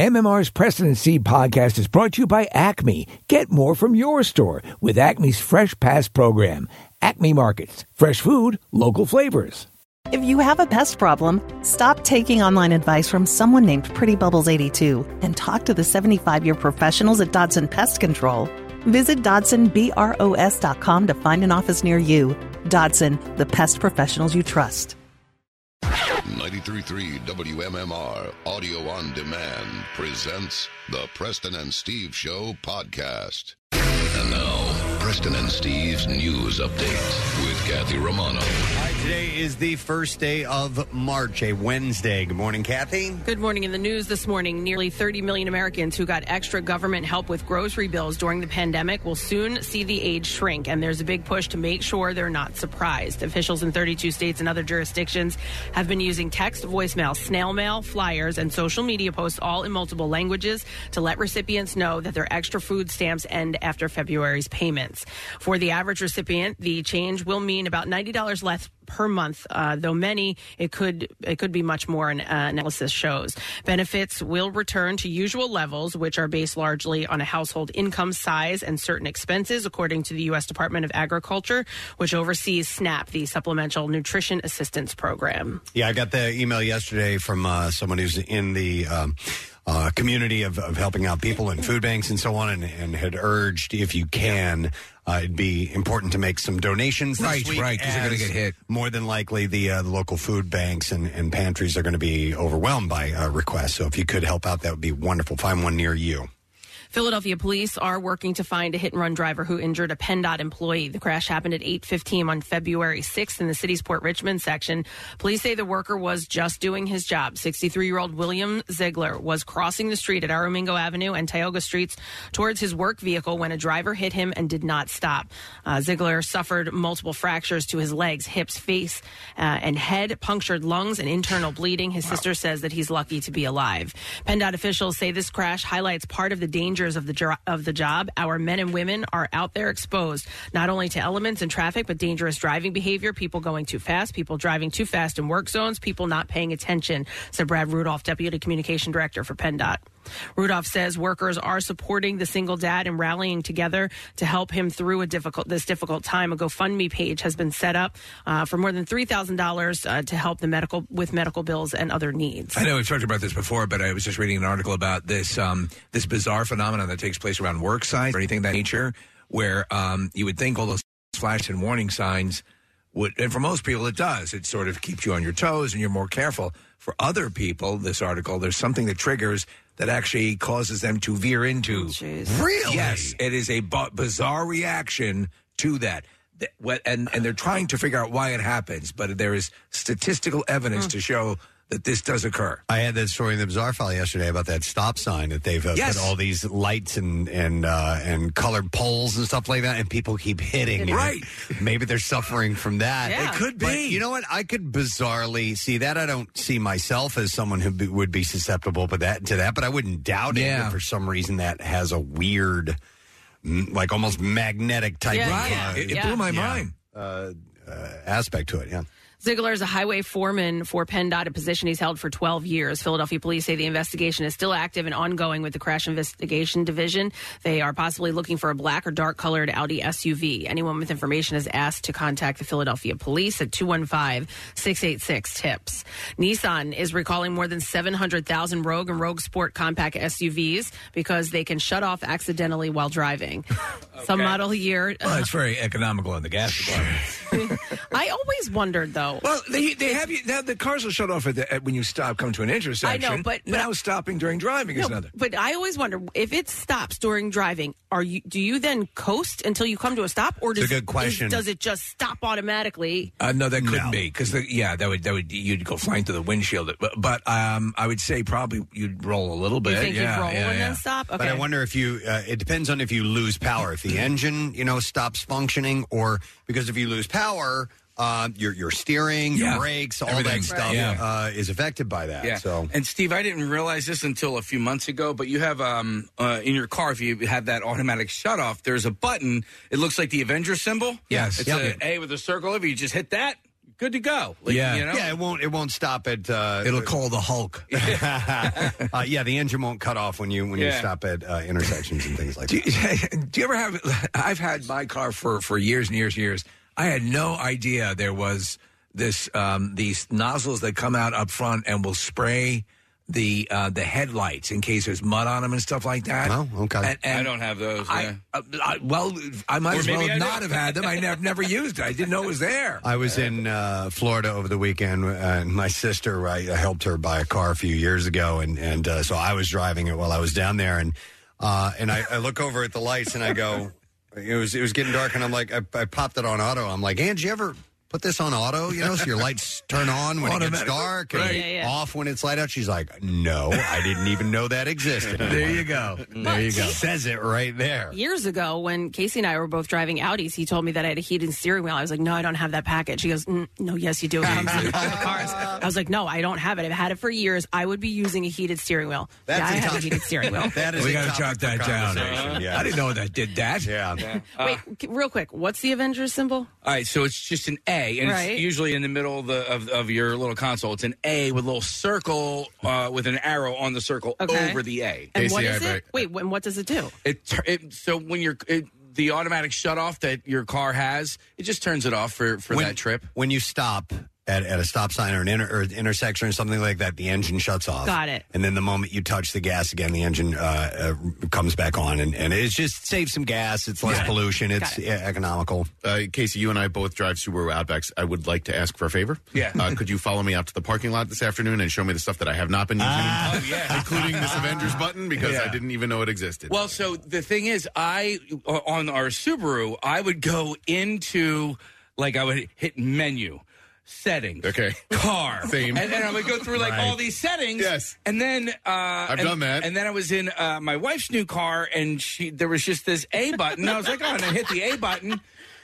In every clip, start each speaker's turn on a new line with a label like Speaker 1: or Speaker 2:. Speaker 1: MMR's President Seed podcast is brought to you by Acme. Get more from your store with Acme's Fresh Pass program. Acme Markets, fresh food, local flavors.
Speaker 2: If you have a pest problem, stop taking online advice from someone named Pretty Bubbles 82 and talk to the 75 year professionals at Dodson Pest Control. Visit DodsonBROS.com to find an office near you. Dodson, the pest professionals you trust.
Speaker 3: 933 WMMR Audio on Demand presents the Preston and Steve Show podcast. And now, Preston and Steve's news update with Kathy Romano.
Speaker 4: All right, today is the first day of March, a Wednesday. Good morning, Kathy.
Speaker 5: Good morning. In the news this morning, nearly 30 million Americans who got extra government help with grocery bills during the pandemic will soon see the aid shrink, and there's a big push to make sure they're not surprised. Officials in 32 states and other jurisdictions have been using text, voicemail, snail mail, flyers, and social media posts, all in multiple languages, to let recipients know that their extra food stamps end after February's payments. For the average recipient, the change will mean about $90 less per month, uh, though many it could it could be much more. An uh, analysis shows benefits will return to usual levels, which are based largely on a household income size and certain expenses, according to the U.S. Department of Agriculture, which oversees SNAP, the Supplemental Nutrition Assistance Program.
Speaker 4: Yeah, I got the email yesterday from uh, someone who's in the um, uh, community of, of helping out people in food banks and so on, and, and had urged if you can, uh, it'd be important to make some donations. This
Speaker 6: Right,
Speaker 4: week
Speaker 6: right, 'cause they're gonna
Speaker 4: as
Speaker 6: get hit.
Speaker 4: More than likely, the, uh, the local food banks and, and pantries are going to be overwhelmed by uh, requests. So if you could help out, that would be wonderful. Find one near you.
Speaker 5: Philadelphia police are working to find a hit and run driver who injured a PennDOT employee. The crash happened at 8:15 on February 6th in the city's Port Richmond section. Police say the worker was just doing his job. 63-year-old William Ziegler was crossing the street at Aramingo Avenue and Tioga Streets towards his work vehicle when a driver hit him and did not stop. Uh, Ziegler suffered multiple fractures to his legs, hips, face, uh, and head, punctured lungs, and internal bleeding. His sister says that he's lucky to be alive. PennDOT officials say this crash highlights part of the dangers of the jo- of the job. Our men and women are out there exposed not only to elements and traffic, but dangerous driving behavior. People going too fast, people driving too fast in work zones, people not paying attention. Said Brad Rudolph, deputy communication director for PennDOT. Rudolph says workers are supporting the single dad and rallying together to help him through a difficult this difficult time. A GoFundMe page has been set up uh, for more than three thousand uh, dollars to help the medical with medical bills and other needs.
Speaker 6: I know we've talked about this before, but I was just reading an article about this um, this bizarre phenomenon that takes place around work sites or anything of that nature, where um, you would think all those flash and warning signs would, and for most people it does. It sort of keeps you on your toes and you're more careful. For other people, this article, there's something that triggers that actually causes them to veer into. really? Yes, it is a bu- bizarre reaction to that. Th- what- And, and they're trying to figure out why it happens, but there is statistical evidence to show that this does occur.
Speaker 4: I had that story in the Bizarre File yesterday about that stop sign that they've uh,
Speaker 6: Yes.
Speaker 4: put all these lights and and uh, and colored poles and stuff like that, and people keep hitting. it.
Speaker 6: Right.
Speaker 4: Maybe they're suffering from that.
Speaker 5: Yeah. It
Speaker 6: could
Speaker 4: But
Speaker 6: be.
Speaker 4: you know what? I could bizarrely see that. I don't see myself as someone who be, would be susceptible to that. To that, but I wouldn't doubt it.
Speaker 6: Yeah.
Speaker 4: But for some reason, that has a weird, mm, like almost magnetic type
Speaker 5: Yeah,
Speaker 4: of,
Speaker 5: Right.
Speaker 4: uh,
Speaker 6: It, it
Speaker 5: Yeah.
Speaker 6: blew my
Speaker 4: Yeah.
Speaker 6: mind.
Speaker 4: uh, uh, aspect to it. Yeah.
Speaker 5: Ziegler is a highway foreman for PennDOT, a position he's held for 12 years. Philadelphia police say the investigation is still active and ongoing with the Crash Investigation Division. They are possibly looking for a black or dark colored Audi SUV. Anyone with information is asked to contact the Philadelphia police at 215 686 TIPS. Nissan is recalling more than 700,000 Rogue and Rogue Sport compact SUVs because they can shut off accidentally while driving. Some model year.
Speaker 6: Well, it's very economical in the gas department.
Speaker 5: I always wondered though.
Speaker 6: well, they, they have you now. The cars will shut off at, the, at when you stop, come to an intersection.
Speaker 5: I know, but- but
Speaker 6: now
Speaker 5: I-
Speaker 6: stopping during driving is
Speaker 5: No,
Speaker 6: another.
Speaker 5: But I always wonder if it stops during driving. Are you? Do you then coast until you come to a stop, or does
Speaker 4: a good question.
Speaker 5: is- does it just stop automatically?
Speaker 6: Uh, no, that couldn't
Speaker 4: No.
Speaker 6: be because yeah, that would that would you'd go flying through the windshield. But, but um, I would say probably you'd roll a little bit.
Speaker 5: You think
Speaker 6: yeah,
Speaker 5: you roll
Speaker 6: yeah,
Speaker 5: and
Speaker 6: yeah.
Speaker 5: then stop? Okay.
Speaker 4: But I wonder if you, uh, it depends on if you lose power, if the engine, you know, stops functioning, or because if you lose power, uh, your, your steering,
Speaker 6: Yeah.
Speaker 4: your brakes, all
Speaker 6: Everything.
Speaker 4: that stuff
Speaker 6: Right. Yeah.
Speaker 4: uh, is affected by that.
Speaker 7: Yeah.
Speaker 4: So.
Speaker 7: And Steve, I didn't realize this until a few months ago, but you have um uh, in your car if you have that automatic shut off, there's a button. It looks like the Avenger symbol.
Speaker 6: Yes.
Speaker 7: It's
Speaker 6: Yeah.
Speaker 7: a A with a circle over. it. You just hit that. good to go. Like,
Speaker 4: yeah,
Speaker 7: you know?
Speaker 4: yeah. It won't. It won't stop at. Uh,
Speaker 6: It'll call the Hulk.
Speaker 4: uh, yeah, the engine won't cut off when you when you
Speaker 6: Yeah.
Speaker 4: stop at uh, intersections and things like
Speaker 6: Do
Speaker 4: that.
Speaker 6: you, do you ever have? I've had my car for for years and years and years. I had no idea there was this um, these nozzles that come out up front and will spray the uh, the headlights in case there's mud on them and stuff like that.
Speaker 4: Oh, okay.
Speaker 6: And, and
Speaker 7: I don't have those.
Speaker 6: I-
Speaker 7: yeah.
Speaker 6: uh, I- well, I might
Speaker 7: Or
Speaker 6: as well
Speaker 7: maybe
Speaker 6: have
Speaker 7: I
Speaker 6: not
Speaker 7: do.
Speaker 6: have had them. I never never used it. I didn't know it was there.
Speaker 4: I was in uh, Florida over the weekend, uh, and my sister, I, I helped her buy a car a few years ago, and and uh, so I was driving it while I was down there, and uh, and I, I look over at the lights, and I go, it was it was getting dark, and I'm like, I, I popped it on auto. I'm like, Angie, you ever put this on auto? You know, so your lights turn on when it gets
Speaker 6: Automatic.
Speaker 4: dark and
Speaker 6: Right. Yeah, yeah.
Speaker 4: off when it's light out. She's like, No, I didn't even know that existed.
Speaker 6: There you go.
Speaker 4: There you go. Says it right there.
Speaker 5: Years ago, when Casey and I were both driving Audis, he told me that I had a heated steering wheel. I was like, "No, I don't have that package." He goes, "Mm, "No, yes, you do. It comes in all the cars." I was like, "No, I don't have it. I've had it for years. I would be using a heated steering wheel. yeah, I
Speaker 4: a
Speaker 5: have a
Speaker 4: top-
Speaker 5: heated steering wheel."
Speaker 4: That is
Speaker 6: we
Speaker 4: a
Speaker 6: got
Speaker 4: topic
Speaker 6: to jot
Speaker 4: for
Speaker 6: that down.
Speaker 4: conversation, yeah.
Speaker 6: I didn't know that did that.
Speaker 4: Yeah.
Speaker 5: Wait, c- real quick, what's the Avengers symbol?
Speaker 7: Uh, All right, so it's just an A, and
Speaker 5: Right.
Speaker 7: it's usually in the middle of, the, of of your little console. It's an A with a little circle uh, with an arrow on the circle
Speaker 5: Okay.
Speaker 7: over the A.
Speaker 5: And what
Speaker 8: Casey,
Speaker 5: is
Speaker 8: I
Speaker 5: it? Wait, when, what does it do?
Speaker 7: It, tur- it so when you're it, the automatic shutoff that your car has, it just turns it off for for
Speaker 4: When-
Speaker 7: that trip.
Speaker 4: when you stop at, at a stop sign or an inter, or intersection or something like that, the engine shuts off.
Speaker 5: Got it.
Speaker 4: And then the moment you touch the gas again, the engine uh, uh, comes back on, and, and it's just saves some gas. It's less pollution. It's uh, economical.
Speaker 8: Uh, Casey, you and I both drive Subaru Outbacks. I would like to ask for a favor.
Speaker 7: Yeah.
Speaker 8: Uh, could you follow me out to the parking lot this afternoon and show me the stuff that I have not been using?
Speaker 7: Oh yeah.
Speaker 8: Including this Avengers button because I didn't even know it existed.
Speaker 7: Well, so the thing is, I on our Subaru, I would go into like I would hit menu settings,
Speaker 8: Okay.
Speaker 7: car,
Speaker 8: Same.
Speaker 7: and then I would go through like all these settings.
Speaker 8: Yes.
Speaker 7: and then uh, I've
Speaker 8: done that.
Speaker 7: And then I was in uh, my wife's new car, and she there was just this A button. And I was like, oh, and I hit the A button.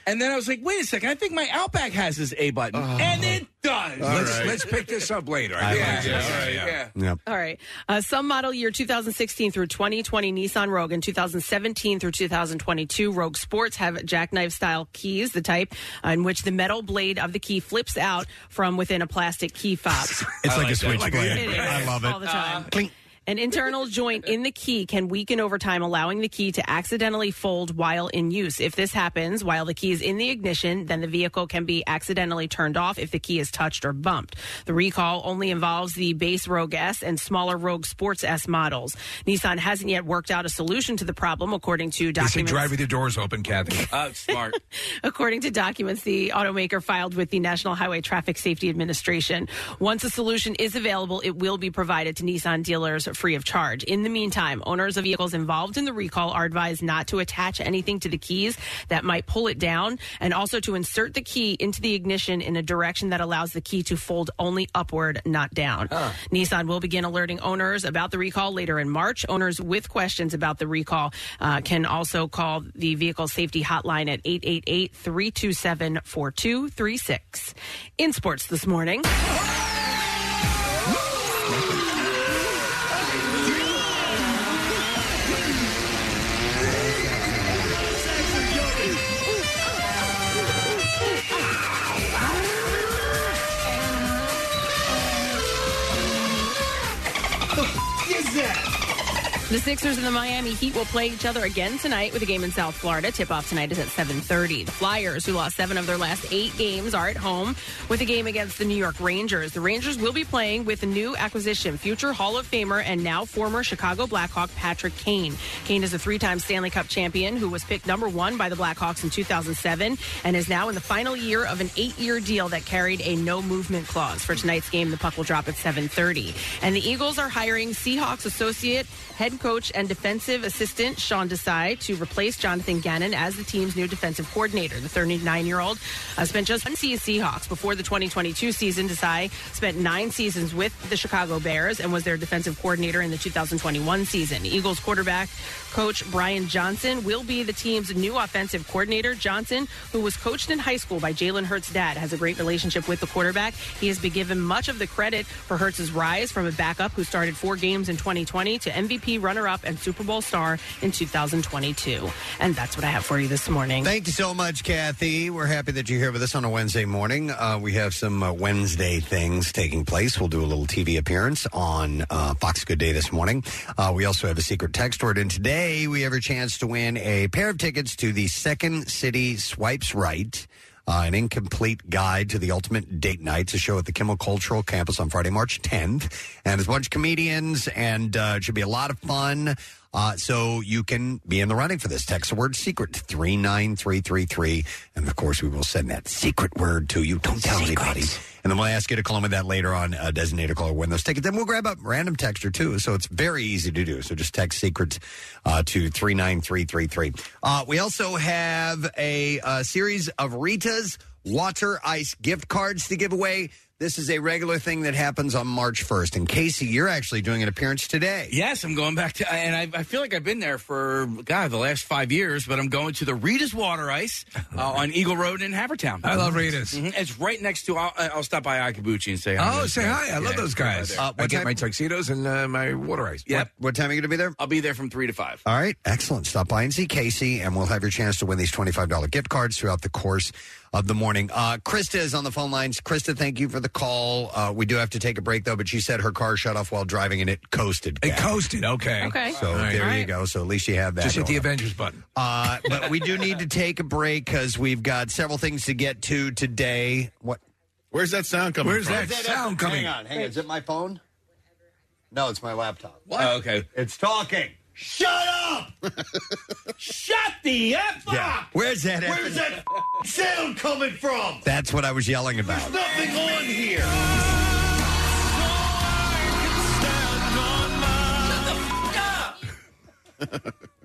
Speaker 7: And then I was like, wait a second, I think my Outback has this A button.
Speaker 6: Oh,
Speaker 7: and it does.
Speaker 6: Let's,
Speaker 8: right.
Speaker 6: let's pick this up later. I
Speaker 4: like
Speaker 6: think.
Speaker 7: yeah,
Speaker 8: Yeah,
Speaker 7: yeah,
Speaker 8: yeah.
Speaker 7: yeah.
Speaker 4: Yep.
Speaker 5: All right. Uh, some model year 2016 through 2020 Nissan Rogue and 2017 through 2022 Rogue Sports have jackknife style keys, the type uh, in which the metal blade of the key flips out from within a plastic key fob.
Speaker 4: It's like, a
Speaker 5: It
Speaker 4: switchblade.
Speaker 5: is
Speaker 4: I love
Speaker 5: all
Speaker 4: it.
Speaker 5: the time. An internal joint in the key can weaken over time, allowing the key to accidentally fold while in use. If this happens while the key is in the ignition, then the vehicle can be accidentally turned off if the key is touched or bumped. The recall only involves the base Rogue S and smaller Rogue Sports S models. Nissan hasn't yet worked out a solution to the problem, according to
Speaker 6: They say
Speaker 5: documents.
Speaker 6: drive with your doors open, Kathy.
Speaker 7: Oh, smart.
Speaker 5: According to documents the automaker filed with the National Highway Traffic Safety Administration, once a solution is available, it will be provided to Nissan dealers free of charge. In the meantime, owners of vehicles involved in the recall are advised not to attach anything to the keys that might pull it down and also to insert the key into the ignition in a direction that allows the key to fold only upward, not down. Nissan will begin alerting owners about the recall later in March. Owners with questions about the recall uh, can also call the vehicle safety hotline at 888 327 4236. In sports this morning. The Sixers and the Miami Heat will play each other again tonight with a game in South Florida. Tip-off tonight is at 7:30. The Flyers, who lost 7 of their last 8 games, are at home with a game against the New York Rangers. The Rangers will be playing with a new acquisition, future Hall of Famer and now former Chicago Blackhawk Patrick Kane. Kane is a three-time Stanley Cup champion who was picked number 1 by the Blackhawks in 2007 and is now in the final year of an 8-year deal that carried a no movement clause. For tonight's game, the puck will drop at 7:30. And the Eagles are hiring Seahawks associate head coach and defensive assistant Sean Desai to replace Jonathan Gannon as the team's new defensive coordinator. The 39-year-old uh, spent just one season with Seahawks before the 2022 season. Desai spent nine seasons with the Chicago Bears and was their defensive coordinator in the 2021 season. Eagles quarterback coach Brian Johnson will be the team's new offensive coordinator. Johnson, who was coached in high school by Jalen Hurts' dad, has a great relationship with the quarterback. He has been given much of the credit for Hurts' rise from a backup who started four games in 2020 to MVP runner up, and Super Bowl star in 2022. And that's what I have for you this morning.
Speaker 4: Thank you so much, Kathy. We're happy that you're here with us on a Wednesday morning. Uh, we have some uh, Wednesday things taking place. We'll do a little TV appearance on uh, Fox Good Day this morning. Uh, we also have a secret text word, and today we have a chance to win a pair of tickets to the Second City Swipes Right. Uh, an incomplete guide to the ultimate date night. It's a show at the Kimmel Cultural Campus on Friday, March 10th. And it's a bunch of comedians, and uh, it should be a lot of fun. Uh, so you can be in the running for this. Text the word secret to 39333. And of course, we will send that secret word to you. Don't tell anybody. And then we'll ask you to call in with that later on, uh, designated caller, win those tickets. Then we'll grab a random texture, too. So it's very easy to do. So just text secrets uh, to 39333. Uh, we also have a, uh series of Rita's water ice gift cards to give away. This is a regular thing that happens on March 1st. And Casey, you're actually doing an appearance today.
Speaker 7: Yes, I'm going back to, and I, I feel like I've been there for God the last five years. But I'm going to the Rita's Water Ice uh, on Eagle Road in Havertown.
Speaker 6: I love Rita's.
Speaker 7: Mhm. It's right next to. I'll, I'll stop by Akabuchi and say. hi.
Speaker 6: Oh, say hi. I love those guys. Uh, I get my tuxedos and uh, my water ice.
Speaker 7: Yep.
Speaker 4: What, time are you going to be there?
Speaker 7: I'll be there from three to five.
Speaker 4: All right, excellent. Stop by and see Casey, and we'll have your chance to win these $25 gift cards throughout the course of the morning. Uh, Krista is on the phone lines. Krista, thank you for the call. Uh, we do have to take a break, though, but she said her car shut off while driving and it coasted.
Speaker 6: It coasted. Okay.
Speaker 4: Okay. So there you go. So at least you have that.
Speaker 6: Just hit the
Speaker 4: going.
Speaker 6: Avengers button.
Speaker 4: Uh, but we do need to take a break because we've got several things to get to today. What?
Speaker 8: Where's that sound coming
Speaker 4: Where's
Speaker 8: from?
Speaker 4: that sound coming? Hang on, hang on. Is it my phone? No, it's my laptop. Oh,
Speaker 7: What? okay.
Speaker 4: It's talking. Shut up!
Speaker 7: Shut the F up!
Speaker 4: Where's that?
Speaker 9: Where's that sound coming from?
Speaker 4: That's what I was yelling about.
Speaker 9: Nothing on
Speaker 4: Oh,
Speaker 9: here.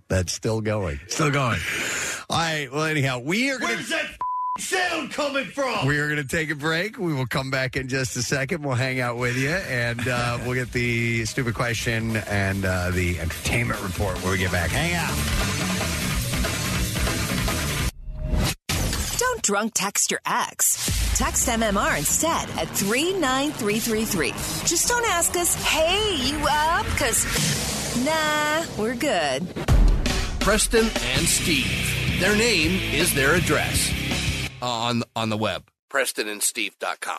Speaker 4: That's still going.
Speaker 6: Still going.
Speaker 4: All right. Well, anyhow, we are going
Speaker 9: Where's that sound coming
Speaker 4: to
Speaker 9: from?
Speaker 4: we are going to take a break. We will come back in just a second. We'll hang out with you, and uh, we'll get the stupid question and uh, the entertainment report when we get back. Hang out.
Speaker 10: Don't drunk text your ex. Text MMR instead at 39333. Just don't ask us, hey, you up? Because, nah, we're good.
Speaker 11: Preston and Steve. Their name is their address uh, on on the web. PrestonandSteve.com.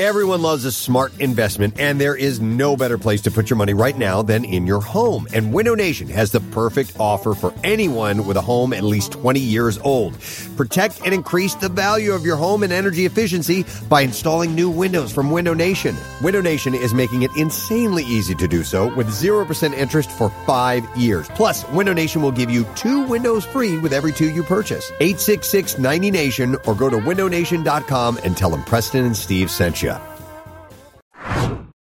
Speaker 12: Everyone loves a smart investment, and there is no better place to put your money right now than in your home. And Window Nation has the perfect offer for anyone with a home at least 20 years old. Protect and increase the value of your home and energy efficiency by installing new windows from Window Nation. Window Nation is making it insanely easy to do so with 0% interest for five years. Plus, Window Nation will give you two windows free with every two you purchase. 866 90 Nation or go to windownation.com and tell them Preston and Steve sent you.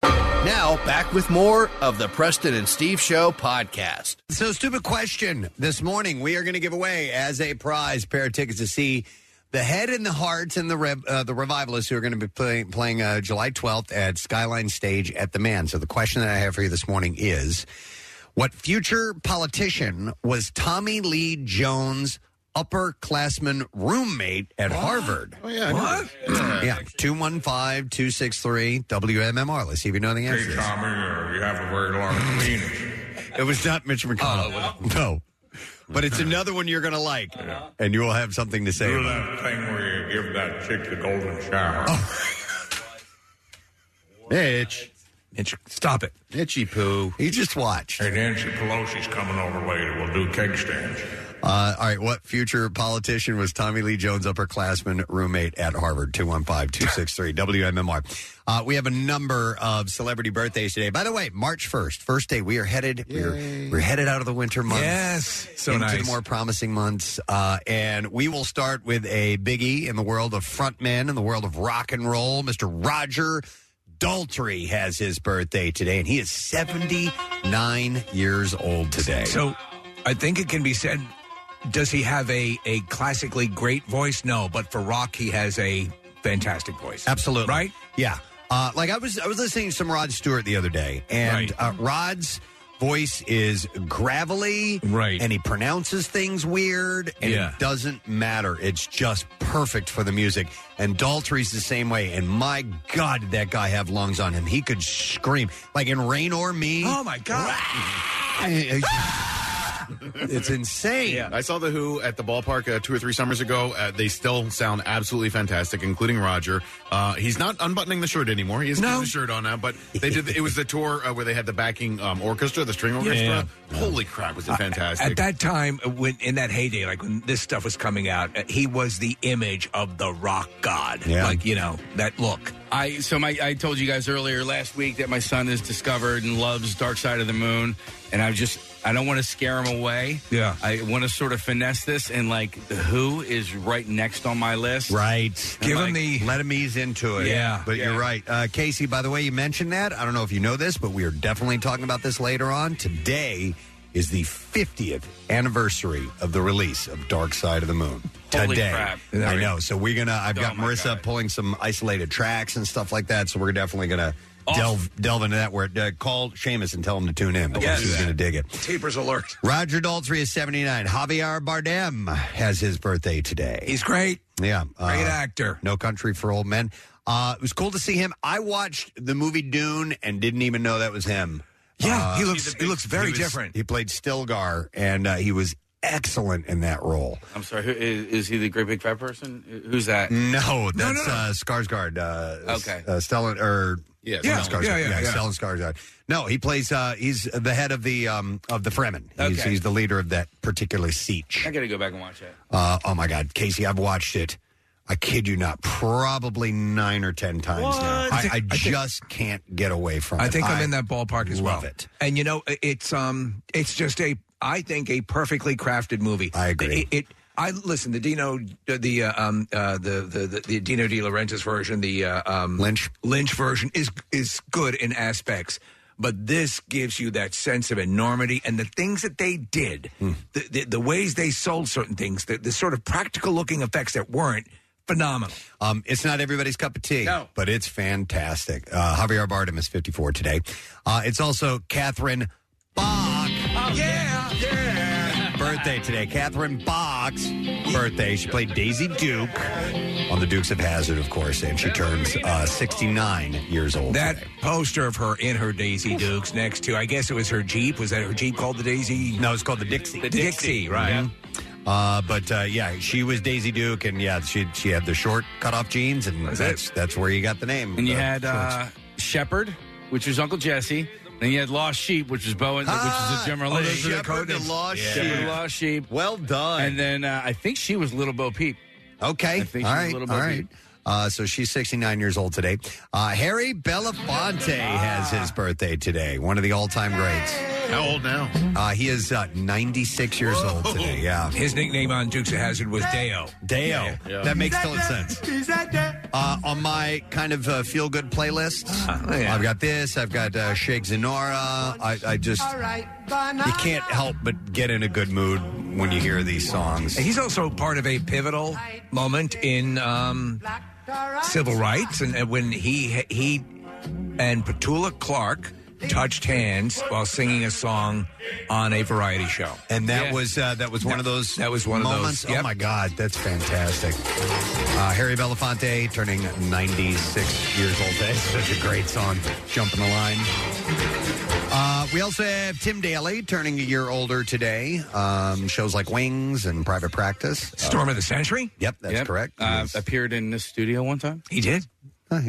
Speaker 11: Now back with more of the Preston and Steve Show podcast.
Speaker 4: So, stupid question. This morning, we are going to give away as a prize pair of tickets to see the Head and the Hearts and the Rev uh, the Revivalists, who are going to be play- playing uh, July 12th at Skyline Stage at the Man. So, the question that I have for you this morning is: What future politician was Tommy Lee Jones' upperclassman roommate at Harvard?
Speaker 8: Oh, yeah. I know.
Speaker 4: yeah, 215-263 WMMR. Let's see if you know the answer. to this.
Speaker 6: uh, you have a very long
Speaker 4: It was not Mitch McConnell. no. But it's another one you're going to like. And you will have something to say
Speaker 13: Do
Speaker 4: about it.
Speaker 13: that thing where you give that chick the golden shower.
Speaker 4: Mitch.
Speaker 6: Mitch, stop it.
Speaker 4: Itchy poo. He just watched.
Speaker 13: Hey, Nancy Pelosi's coming over later. We'll do keg stands.
Speaker 4: Uh, all right. What future politician was Tommy Lee Jones' upperclassman roommate at Harvard? 215 263 WMMR. Uh, we have a number of celebrity birthdays today. By the way, March 1st, first day, we are headed. We're, we're headed out of the winter months.
Speaker 6: Yes. So
Speaker 4: into
Speaker 6: nice.
Speaker 4: the more promising months. Uh, and we will start with a biggie in the world of frontmen, in the world of rock and roll, Mr. Roger Daltrey has his birthday today, and he is 79 years old today.
Speaker 6: So I think it can be said does he have a, a classically great voice? No, but for rock, he has a fantastic voice.
Speaker 4: Absolutely.
Speaker 6: Right?
Speaker 4: Yeah. Uh, like I was, I was listening to some Rod Stewart the other day, and uh, Rod's voice is gravelly, right? And he pronounces things weird, and
Speaker 6: Yeah.
Speaker 4: it doesn't matter. It's just perfect for the music. And Daltrey's the same way. And my God, did that guy have lungs on him? He could scream like in "Rain or Me."
Speaker 6: Oh my God!
Speaker 4: it's insane.
Speaker 8: I saw the Who at the ballpark uh, two or three summers ago. Uh, they still sound absolutely fantastic, including Roger. Uh, he's not unbuttoning the shirt anymore. He is putting the shirt on now, but they did. it was the tour uh, where they had the backing um, orchestra, the string orchestra. Holy crap, was it fantastic!
Speaker 6: At that time, when in that heyday, like when this stuff was coming out, uh, he was the image of the rock god.
Speaker 7: Yeah.
Speaker 6: Like you know that look.
Speaker 7: I so my I told you guys earlier last week that my son has discovered and loves Dark Side of the Moon, and I just I don't want to scare him away.
Speaker 6: Yeah.
Speaker 7: I want to sort of finesse this and like who is right next on my list.
Speaker 4: Right.
Speaker 7: Give him
Speaker 4: the let him ease into it.
Speaker 7: Yeah.
Speaker 4: but you're right, uh, Casey. By the way, you mentioned that. I don't know if you know this, but we are definitely talking about this later on. Today is the 50th anniversary of the release of Dark Side of the Moon.
Speaker 12: Holy
Speaker 4: Today,
Speaker 12: crap.
Speaker 4: I know. So we're gonna. I've got Marissa pulling some isolated tracks and stuff like that. So we're definitely gonna. Delve delve into that. Where uh, call Seamus and tell him to tune in because
Speaker 6: Yes.
Speaker 4: he's going to dig it.
Speaker 6: Tapers alert.
Speaker 4: Roger Daltrey is 79. Javier Bardem has his birthday today.
Speaker 6: He's great.
Speaker 4: Yeah. uh,
Speaker 6: Great actor.
Speaker 4: No Country for Old Men. Uh, it was cool to see him. I watched the movie Dune and didn't even know that was him.
Speaker 6: Yeah,
Speaker 4: Uh,
Speaker 6: he looks he looks very
Speaker 4: was-
Speaker 6: different.
Speaker 4: He played Stilgar, and uh, he was excellent in that role.
Speaker 7: I'm sorry. Who is, is he? The great big fat person? Who's that?
Speaker 4: No, that's Uh, Skarsgård. Uh,
Speaker 7: Okay.
Speaker 4: uh, Stellan or
Speaker 7: Yeah,
Speaker 4: not
Speaker 7: Stellan.
Speaker 4: Skarsgård.
Speaker 7: Yeah, yeah, yeah.
Speaker 4: Stellan Skarsgård. No, he plays. Uh, he's the head of the um, of the Fremen. He's,
Speaker 7: Okay.
Speaker 4: he's the leader of that particular siege.
Speaker 7: I got to go back and watch that.
Speaker 4: Uh, oh my God, Casey, I've watched it. I kid you not, probably nine or ten times now.
Speaker 6: What?
Speaker 4: I,
Speaker 6: I think-
Speaker 4: I
Speaker 6: I think-
Speaker 4: just can't get away from it.
Speaker 6: I think I am in that ballpark as well.
Speaker 4: love it.
Speaker 6: And you know, i- it's um, it's just a I think a perfectly crafted movie. I agree. It. it I listen the Dino the uh, um uh, the, the the the Dino De Laurentiis version the uh, um,
Speaker 4: Lynch
Speaker 6: Lynch version is is good in aspects, but this gives you that sense of enormity and the things that they did, the, the the ways they sold certain things, the, the sort of practical looking effects that weren't phenomenal.
Speaker 4: Um, it's not everybody's cup of tea, but it's fantastic. Uh, Javier Bardem is 54 today. Uh, it's also Catherine
Speaker 6: Oh yeah, yeah.
Speaker 4: birthday today. Catherine Box birthday. She played Daisy Duke on the Dukes of Hazard, of course, and she turns uh, 69 years old.
Speaker 6: That poster of her in her Daisy Dukes next to, I guess it was her Jeep. Was that her Jeep called the Daisy?
Speaker 4: No, it's called the Dixie.
Speaker 6: The Dixie, right?
Speaker 4: Mhm. Uh, but uh, yeah, she was Daisy Duke, and yeah, she she had the short cutoff jeans, and that's that's, where you got the name.
Speaker 7: And you
Speaker 4: The
Speaker 7: had uh, Shepherd, which was Uncle Jesse. Then you had Lost Sheep, which was Bowen, which is a General
Speaker 4: oh,
Speaker 7: Lee.
Speaker 4: those are the Shepherd code and names. Lost
Speaker 7: Shepherd,
Speaker 4: Sheep.
Speaker 7: Lost Sheep.
Speaker 4: Well done.
Speaker 7: And then uh, I think she was Little Bo Peep.
Speaker 4: Okay.
Speaker 7: I think
Speaker 4: all
Speaker 7: she was
Speaker 4: right,
Speaker 7: Little Bo
Speaker 4: all
Speaker 7: Peep.
Speaker 4: right. Uh, so she's 69 years old today. Uh, Harry Belafonte has his
Speaker 7: Ah.
Speaker 4: birthday today. One of the all-time greats.
Speaker 8: How old now?
Speaker 4: Uh, he is uh, 96 years old today. Yeah.
Speaker 6: Um, His nickname on Dukes of Hazard was Deo.
Speaker 4: Deo.
Speaker 6: Yeah.
Speaker 4: That makes total sense. Uh, on my kind of uh, feel good playlist,
Speaker 6: Uh-huh. Oh,
Speaker 4: I've got this. I've got uh, Shake Zenora. I, I just you can't help but get in a good mood when you hear these songs.
Speaker 6: He's also part of a pivotal moment in um, civil rights, and and when he he and Petula Clark touched hands while singing a song on a variety show,
Speaker 4: And that was uh, that was one of those.
Speaker 6: That was one
Speaker 4: moments.
Speaker 6: of those. Yep.
Speaker 4: Oh my God, that's fantastic! Uh, Harry Belafonte turning 96 years old. That's such a great song. Jumping the line. Uh, we also have Tim Daly turning a year older today. Um, shows like Wings and Private Practice. Uh,
Speaker 6: Storm of the Century.
Speaker 4: Yep, that's
Speaker 7: Yep.
Speaker 4: correct.
Speaker 7: Uh, appeared in this studio one time.
Speaker 6: He did.
Speaker 4: Uh,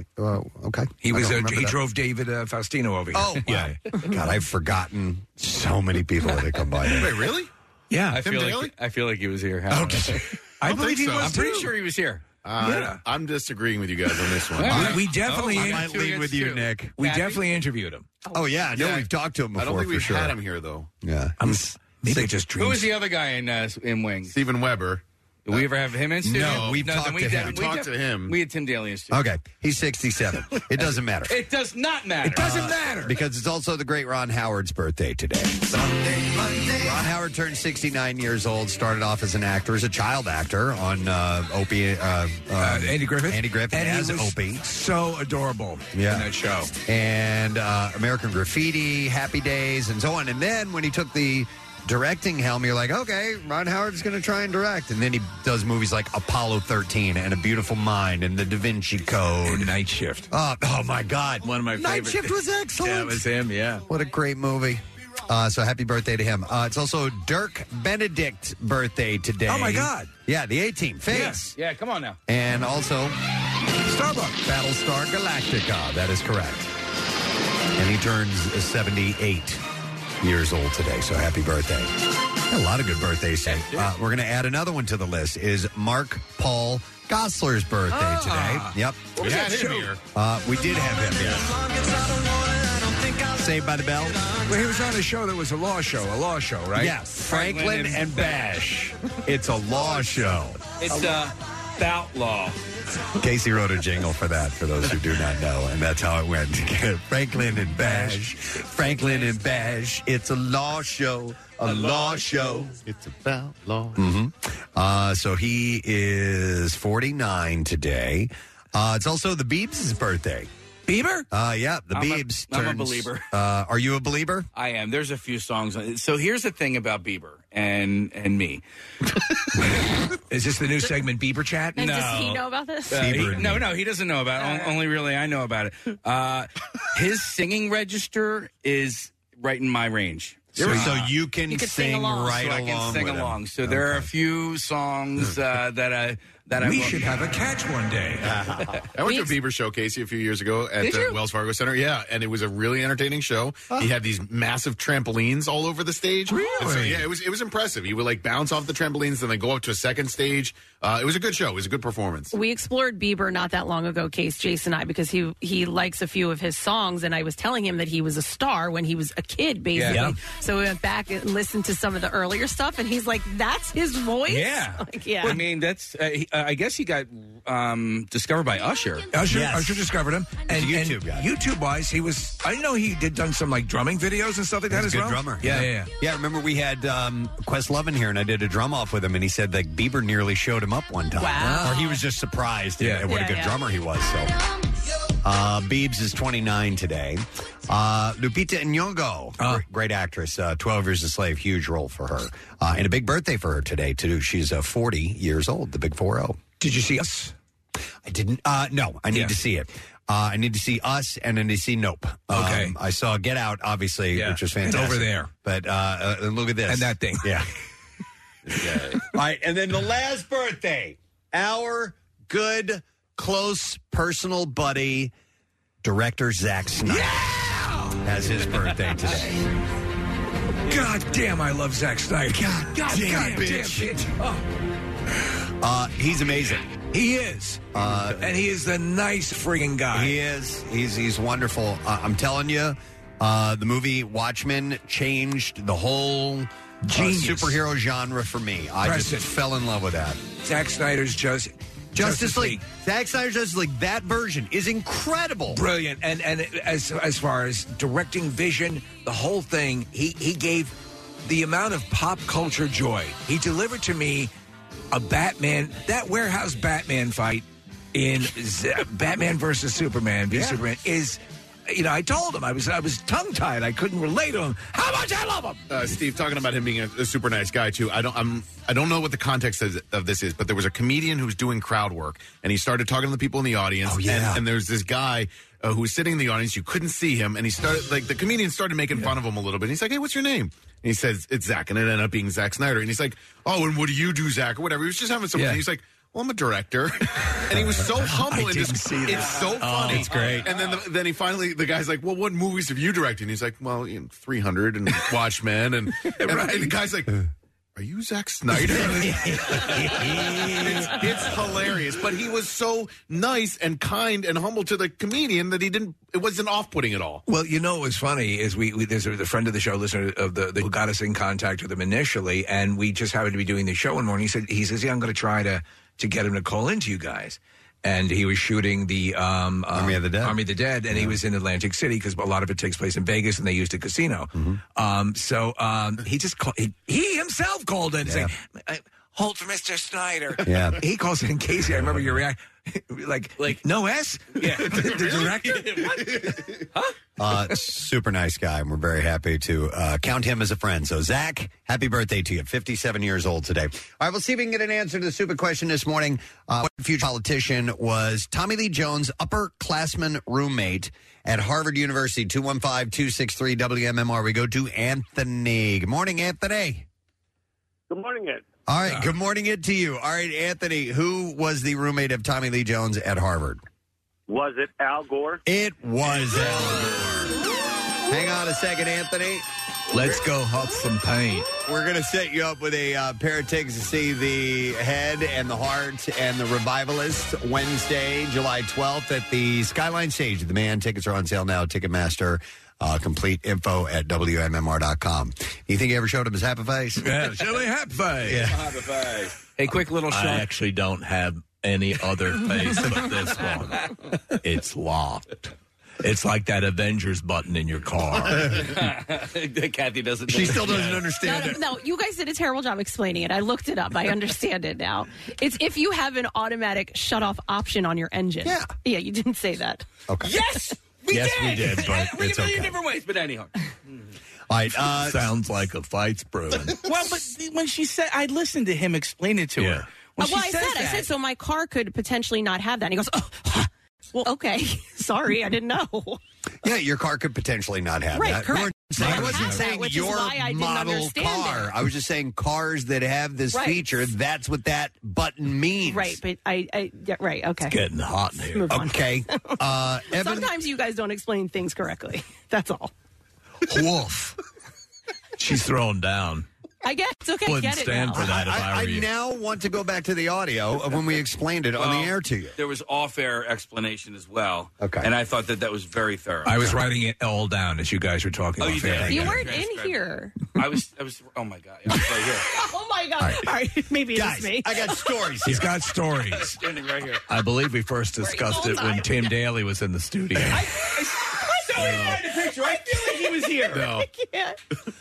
Speaker 4: okay.
Speaker 6: He
Speaker 4: I
Speaker 6: was
Speaker 4: don't
Speaker 6: a,
Speaker 4: remember
Speaker 6: he
Speaker 4: that.
Speaker 6: drove David uh, Faustino over here.
Speaker 4: Oh, yeah. God, I've forgotten so many people that have come by.
Speaker 8: Wait, really?
Speaker 6: Yeah,
Speaker 7: I
Speaker 8: Tim
Speaker 7: feel
Speaker 8: Daly?
Speaker 7: like I feel like he was here. I don't know.
Speaker 8: I don't think so.
Speaker 7: I'm pretty sure he was here.
Speaker 8: Uh, I'm disagreeing with you guys on this one.
Speaker 6: We, we definitely.
Speaker 8: I might lead with you,
Speaker 4: Nick.
Speaker 6: We definitely interviewed him.
Speaker 4: Oh yeah, no, we've talked to him
Speaker 8: I
Speaker 4: before.
Speaker 8: don't think
Speaker 4: for
Speaker 8: we've
Speaker 4: sure.
Speaker 8: had him here though.
Speaker 4: Yeah,
Speaker 6: I'm maybe just
Speaker 7: Who was the other guy in uh, in Wings?
Speaker 8: Stephen Weber.
Speaker 7: Did we ever have him in studio?
Speaker 4: No, we've
Speaker 7: then
Speaker 4: talked
Speaker 7: we
Speaker 4: to
Speaker 7: def-
Speaker 4: him.
Speaker 7: we
Speaker 4: Talked
Speaker 7: def-
Speaker 4: to him.
Speaker 7: We had Tim Daly in studio.
Speaker 4: Okay, he's 67. It doesn't matter.
Speaker 7: It does not matter. Uh,
Speaker 4: It doesn't matter. Because it's also the great Ron Howard's birthday today. Ron Howard turned 69 years old, started off as an actor, as a child actor on uh, Opie. Uh, uh,
Speaker 6: Andy Griffith.
Speaker 4: Andy Griffith
Speaker 6: And he
Speaker 4: as
Speaker 6: was
Speaker 4: Opie.
Speaker 6: So adorable in that show.
Speaker 4: And uh, American Graffiti, Happy Days, and so on. And then when he took the directing helm, you're like, okay, Ron Howard's going to try and direct. And then he does movies like Apollo 13 and A Beautiful Mind and The Da Vinci Code.
Speaker 6: Night Shift.
Speaker 4: Oh, oh my God.
Speaker 6: One of my
Speaker 4: Night
Speaker 6: favorite-
Speaker 4: Shift was excellent.
Speaker 6: Yeah, it was him, yeah.
Speaker 4: What a great movie. Uh, so happy birthday to him. Uh, it's also Dirk Benedict's birthday today.
Speaker 7: Oh, my God.
Speaker 4: Yeah, the A team. Face.
Speaker 7: Yeah. yeah, come on now.
Speaker 4: And also Starbucks. Battlestar Galactica. That is correct. And he turns 78 years old today. So happy birthday. A lot of good birthdays today. Uh, we're going to add another one to the list is Mark Paul Gossler's birthday
Speaker 9: Ah.
Speaker 4: today. Yep.
Speaker 9: What was We that had him show? here.
Speaker 4: Uh, we did have him here. Saved by the Bell.
Speaker 6: Well, he was on a show that was a law show, a law show, right?
Speaker 4: Yes. Franklin and Bash. It's a law show.
Speaker 7: It's uh, about law.
Speaker 4: Casey wrote a jingle for that, for those who do not know, and that's how it went. Franklin and Bash, Franklin and Bash. It's a law show, a law show. It's about law. hmm Uh, so he is 49 today. Uh, it's also the Biebs' birthday.
Speaker 7: Bieber?
Speaker 4: Uh, yeah, the
Speaker 7: I'm a-
Speaker 4: Biebs.
Speaker 7: I'm a
Speaker 4: turns-
Speaker 7: believer.
Speaker 4: Uh, are you a believer?
Speaker 7: I am. There's a few songs. So here's the thing about Bieber and and me.
Speaker 6: Is this the new segment, Bieber Chat?
Speaker 7: no.
Speaker 5: Does he know about this? Uh.
Speaker 7: Uh, he- no, no, he doesn't know about it. On- Only really I know about it. Uh, his singing register is right in my range.
Speaker 4: So- so you can You can sing sing along. right
Speaker 7: So I
Speaker 4: along
Speaker 7: can sing
Speaker 4: with him.
Speaker 7: along. So there are a few songs uh, that I that I
Speaker 8: We
Speaker 7: love.
Speaker 8: should have a catch
Speaker 6: one day.
Speaker 8: I went to a Bieber show, Casey, a few years ago at
Speaker 7: Did
Speaker 8: the
Speaker 7: you?
Speaker 8: Wells Fargo Center. Yeah, and it was a really entertaining show. He had these massive trampolines all over the stage. Really? yeah, it was it was impressive. He would like bounce off the trampolines, then they go up to a second stage. Uh, it was a good show. It was a good performance.
Speaker 5: We explored Bieber not that long ago, Case Jason and I, because he he likes a few of his songs, and I was telling him that he was a star when he was a kid, basically.
Speaker 6: Yeah.
Speaker 5: So we went back and listened to some of the earlier stuff, and he's like, "That's his voice."
Speaker 7: Yeah.
Speaker 5: like, yeah.
Speaker 7: I mean, that's. Uh, he, uh, I guess he got um, discovered by Usher.
Speaker 6: Usher, Usher discovered him, and
Speaker 7: YouTube
Speaker 6: YouTube, YouTube wise, he was. I know he did done some like drumming videos and stuff like that
Speaker 4: He's
Speaker 6: as
Speaker 4: a good
Speaker 6: well.
Speaker 4: drummer.
Speaker 6: yeah, yeah. yeah.
Speaker 4: Yeah, remember we had um, Quest Lovin here, and I did a drum off with him, and he said like Bieber nearly showed him up one time.
Speaker 6: Wow.
Speaker 4: Or he was just surprised
Speaker 6: Yeah.
Speaker 4: at what
Speaker 6: Yeah,
Speaker 4: a good
Speaker 6: yeah.
Speaker 4: drummer he was. So. Uh, Biebs is 29 today. Uh, Lupita Nyong'o,
Speaker 6: Ah.
Speaker 4: gr- great actress, uh, 12 Years a Slave, huge role for her. Uh, and a big birthday for her today, too. She's uh, 40 years old, the big 4-0.
Speaker 6: Did you see us?
Speaker 4: I didn't. Uh, no, I need to see it. Uh, I need to see us, and I need to see Nope. Okay, I saw Get Out, obviously,
Speaker 6: Yeah.
Speaker 4: which was
Speaker 6: It's over
Speaker 4: fantastic.
Speaker 6: there.
Speaker 4: but uh, uh, look at this
Speaker 6: And that thing.
Speaker 4: Yeah. All right, and then the last birthday, our good, close, personal buddy, director Zack Snyder, has his birthday today.
Speaker 6: God damn, I love Zack Snyder. God, God damn,
Speaker 4: damn,
Speaker 6: bitch.
Speaker 4: Uh, he's amazing.
Speaker 6: He is,
Speaker 4: Uh,
Speaker 6: and he is the nice friggin' guy.
Speaker 4: He is. He's he's wonderful. Uh, I'm telling you, uh, the movie Watchmen changed the whole uh,
Speaker 6: Genius.
Speaker 4: superhero genre for me. I
Speaker 6: Preston.
Speaker 4: just fell in love with that.
Speaker 6: Zack Snyder's just
Speaker 4: Justice, League. Zack Snyder's Justice League. That version is incredible.
Speaker 6: brilliant, and and as as far as directing vision, the whole thing, he he gave the amount of pop culture joy he delivered to me. A Batman, that warehouse Batman fight in Z- Batman versus Superman, v
Speaker 9: Yeah.
Speaker 6: Superman is. You know, I told him I was I was tongue tied. I couldn't relate to him. How much I love him.
Speaker 8: Uh, Steve, talking about him being a, a super nice guy too. I don't, I'm, I don't know what the context is, of this is, but there was a comedian who was doing crowd work, and he started talking to the people in the audience. Oh,
Speaker 4: yeah.
Speaker 8: and, and there was this guy uh, who was sitting in the audience. You couldn't see him, and he started like the comedian started making fun of him a little bit. And he's like, "Hey, what's your name?" And he says, "It's Zach," and it ended up being Zach Snyder. And he's like, "Oh, and what do you do, Zach?" Or whatever. He was just having some.
Speaker 9: Yeah.
Speaker 8: He's like. Well, I'm a director, and he was so humble. and just, It's so funny.
Speaker 9: it's great.
Speaker 8: And then, the, then he finally, the guy's like, "Well, what movies have you directed?" And he's like, "Well, you know, 300 and Watchmen," and, and, and the guy's like, Are you Zack Snyder? it's, it's hilarious, but he was so nice and kind and humble to the comedian that he didn't. It wasn't off-putting at all.
Speaker 6: Well, you know what was funny is we, we there's a the friend of the show, listener of the, the who got us in contact with him initially, and we just happened to be doing the show one morning. He said he says, "Yeah, I'm going to try to to get him to call into you guys." And he was shooting the um, Army of the Dead. Army of the Dead, and he was in Atlantic City because a lot of it takes place in Vegas, and they used a casino. Um, so um, he just call, he, he himself called in saying, "I- "Hold for Mr. Snyder."
Speaker 4: Yeah.
Speaker 6: he calls in Casey. I remember your reaction, like like no S. Yeah, the, the director.
Speaker 4: Uh, super nice guy, and we're very happy to uh, count him as a friend. So, Zach, happy birthday to you. 57 years old today. All right, we'll see if we can get an answer to the stupid question this morning. Uh, what future politician was Tommy Lee Jones' upperclassman roommate at Harvard University? 215 263 WMMR. We go to Anthony. Good morning, Anthony.
Speaker 14: Good morning, Ed.
Speaker 4: All right, good morning it to you. All right, Anthony, who was the roommate of Tommy Lee Jones at Harvard?
Speaker 14: Was it Al Gore?
Speaker 4: It was Al Gore. Hang on a second, Anthony.
Speaker 6: Let's go huff some paint.
Speaker 4: We're going to set you up with a uh, pair of tickets to see the head and the heart and the revivalist Wednesday, July 12th at the Skyline Stage. The man tickets are on sale now. Ticketmaster. Uh, complete info at WMMR.com. You think he ever showed up his happy face?
Speaker 6: Yeah, Jimmy Happy Face.
Speaker 7: Hey, quick little
Speaker 15: I
Speaker 7: shot.
Speaker 15: actually don't have any other face but this one. It's locked. It's like that Avengers button in your car.
Speaker 7: Kathy doesn't.
Speaker 15: She still doesn't
Speaker 7: understand
Speaker 15: it.
Speaker 16: No, you guys did a terrible job explaining it. I looked it up. I understand it now. It's if you have an automatic shut off option on your engine. Yeah. Yeah, you didn't say that.
Speaker 4: Okay.
Speaker 7: Yes, we
Speaker 15: Yes,
Speaker 7: did.
Speaker 15: we did, but
Speaker 7: we
Speaker 15: it's
Speaker 7: a million
Speaker 15: okay.
Speaker 7: different ways, but anyhow.
Speaker 4: All right. Uh,
Speaker 15: Sounds like a fight's brewing.
Speaker 7: well, but when she said, I listened to him explain it to her. When
Speaker 16: Uh, well,
Speaker 7: she
Speaker 16: I said,
Speaker 7: says
Speaker 16: I
Speaker 7: that-
Speaker 16: said, so my car could potentially not have that. And he goes, oh, huh. well, okay. Sorry, I didn't know.
Speaker 4: Yeah, your car could potentially not have
Speaker 16: Right,
Speaker 4: that.
Speaker 16: correct.
Speaker 4: We're saying- I
Speaker 16: Mine
Speaker 4: wasn't
Speaker 16: has that,
Speaker 4: saying
Speaker 16: which is
Speaker 4: your
Speaker 16: why I didn't
Speaker 4: model
Speaker 16: understand
Speaker 4: car.
Speaker 16: it.
Speaker 4: I was just saying cars that have this
Speaker 16: Right.
Speaker 4: feature. That's what that button means.
Speaker 16: Right, but I, I yeah, right, okay.
Speaker 4: hot
Speaker 16: in here. Move on.
Speaker 4: Okay, uh, Evan.
Speaker 16: Sometimes you guys don't explain things correctly. That's all.
Speaker 15: Wolf. She's thrown down.
Speaker 16: I guess it's okay.
Speaker 15: Wouldn't
Speaker 16: get it
Speaker 15: stand
Speaker 16: now.
Speaker 15: for that if I,
Speaker 4: I
Speaker 15: were you.
Speaker 4: now want to go back to the audio of when we explained it on
Speaker 7: Well,
Speaker 4: the air to you.
Speaker 7: There was off air explanation as well. Okay. And I thought that that was very thorough.
Speaker 6: I was writing it all down as you guys were talking.
Speaker 7: Oh, you
Speaker 6: off
Speaker 7: did?
Speaker 6: air.
Speaker 16: You
Speaker 7: Yeah.
Speaker 16: weren't in here.
Speaker 7: I was, I was, oh my God. I was right here.
Speaker 16: Oh my god! All right, maybe it's
Speaker 7: Guys,
Speaker 16: me.
Speaker 7: I got stories.
Speaker 15: He's got stories.
Speaker 7: Standing right here.
Speaker 15: I believe we first discussed it when Tim Daly was in the studio.
Speaker 7: I saw him in the picture. I feel like he was here.
Speaker 15: No.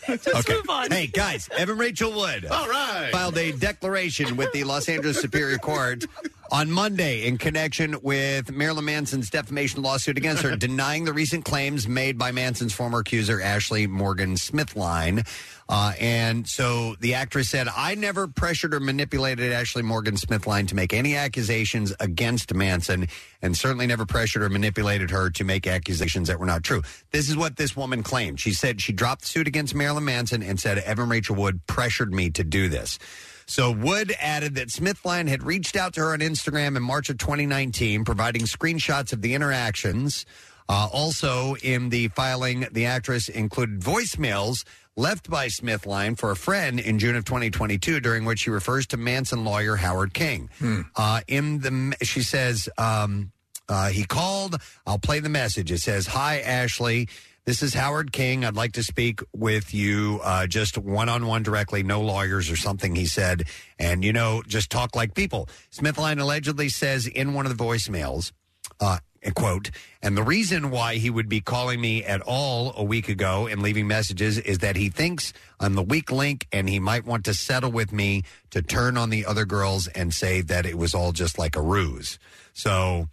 Speaker 4: Just move on. Hey guys, Evan Rachel Wood.
Speaker 8: All right.
Speaker 4: Filed a declaration with the Los Angeles Superior Court on Monday in connection with Marilyn Manson's defamation lawsuit against her, denying the recent claims made by Manson's former accuser Ashley Morgan Smithline. Uh, and so the actress said, "I never pressured or manipulated Ashley Morgan Smithline to make any accusations against Manson, and certainly never pressured or manipulated her to make accusations that were not true." This is what this woman claimed. She said she dropped the suit against Marilyn Manson and said Evan Rachel Wood pressured me to do this. So Wood added that Smithline had reached out to her on Instagram in March of 2019, providing screenshots of the interactions. Uh, also, in the filing, the actress included voicemails left by Smithline for a friend in June of 2022, during which she refers to Manson lawyer Howard King. Uh, in the, she says, um, uh, he called. I'll play the message. It says, "Hi, Ashley. This is Howard King. I'd like to speak with you, uh, just one on one directly, no lawyers or something." He said, and you know, just talk like people. Smithline allegedly says in one of the voicemails. Uh, a quote, and the reason why he would be calling me at all a week ago and leaving messages is that he thinks I'm the weak link and he might want to settle with me to turn on the other girls and say that it was all just like a ruse. So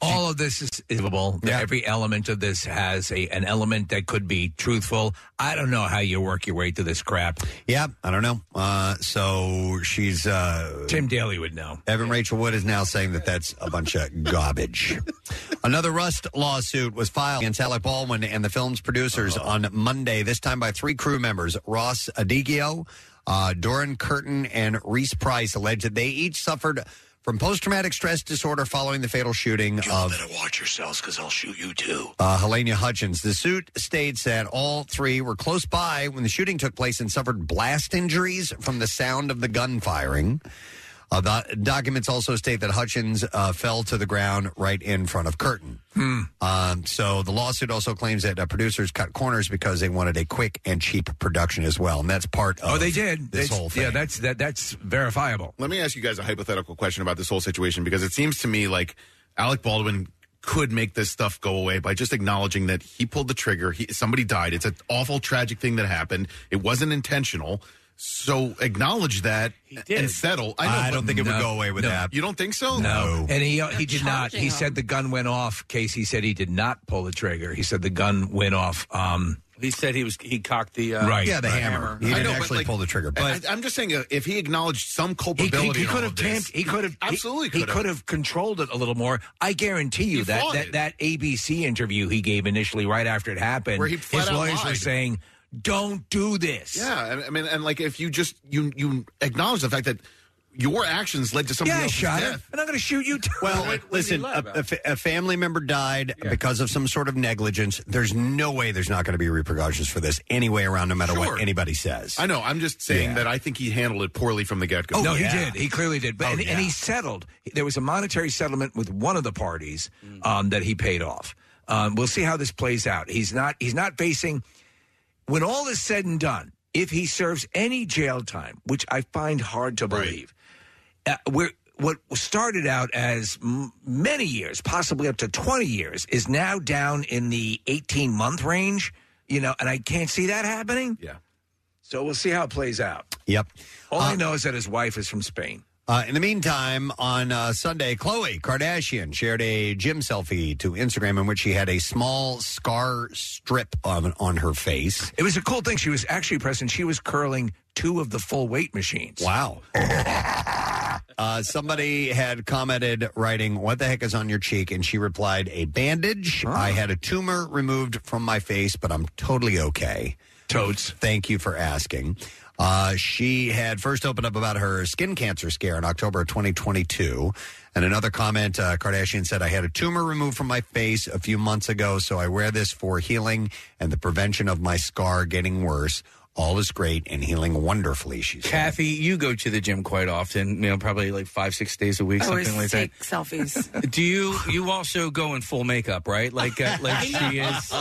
Speaker 6: all of this is believable. Every element of this has a an element that could be truthful. I don't know how you work your way through this crap.
Speaker 4: Yeah, I don't know. Uh, so she's uh,
Speaker 6: Tim Daly would know.
Speaker 4: Evan Rachel Wood is now saying that that's a bunch of garbage. Another Rust lawsuit was filed against Alec Baldwin and the film's producers on Monday. This time by three crew members: Ross Adigio, uh, Doran Curtin, and Reese Price. Alleged that they each suffered. from post traumatic stress disorder following the fatal shooting of
Speaker 15: Watch yourselves, because I'll shoot you too.
Speaker 4: uh, Helena Hutchins. The suit states that all three were close by when the shooting took place and suffered blast injuries from the sound of the gun firing. Uh, the documents also state that Hutchins uh, fell to the ground right in front of Curtin.
Speaker 6: Hmm.
Speaker 4: Um, so the lawsuit also claims that uh, producers cut corners because they wanted a quick and cheap production as well, and that's part of
Speaker 6: oh, they did.
Speaker 4: this
Speaker 6: It's-
Speaker 4: whole thing.
Speaker 6: Yeah, that's that, that's verifiable.
Speaker 8: Let me ask you guys a hypothetical question about this whole situation because it seems to me like Alec Baldwin could make this stuff go away by just acknowledging that he pulled the trigger. He, somebody died. It's an awful, tragic thing that happened. It wasn't intentional. So acknowledge that and settle. I, know,
Speaker 4: I
Speaker 8: but-
Speaker 4: don't think it would No, go away with no. that.
Speaker 8: You don't think so?
Speaker 6: And he uh, he did not. He said the gun went off. Casey said he did not pull the trigger. He said the gun went off. Um,
Speaker 7: he said he was he cocked the uh,
Speaker 6: right.
Speaker 7: Yeah, the hammer. He
Speaker 8: I
Speaker 7: didn't
Speaker 8: but,
Speaker 7: actually pull the trigger, but-
Speaker 8: I, am just saying, uh, if he acknowledged some culpability,
Speaker 6: he
Speaker 8: in all
Speaker 6: could have
Speaker 8: of this,
Speaker 6: tamped. He could have
Speaker 8: absolutely.
Speaker 6: He, he could have controlled it a little more. I guarantee you
Speaker 8: He
Speaker 6: that
Speaker 8: fought
Speaker 6: that,
Speaker 8: it.
Speaker 6: that ABC interview he gave initially, right after it happened,
Speaker 8: Where he flat
Speaker 6: his
Speaker 8: out
Speaker 6: lawyers were
Speaker 8: lied.
Speaker 6: saying, "Don't do this."
Speaker 8: Yeah, I- I mean, and like if you just you you acknowledge the fact that your actions led to somebody
Speaker 6: Yeah, I
Speaker 8: else's
Speaker 6: shot
Speaker 8: death.
Speaker 6: him, and I'm going to shoot you. Too.
Speaker 4: Well, listen, a, a fa- a family member died because of some sort of negligence. There's no way there's not going to be repercussions for this any way around, no matter
Speaker 8: Sure.
Speaker 4: what anybody says.
Speaker 8: I know. I'm just saying that I think he handled it poorly from the get go.
Speaker 6: Oh, no, he did. He clearly did. But and, and he settled. There was a monetary settlement with one of the parties um, that he paid off. Um, we'll see how this plays out. He's not. He's not facing. When all is said and done, if he serves any jail time, which I find hard to believe, uh, where what started out as m- many years, possibly up to twenty years, is now down in the eighteen month range. You know, and I can't see that happening.
Speaker 8: Yeah.
Speaker 6: So we'll see how it plays out.
Speaker 4: Yep.
Speaker 6: All I know is that his wife is from Spain.
Speaker 4: Uh, in the meantime, on uh, Sunday, Khloe Kardashian shared a gym selfie to Instagram in which she had a small scar strip on, on her face.
Speaker 6: It was a cool thing. She was actually present. She was curling two of the full weight machines.
Speaker 4: Wow. Uh, somebody had commented writing, What the heck is on your cheek? And she replied, A bandage. I had a tumor removed from my face, but I'm totally okay.
Speaker 6: Toads.
Speaker 4: Thank you for asking. Uh, she had first opened up about her skin cancer scare in October of 2022. And another comment uh, Kardashian said, I had a tumor removed from my face a few months ago, so I wear this for healing and the prevention of my scar getting worse. All is great and healing wonderfully, she said.
Speaker 7: Kathy, you go to the gym quite often. You know, probably like five, six days a week,
Speaker 5: I always
Speaker 7: something like that.
Speaker 5: take selfies.
Speaker 7: Do you you also go in full makeup, right? Like uh, like she is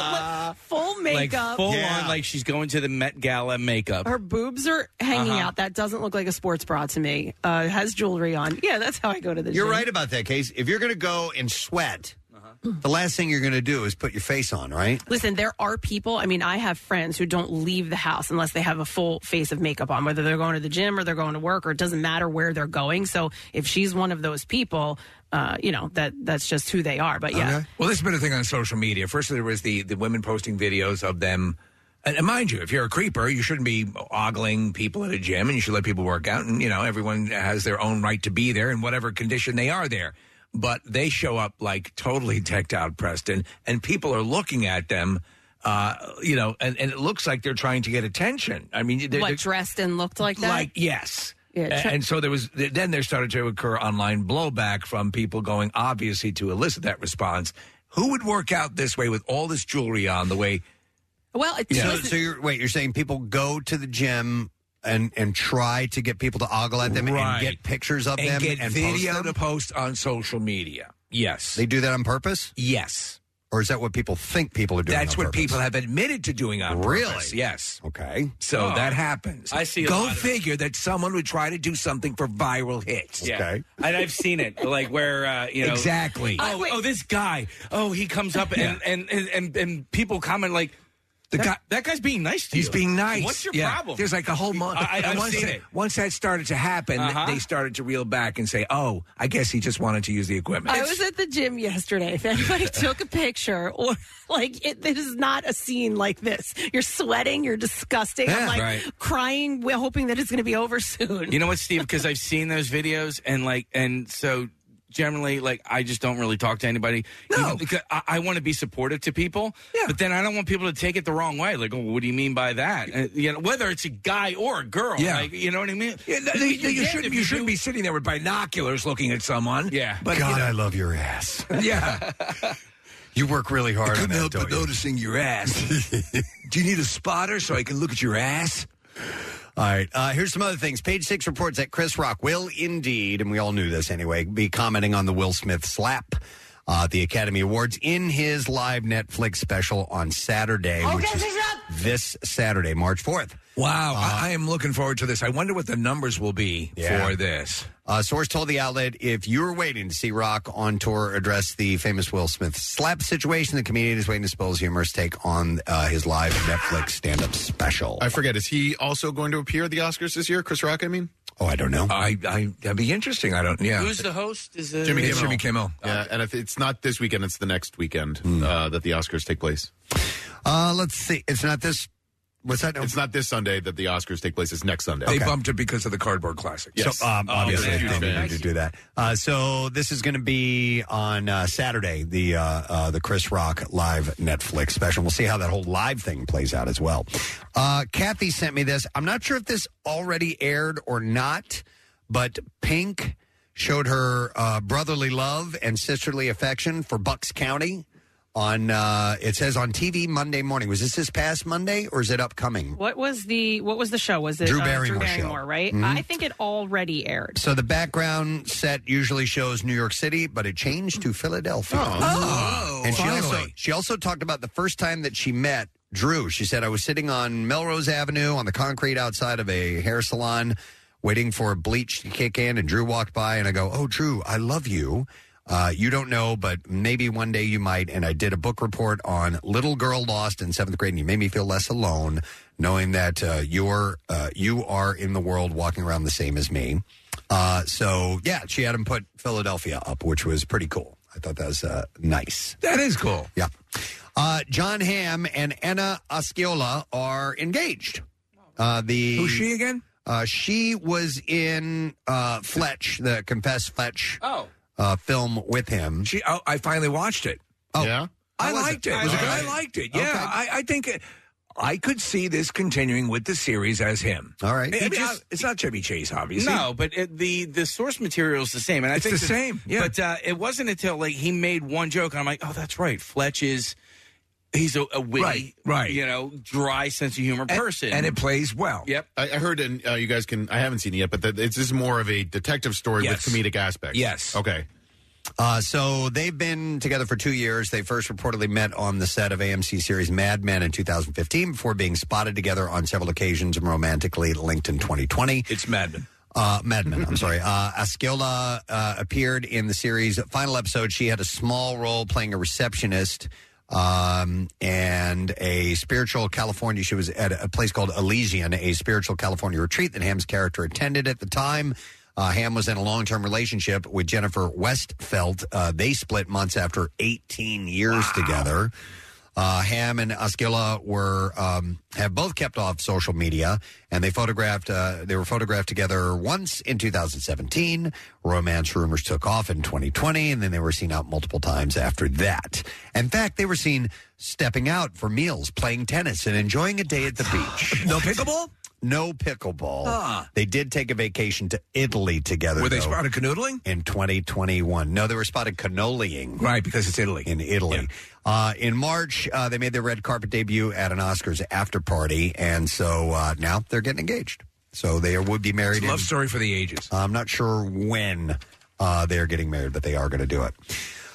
Speaker 16: Full
Speaker 7: like
Speaker 16: makeup.
Speaker 7: full on, like she's going to the Met Gala makeup.
Speaker 16: Her boobs are hanging
Speaker 7: Uh-huh.
Speaker 16: out. That doesn't look like a sports bra to me. Uh, has jewelry on. Yeah, that's how I go to the
Speaker 4: You're
Speaker 16: gym.
Speaker 4: right about that, Case. If you're going to go and sweat,
Speaker 6: Uh-huh.
Speaker 4: the last thing you're going to do is put your face on, right?
Speaker 5: Listen, there are people. I mean, I have friends who don't leave the house unless they have a full face of makeup on, whether they're going to the gym or they're going to work, or it doesn't matter where they're going. So if she's one of those people, uh, you know that that's just who they are. But yeah,
Speaker 6: Well, this has been a thing on social media. First, there was the, the women posting videos of them. And, and mind you, if you're a creeper, you shouldn't be ogling people at a gym and you should let people work out. And, you know, everyone has their own right to be there in whatever condition they are there. But they show up like totally decked out, Preston, and people are looking at them. Uh, you know, and, and it looks like they're trying to get attention. I mean, they're,
Speaker 5: what
Speaker 6: they're-
Speaker 5: dressed and looked like that?
Speaker 6: Like yes.
Speaker 5: Yeah,
Speaker 6: A-
Speaker 5: check-
Speaker 6: and so there was th- then there started to occur online blowback from people going obviously to elicit that response. Who would work out this way with all this jewelry on the way?
Speaker 5: Well, it's
Speaker 4: So, so you're wait, you're saying people go to the gym and and try to get people to ogle at them
Speaker 6: Right.
Speaker 4: and get pictures of
Speaker 6: And
Speaker 4: them
Speaker 6: get
Speaker 4: and
Speaker 6: video
Speaker 4: post them?
Speaker 6: to post on social media. Yes,
Speaker 4: they do that on purpose.
Speaker 6: Yes,
Speaker 4: or is that what people think people are doing?
Speaker 6: That's
Speaker 4: on
Speaker 6: what
Speaker 4: purpose?
Speaker 6: people have admitted to doing on
Speaker 4: Really?
Speaker 6: purpose. Yes.
Speaker 4: Okay.
Speaker 6: So
Speaker 4: Oh.
Speaker 6: that happens.
Speaker 7: I see a
Speaker 6: Go
Speaker 7: lot of-
Speaker 6: figure that someone would try to do something for viral hits.
Speaker 7: Yeah. And I've seen it, like where uh, you know
Speaker 6: Exactly.
Speaker 7: Oh, oh, this guy. Oh, he comes up and and, and, and and people comment like
Speaker 6: the
Speaker 7: guy. That guy's being nice to you.
Speaker 6: He's being nice.
Speaker 7: What's your
Speaker 6: Yeah.
Speaker 7: problem?
Speaker 6: There's like a whole month.
Speaker 7: I, I,
Speaker 6: and
Speaker 7: I've
Speaker 6: once,
Speaker 7: seen
Speaker 6: that-
Speaker 7: it.
Speaker 6: once that started to happen, th-
Speaker 7: Uh-huh.
Speaker 6: they started to reel back and say, "Oh, I guess he just wanted to use the equipment."
Speaker 16: I was at the gym yesterday. If anybody took a picture or like, it, this is not a scene like this. You're sweating. You're disgusting.
Speaker 7: Yeah.
Speaker 16: I'm like
Speaker 7: Right.
Speaker 16: crying, w- hoping that it's going to be over soon.
Speaker 7: You know what, Steve? Because I've seen those videos, and like, and so generally like I just don't really talk to anybody. No, because I, I want to be supportive to people, but then I don't want people to take it the wrong way. Like, oh, what do you mean by that? And, you know, whether it's a guy or a girl,
Speaker 6: Yeah.
Speaker 7: like, you know what I mean.
Speaker 6: Yeah, no, you, you shouldn't. You shouldn't be sitting there with binoculars looking at someone. Yeah, but
Speaker 4: God,
Speaker 6: you know,
Speaker 4: I love your ass.
Speaker 6: yeah.
Speaker 4: You work really hard.
Speaker 6: I couldn't help but noticing your ass. Do you need a spotter so I can look at your ass?
Speaker 4: All right. Uh, here's some other things. Page six reports that Chris Rock will indeed, and we all knew this anyway, be commenting on the Will Smith slap. Uh, at the Academy Awards in his live Netflix special on Saturday, which is this Saturday, March 4th.
Speaker 6: Wow, I, I am looking forward to this. I wonder what the numbers will be
Speaker 4: Yeah.
Speaker 6: for this.
Speaker 4: A source told the outlet if you were waiting to see Rock on tour address the famous Will Smith slap situation, the comedian is waiting to spill his humorous take on uh, his live Netflix stand up special.
Speaker 8: I forget. Is he also going to appear at the Oscars this year? Chris Rock, I mean?
Speaker 4: Oh, I don't know.
Speaker 6: I, I that'd be interesting. I don't. Yeah.
Speaker 7: Who's the host? Is it
Speaker 8: Jimmy
Speaker 6: It's
Speaker 8: Kimmel.
Speaker 6: Jimmy Kimmel.
Speaker 8: Yeah, and if it's not this weekend, it's the next weekend uh, that the Oscars take place.
Speaker 4: Hmm. Uh, let's see. It's not this. What's that?
Speaker 8: It's not this Sunday that the Oscars take place. It's next Sunday.
Speaker 6: They bumped it because of the Cardboard Classic.
Speaker 8: Yes.
Speaker 4: So um,
Speaker 8: Oh,
Speaker 4: obviously,
Speaker 8: they're huge
Speaker 4: they needed
Speaker 8: fans.
Speaker 4: to do that. Uh, so this is going to be on uh, Saturday, the uh, uh, the Chris Rock live Netflix special. We'll see how that whole live thing plays out as well. Uh, Kathy sent me this. I'm not sure if this already aired or not, but Pink showed her uh, brotherly love and sisterly affection for Bucks County. On uh, it says on TV Monday morning. Was this this past Monday or is it upcoming?
Speaker 16: What was the what was the show? Was it
Speaker 4: Drew
Speaker 16: uh,
Speaker 4: Barrymore
Speaker 16: Drew
Speaker 4: show.
Speaker 16: Barrymore right?
Speaker 4: Mhm.
Speaker 16: I think it already aired.
Speaker 4: So the background set usually shows New York City, but it changed to Philadelphia.
Speaker 6: Oh.
Speaker 4: and she also
Speaker 6: finally.
Speaker 4: she also talked about the first time that she met Drew. She said, "I was sitting on Melrose Avenue on the concrete outside of a hair salon, waiting for bleach to kick in, and Drew walked by, and I go, "Oh, Drew, I love you." Uh, you don't know, but maybe one day you might. And I did a book report on Little Girl Lost in seventh grade, and you made me feel less alone, knowing that uh, you're uh, you are in the world, walking around the same as me. Uh, so yeah, she had him put Philadelphia up, which was pretty cool. I thought that was uh, nice.
Speaker 6: That is cool.
Speaker 4: Yeah. Uh, John Hamm and Anna Osceola are engaged. Uh, the
Speaker 6: Who's she again?
Speaker 4: Uh, she was in uh, Fletch, the Confess Fletch
Speaker 7: Oh.
Speaker 4: uh, film with him.
Speaker 6: She, oh, I finally watched it.
Speaker 4: Oh,
Speaker 8: yeah.
Speaker 6: I liked it.
Speaker 4: Was it good?
Speaker 6: I liked it. Yeah, I, I think it, I could see this continuing with the series as him.
Speaker 4: All
Speaker 6: I
Speaker 4: right.
Speaker 6: mean,
Speaker 7: He
Speaker 6: I mean,
Speaker 7: just-
Speaker 6: I- it's not Chevy Chase, obviously.
Speaker 7: No, but it, the the source material is the same, and I
Speaker 6: It's
Speaker 7: think
Speaker 6: the
Speaker 7: that-
Speaker 6: same, yeah.
Speaker 7: But uh, it wasn't until like he made one joke, and I'm like, oh, that's right, Fletch is he's a, a witty,
Speaker 8: Right, right.
Speaker 7: you know, dry sense of humor person,
Speaker 8: and it
Speaker 6: plays well.
Speaker 7: Yep.
Speaker 8: I, I heard, and uh, you guys can. I haven't seen it yet, but that it's just more of a detective story
Speaker 4: Yes.
Speaker 8: with comedic aspects.
Speaker 4: Yes.
Speaker 8: Okay.
Speaker 4: Uh, so they've been together for two years. They first reportedly met on the set of AMC series Mad Men in 2015 before being spotted together on several occasions and romantically linked in 2020.
Speaker 6: It's Mad Men.
Speaker 4: Uh, Mad Men, I'm sorry. Uh, Asciola uh, appeared in the series final episode. She had a small role playing a receptionist um, and a spiritual California. She was at a place called Elysian, a spiritual California retreat that Ham's character attended at the time. Uh, Ham was in a long term relationship with Jennifer Westfelt. Uh, they split months after 18 years together. Uh, Ham and Osceola were um, have both kept off social media, and they photographed. Uh, they were photographed together once in 2017. Romance rumors took off in 2020, and then they were seen out multiple times after that. In fact, they were seen stepping out for meals, playing tennis, and enjoying a day at the beach.
Speaker 6: no pickleball.
Speaker 4: No pickleball.
Speaker 6: Ah.
Speaker 4: They did take a vacation to Italy together.
Speaker 6: Were they
Speaker 4: though,
Speaker 6: spotted canoodling?
Speaker 4: in 2021? No, they were spotted cannoliing.
Speaker 6: Right, because it's Italy.
Speaker 4: In Italy. Uh, in March, uh, they made their red carpet debut at an Oscars after party, and so uh, now they're getting engaged. So they would be married.
Speaker 6: It's a love
Speaker 4: in-
Speaker 6: story for the ages.
Speaker 4: I'm not sure when uh, they're getting married, but they are going to do it.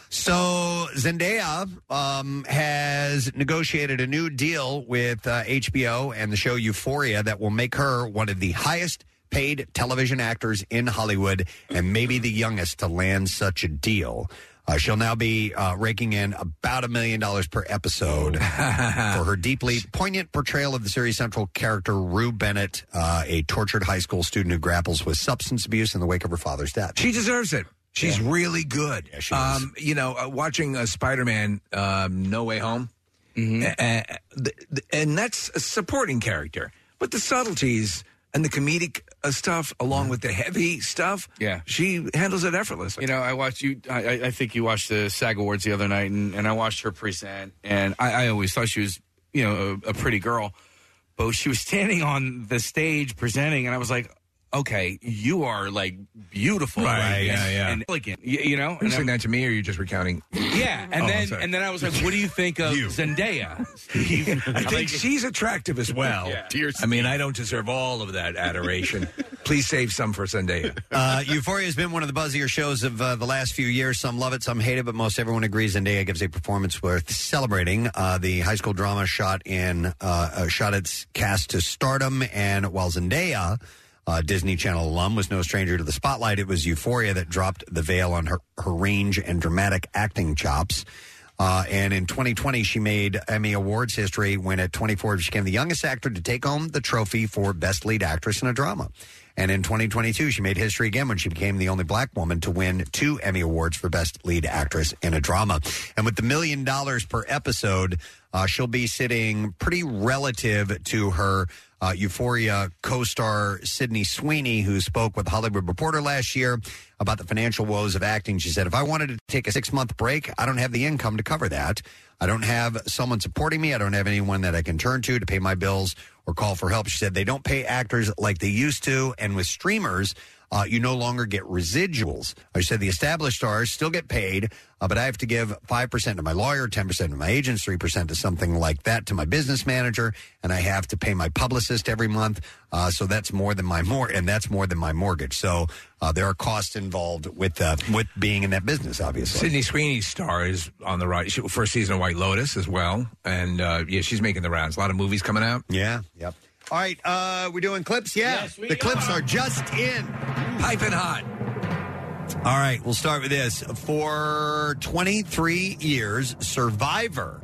Speaker 4: So Zendaya um, has negotiated a new deal with uh, HBO and the show Euphoria that will make her one of the highest paid television actors in Hollywood and maybe the youngest to land such a deal. Uh, she'll now be uh, raking in about a million dollars per episode for her deeply poignant portrayal of the series central character Rue Bennett, uh, a tortured high school student who grapples with substance abuse in the wake of her father's death.
Speaker 6: She deserves it. She's really good. um, You know, uh, watching uh, Spider Man um, No Way Home, A- a- th- th- and that's a supporting character, but the subtleties and the comedic uh, stuff along with the heavy stuff.
Speaker 7: Yeah.
Speaker 6: She handles it effortlessly.
Speaker 7: You know, I watched you. I, I- I think you watched the SAG Awards the other night, and, and I watched her present, and I, I always thought she was, you know, a, a pretty girl, but she was standing on the stage presenting, and I was like. Okay, you are like beautiful,
Speaker 6: Right,
Speaker 7: and-
Speaker 6: yeah, yeah.
Speaker 7: and elegant. You, you know,
Speaker 6: Are you
Speaker 7: And
Speaker 6: saying that to me, or are you just recounting?
Speaker 7: Yeah, and
Speaker 6: Oh, I'm
Speaker 7: then
Speaker 6: sorry.
Speaker 7: and then I was like, "What do you think of Zendaya?" Steve?
Speaker 6: I think she's attractive as well.
Speaker 7: Yeah.
Speaker 6: I mean, I don't deserve all of that adoration. Please save some for Zendaya.
Speaker 4: Uh, Euphoria has been one of the buzzier shows of uh, the last few years. Some love it, some hate it, but most everyone agrees Zendaya gives a performance worth celebrating. Uh, the high school drama shot in uh, uh, shot its cast to stardom, and while Zendaya, uh, Disney Channel alum, was no stranger to the spotlight, it was Euphoria that dropped the veil on her, her range and dramatic acting chops. Uh, and in 2020, she made Emmy Awards history when at 24, she became the youngest actor to take home the trophy for Best Lead Actress in a Drama. And in 2022, she made history again when she became the only black woman to win two Emmy Awards for Best Lead Actress in a Drama. And with the million dollars per episode, uh, she'll be sitting pretty relative to her uh, Euphoria co star Sydney Sweeney, who spoke with Hollywood Reporter last year about the financial woes of acting. She said, If I wanted to take a six month break, I don't have the income to cover that. I don't have someone supporting me. I don't have anyone that I can turn to to pay my bills or call for help. She said, They don't pay actors like they used to. And with streamers, uh, you no longer get residuals. I said the established stars still get paid, uh, but I have to give 5% to my lawyer, 10% to my agents, 3% to something like that to my business manager, and I have to pay my publicist every month. Uh, so that's more than my more, and that's more than my mortgage. So uh, there are costs involved with uh, with being in that business, obviously.
Speaker 6: Sydney Sweeney's star is on the right. She, first season of White Lotus as well, and uh, yeah, she's making the rounds. A lot of movies coming out.
Speaker 4: Yeah. Yep. All right, uh, we're doing clips. Yeah, the clips are just in.
Speaker 6: Piping hot.
Speaker 4: All right, we'll start with this. For 23 years, Survivor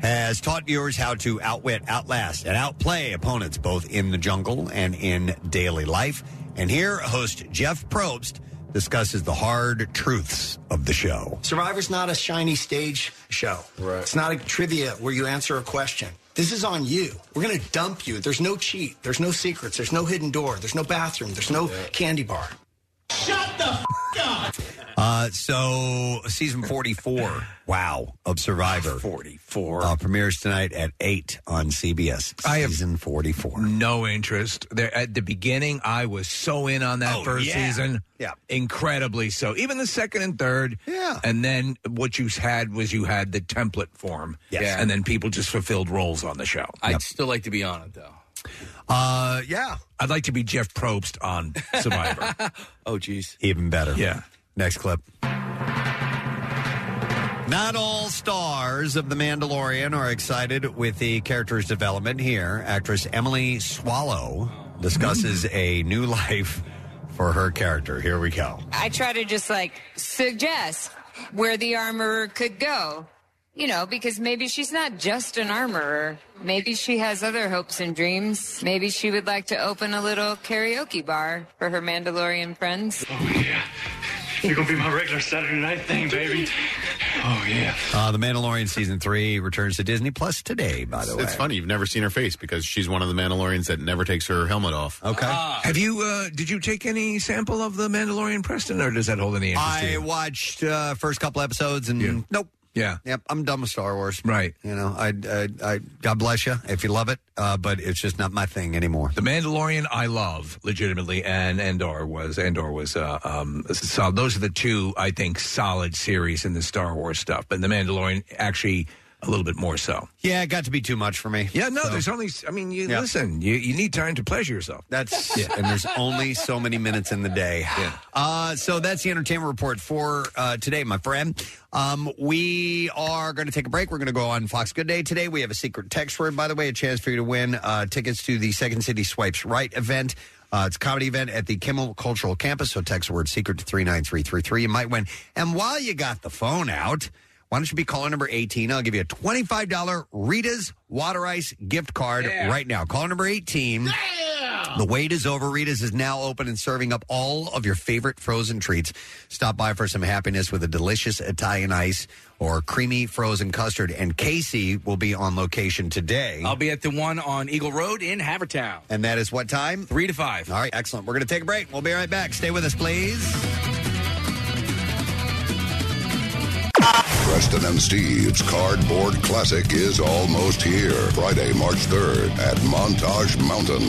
Speaker 4: has taught viewers how to outwit, outlast, and outplay opponents both in the jungle and in daily life. And here, host Jeff Probst discusses the hard truths of the show.
Speaker 17: Survivor's not a shiny stage show. Right. It's not a trivia where you answer a question. This is on you. We're going to dump you. There's no cheat. There's no secrets. There's no hidden door. There's no bathroom. There's no candy bar.
Speaker 9: Shut the f- up.
Speaker 4: Uh, so season 44, wow, of Survivor. 44. Uh, premieres tonight at 8 on CBS. season 44.
Speaker 6: No interest. There at the beginning, I was so in on that
Speaker 4: Oh,
Speaker 6: first
Speaker 4: yeah.
Speaker 6: season.
Speaker 4: Yeah.
Speaker 6: incredibly so. Even the second and third. Yeah, and then what you had was you had the template form.
Speaker 7: Yes.
Speaker 6: and then people just fulfilled roles on the show.
Speaker 7: I'd still like to be on it though.
Speaker 4: Uh, yeah.
Speaker 6: I'd like to be Jeff Probst on Survivor.
Speaker 7: oh, jeez.
Speaker 4: Even better.
Speaker 6: Yeah.
Speaker 4: Next clip. Not all stars of The Mandalorian are excited with the character's development here. Actress Emily Swallow discusses a new life for her character. Here we go.
Speaker 18: I try to just like suggest where the armorer could go. You know, because maybe she's not just an armorer. Maybe she has other hopes and dreams. Maybe she would like to open a little karaoke bar for her Mandalorian friends.
Speaker 9: You're gonna be my regular Saturday night thing, baby.
Speaker 4: Oh, yeah. Uh, the Mandalorian Season 3 returns to Disney Plus today, by the way.
Speaker 8: It's funny. You've never seen her face because she's one of the Mandalorians that never takes her helmet off.
Speaker 6: Oh.
Speaker 4: Okay.
Speaker 6: Have you? Uh, did you take any sample of the Mandalorian, Preston, or does that hold any interest? to
Speaker 4: I
Speaker 6: you?
Speaker 4: watched uh, first couple episodes and nope.
Speaker 6: Yeah.
Speaker 4: Yep. I'm done with Star Wars.
Speaker 6: Right.
Speaker 4: You know, I, I, I God bless you if you love it, uh, but it's just not my thing anymore.
Speaker 6: The Mandalorian, I love legitimately, and Andor was Andor was uh, um, solid. Those are the two I think solid series in the Star Wars stuff, but the Mandalorian actually a little bit more so.
Speaker 4: Yeah, it got to be too much for me.
Speaker 6: Yeah, no, there's only. I mean, you
Speaker 4: Yeah.
Speaker 6: listen, you, you need time to pleasure yourself.
Speaker 4: That's yeah. and there's only so many minutes in the day. Uh, so that's the entertainment report for uh, today, my friend. Um, we are going to take a break. We're going to go on Fox Good Day today. We have a secret text word, by the way, a chance for you to win uh, tickets to the Second City Swipes Right event. Uh, it's a comedy event at the Kimmel Cultural Campus. So text the word secret to 39333. You might win. And while you got the phone out, why don't you be caller number 18? I'll give you a $25 Rita's Water Ice gift card right now. Caller number 18. The wait is over. Rita's is now open and serving up all of your favorite frozen treats. Stop by for some happiness with a delicious Italian ice or creamy frozen custard. And Casey will be on location today.
Speaker 7: I'll be at the one on Eagle Road in Havertown.
Speaker 4: And that is what time?
Speaker 7: Three to five.
Speaker 4: All right, excellent. We're going to take a break. We'll be right back. Stay with us, please.
Speaker 3: Preston and Steve's Cardboard Classic is almost here. Friday, March 3rd at Montage Mountain.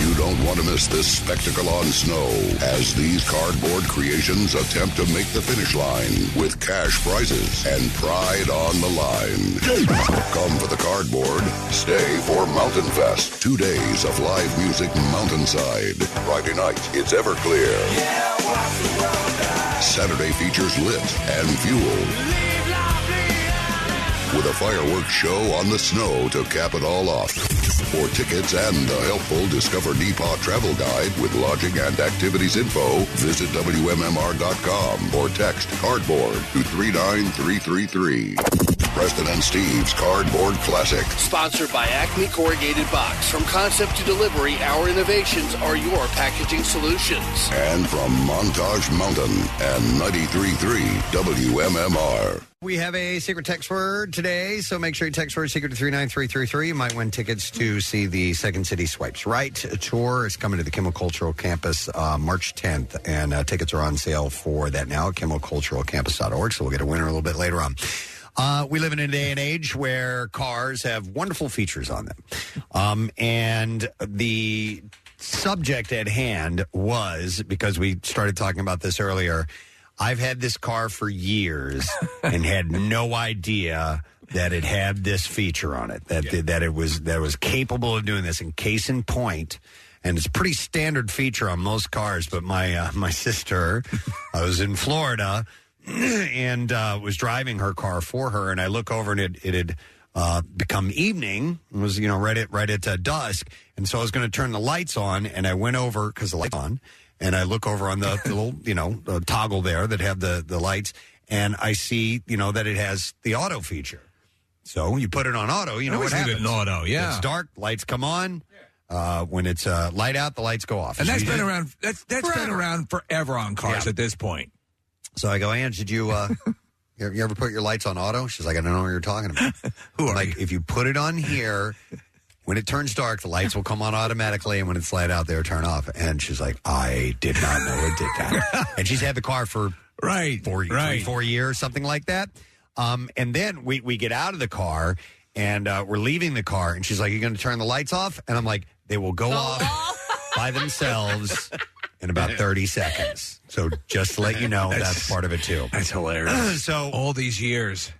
Speaker 3: You don't want to miss this spectacle on snow as these cardboard creations attempt to make the finish line with cash prizes and pride on the line. Come for the cardboard, stay for Mountain Fest. Two days of live music mountainside. Friday night, it's Everclear. Saturday features Lit and Fuel. With a fireworks show on the snow to cap it all off. For tickets and the helpful Discover Depot travel guide with lodging and activities info, visit WMMR.com or text cardboard to 39333. Preston and Steve's Cardboard Classic.
Speaker 11: Sponsored by Acme Corrugated Box. From concept to delivery, our innovations are your packaging solutions.
Speaker 3: And from Montage Mountain and 93.3 WMMR.
Speaker 4: We have a secret text word today, so make sure you text word secret to 39333. You might win tickets to see the Second City Swipes Right tour. It's coming to the Kimmel Cultural Campus uh, March 10th, and uh, tickets are on sale for that now at kimmelculturalcampus.org, so we'll get a winner a little bit later on. Uh, we live in a day and age where cars have wonderful features on them. Um, and the subject at hand was because we started talking about this earlier. I've had this car for years and had no idea that it had this feature on it that that it was that it was capable of doing this. And case in point, and it's a pretty standard feature on most cars. But my uh, my sister, I was in Florida and uh, was driving her car for her, and I look over and it it had uh, become evening. It was you know right at right at uh, dusk, and so I was going to turn the lights on, and I went over because the lights on, and I look over on the, the little you know uh, toggle there that have the the lights, and I see you know that it has the auto feature. So you put it on auto, you know
Speaker 6: Always
Speaker 4: what
Speaker 6: leave it
Speaker 4: happens.
Speaker 6: in auto, yeah.
Speaker 4: it's dark, lights come on. Uh, when it's uh, light out, the lights go off.
Speaker 6: And
Speaker 4: So
Speaker 6: that's
Speaker 4: you
Speaker 6: been
Speaker 4: just-
Speaker 6: around. That's that's been around forever on cars
Speaker 4: Yeah.
Speaker 6: at this point.
Speaker 4: So I go, Ange, did you uh, you you ever put your lights on auto? She's like, I don't know what you're talking about. Who are like, if you put it on here, when it turns dark, the lights will come on automatically, and when it's light out, they'll turn off. And she's like, I did not know it did that. and she's had the car for
Speaker 6: right,
Speaker 4: four, three,
Speaker 6: right.
Speaker 4: four years, something like that. Um, and then we we get out of the car and uh, we're leaving the car, and she's like, "You're going to turn the lights off?" And I'm like, "They will go off by themselves." In about 30 seconds. So just to let you know, that's, part of it too.
Speaker 6: That's hilarious.
Speaker 4: so
Speaker 6: all these years.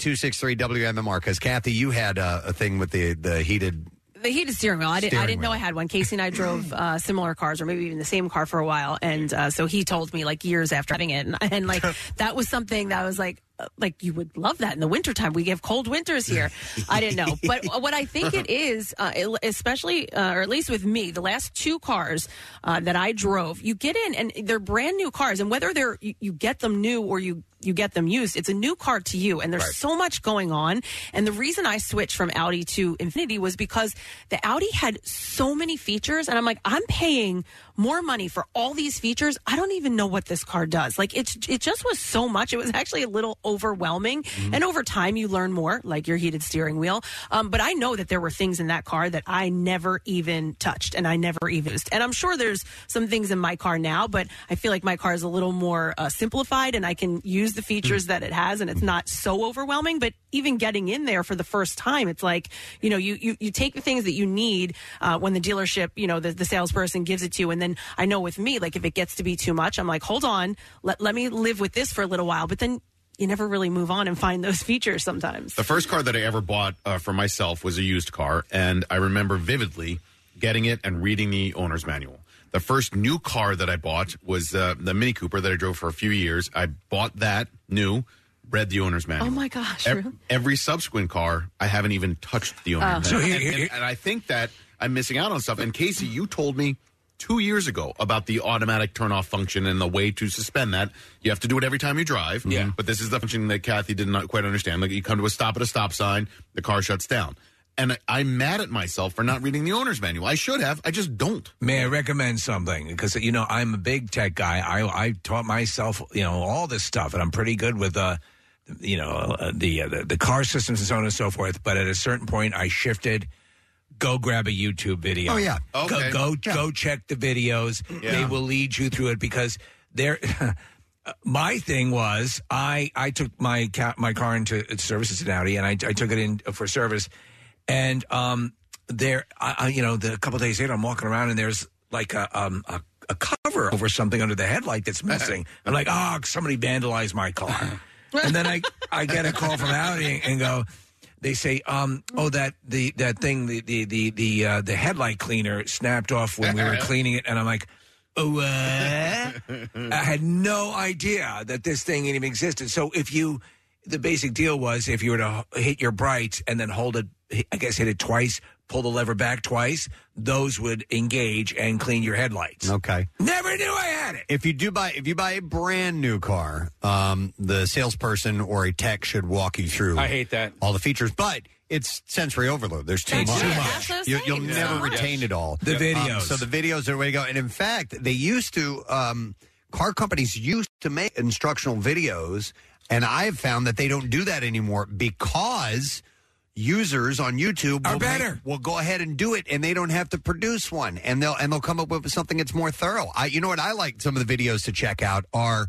Speaker 4: 215-263-WMMR, because Kathy, you had uh, a thing with the, the heated
Speaker 5: The heated steering wheel. I didn't. I
Speaker 4: Steering
Speaker 5: didn't know
Speaker 4: wheel.
Speaker 5: I had one. Casey and I drove uh, similar cars, or maybe even the same car for a while, and uh, so he told me like years after having it, and, and like that was something that I was like, uh, like you would love that in the wintertime. We have cold winters here. I didn't know, but what I think it is, uh, it- especially uh, or at least with me, the last two cars uh, that I drove, you get in and they're brand new cars, and whether they're you, you get them new or you you get them used. It's a new car to you, and there's so much going on. And the reason I switched from Audi to Infinity was because the Audi had so many features, and I'm like, I'm paying more money for all these features. I don't even know what this car does. Like it's it just was so much. It was actually a little overwhelming. And over time, you learn more, like your heated steering wheel. Um, but I know that there were things in that car that I never even touched, and I never even used. And I'm sure there's some things in my car now, but I feel like my car is a little more uh, simplified and I can use the features that it has and it's not so overwhelming. But even getting in there for the first time, it's like, you know, you, you, you take the things that you need uh, when the dealership, you know, the, the salesperson gives it to you. And then I know with me, like if it gets to be too much, I'm like, hold on, let, let me live with this for a little while. But then you never really move on and find those features sometimes.
Speaker 8: The first car that I ever bought uh, for myself was a used car, and I remember vividly getting it and reading the owner's manual. The first new car that I bought was uh, the Mini Cooper that I drove for a few years. I bought that new, read the owner's manual.
Speaker 5: Oh my gosh.
Speaker 8: Ev-
Speaker 5: really?
Speaker 8: Every subsequent car, I haven't even touched the
Speaker 5: Oh.
Speaker 8: owner.
Speaker 5: So
Speaker 8: and,
Speaker 5: here-
Speaker 8: and- and I think that I'm missing out on stuff. And Casey, you told me two years ago about the automatic turn off function and the way to suspend that. You have to do it every time you drive. Yeah. But this is the function that Kathy did not quite understand. Like you come to a stop at a stop sign, the car shuts down. and I'm mad at myself for not reading the owner's manual. I should have. I just don't.
Speaker 6: May I recommend something? Because you know I'm a big tech guy. I I taught myself you know all this stuff, and I'm pretty good with uh you know uh, the, uh, the the car systems and so on and so forth. But at a certain point, I shifted. Go grab a YouTube video.
Speaker 4: Oh, yeah.
Speaker 6: Go-
Speaker 4: Okay.
Speaker 6: Go go,
Speaker 4: Yeah.
Speaker 6: check the videos.
Speaker 4: Yeah.
Speaker 6: They will lead you through it because there. my thing was I I took my ca- my car into service at Audi, and I, I took it in for service, and um there I, I you know the a couple days later I'm walking around and there's like a um a, a cover over something under the headlight that's missing. I'm like, oh, somebody vandalized my car. and then I I get a call from Audi and go. They say, um, "Oh, that the that thing, the the the the, uh, the headlight cleaner snapped off when we were cleaning it," and I'm like, oh, "What?" I had no idea that this thing even existed. So if you, the basic deal was if you were to h- hit your brights and then hold it, I guess hit it twice, pull the lever back twice, those would engage and clean your headlights.
Speaker 4: Okay.
Speaker 6: Never knew I had it.
Speaker 4: If you do buy, if you buy a brand new car, um, the salesperson or a tech should walk you through.
Speaker 7: I hate that.
Speaker 4: all the features, but it's sensory overload. There's too
Speaker 7: It's
Speaker 4: much.
Speaker 7: too much. That's what I was
Speaker 4: You,
Speaker 7: saying.
Speaker 4: will
Speaker 7: It's
Speaker 4: never
Speaker 7: too much.
Speaker 4: retain it all.
Speaker 6: The
Speaker 4: Um,
Speaker 6: videos.
Speaker 4: so the videos are the way to go. And in fact, they used to. Um, car companies used to make instructional videos, and I've found that they don't do that anymore because. Users on YouTube will, better. will go ahead and do it, and they don't have to produce one, and they'll and they'll come up with something that's more thorough. I, you know what I like? Some of the videos to check out are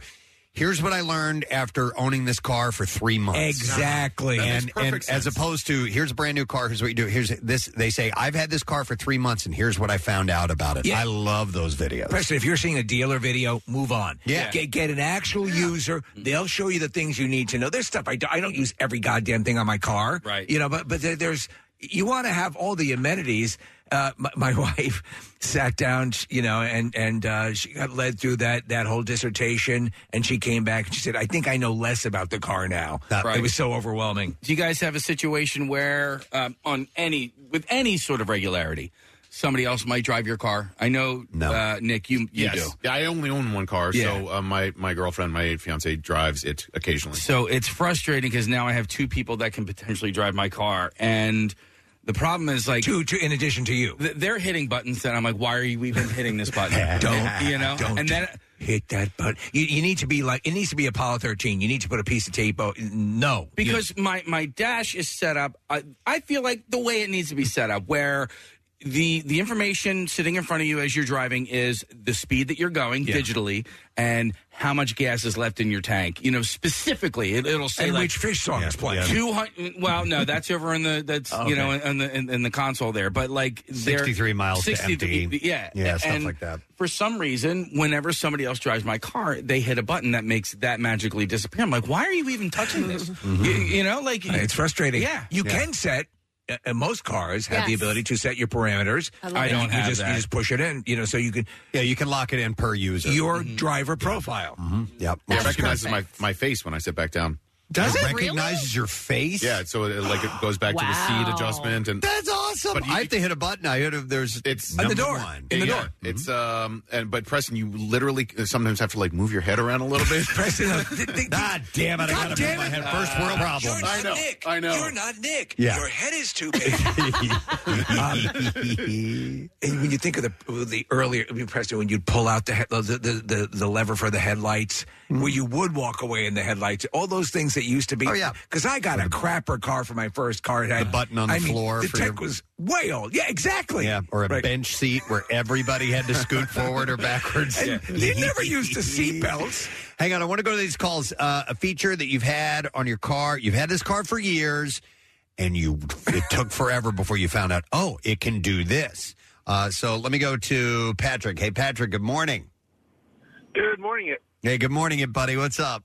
Speaker 4: here's what I learned after owning this car for three months.
Speaker 6: Exactly. That makes
Speaker 4: And, and
Speaker 6: perfect
Speaker 4: as opposed to here's a brand new car, here's what you do. Here's this they say, I've had this car for three months and here's what I found out about it. I love those videos.
Speaker 6: Preston, if you're seeing a dealer video, move on.
Speaker 4: Yeah.
Speaker 6: Get, get an actual user. They'll show you the things you need to know. There's stuff I, do, I don't use every goddamn thing on my car. Right. You know, but, but there- there's, you want to have all the amenities. Uh, my, my wife sat down, sh- you know, and, and, uh, she got led through that, that whole dissertation and she came back and she said, I think I know less about the car now. It
Speaker 7: right.
Speaker 6: was so overwhelming.
Speaker 7: Do you guys have a situation where, um, on any with any sort of regularity, somebody else might drive your car? I know, uh, Nick, you you
Speaker 8: yes.
Speaker 7: do.
Speaker 8: Yeah, I only own one car,
Speaker 7: Yeah.
Speaker 8: so uh, my my girlfriend, my fiance, drives it occasionally.
Speaker 7: So it's frustrating because now I have two people that can potentially drive my car, and the problem is like
Speaker 6: two, two in addition to you,
Speaker 7: th- they're hitting buttons that I'm like, why are you even hitting this button?
Speaker 6: Don't-
Speaker 7: you know?
Speaker 6: don't
Speaker 7: and then
Speaker 6: Hit that button. You, you need to be like, it needs to be Apollo 13. You need to put a piece of tape. o- No.
Speaker 7: because my my dash is set up I, I feel like the way it needs to be set up where the the information sitting in front of you as you're driving is the speed that you're going digitally and how much gas is left in your tank you know specifically it, it'll say
Speaker 6: And
Speaker 7: like,
Speaker 6: which fish song is playing.
Speaker 7: 200 well no that's over in the that's
Speaker 6: Oh,
Speaker 7: you know
Speaker 6: okay.
Speaker 7: in the in, in the console there but like they're-
Speaker 4: 63 miles to
Speaker 7: 63
Speaker 4: empty.
Speaker 7: yeah
Speaker 4: Yeah, stuff
Speaker 7: And
Speaker 4: like that.
Speaker 7: for some reason whenever somebody else drives my car they hit a button that makes that magically disappear i'm like why are you even touching this you, you know like
Speaker 6: It's frustrating.
Speaker 7: yeah
Speaker 6: You can set. uh, Uh, most cars have the
Speaker 7: Yes.
Speaker 6: ability to set your parameters.
Speaker 7: I love I
Speaker 6: And
Speaker 7: don't
Speaker 6: you
Speaker 7: have
Speaker 6: just, You
Speaker 7: that.
Speaker 6: just push it in, you know, so you can.
Speaker 4: Yeah, you can lock it in per user.
Speaker 6: Your driver profile.
Speaker 4: Yep.
Speaker 8: It recognizes my, my face when I sit back down.
Speaker 4: Does it recognizes your face?
Speaker 8: Yeah, so it, like it goes back to the seat
Speaker 4: Wow.
Speaker 8: adjustment and
Speaker 4: That's awesome. I have to hit a button. I hit a, there's
Speaker 8: it's
Speaker 4: at the door. In the door. Mm-hmm.
Speaker 8: It's um and but Preston, you literally sometimes have to like move your head around a little bit.
Speaker 6: Preston,
Speaker 4: God damn it! I
Speaker 8: God
Speaker 4: gotta move
Speaker 8: damn
Speaker 4: my
Speaker 8: it.
Speaker 4: head. First world
Speaker 8: Uh,
Speaker 4: problem.
Speaker 8: you're not I know. Nick. I know. You're
Speaker 6: not Nick.
Speaker 4: Yeah.
Speaker 6: Your head is too big. Um, and when you think of the the earlier I mean, Preston, when you'd pull out the, head, the, the the the lever for the headlights, where you would walk away in the headlights, all those things that used to be.
Speaker 4: Mm. Oh, yeah.
Speaker 6: Because I got a crapper car for my first car. The
Speaker 4: button on the
Speaker 6: I mean,
Speaker 4: floor
Speaker 6: The
Speaker 4: for
Speaker 6: tech
Speaker 4: your-
Speaker 6: was way old. Yeah, exactly.
Speaker 4: Yeah, or a bench seat where everybody had to scoot forward or backwards.
Speaker 6: And they never used the seat belts.
Speaker 4: Hang on, I want to go to these calls. Uh, a feature that you've had on your car, you've had this car for years, and you it took forever before you found out. Oh, it can do this. Uh, so let me go to Patrick. Hey, Patrick. Good morning.
Speaker 19: Good morning. It.
Speaker 4: Hey, good morning, buddy. What's up?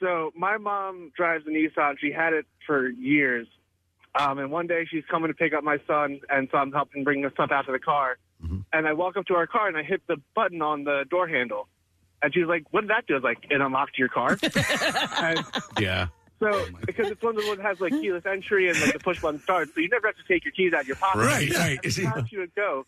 Speaker 19: So my mom drives a Nissan. She had it for years. Um, and one day she's coming to pick up my son, and so I'm helping bring the stuff out to the car.
Speaker 14: Mm-hmm.
Speaker 19: And I walk up to our car and I hit the button on the door handle. And she's like, "What did that do?" I was like, "It unlocked your car." and
Speaker 8: Yeah.
Speaker 14: Oh
Speaker 19: so because it's one of the ones that has like keyless entry and like the push button start, so you never have to take your keys out of your pocket.
Speaker 6: Right,
Speaker 19: Every
Speaker 6: right. Oh.
Speaker 19: time she would go,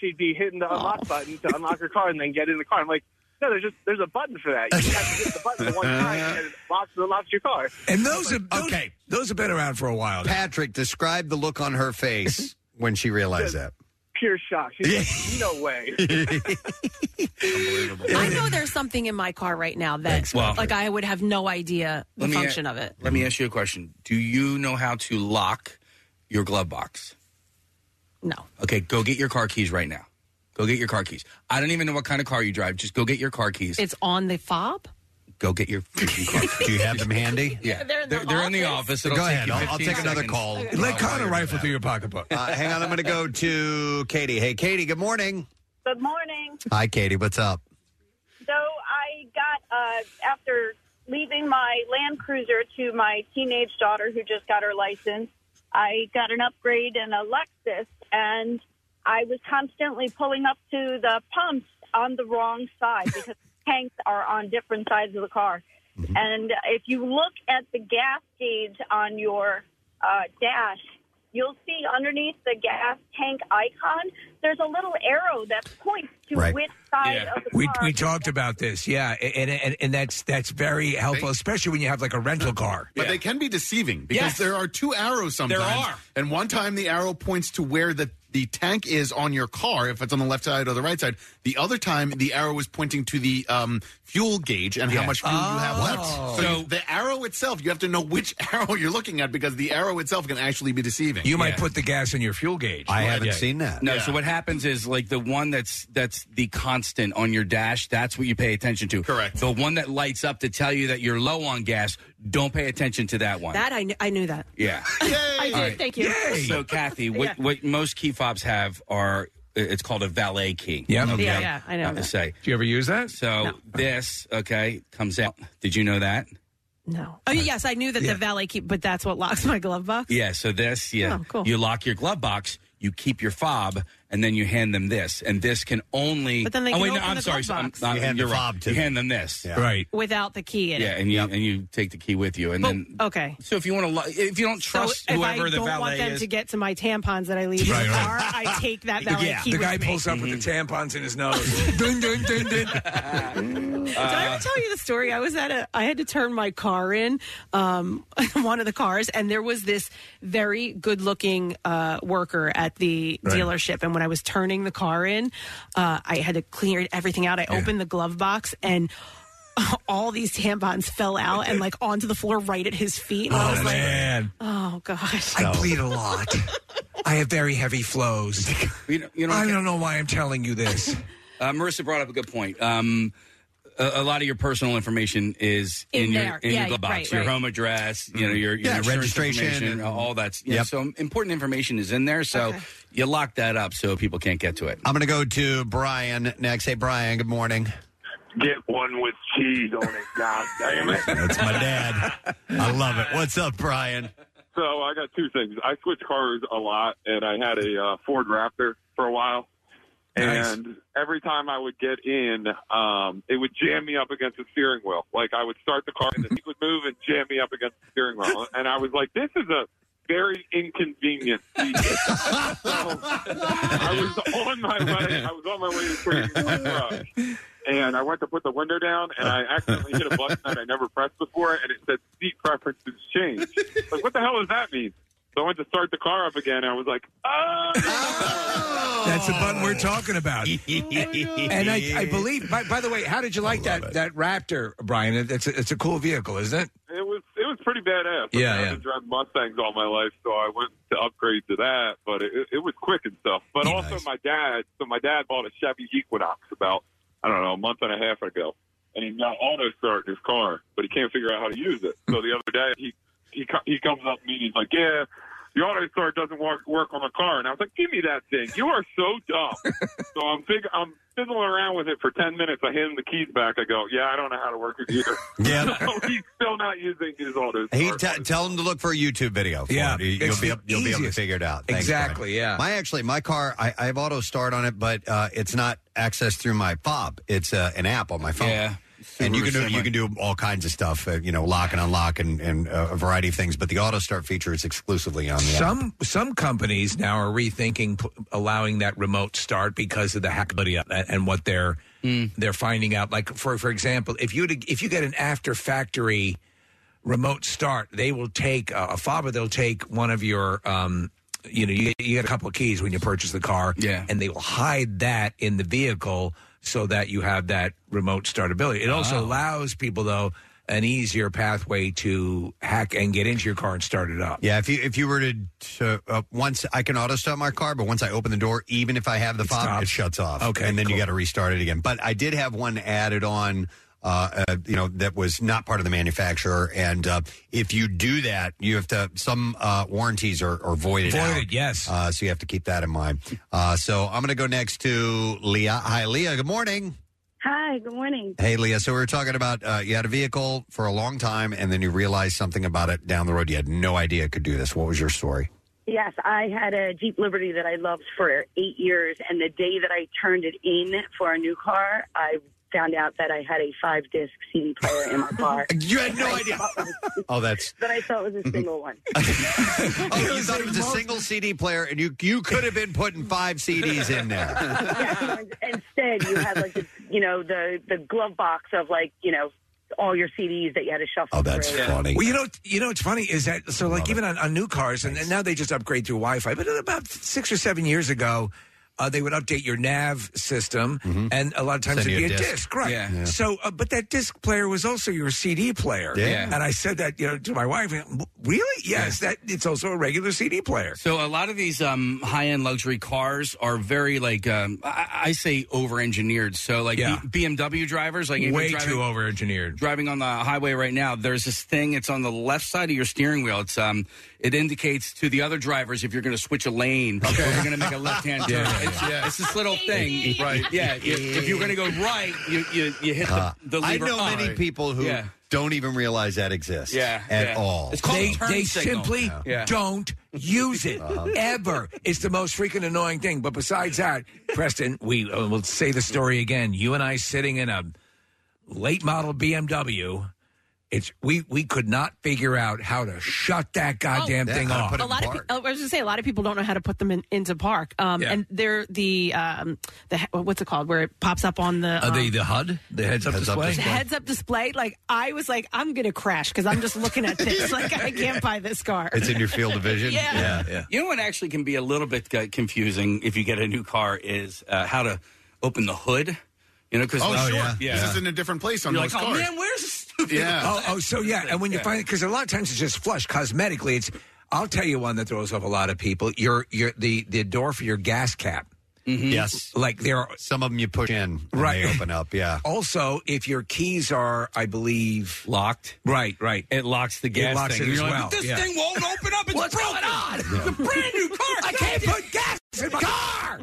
Speaker 19: she'd be hitting the unlock button to unlock her car and then get in the car. I'm like, No, there's just there's a button for that. You just have to hit the button one time and it locks, it locks your car.
Speaker 6: And those have those, okay. Those have been around for a while.
Speaker 12: Patrick, describe the look on her face when she realized that.
Speaker 19: Pure shock. She's like, no way.
Speaker 5: I know there's something in my car right now that,
Speaker 7: Thanks, Patrick.
Speaker 5: like, I would have no idea the
Speaker 7: Let me- uh,
Speaker 5: function of it.
Speaker 7: Let me ask you a question. Do you know how to lock your glove box?
Speaker 5: No.
Speaker 7: Okay, go get your car keys right now. Go get your car keys. I don't even know what kind of car you drive. Just go get your car keys.
Speaker 5: It's on the fob.
Speaker 7: Go get your freaking car keys.
Speaker 4: Do you have them handy?
Speaker 7: Yeah.
Speaker 5: They're in
Speaker 7: the, they're in the office. It'll
Speaker 4: Go
Speaker 7: take
Speaker 4: ahead.
Speaker 7: you
Speaker 4: I'll- I'll
Speaker 7: 15
Speaker 4: take another
Speaker 7: seconds.
Speaker 4: call.
Speaker 6: Let Connor rifle through your pocketbook.
Speaker 12: Uh, hang on, I'm going to go to Katie. Hey, Katie, good morning.
Speaker 20: Good morning.
Speaker 12: Hi, Katie, what's up?
Speaker 20: So I got uh, after leaving my Land Cruiser to my teenage daughter who just got her license. I got an upgrade in a Lexus, and I was constantly pulling up to the pumps on the wrong side because tanks are on different sides of the car. And if you look at the gas gauge on your uh, dash, you'll see underneath the gas tank icon, there's a little arrow that points to
Speaker 6: Right.
Speaker 20: which side of the
Speaker 6: We,
Speaker 20: car.
Speaker 6: we talked about this, yeah, and, and and that's that's very helpful, especially when you have like a rental car.
Speaker 8: But they can be deceiving because
Speaker 6: Yes.
Speaker 8: there are two arrows sometimes.
Speaker 6: are.
Speaker 8: And one time the arrow points to where the, the tank is on your car, if it's on the left side or the right side. The other time the arrow is pointing to the um, fuel gauge and how
Speaker 7: Yes.
Speaker 8: much fuel you have
Speaker 7: Oh.
Speaker 8: left. So, you- the arrow itself, you have to know which arrow you're looking at because the arrow itself can actually be deceiving.
Speaker 6: You might put the gas in your fuel gauge.
Speaker 7: No. So what happens is like the one that's that's the constant on your dash. That's what you pay attention to. Correct. The one that lights up to tell you that you're low on gas. Don't pay attention to that one.
Speaker 5: That I knew, I knew that.
Speaker 7: yeah.
Speaker 5: I did.
Speaker 7: All right.
Speaker 5: Thank you.
Speaker 7: So Kathy, what,
Speaker 5: Yeah.
Speaker 7: what most key fobs have are it's called a valet key.
Speaker 6: Yep.
Speaker 7: Okay?
Speaker 6: Yeah, yeah, I know
Speaker 7: Not to
Speaker 6: that.
Speaker 7: say.
Speaker 6: Do you ever use that?
Speaker 7: So
Speaker 5: No.
Speaker 7: this okay comes out. Did you know that?
Speaker 5: No. Oh, yes, I knew that the valet keep, but that's what locks my glove box.
Speaker 7: Yeah, so this, yeah.
Speaker 5: Oh, cool.
Speaker 7: You lock your glove box, you keep your fob, and then you hand them this. And this can only.
Speaker 5: But then they
Speaker 7: oh,
Speaker 5: can
Speaker 7: wait, no,
Speaker 5: open
Speaker 7: I'm
Speaker 5: the
Speaker 7: sorry.
Speaker 5: glove
Speaker 7: so I'm-
Speaker 5: box.
Speaker 7: I'm-
Speaker 5: You hand
Speaker 7: you're
Speaker 5: the
Speaker 7: right.
Speaker 5: fob to
Speaker 7: You
Speaker 5: them.
Speaker 7: hand them this.
Speaker 6: Right.
Speaker 5: Without the key in
Speaker 7: Yeah,
Speaker 5: it.
Speaker 7: and you and you take the key with you, and then
Speaker 5: Okay.
Speaker 7: so if you want to, lo- if you don't trust
Speaker 5: so if
Speaker 7: whoever
Speaker 5: I
Speaker 7: the
Speaker 5: don't
Speaker 7: valet
Speaker 5: want them
Speaker 7: is,
Speaker 5: to get to my tampons that I leave
Speaker 7: Right,
Speaker 5: in the
Speaker 7: right.
Speaker 5: car, I take that valet
Speaker 6: yeah,
Speaker 5: key
Speaker 6: the
Speaker 5: with
Speaker 6: guy
Speaker 5: me.
Speaker 6: pulls up with the tampons in his nose. dun dun dun dun.
Speaker 5: Did I ever tell you the story? I was at a. I had to turn my car in, um, one of the cars, and there was this very good-looking uh, worker at the
Speaker 21: Right.
Speaker 5: dealership. And when I was turning the car in, uh, I had to clear everything out. I opened the glove box and. All these tampons fell out and like onto the floor right at his feet. And I was like,
Speaker 6: Oh, man.
Speaker 5: "Oh gosh!"
Speaker 6: I bleed a lot. I have very heavy flows.
Speaker 7: you know, you know
Speaker 6: I don't know why I'm telling you this.
Speaker 7: Uh, Marissa brought up a good point. Um, a, a lot of your personal information is in,
Speaker 6: In
Speaker 7: your
Speaker 6: there.
Speaker 7: in
Speaker 6: Yeah,
Speaker 7: your glove box,
Speaker 6: right,
Speaker 7: your
Speaker 6: right.
Speaker 7: home address,
Speaker 5: Mm-hmm.
Speaker 7: you know, your, your
Speaker 6: Yeah,
Speaker 7: insurance
Speaker 6: registration
Speaker 7: information,
Speaker 6: and-
Speaker 7: all that's yeah.
Speaker 12: Yep.
Speaker 7: So important information is in there. So you lock that up so people can't get to it.
Speaker 12: I'm going to go to Brian next. Hey, Brian, good morning.
Speaker 9: Get one with cheese on it, god damn it.
Speaker 12: That's my dad. I love it. What's up, Brian?
Speaker 22: So I got two things. I switched cars a lot, and I had a uh, Ford Raptor for a while. And every time I would get in, um, it would jam me up against the steering wheel. Like I would start the car, and the seat would move and jam me up against the steering wheel. And I was like, "This is a very inconvenient seat." so I was on my way. I was on my way to trading my garage, and I went to put the window down, and I accidentally hit a button that I never pressed before, and it said "seat preferences change." Like, what the hell does that mean? So I went to start the car up again, and I was like, "Ah!"
Speaker 6: That's the button we're talking about. and I, I believe. By, by the way, how did you like that that Raptor, Brian? It- It's a, it's a cool vehicle, isn't it?
Speaker 22: It was it was pretty badass.
Speaker 6: Yeah,
Speaker 22: I mean,
Speaker 6: yeah.
Speaker 22: I've driven Mustangs all my life, so I went to upgrade to that, but it, it was quick and stuff. But also my dad, so my dad bought a Chevy Equinox about I don't know a month and a half ago, and he's got auto start in his car, but he can't figure out how to use it. So the other day he he co- he comes up to me and he's like, yeah. The auto start doesn't work, work on the car, and I was like, "Give me that thing! You are so dumb." so I'm fig- I'm fiddling around with it for ten minutes. I hand him the keys back. I go, "Yeah, I don't know how to work it either."
Speaker 12: Yeah.
Speaker 22: So he's still not using his auto.
Speaker 12: He t- tell him to look for a YouTube video. For
Speaker 6: Yeah,
Speaker 12: it. You- you'll
Speaker 6: it's
Speaker 12: be
Speaker 6: the
Speaker 12: up, you'll be able to
Speaker 6: easiest.
Speaker 12: figure it out. Thanks, Brian.
Speaker 6: Exactly, yeah.
Speaker 12: My actually, my car, I, I have auto start on it, but uh, it's not accessed through my fob. It's uh, an app on my phone.
Speaker 7: Yeah.
Speaker 4: and you can do,
Speaker 8: Subaru
Speaker 4: you can do all kinds of stuff, uh, you know, lock and unlock and, and uh, a variety of things. But the auto start feature is exclusively on the app.
Speaker 6: Some some companies now are rethinking p- allowing that remote start because of the hackability of that and what they're
Speaker 4: Mm.
Speaker 6: they're finding out. Like for for example, if you if you get an after factory remote start, they will take uh, a FABA. They'll take one of your um, you know you get, you get a couple of keys when you purchase the car, yeah, and they will hide that in the vehicle so that you have that remote start ability. It also
Speaker 4: Oh.
Speaker 18: Wow.
Speaker 6: allows people though an easier pathway to hack and get into your car and start it up.
Speaker 4: Yeah, if you if you were to, to uh, once I can auto start my car, but once I open the door, even if I have the fob,
Speaker 6: stops.
Speaker 4: it shuts off.
Speaker 6: Okay,
Speaker 4: and then you
Speaker 6: cool.
Speaker 4: got to restart it again. But I did have one added on. Uh, uh, you know that was not part of the manufacturer, and uh, if you do that, you have to some uh, warranties are, are voided.
Speaker 6: Voided,
Speaker 4: out.
Speaker 6: yes.
Speaker 4: Uh, so you have to keep that in mind. Uh, so I'm going to go next to Leah. Hi, Leah. Good morning.
Speaker 23: Hi, good morning.
Speaker 4: Hey, Leah. So we were talking about uh, you had a vehicle for a long time, and then you realized something about it down the road. You had no idea it could do this. What was your story?
Speaker 23: Yes, I had a Jeep Liberty that I loved for eight years, and the day that I turned it in for a new car, I found out that I had a five disc CD player in my car.
Speaker 4: you had no idea. Oh, that's
Speaker 23: That I thought was a single one.
Speaker 4: oh, you thought it was a single CD player, and you you could have been putting five CDs in there.
Speaker 23: yeah, and instead, you had like the, you know the the glove box of like you know all your CDs that you had to shuffle. Oh, that's through.
Speaker 6: Well, you know, you know, what's funny is that so like even on, on new cars, and, and now they just upgrade through Wi-Fi. But about six or seven years ago, uh, they would update your nav system, and a lot of times
Speaker 18: Mm-hmm. Send
Speaker 6: it'd
Speaker 18: you
Speaker 6: be
Speaker 18: a
Speaker 6: a disc,
Speaker 18: disc.
Speaker 6: right?
Speaker 18: Yeah. Yeah.
Speaker 6: So, uh, but that disc player was also your CD player.
Speaker 18: Yeah.
Speaker 6: And I said that you know to my wife, and, really? Yes, that it's also a regular CD player.
Speaker 7: So a lot of these um, high-end luxury cars are very like um, I, I say over-engineered. So like
Speaker 6: Yeah.
Speaker 7: B- BMW drivers, like if you're
Speaker 6: Way
Speaker 7: driving-
Speaker 6: too over-engineered.
Speaker 7: Driving on the highway right now, there's this thing. It's on the left side of your steering wheel. It's um, it indicates to the other drivers if you're going to switch a lane or you're going to make a left-hand turn.
Speaker 6: Yeah,
Speaker 7: it's, it's this little thing,
Speaker 8: Right.
Speaker 7: Yeah, if, if you're going to go right, you you, you hit the,
Speaker 4: Uh,
Speaker 7: the
Speaker 4: I
Speaker 7: lever.
Speaker 4: know
Speaker 7: up.
Speaker 4: many people who
Speaker 7: Yeah.
Speaker 4: don't even realize that exists.
Speaker 7: Yeah,
Speaker 4: at
Speaker 7: yeah.
Speaker 4: all.
Speaker 7: It's called
Speaker 6: they,
Speaker 7: a turn
Speaker 6: they
Speaker 7: signal.
Speaker 6: simply
Speaker 7: Yeah. Yeah. Uh-huh.
Speaker 6: don't use it ever. It's the most freaking annoying thing. But besides that, Preston, we uh, will say the story again. You and I sitting in a late model BMW. It's we we could not figure out how to shut that goddamn
Speaker 5: Oh,
Speaker 6: thing off.
Speaker 5: A lot of pe- I was going to say a lot of people don't know how to put them in, into park. Um,
Speaker 6: Yeah.
Speaker 5: And they're the um, the he- what's it called where it pops up on the
Speaker 6: Uh,
Speaker 18: Are
Speaker 5: um,
Speaker 18: they the HUD? The heads up
Speaker 5: the
Speaker 18: display?
Speaker 5: heads up display. Like I was like, I'm gonna crash because I'm just looking at this. like I can't buy this car. yeah.
Speaker 7: You know what actually can be a little bit uh, confusing if you get a new car is uh, how to open the hood. You know, because
Speaker 8: Oh, sure. This is in a different place on
Speaker 7: You're
Speaker 8: most
Speaker 7: like,
Speaker 8: cars.
Speaker 7: Oh man, where's the stupid?
Speaker 6: Oh, oh, so yeah, and when you
Speaker 7: Yeah.
Speaker 6: find it, because a lot of times it's just flush cosmetically. It's I'll tell you one that throws off a lot of people. Your your the the door for your gas cap.
Speaker 7: Mm-hmm.
Speaker 4: Yes.
Speaker 6: like there are
Speaker 4: some of them you push in, and
Speaker 6: right?
Speaker 4: They open up, yeah.
Speaker 6: Also, if your keys are, I believe,
Speaker 7: locked.
Speaker 6: Right, right.
Speaker 7: It locks the
Speaker 6: It
Speaker 7: gas
Speaker 6: locks
Speaker 7: thing. You're
Speaker 6: it as
Speaker 7: like,
Speaker 6: well.
Speaker 7: "But this
Speaker 6: yeah.
Speaker 7: thing won't open up. It's
Speaker 6: What's
Speaker 7: broken.
Speaker 6: going on? It's
Speaker 7: a brand new car.
Speaker 6: I can't put gas in my car.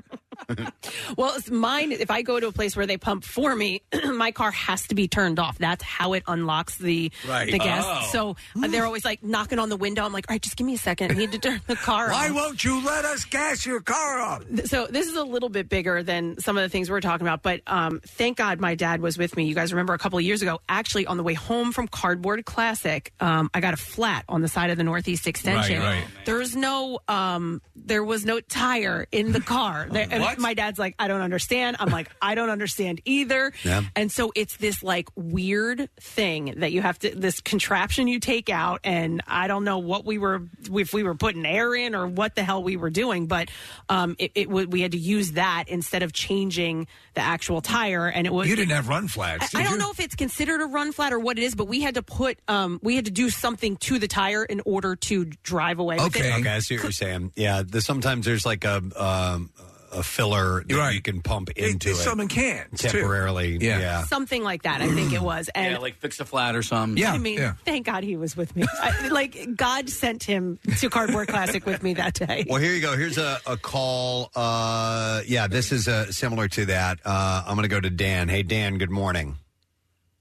Speaker 5: Well, it's mine. If I go to a place where they pump for me, my car has to be turned off. That's how it unlocks the
Speaker 18: Right.
Speaker 5: the gas.
Speaker 18: Oh.
Speaker 5: So uh, they're always like knocking on the window. I'm like, all right, just give me a second. I need to turn the car.
Speaker 6: Why
Speaker 5: on."
Speaker 6: won't you let us gas your car up?
Speaker 5: Th- So this is a little bit bigger than some of the things we're talking about, but um, thank God my dad was with me. You guys remember a couple of years ago, actually on the way home from Cardboard Classic, um, I got a flat on the side of the Northeast Extension.
Speaker 18: Right, right.
Speaker 5: There's no, um, there was no tire in the car. There- and
Speaker 18: What?
Speaker 5: my dad's like, I don't understand. I'm like, I don't understand either.
Speaker 18: Yeah.
Speaker 5: And so it's this like weird thing that you have to this contraption you take out, and I don't know what we were if we were putting air in or what the hell we were doing, but um, it, it w- we had to use that instead of changing the actual tire, and it was
Speaker 6: You didn't have run flats.
Speaker 5: I, I
Speaker 6: did
Speaker 5: don't
Speaker 6: you?
Speaker 5: know if it's considered a run flat or what it is, but we had to put um, we had to do something to the tire in order to drive away. with it.
Speaker 4: okay, I see what you're saying. Yeah, the, sometimes there's like a um, a filler that you can pump into it.
Speaker 6: Someone can't
Speaker 4: temporarily.
Speaker 7: Yeah.
Speaker 4: yeah.
Speaker 5: something like that. I think it was, and
Speaker 7: yeah, like fix a flat or something.
Speaker 5: I mean, thank God he was with me. I, like God sent him to Cardboard Classic with me that day.
Speaker 4: Well, here you go. Here's a, a call. Uh, yeah, this is uh, similar to that. Uh, I'm going to go to Dan. Hey, Dan, good morning.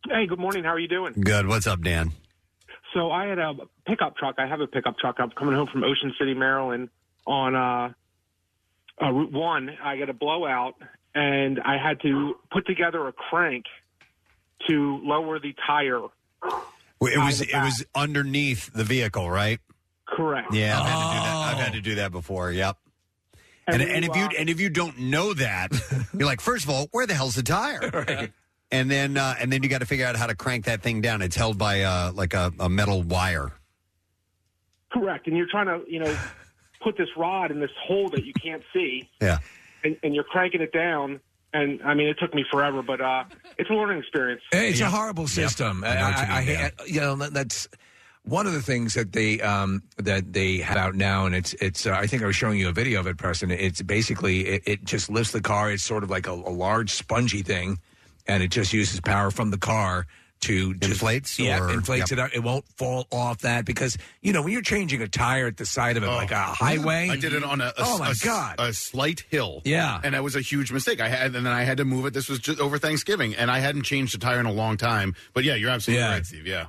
Speaker 24: Hey, good morning. How are you doing?
Speaker 4: Good. What's up, Dan?
Speaker 24: So I had a pickup truck. I have a pickup truck. I'm coming home from Ocean City, Maryland, on uh, uh, Route One. I got a blowout, and I had to put together a crank
Speaker 2: to lower the tire.
Speaker 4: It was it was underneath the vehicle, right?
Speaker 2: Correct.
Speaker 4: Yeah, I've had to do that. I've had to do that before. Yep.
Speaker 2: And
Speaker 4: And,
Speaker 2: we,
Speaker 4: and if you and if you don't know that, you're like, first of all, where the hell's the tire? And then uh, and then you got to figure out how to crank that thing down. It's held by uh, like a, a metal wire.
Speaker 2: Correct. And you're trying to, you know, put this rod in this hole that you can't see.
Speaker 4: Yeah.
Speaker 2: And, and you're cranking it down. And I mean, it took me forever, but uh, it's a learning experience.
Speaker 6: It's a horrible system. I,
Speaker 2: know what you
Speaker 6: I, I,
Speaker 2: mean,
Speaker 6: hate- you know that- that's one of the things that they um, that they have out now, and it's it's. Uh, I think I was showing you a video of it, Preston. It's basically it, it just lifts the car. It's sort of like a, a large spongy thing, and it just uses power from the car to just, inflates. Yeah,
Speaker 15: or-
Speaker 6: inflates it out. It won't fall off that because you know when you're changing a tire at the side of it, like a highway.
Speaker 8: I did it on a, a-
Speaker 6: oh my
Speaker 8: a-
Speaker 6: god.
Speaker 8: a slight hill.
Speaker 6: Yeah.
Speaker 8: and that was a huge mistake. I had, and then I had to move it. This was just over Thanksgiving, and I hadn't changed the tire in a long time. But yeah, you're absolutely right, Steve. Yeah,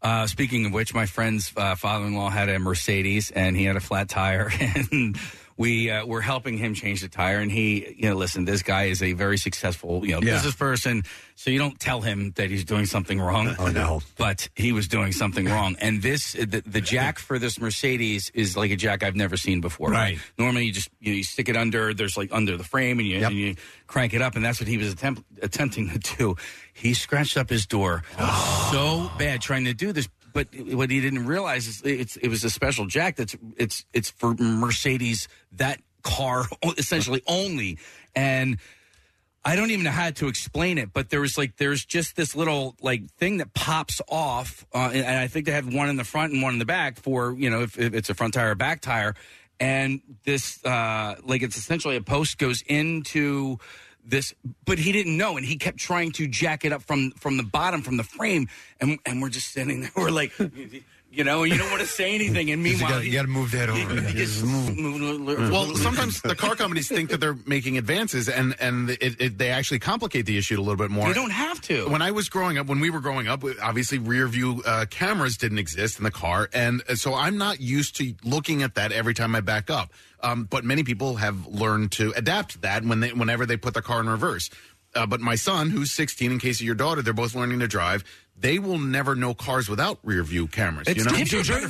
Speaker 7: Uh, speaking of which, my friend's uh, father-in-law had a Mercedes, and he had a flat tire, and we uh, were helping him change the tire. And he, you know, listen, this guy is a very successful, you know,
Speaker 11: Yeah.
Speaker 7: business person, so you don't tell him that he's doing something wrong.
Speaker 11: Oh, no.
Speaker 7: But he was doing something wrong, and this the, the jack for this Mercedes is like a jack I've never seen before.
Speaker 6: Right.
Speaker 7: Normally, you just you, know, you stick it under. There's like under the frame, and you, and you crank it up, and that's what he was attempt, attempting to do. He scratched up his door so bad trying to do this. But what he didn't realize is it's it was a special jack that's it's it's for Mercedes that car essentially only and. I don't even know how to explain it, but there was like there's just this little like thing that pops off, uh, and, and I think they had one in the front and one in the back for you know if, if it's a front tire or back tire, and this uh, like it's essentially a post goes into this, but he didn't know, and he kept trying to jack it up from from the bottom from the frame, and and we're just standing there, we're like. You know, you don't want to say anything, and meanwhile,
Speaker 8: gotta- you
Speaker 7: to move that over. Mm.
Speaker 8: well, sometimes the car companies think that they're making advances, and and it, it, they actually complicate the issue a little bit more.
Speaker 7: You don't have to.
Speaker 8: When I was growing up, when we were growing up, obviously rear view uh, cameras didn't exist in the car, and uh, so I'm not used to looking at that every time I back up. Um, but many people have learned to adapt to that when they whenever they put their car in reverse. Uh, but my son, who's 16, in case of your daughter, they're both learning to drive. They will never know cars without rear view cameras. you know,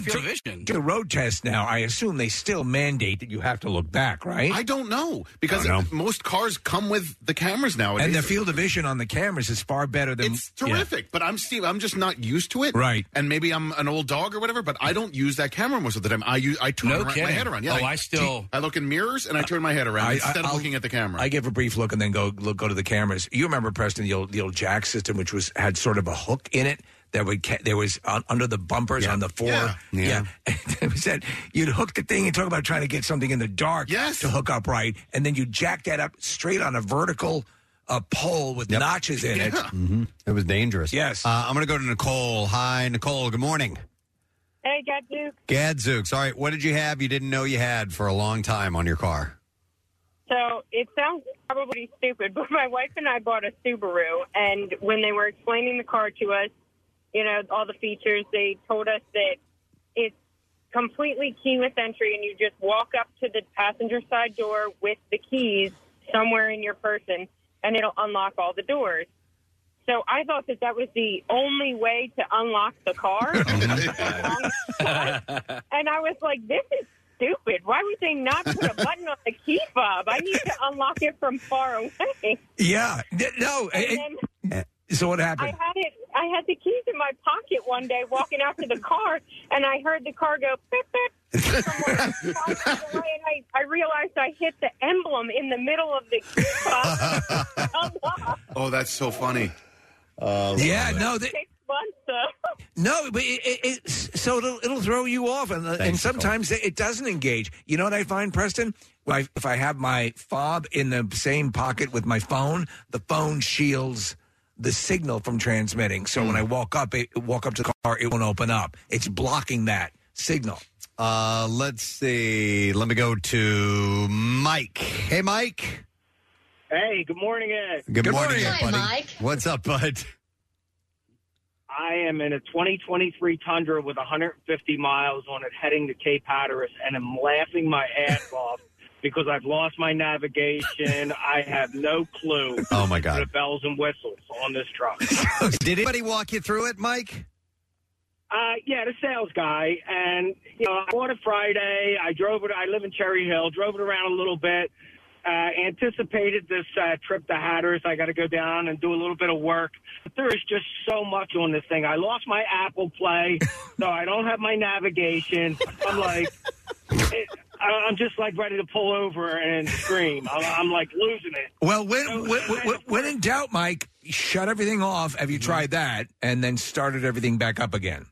Speaker 6: Do the road test now. I assume they still mandate that you have to look back, right?
Speaker 8: I don't know because most cars come with the cameras nowadays.
Speaker 6: and the field of vision on the cameras is far better than
Speaker 8: It's terrific, but I'm Steve. I'm just not used to it,
Speaker 6: Right.
Speaker 8: And maybe I'm an old dog or whatever, but I don't use that camera most of the time. I use I turn
Speaker 6: No
Speaker 8: around, my
Speaker 6: kidding.
Speaker 8: head around. Yeah,
Speaker 6: Oh, I still-
Speaker 8: I look in mirrors and I turn my head around instead of
Speaker 6: I'll-
Speaker 8: looking at the camera.
Speaker 6: I give a brief look and then go look, go to the cameras. You remember Preston the old the old jack system, which was had sort of a hook in it that would ca- there was on, under the bumpers on the four.
Speaker 15: Yeah.
Speaker 6: yeah. And we said you'd hook the thing and talk about trying to get something in the dark yes. to hook up right, and then you jack that up straight on a vertical uh, pole with notches in it.
Speaker 4: hmm It was dangerous. Yes. Uh, I'm going to go to Nicole. Hi, Nicole. Good morning.
Speaker 10: Hey, Gadzooks.
Speaker 4: Gadzooks. All right. What did you have you didn't know you had for a long time on your car?
Speaker 10: So it sounds probably stupid, but my wife and I bought a Subaru, and when they were explaining the car to us, you know, all the features, they told us that it's completely keyless entry, and you just walk up to the passenger side door with the keys somewhere in your person, and it'll unlock all the doors. So I thought that that was the only way to unlock the car. And I was like, this is stupid. Why would they not put a button on the key fob? I need to unlock it from far away.
Speaker 6: Yeah, Th- no.
Speaker 10: And
Speaker 6: it-
Speaker 10: then
Speaker 6: so what
Speaker 10: I
Speaker 6: happened?
Speaker 10: had it. I had the keys in my pocket one day, walking out to the car, and I heard the car go. Beep, beep, from one side of the way, and I, I realized I hit the emblem in the middle of the key fob.
Speaker 8: oh, that's so funny. Uh,
Speaker 6: yeah, no, they,
Speaker 10: Six months, though.
Speaker 6: No, but it, it, it, so it'll, it'll throw you off, and, and sometimes it doesn't engage. You know what I find, Preston? When I, if I have my fob in the same pocket with my phone, the phone shields the signal from transmitting. So when I walk up, it, walk up to the car, it won't open up. It's blocking that signal.
Speaker 4: Uh, let's see. Let me go to Mike. Hey, Mike.
Speaker 23: Hey, good morning, Ed.
Speaker 4: Good, morning,
Speaker 23: Hi,
Speaker 4: buddy.
Speaker 23: Mike.
Speaker 4: What's up, bud?
Speaker 23: I am in a 2023 Tundra with 150 miles on it, heading to Cape Hatteras, and I'm laughing my ass off
Speaker 15: because I've lost my navigation. I have no clue.
Speaker 4: Oh, my God.
Speaker 15: The bells and whistles on this truck.
Speaker 4: Did anybody walk you through it, Mike?
Speaker 15: Uh, yeah, the sales guy, and you know, I bought it Friday. I drove it. I live in Cherry Hill. Drove it around a little bit. Uh, anticipated this uh, trip to Hatteras. I got to go down and do a little bit of work. But there is just so much on this thing. I lost my Apple Play, so I don't have my navigation. I'm like, it, I- I'm just like ready to pull over and scream. I'm, I'm like losing it.
Speaker 6: Well, when, when, when, when in doubt, Mike, shut everything off. Have you tried that? And then started everything back up again.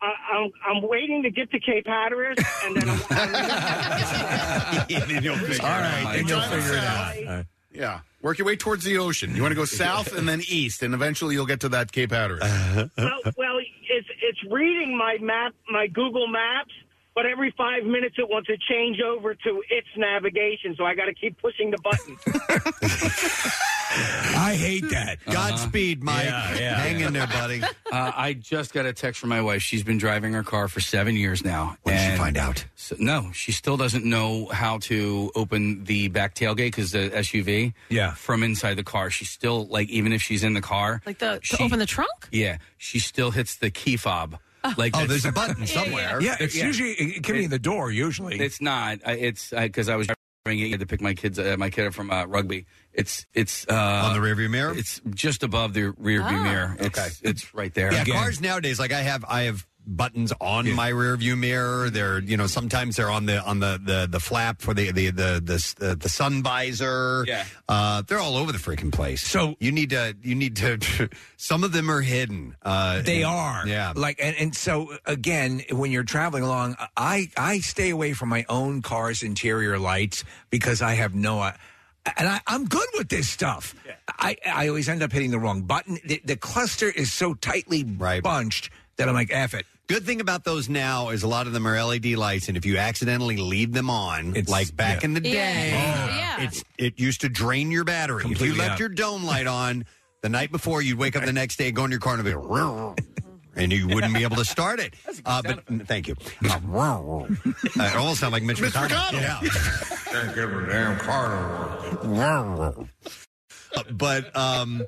Speaker 15: I, I'm, I'm waiting to get to Cape Hatteras, and then I'm, I'm
Speaker 4: then you'll
Speaker 8: figure it
Speaker 6: uh, All
Speaker 8: out.
Speaker 6: right, then you'll
Speaker 8: Drive
Speaker 6: figure it out.
Speaker 8: south. Yeah. Work your way towards the ocean. You want to go south and then east, and eventually you'll get to that Cape Hatteras.
Speaker 6: Uh-huh.
Speaker 15: well, well, it's it's reading my map, my Google Maps, but every five minutes it wants to change over to its navigation, so I got to keep pushing the button.
Speaker 6: I hate
Speaker 7: Uh-huh.
Speaker 6: that.
Speaker 4: Godspeed, Mike. Hang in there, buddy.
Speaker 7: Uh, I just got a text from my wife. She's been driving her car for seven years now. What did she find
Speaker 4: out?
Speaker 7: no, she still doesn't know how to open the back tailgate because the SUV.
Speaker 6: Yeah.
Speaker 7: From inside the car, she still like even if she's in the car.
Speaker 5: Like the to open the trunk?
Speaker 7: Yeah, she still hits the key fob.
Speaker 5: Oh.
Speaker 7: Like
Speaker 5: Oh,
Speaker 7: that's-
Speaker 5: there's a button somewhere.
Speaker 6: Yeah, it's usually- it can be in the door. Usually,
Speaker 7: it's not. I- It's because I was driving it I had to pick my kids, uh, my kid up from uh, rugby. It's it's uh, on the
Speaker 4: rearview mirror.
Speaker 7: It's just above the rearview
Speaker 4: Ah.
Speaker 7: mirror. It's,
Speaker 4: Okay.
Speaker 7: it's right there.
Speaker 4: Yeah, cars nowadays, like I have, I have buttons on my rear view mirror. They're, you know, sometimes they're on the on the the, the flap for the the the the, the, the sun visor.
Speaker 7: Yeah.
Speaker 4: uh, they're all over the freaking place. So you need to you need to. Some of them are hidden. Uh,
Speaker 6: They
Speaker 4: and-
Speaker 6: are.
Speaker 4: Yeah.
Speaker 6: Like and, and so again, when you're traveling along, I I stay away from my own car's interior lights because I have no I- and I, I'm good with this stuff. I, I always end up hitting the wrong button. The, the cluster is so tightly bunched that I'm like, F it.
Speaker 4: Good thing about those now is a lot of them are LED lights, and if you accidentally leave them on, like back in the
Speaker 5: Yeah.
Speaker 4: day,
Speaker 5: Oh, yeah.
Speaker 4: it's it used to drain your battery. if you
Speaker 6: Completely
Speaker 4: left
Speaker 6: out.
Speaker 4: your dome light on the night before, you'd wake up the next day, go in your car, and it'd be "Rrr," and you wouldn't be able to start it. Uh, but thank you. Uh, "Rrr," rrr. Uh, it almost sounded like Mitch,
Speaker 8: Mitch McConnell.
Speaker 4: Yeah. Can't give a damn car Uh, but um,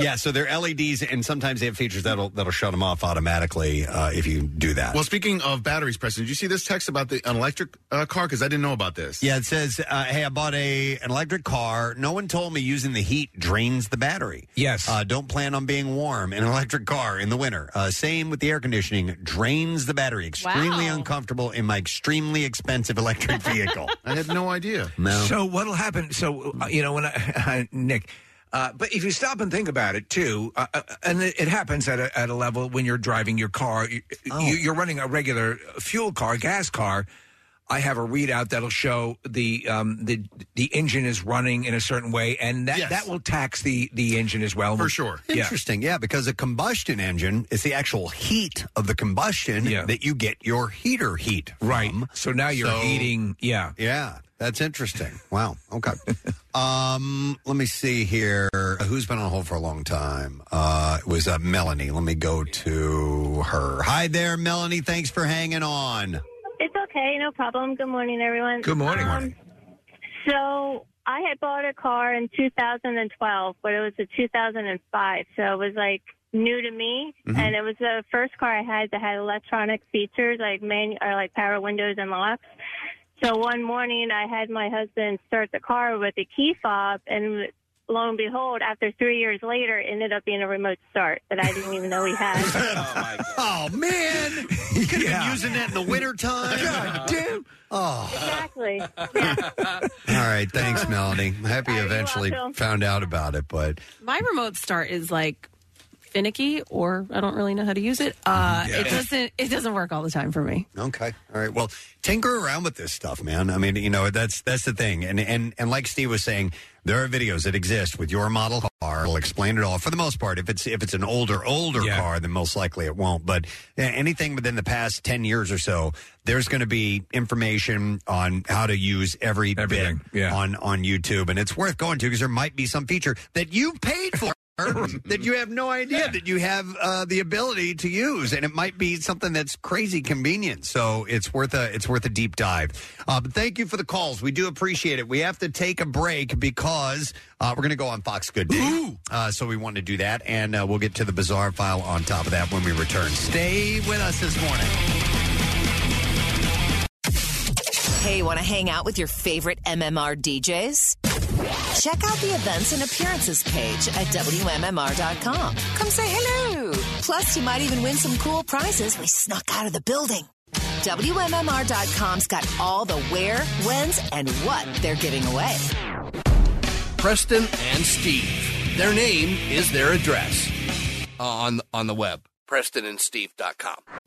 Speaker 4: yeah, so they're LEDs, and sometimes they have features that'll that'll shut them off automatically uh, if you do that.
Speaker 8: Well, speaking of batteries, Preston, did you see this text about the an electric uh, car? Because I didn't know about this.
Speaker 4: Yeah, it says, uh, "Hey, I bought a an electric car. No one told me using the heat drains the battery.
Speaker 6: Yes.
Speaker 4: uh, don't plan on being warm in an electric car in the winter. Uh, same with the air conditioning. Drains the battery. Extremely uncomfortable in my extremely expensive electric vehicle.
Speaker 8: I had no idea.
Speaker 6: So what'll happen? So uh, you know when I, Nick. Uh, but if you stop and think about it too, uh, uh, and it, it happens at a, at a level when you're driving your car, you,
Speaker 8: Oh.
Speaker 6: you, you're running a regular fuel car, gas car. I have a readout that'll show the um, the the engine is running in a certain way, and that,
Speaker 4: Yes.
Speaker 6: that will tax the the engine as well
Speaker 4: For
Speaker 8: sure.
Speaker 6: Yeah.
Speaker 4: Interesting, yeah, because a combustion engine is the actual heat of the combustion that you get your heater heat from. Right.
Speaker 6: So now you're heating- yeah.
Speaker 4: Yeah, that's interesting. Wow. Okay. um, let me see here. Who's been on hold for a long time? Uh, it was uh, Melanie. Let me go to her. Hi there, Melanie. Thanks for hanging on.
Speaker 25: It's okay, no problem. Good morning, everyone. Um,
Speaker 4: Good morning.
Speaker 25: So I had bought a car in 2012, but it was a 2005, so it was like new to me,
Speaker 4: Mm-hmm.
Speaker 26: Mhm.
Speaker 25: and it was the first car I had that had electronic features like man or like power windows and locks. So one morning, I had my husband start the car with a key fob, and lo and behold, after three years later, it ended up being a remote start that I didn't even know we had.
Speaker 4: Oh man, you could have been using that in the wintertime.
Speaker 25: God
Speaker 6: damn.
Speaker 4: Oh.
Speaker 25: Exactly.
Speaker 4: All right. Thanks, Melanie. I'm happy you eventually
Speaker 5: welcome.
Speaker 4: found out about it, but
Speaker 5: My remote start is like finicky or I don't really know how to use it. Uh
Speaker 6: Mm,
Speaker 4: Yeah.
Speaker 5: it doesn't it doesn't work all the time for me.
Speaker 4: Okay. All right. Well, tinker around with this stuff, man. I mean, you know, that's that's the thing. And and and like Steve was saying, there are videos that exist with your model car. It'll explain it all for the most part. If it's if it's an older older car, then most likely it won't. But uh, anything within the past ten years or so, there's going to be information on how to use every bit on on YouTube, and it's worth going to because there might be some feature that you paid for. that you have no idea that you have uh, the ability to use, and it might be something that's crazy convenient. So it's worth a it's worth a deep dive. Uh, but thank you for the calls. We do appreciate it. We have to take a break because uh, we're going to go on Fox Good Day. Uh, so we want to do that, and uh, we'll get to the bizarre file on top of that when we return. Stay with us this morning.
Speaker 14: Hey, want to hang out with your favorite MMR DJs? Check out the events and appearances page at WMMR.com. Come say hello. Plus, you might even win some cool prizes we snuck out of the building. WMMR.com's got all the where, whens, and what they're giving away.
Speaker 11: Preston and Steve. Their name is their address Uh, on on the web. PrestonandSteve.com.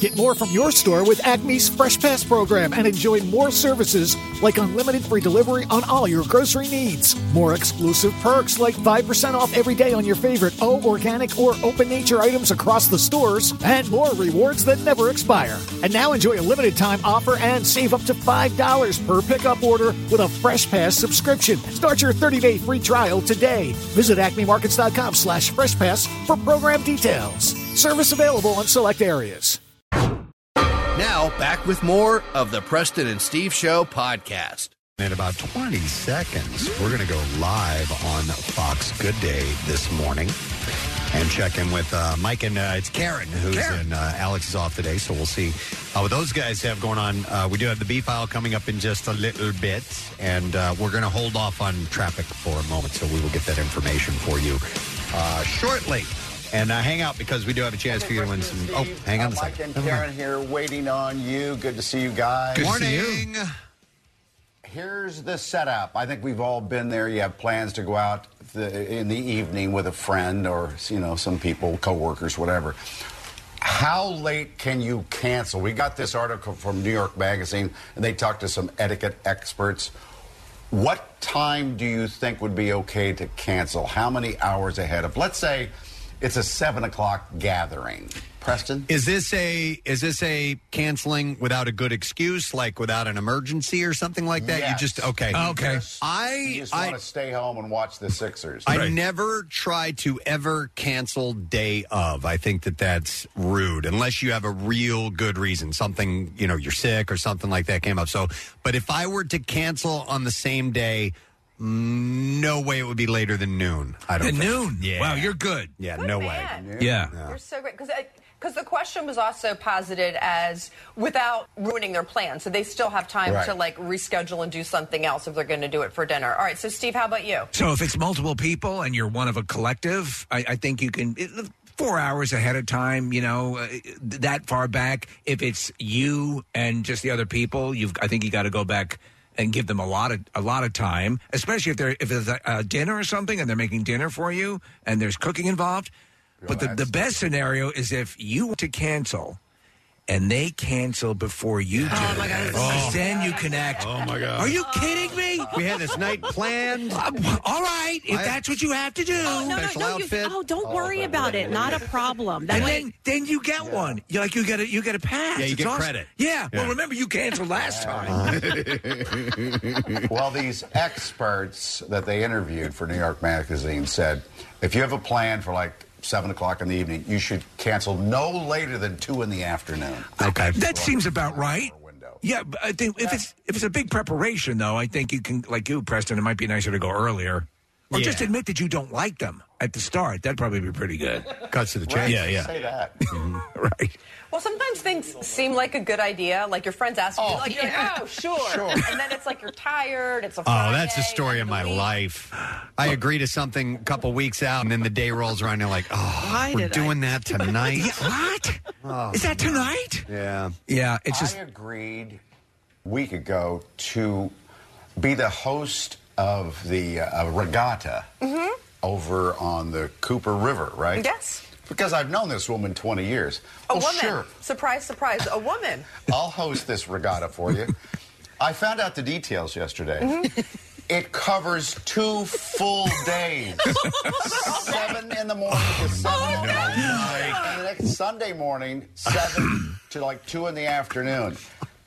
Speaker 17: Get more from your store with Acme's Fresh Pass program and enjoy more services like unlimited free delivery on all your grocery needs. More exclusive perks like 5% off every day on your favorite O organic or open nature items across the stores and more rewards that never expire. And now enjoy a limited time offer and save up to $5 per pickup order with a Fresh Pass subscription. Start your 30-day free trial today. Visit acmemarkets.com slash Fresh Pass for program details. Service available in select areas.
Speaker 11: Now back with more of the Preston and Steve Show podcast.
Speaker 4: In about 20 seconds, we're going to go live on Fox Good Day this morning and check in with uh, Mike and uh, it's Karen who's in. Uh, Alex is off today, so we'll see how those guys have going on. Uh, we do have the B file coming up in just a little bit, and uh, we're going to hold off on traffic for a moment, so we will get that information for you uh, shortly. And uh, hang out because we do have a chance for you to win some. Oh, hang on a
Speaker 21: Uh, Mike and
Speaker 4: second. Never
Speaker 21: Karen
Speaker 4: mind.
Speaker 21: here, waiting on you. Good to see you guys.
Speaker 4: Good to see you. Morning.
Speaker 21: Here's the setup. I think we've all been there. You have plans to go out the, in the evening with a friend or you know some people, coworkers, whatever. How late can you cancel? We got this article from New York Magazine, and they talked to some etiquette experts. What time do you think would be okay to cancel? How many hours ahead of? Let's say it's a seven o'clock gathering. Preston,
Speaker 4: Is this a is this a canceling without a good excuse, like without an emergency or something like that? You just okay,
Speaker 21: I just want
Speaker 4: I-
Speaker 21: to stay home and watch the Sixers.
Speaker 4: I never try to ever cancel day of. I think that that's rude unless you have a real good reason. Something, you know, you're sick or something like that came up. So, but if I were to cancel on the same day, mm, no way it would be later than noon. I don't
Speaker 6: Than
Speaker 4: think.
Speaker 6: noon?
Speaker 4: Yeah.
Speaker 6: Wow, you're good.
Speaker 4: Yeah, no way.
Speaker 6: Yeah.
Speaker 27: You're so great because because the question was also posited as without ruining their plan, so they still have time
Speaker 6: Right.
Speaker 27: to like reschedule and do something else if they're going to do it for dinner. All right, so Steve, how about you?
Speaker 6: So if it's multiple people and you're one of a collective, I, I think you can it, four hours ahead of time. You know, uh, that far back. If it's you and just the other people, you've I think you got to go back and give them a lot of a lot of time, especially if they're if it's a, a dinner or something and they're making dinner for you and there's cooking involved. But the, the best scenario is if you want to cancel and they cancel before you do. Oh my god! Then you connect. Oh my
Speaker 4: God.
Speaker 6: Are you kidding me?
Speaker 4: We had this night planned.
Speaker 6: uh, all right, if that's what you have to do.
Speaker 16: Oh, no, no, no, you- oh, don't worry about it. Not a problem. That
Speaker 6: and
Speaker 16: way,
Speaker 6: then, then you get one. You like you get a you get a pass.
Speaker 21: Yeah, you
Speaker 6: It's
Speaker 21: get
Speaker 6: awesome.
Speaker 21: credit.
Speaker 6: Yeah.
Speaker 21: Yeah.
Speaker 6: Well, remember you canceled last time.
Speaker 21: well, these experts that they interviewed for New York Magazine said if you have a plan for like seven o'clock in the evening, you should cancel no later than two in the afternoon.
Speaker 4: Okay.
Speaker 6: That seems about right. Yeah, but I think if it's if it's a big preparation though, I think you can like you, Preston. It might be nicer to go earlier, or just admit that you don't like them at the start. That'd probably be pretty good.
Speaker 4: Cuts to the
Speaker 21: Right?
Speaker 6: chase. Yeah, yeah.
Speaker 21: Say that.
Speaker 27: Well, sometimes things seem like a good idea. Like your friends ask you, like, you're like, oh, sure. And then it's like you're tired. It's a
Speaker 4: Oh, that's the story of my life. I agree to something a couple weeks out, and then the day rolls around, and you're like, oh,
Speaker 21: Why
Speaker 4: we're
Speaker 21: did I
Speaker 4: doing that tonight.
Speaker 6: what?
Speaker 4: Oh,
Speaker 6: Is that tonight?
Speaker 4: Yeah.
Speaker 6: Yeah,
Speaker 21: it's just. I agreed a week ago to be the host of the uh, regatta. over on the Cooper River, right?
Speaker 27: Yes.
Speaker 21: Because I've known this woman 20 years.
Speaker 27: A
Speaker 21: well,
Speaker 27: woman.
Speaker 21: sure.
Speaker 27: Surprise, surprise. A woman.
Speaker 21: I'll host this regatta for you. I found out the details yesterday.
Speaker 27: Mm-hmm.
Speaker 21: It covers two full days. seven in the morning
Speaker 27: Oh,
Speaker 21: to seven on Monday night, and the next Sunday morning, seven to like two in the afternoon.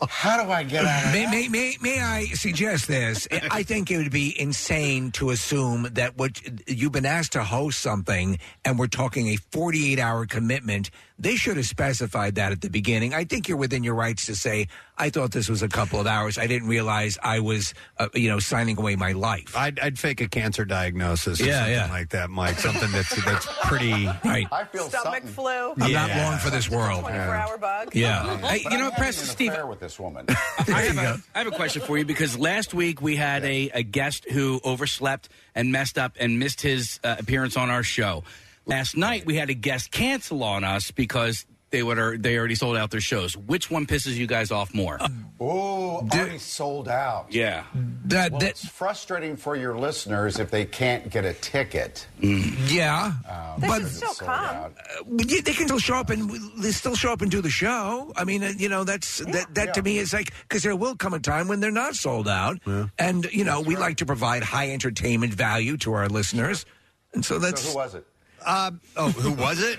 Speaker 21: How do I get out of
Speaker 6: May, may, may, may I suggest this? I think it would be insane to assume that what you've been asked to host something and we're talking a 48 hour commitment. They should have specified that at the beginning. I think you're within your rights to say, I thought this was a couple of hours. I didn't realize I was, uh, you know, signing away my life.
Speaker 4: I'd, I'd fake a cancer diagnosis or
Speaker 6: Yeah,
Speaker 4: something
Speaker 6: yeah.
Speaker 4: like that, Mike. Something that's that's pretty
Speaker 6: right.
Speaker 21: I feel
Speaker 27: Stomach flu.
Speaker 6: I'm not long for this world.
Speaker 27: 24 hour bug.
Speaker 21: Hey, you know, Preston Steve. with this woman.
Speaker 7: I have, a, I have a question for you because last week we had a, a guest who overslept and messed up and missed his uh, appearance on our show. Last night we had a guest cancel on us because they would are, they already sold out their shows. Which one pisses you guys off more?
Speaker 21: Oh, already sold out.
Speaker 7: yeah.
Speaker 6: That,
Speaker 21: well, it's frustrating for your listeners if they can't get a ticket.
Speaker 6: Mm. Yeah.
Speaker 21: They
Speaker 6: but
Speaker 21: should still Sold come. out.
Speaker 6: Uh, yeah, they can still show up and they still show up and do the show. I mean, uh, you know, that's that that to me is like because there will come a time when they're not sold out, and you know, we like to provide high entertainment value to our listeners, and so that's
Speaker 21: So who was it?
Speaker 4: Uh, oh, who was it?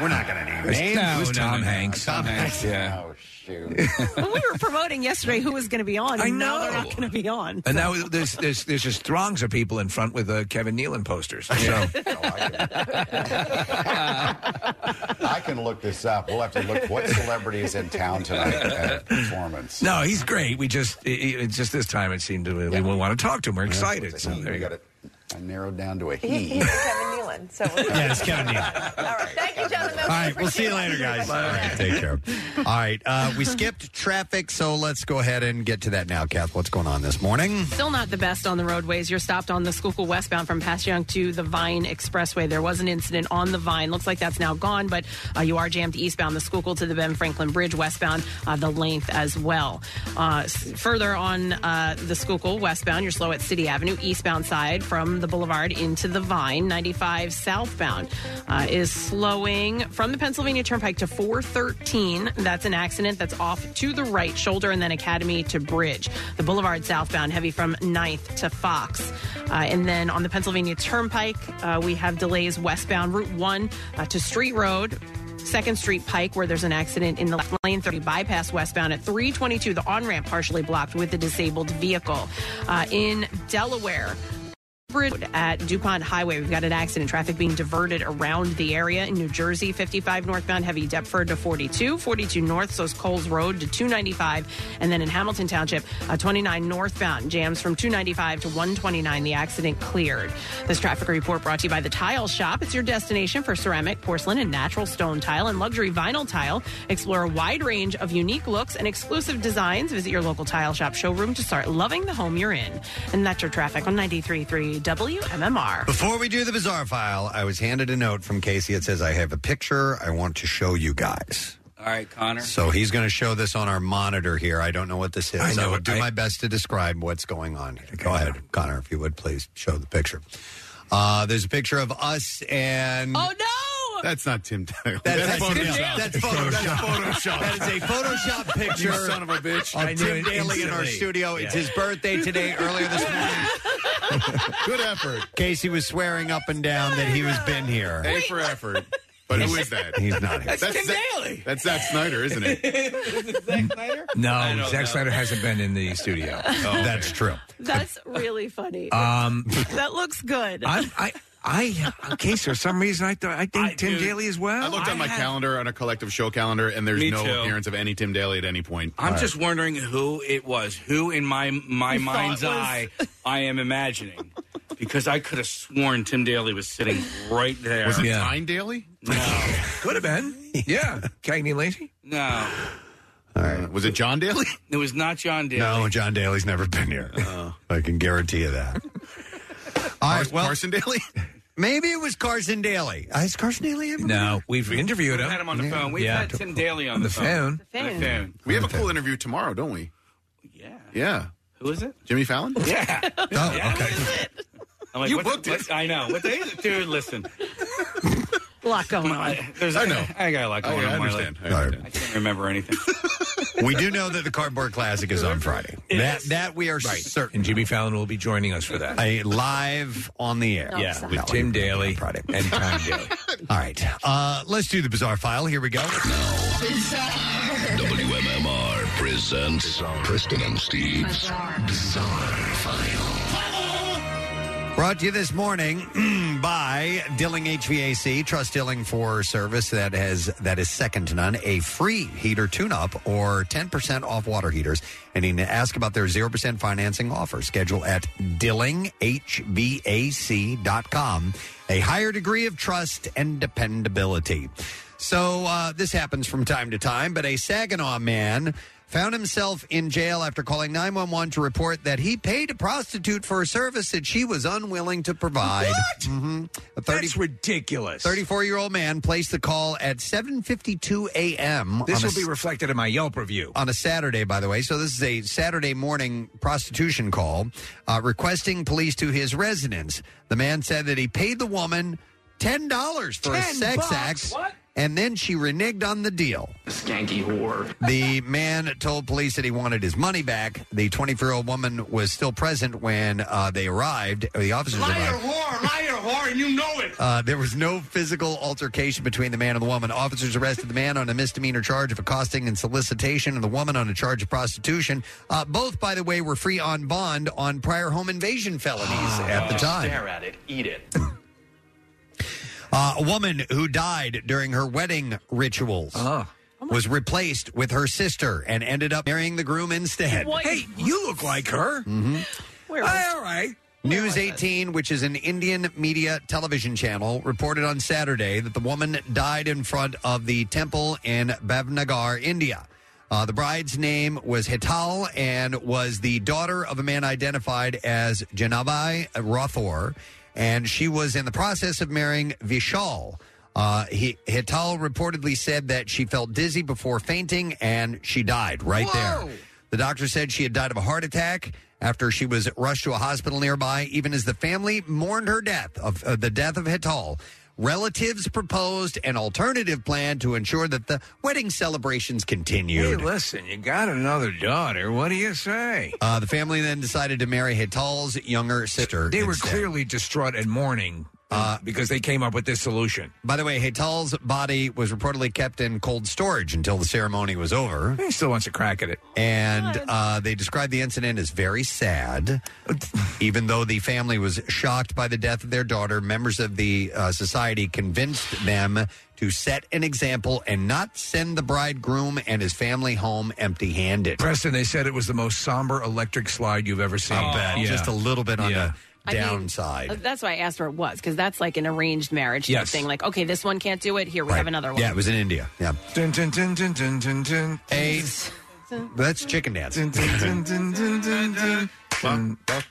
Speaker 4: We're not going to name
Speaker 6: It's-
Speaker 4: names.
Speaker 6: no,
Speaker 4: It was
Speaker 6: no, no, no. Tom Hanks, yeah.
Speaker 21: Oh shoot.
Speaker 16: Well, we were promoting yesterday who was going to be on.
Speaker 6: I
Speaker 16: and Now they're
Speaker 6: know.
Speaker 16: not going to be on.
Speaker 6: And now there's there's there's just throngs of people in front with uh, Kevin Nealon posters. So
Speaker 21: I can look this up. We'll have to look what celebrity is in town tonight at a performance.
Speaker 6: no, he's great. We just it, it- it's just this time it seemed to we want to talk to him. We're
Speaker 21: Yeah,
Speaker 6: excited.
Speaker 21: it's
Speaker 6: So
Speaker 21: a he.
Speaker 6: there
Speaker 21: We
Speaker 6: you
Speaker 21: got it. I narrowed down to a
Speaker 27: He,
Speaker 21: he.
Speaker 27: he's with Kevin Nealon. So
Speaker 4: Yes, Kevin Nealon.
Speaker 27: Thank you, gentlemen.
Speaker 4: All right, we'll see you later, guys. Take care. All right, uh, we skipped traffic, so let's go ahead and get to that now, Kath. What's going on this morning?
Speaker 5: Still not the best on the roadways. You're stopped on the Schuylkill westbound from Passyunk to the Vine Expressway. There was an incident on the Vine. Looks like that's now gone, but uh, you are jammed eastbound the Schuylkill to the Ben Franklin Bridge westbound uh, the length as well. Uh, s- further on uh, the Schuylkill westbound, you're slow at City Avenue eastbound side from the Boulevard into the Vine. 95 southbound uh, is slowing from the Pennsylvania Turnpike to 413. That's an accident that's off to the right shoulder and then Academy to Bridge. The Boulevard southbound heavy from 9th to Fox. Uh, and then on the Pennsylvania Turnpike, uh, we have delays westbound Route 1 uh, to Street Road. Second Street Pike, where there's an accident in the left lane, 30 bypass westbound at 322. The on ramp partially blocked with a disabled vehicle. Uh, in Delaware, Bridge at DuPont Highway. We've got an accident. Traffic being diverted around the area in New Jersey. 55 northbound, heavy Deptford to 42. 42 north, so it's Coles Road to 295. And then in Hamilton Township, uh, 29 northbound, jams from 295 to 129. The accident cleared. This traffic report brought to you by The Tile Shop. It's your destination for ceramic, porcelain, and natural stone tile and luxury vinyl tile. Explore a wide range of unique looks and exclusive designs. Visit your local Tile Shop showroom to start loving the home you're in. And that's your traffic on 93.3 WMMR.
Speaker 4: Before we do the bizarre file, I was handed a note from Casey. It says, "I have a picture I want to show you guys."
Speaker 7: All right, Connor.
Speaker 4: So he's going to show this on our monitor here. I don't know what this is.
Speaker 7: I
Speaker 4: I,
Speaker 7: know
Speaker 4: will
Speaker 7: it.
Speaker 4: do
Speaker 7: I-
Speaker 4: my best to describe what's going on here. Go ahead, Connor, if you would please show the picture. Uh, there's a picture of us and.
Speaker 5: Oh no!
Speaker 4: That's not Tim Tyler.
Speaker 8: That's
Speaker 4: That's,
Speaker 8: Photoshop.
Speaker 4: That's Photoshop.
Speaker 8: That's Photoshop.
Speaker 4: That is a Photoshop picture.
Speaker 8: You son of a bitch.
Speaker 4: Of
Speaker 8: I knew
Speaker 4: Tim
Speaker 8: it
Speaker 4: Daly in our
Speaker 8: instantly.
Speaker 4: studio. It's
Speaker 8: Yeah.
Speaker 4: his birthday today. Earlier this morning.
Speaker 8: Good effort.
Speaker 4: Casey was swearing up and down that he was been here.
Speaker 8: A for effort. But who is that?
Speaker 4: He's not here.
Speaker 8: That's Zack- That's Zack Snyder, isn't it? I
Speaker 6: no,
Speaker 8: don't know.
Speaker 6: Zack Snyder hasn't been in the studio.
Speaker 4: That's true.
Speaker 16: That's really funny.
Speaker 6: Um,
Speaker 16: that looks good.
Speaker 6: I'm, I, I, okay, so for some reason I thought I think Tim Daly as well.
Speaker 8: I looked at my
Speaker 6: had-
Speaker 8: calendar on a collective show calendar, and there's
Speaker 7: Me
Speaker 8: no
Speaker 7: too.
Speaker 8: appearance of any Tim Daly at any point.
Speaker 7: I'm just wondering who it was, who in my my
Speaker 8: You thought
Speaker 7: mind's
Speaker 8: was-
Speaker 7: eye I am imagining, because I could have sworn Tim Daly was sitting right there.
Speaker 8: Was it Tyne Daly?
Speaker 6: Could have been. Yeah. Cagney Lacey?
Speaker 7: No.
Speaker 4: All right.
Speaker 8: Was it John Daly?
Speaker 7: It was not John Daly.
Speaker 4: No, John Daly's never been here. I can guarantee you that. All right, well, Carson
Speaker 8: Daly?
Speaker 4: Maybe it was Carson Daly. Uh, Is Carson Daly ever
Speaker 6: No, we've interviewed
Speaker 7: We've had him on the phone. We've had Tim Daly on, the, phone. On the phone.
Speaker 8: We have a cool interview tomorrow, don't we? Yeah. Yeah.
Speaker 7: Who is it?
Speaker 8: Jimmy Fallon?
Speaker 7: Yeah.
Speaker 4: Oh, okay.
Speaker 7: I'm like,
Speaker 16: You
Speaker 7: what
Speaker 16: booked
Speaker 7: the,
Speaker 16: it.
Speaker 7: what- I know. What day is it? Dude, listen.
Speaker 16: A lot going on.
Speaker 7: There's, I know. I, got a lot
Speaker 4: Oh,
Speaker 7: going
Speaker 4: yeah, I
Speaker 7: on.
Speaker 4: understand.
Speaker 7: In my life. I can't remember anything.
Speaker 4: we do know that the Cardboard Classic is on Friday. That that we are
Speaker 6: Right.
Speaker 4: certain.
Speaker 6: And Jimmy Fallon will be joining us for that.
Speaker 4: A live on the air.
Speaker 6: Yeah,
Speaker 4: That
Speaker 6: with
Speaker 4: one.
Speaker 6: Tim Daly and Tom Daly.
Speaker 4: All right. Uh, let's do the bizarre file. Here we go.
Speaker 3: WMMR presents Preston and Steve's Bizarre, File.
Speaker 4: Brought to you this morning by Dilling HVAC. Trust Dilling for service that has that is second to none. A free heater tune-up or 10% off water heaters. And you need to ask about their 0% financing offer. Schedule at dillinghvac.com. A higher degree of trust and dependability. So uh, this happens from time to time, but a Saginaw man found himself in jail after calling 911 to report that he paid a prostitute for a service that she was unwilling to provide. What? hmm A 30, That's
Speaker 6: ridiculous.
Speaker 4: 34-year-old man placed the call at 7:52 a.m.
Speaker 6: This
Speaker 4: on a
Speaker 6: will be reflected in my Yelp review.
Speaker 4: on a Saturday, by the way. So this is a Saturday morning prostitution call, uh, requesting police to his residence. The man said that he paid the woman ten dollars for a
Speaker 3: $10
Speaker 4: sex
Speaker 3: bucks?
Speaker 4: act,
Speaker 3: What?
Speaker 4: and then she reneged on the deal.
Speaker 3: Skanky whore.
Speaker 4: The man told police that he wanted his money back. The 24 year old woman was still present when uh, they arrived. or The officers arrived.
Speaker 3: whore, liar, whore, and you know it.
Speaker 4: Uh, there was no physical altercation between the man and the woman. Officers arrested the man on a misdemeanor charge of accosting and solicitation, and the woman on a charge of prostitution. Uh, both, by the way, were free on bond on prior home invasion felonies
Speaker 6: Ah,
Speaker 4: at the time.
Speaker 3: Oh. at it, eat it.
Speaker 4: Uh, a woman who died during her wedding rituals
Speaker 6: Oh.
Speaker 4: was replaced with her sister and ended up marrying the groom instead.
Speaker 6: What? Hey, you look like her.
Speaker 4: Mhm.
Speaker 6: All right.
Speaker 4: News 18, which is an Indian media television channel, reported on Saturday that the woman died in front of the temple in Bhavnagar, India. Uh, the bride's name was Hital and was the daughter of a man identified as Janabai Rothor, and she was in the process of marrying Vishal. Uh, he, Hital reportedly said that she felt dizzy before fainting and she died right there. The doctor said she had died of a heart attack after she was rushed to a hospital nearby. Even as the family mourned her death of uh, the death of Hital, relatives proposed an alternative plan to ensure that the wedding celebrations
Speaker 6: Hey,
Speaker 4: continued.
Speaker 6: listen, you got another daughter. What do you say?
Speaker 4: Uh, the family then decided to marry Hital's younger sister.
Speaker 6: They were
Speaker 4: instead. Uh,
Speaker 6: clearly distraught and mourning because they came up with this solution.
Speaker 4: By the way, Hital's body was reportedly kept in cold storage until the ceremony was over.
Speaker 6: He still wants a crack at it.
Speaker 4: And uh, they described the incident as very sad. Even though the family was shocked by the death of their daughter, members of the uh, society convinced them to set an example and not send the bridegroom and his family home empty handed.
Speaker 6: Preston, they said it was the most somber electric slide you've ever seen.
Speaker 4: I bet. Just a little bit
Speaker 5: I
Speaker 4: on the
Speaker 5: mean,
Speaker 4: downside.
Speaker 5: That's why I asked where it was because that's like an arranged marriage type
Speaker 4: Yes.
Speaker 5: thing. Like, okay, this one can't do it. Here we
Speaker 4: Right.
Speaker 5: have another one.
Speaker 4: Yeah, it was in India. Yeah.
Speaker 6: Dun, dun, dun, dun, dun, dun, dun.
Speaker 4: A, that's chicken dance.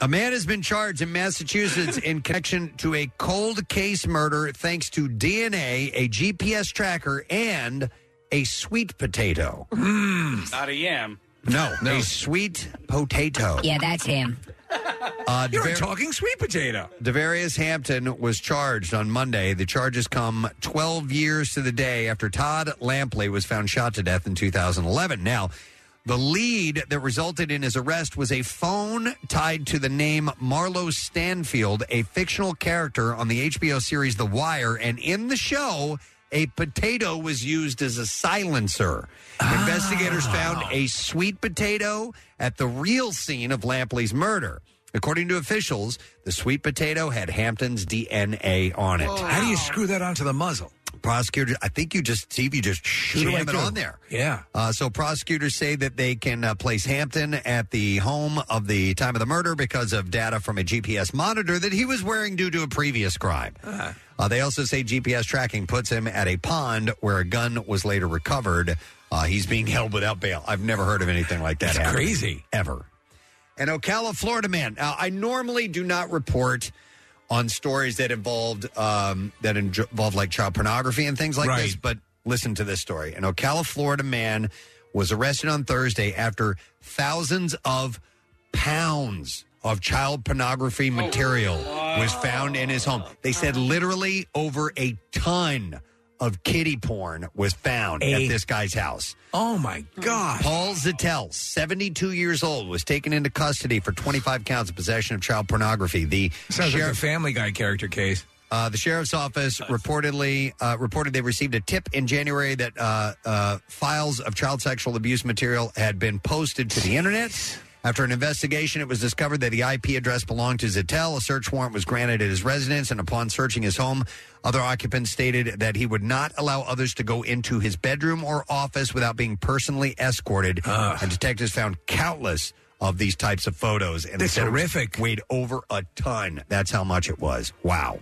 Speaker 4: A man has been charged in Massachusetts in connection to a cold case murder thanks to DNA, a GPS tracker, and a sweet potato.
Speaker 7: Not a yam.
Speaker 4: No, a sweet potato.
Speaker 18: Yeah, that's him.
Speaker 4: Uh,
Speaker 6: You're a
Speaker 4: Devar-
Speaker 6: talking sweet potato.
Speaker 4: Devarius Hampton was charged on Monday. The charges come 12 years to the day after Todd Lampley was found shot to death in 2011. Now, the lead that resulted in his arrest was a phone tied to the name Marlo Stanfield, a fictional character on the HBO series The Wire. And in the show, a potato was used as a silencer.
Speaker 6: Ah.
Speaker 4: Investigators found a sweet potato at the real scene of Lampley's murder. According to officials, the sweet potato had Hampton's DNA on it.
Speaker 6: How do you screw that onto the muzzle?
Speaker 4: Prosecutor, I think you just, Steve, you just shoot
Speaker 6: Jam
Speaker 4: it
Speaker 6: it
Speaker 4: on
Speaker 6: in.
Speaker 4: there.
Speaker 6: Yeah.
Speaker 4: Uh, so prosecutors say that they can uh, place Hampton at the home of the time of the murder because of data from a GPS monitor that he was wearing due to a previous crime. Uh, they also say GPS tracking puts him at a pond where a gun was later recovered. Uh, he's being held without bail. I've never heard of anything like that.
Speaker 6: That's
Speaker 4: happening,
Speaker 6: crazy.
Speaker 4: Ever. An Ocala, Florida man. Now, I normally do not report on stories that involved um, that involve like child pornography and things like this,
Speaker 6: Right.
Speaker 4: but listen to this story. An Ocala, Florida man was arrested on Thursday after thousands of pounds of child
Speaker 6: Oh,
Speaker 4: pornography material was found in his home. They said literally over a ton of kitty porn was found
Speaker 6: A
Speaker 4: at this guy's house.
Speaker 6: Oh my God.
Speaker 4: Paul Zettel, 72 years old, was taken into custody for 25 counts of possession of child pornography. The
Speaker 6: Sounds like a Family Guy character case.
Speaker 4: uh, the sheriff's office reportedly uh, reported they received a tip in January that uh, uh, files of child sexual abuse material had been posted to the internet. After an investigation, it was discovered that the IP address belonged to Zettel. A search warrant was granted at his residence, and upon searching his home, other occupants stated that he would not allow others to go into his bedroom or office without being personally escorted.
Speaker 6: Ah.
Speaker 4: And detectives found countless of these types of photos, and
Speaker 6: That's
Speaker 4: they said it was-
Speaker 6: horrific.
Speaker 4: Weighed over a ton. That's how much it was. Wow.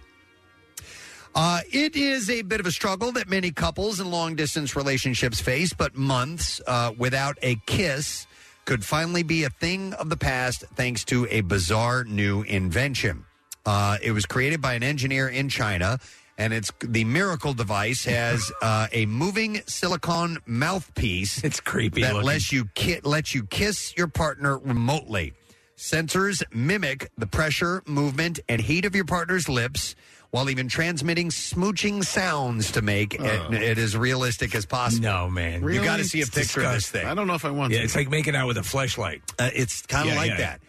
Speaker 4: Uh, it is a bit of a struggle that many couples in long distance relationships face, but months uh, without a kiss could finally be a thing of the past thanks to a bizarre new invention. Uh, it was created by an engineer in China, and it's the miracle device has uh, a moving silicone mouthpiece. It's creepy that
Speaker 6: looking.
Speaker 4: lets you ki- lets you kiss your partner remotely. Sensors mimic the pressure, movement, and heat of your partner's lips while even transmitting smooching sounds to make it, it as realistic as possible. Oh. No, man. You got to see a picture of this thing.
Speaker 6: I don't know if I want yeah,
Speaker 4: to.
Speaker 6: It's like making out with a fleshlight.
Speaker 4: Uh, it's kind of like that.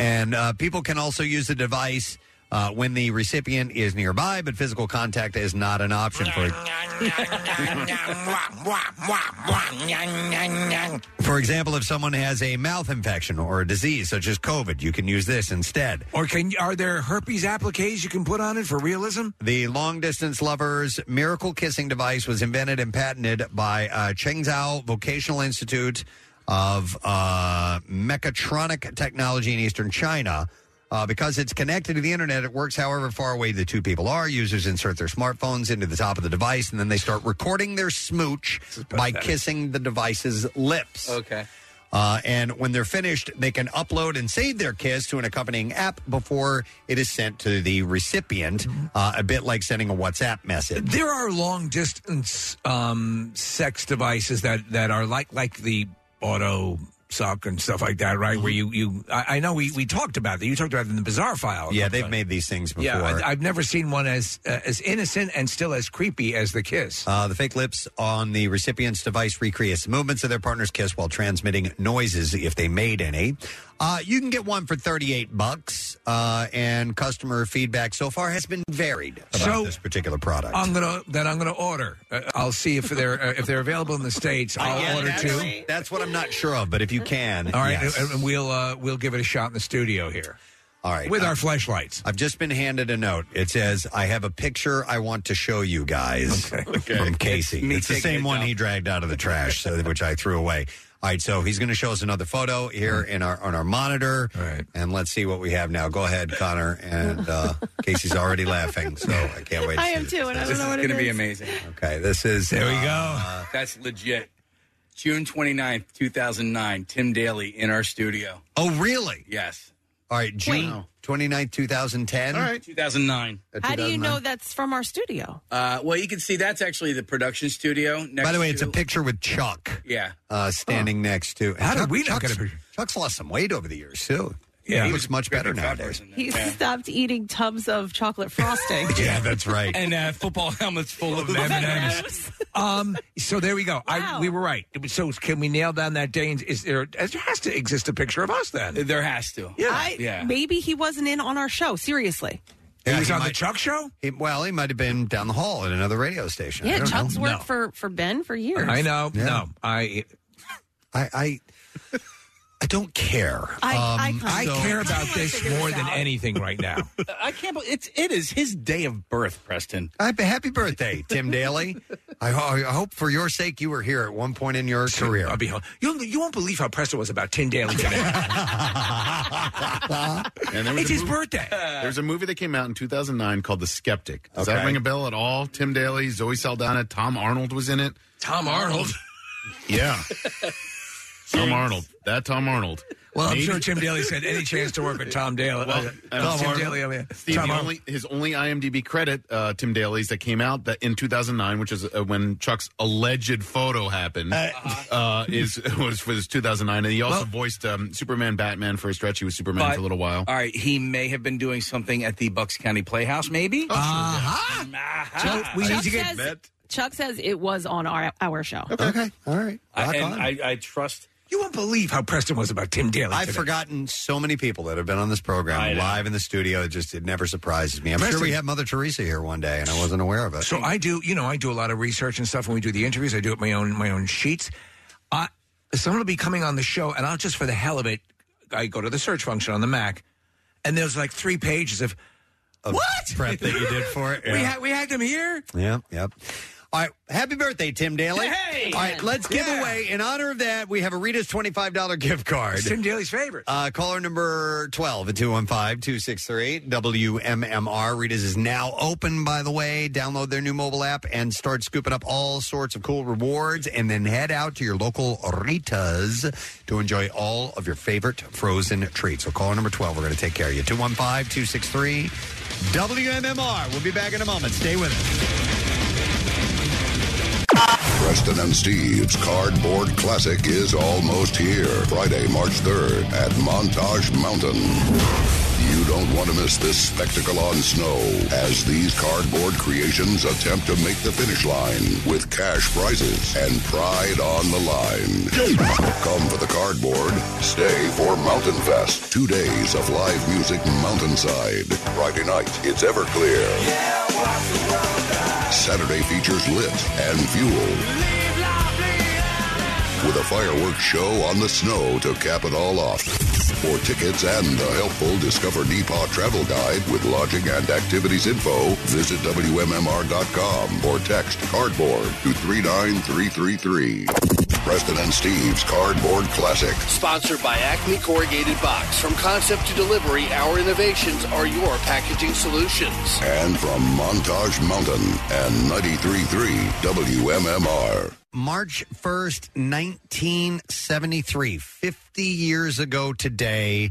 Speaker 4: And uh, people can also use the device uh, when the recipient is nearby, but physical contact is not an option for For example, if someone has a mouth infection or a disease such as COVID, you can use this instead.
Speaker 6: Or can are there herpes appliques you can put on it for realism?
Speaker 4: The long distance lovers miracle kissing device was invented and patented by uh, Chengzhou Vocational Institute of uh, Mechatronic Technology in Eastern China. Uh, because it's connected to the internet, it works however far away the two people are. Users insert their smartphones into the top of the device, and then they start recording their smooch by kissing the device's lips.
Speaker 7: Okay.
Speaker 4: Uh, and when they're finished, they can upload and save their kiss to an accompanying app before it is sent to the recipient,
Speaker 6: Mm-hmm.
Speaker 4: uh, a bit like sending a WhatsApp message.
Speaker 6: There are long distance um, sex devices that, that are like like the auto suck and stuff like that, right? Where
Speaker 4: Mm-hmm.
Speaker 6: you you I, I know we, we talked about that. You talked about it in the bizarre file.
Speaker 4: Yeah, they've made these things before.
Speaker 6: Oh, Yeah, I, I've never seen one as uh, as innocent and still as creepy as the kiss.
Speaker 4: Uh, the fake lips on the recipient's device recreates the movements of their partner's kiss while transmitting noises if they made any. Uh, you can get one for 38 bucks, uh, and customer feedback so far has been varied about
Speaker 6: So-
Speaker 4: this particular product.
Speaker 6: I'm gonna that I'm gonna order. Uh, I'll see if they're uh, if they're available in the states.
Speaker 4: I
Speaker 6: I'll
Speaker 4: guess
Speaker 6: order
Speaker 4: that's-
Speaker 6: two.
Speaker 4: That's what I'm not sure of, but if you can,
Speaker 6: All right,
Speaker 4: yes.
Speaker 6: and, and we'll uh, we'll give it a shot in the studio here.
Speaker 4: All right.
Speaker 6: with
Speaker 4: Uh,
Speaker 6: our flashlights.
Speaker 4: I've just been handed a note. It says, I have a picture I want to show you guys from Casey.
Speaker 6: It's me
Speaker 4: It's, the
Speaker 6: taking
Speaker 4: same
Speaker 6: it
Speaker 4: one
Speaker 6: down.
Speaker 4: he dragged out of the trash, so, which I threw away. All right, so he's going to show us another photo here in our on our monitor, and let's see what we have now. Go ahead, Connor, and uh, Casey's already laughing, so I can't wait. To
Speaker 16: I
Speaker 4: see
Speaker 16: am too, and I don't
Speaker 7: This
Speaker 16: know
Speaker 7: is
Speaker 16: what
Speaker 7: going
Speaker 16: it
Speaker 7: to be
Speaker 16: is.
Speaker 7: amazing.
Speaker 4: Okay, this is. uh, There we
Speaker 7: go. Uh, That's legit. June 29th, 2009, Tim Daly in our studio.
Speaker 4: Oh, really?
Speaker 7: Yes.
Speaker 4: All right, June twenty 29th, 2010.
Speaker 7: 2009.
Speaker 16: How do you know that's from our studio?
Speaker 7: Uh, well, you can see that's actually the production studio. Next
Speaker 4: By the way, it's a
Speaker 7: to-
Speaker 4: picture with Chuck
Speaker 7: Yeah.
Speaker 4: uh, standing next to.
Speaker 7: How did we not
Speaker 4: Chuck's,
Speaker 7: get a
Speaker 4: Chuck's lost some weight over the years, too.
Speaker 7: Yeah.
Speaker 4: He looks much better nowadays.
Speaker 16: He stopped eating tubs of chocolate frosting.
Speaker 4: Yeah, that's right.
Speaker 7: And uh, football helmets full of
Speaker 6: M&Ms. um, so there we go. I, we were right. It was- So can we nail down that day? And Is there? There has to exist a picture of us then.
Speaker 7: There has to.
Speaker 6: Yeah.
Speaker 16: I-
Speaker 6: yeah.
Speaker 16: Maybe he wasn't in on our show. Seriously.
Speaker 4: Yeah,
Speaker 6: was on the
Speaker 4: Chuck
Speaker 6: show?
Speaker 4: well, he might have been down the hall at another radio station. I
Speaker 16: Yeah,
Speaker 4: don't
Speaker 16: Chuck's
Speaker 4: know.
Speaker 16: worked for, for Ben for years.
Speaker 6: I know.
Speaker 4: Yeah.
Speaker 6: No, I.
Speaker 4: I. I I don't care.
Speaker 16: I- I
Speaker 6: Um,
Speaker 16: kinda
Speaker 6: I
Speaker 16: do.
Speaker 6: care
Speaker 16: I
Speaker 6: about
Speaker 16: wanna
Speaker 6: this
Speaker 16: figure
Speaker 6: more
Speaker 16: this
Speaker 6: than
Speaker 16: out.
Speaker 6: anything right now.
Speaker 7: I can't believe it's, it is his day of birth, Preston.
Speaker 4: Happy, happy birthday, Tim Daly. I, ho- I hope for your sake you were here at one point in your career. I'll
Speaker 6: be home. You, you won't believe how pressed it was about Tim Daly today.
Speaker 8: And there was
Speaker 6: It's
Speaker 8: a
Speaker 6: his
Speaker 8: movie-
Speaker 6: birthday.
Speaker 8: There was a movie that came out in 2009 called The Skeptic. Does that
Speaker 6: Okay.
Speaker 8: ring a bell at all? Tim Daly, Zoe Saldana, Tom Arnold was in it.
Speaker 6: Tom Arnold.
Speaker 8: yeah. Tom Arnold. That Tom Arnold.
Speaker 6: Well, I'm
Speaker 8: Maybe.
Speaker 6: sure Tim Daly said any chance to work with Tom Daly.
Speaker 8: Well,
Speaker 6: uh,
Speaker 8: uh,
Speaker 6: Tom
Speaker 8: Harmon.
Speaker 6: Daly, I mean,
Speaker 8: Steve,
Speaker 6: Tom
Speaker 8: the
Speaker 6: Harmon.
Speaker 8: only, his only IMDb credit, uh, Tim Daly's, that came out that in 2009, which is uh, when Chuck's alleged photo happened, uh,
Speaker 6: Uh-huh.
Speaker 8: is was for this 2009, and he also voiced um, Superman, Batman for a stretch. He was Superman
Speaker 7: But-
Speaker 8: for a little while.
Speaker 7: All right, he may have been doing something at the Bucks County Playhouse, maybe.
Speaker 6: Uh-huh.
Speaker 7: we
Speaker 5: Chuck
Speaker 7: need to get
Speaker 5: says-
Speaker 7: met.
Speaker 5: Chuck says it was on our our show.
Speaker 4: Okay. All right.
Speaker 7: I, and I, I trust.
Speaker 6: You won't believe how Preston was about Tim Daly.
Speaker 4: I've
Speaker 6: today.
Speaker 4: forgotten so many people that have been on this
Speaker 6: I
Speaker 4: program
Speaker 6: know.
Speaker 4: live in the studio. It just it never surprises me. I'm
Speaker 6: Preston-
Speaker 4: sure we have Mother Teresa here one day, and I wasn't aware of it.
Speaker 6: So I do, you know, I do a lot of research and stuff when we do the interviews. I do it my own my own sheets. I, someone will be coming on the show, and I'll just for the hell of it, I go to the search function on the Mac, and there's like three pages of, what
Speaker 4: prep that you did for it.
Speaker 6: We
Speaker 4: Yeah.
Speaker 6: had we had them here.
Speaker 4: Yep, yep. All right, happy birthday, Tim Daly.
Speaker 6: Hey!
Speaker 4: All right, let's give
Speaker 6: Yeah.
Speaker 4: away, in honor of that, we have a Rita's $25 gift card.
Speaker 6: It's Tim Daly's favorite.
Speaker 4: Uh, caller number 12 at 215-263-WMMR. Rita's is now open, by the way. Download their new mobile app and start scooping up all sorts of cool rewards. And then head out to your local Rita's to enjoy all of your favorite frozen treats. So caller number 12, we're going to take care of you. 215-263-WMMR. We'll be back in a moment. Stay with us.
Speaker 3: Preston and Steve's Cardboard Classic is almost here. Friday, March 3rd at Montage Mountain. You don't want to miss this spectacle on snow as these cardboard creations attempt to make the finish line with cash prizes and pride on the line. Come for the cardboard, stay for Mountain Fest. Two days of live music mountainside. Friday night, it's Everclear. Saturday features Lit and Fuel. With a fireworks show on the snow to cap it all off. For tickets and the helpful Discover Depot travel guide with lodging and activities info, visit WMMR.com or text cardboard to 39333. Preston and Steve's Cardboard Classic.
Speaker 11: Sponsored by Acme Corrugated Box. From concept to delivery, our innovations are your packaging solutions.
Speaker 3: And from Montage Mountain and 93.3 WMMR.
Speaker 4: March 1st, 1973, 50 years ago today,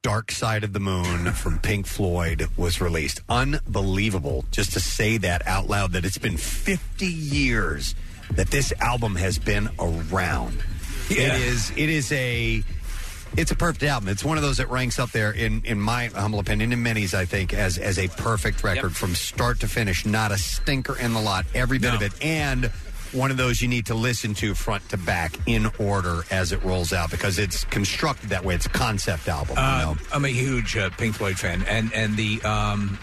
Speaker 4: Dark Side of the Moon from Pink Floyd was released. Unbelievable just to say that out loud that it's been 50 years that this album has been around. It is it is a it's a perfect album. It's one of those that ranks up there in in my humble opinion, in many's I think, as as a perfect record from start to finish. Not a stinker in the lot, every bit of it, and one of those you need to listen to front to back in order as it rolls out because it's constructed that way. It's a concept album.
Speaker 6: Uh, I'm a huge uh, Pink Floyd fan, and and the um,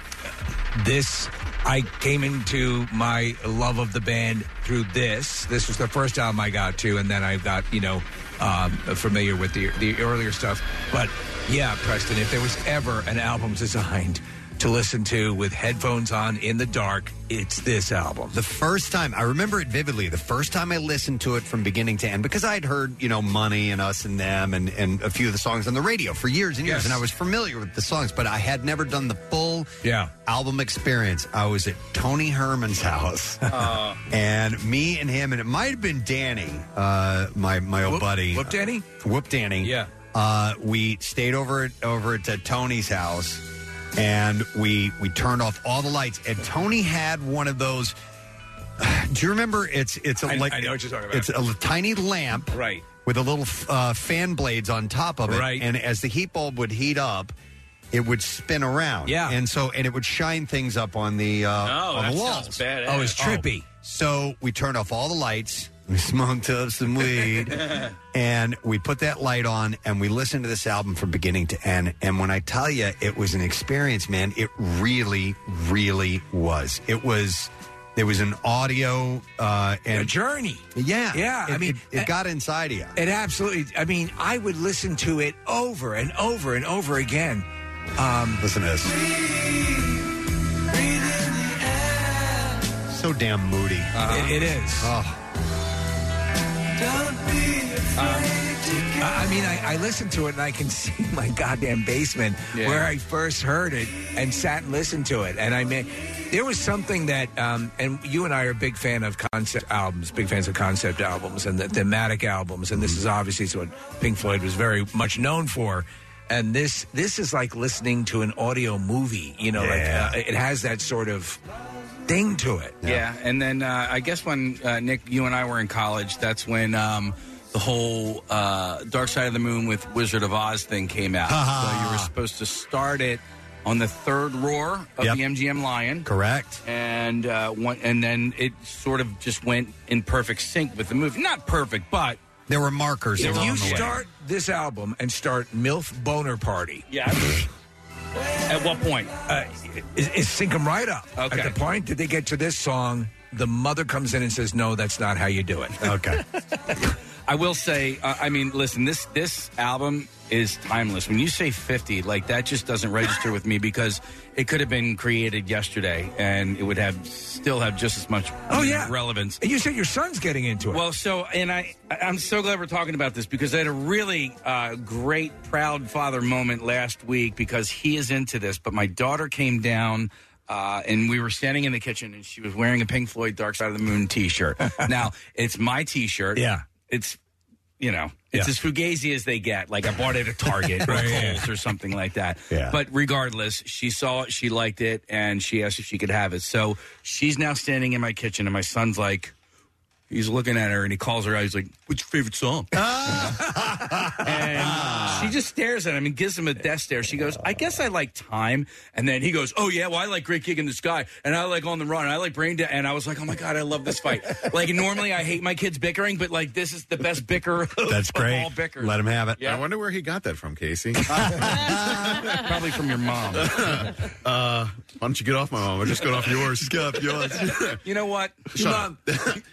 Speaker 6: this I came into my love of the band through this. This was the first album I got to, and then I got you know um, familiar with the the earlier stuff. But yeah, Preston, if there was ever an album designed to listen to with headphones on in the dark, it's this album.
Speaker 4: The first time I remember it vividly, the first time I listened to it from beginning to end, because I'd heard you know "Money" and "Us and Them" and and a few of the songs on the radio for years and years,
Speaker 6: Yes.
Speaker 4: and I was familiar with the songs, but I had never done the full
Speaker 6: Yeah.
Speaker 4: album experience. I was at Tony Herman's house,
Speaker 6: Uh.
Speaker 4: and me and him, and it might have been Danny, uh, my my old
Speaker 6: Whoop-
Speaker 4: buddy,
Speaker 6: Whoop Danny?
Speaker 4: Whoop Danny. Yeah. Uh, we stayed over at over at uh, Tony's house, and we we turned off all the lights. And Tony had one of those. Do you remember? It's it's a
Speaker 6: I-
Speaker 4: like
Speaker 6: I know what you're talking about.
Speaker 4: It's a tiny lamp,
Speaker 6: right,
Speaker 4: with a little uh, fan blades on top of it,
Speaker 6: Right.
Speaker 4: And as the heat bulb would heat up. It would spin around,
Speaker 6: Yeah. Oh,
Speaker 4: and so and it would shine things up on the uh, on
Speaker 6: that
Speaker 4: the
Speaker 6: sounds
Speaker 4: walls.
Speaker 6: badass. Oh, it's trippy.
Speaker 4: So we turned off all the lights. We smoked up some weed, and we put that light on and we listened to this album from beginning to end and when i tell you it was an experience man it really really was it was there was an audio uh and
Speaker 6: A journey.
Speaker 4: yeah
Speaker 6: Yeah,
Speaker 4: it,
Speaker 6: I mean, eh,
Speaker 4: it, it got inside of you
Speaker 6: It absolutely. I mean, I would listen to it over and over and over again. Um,
Speaker 4: listen to this. so damn moody
Speaker 6: It- it is.
Speaker 4: oh
Speaker 6: Um, I I mean, I, I listened to it and I can see my goddamn basement
Speaker 15: Yeah.
Speaker 6: where I first heard it and sat and listened to it. And I mean, there was something that, um, and you and I are a big fan of concept albums, big fans of concept albums and the thematic albums. And
Speaker 4: Mm-hmm.
Speaker 6: this is obviously what Pink Floyd was very much known for. And this this is like listening to an audio movie. You know,
Speaker 7: Yeah.
Speaker 6: like uh, it has that sort of thing to it.
Speaker 7: Yeah, and then uh, I guess when uh, Nick, you and I were in college, that's when um, the whole uh, Dark Side of the Moon with Wizard of Oz thing came out. so you were supposed to start it on the third roar of the MGM Lion,
Speaker 4: correct?
Speaker 7: And uh, one, and then it sort of just went in perfect sync with the movie. Not perfect, but
Speaker 4: there were markers.
Speaker 7: There
Speaker 6: If
Speaker 7: were
Speaker 6: you
Speaker 7: on the way.
Speaker 6: start this album and start MILF Boner Party.
Speaker 7: Yeah. At what point?
Speaker 6: Uh, is, is sync them right up. Okay. At the point that they get to this song, the mother comes in and says, "No, that's not how you do it."
Speaker 4: Okay.
Speaker 7: I will say, uh, I mean, listen, this this album is timeless. When you say fifty, like that just doesn't register with me because it could have been created yesterday and it would have still have just as much
Speaker 6: Oh, yeah.
Speaker 7: relevance.
Speaker 6: and you said your son's getting into it.
Speaker 7: Well, so and I, I'm so glad we're talking about this because I had a really uh, great proud father moment last week because he is into this. But my daughter came down. Uh, and we were standing in the kitchen, and she was wearing a Pink Floyd "Dark Side of the Moon" T-shirt. now it's my T-shirt.
Speaker 6: Yeah.
Speaker 7: it's you know it's
Speaker 6: Yeah.
Speaker 7: as fugazi as they get. Like I bought it at Target or
Speaker 6: Right, yeah.
Speaker 7: Kohl's or something like that.
Speaker 6: Yeah.
Speaker 7: But regardless, she saw it, she liked it, and she asked if she could have it. So she's now standing in my kitchen, and my son's like, he's looking at her, and he calls her out. He's like, "What's your favorite song?" and she just stares at him and gives him a death stare. She goes, "I guess I like time." And then he goes, "Oh yeah, well I like Great Gig in the Sky, and I like On the Run, and I like Brain Dead." And I was like, "Oh my god, I love this fight!" like normally I hate my kids bickering, but like this is the best bicker. of-
Speaker 4: That's
Speaker 7: of
Speaker 4: great.
Speaker 7: all bickers.
Speaker 4: Let him have it.
Speaker 7: Yeah.
Speaker 8: I wonder where he got that from, Casey.
Speaker 7: Probably from your mom.
Speaker 8: uh, why don't you get off my mom? I just got off yours. just get off yours.
Speaker 7: You know what?
Speaker 8: Shut up.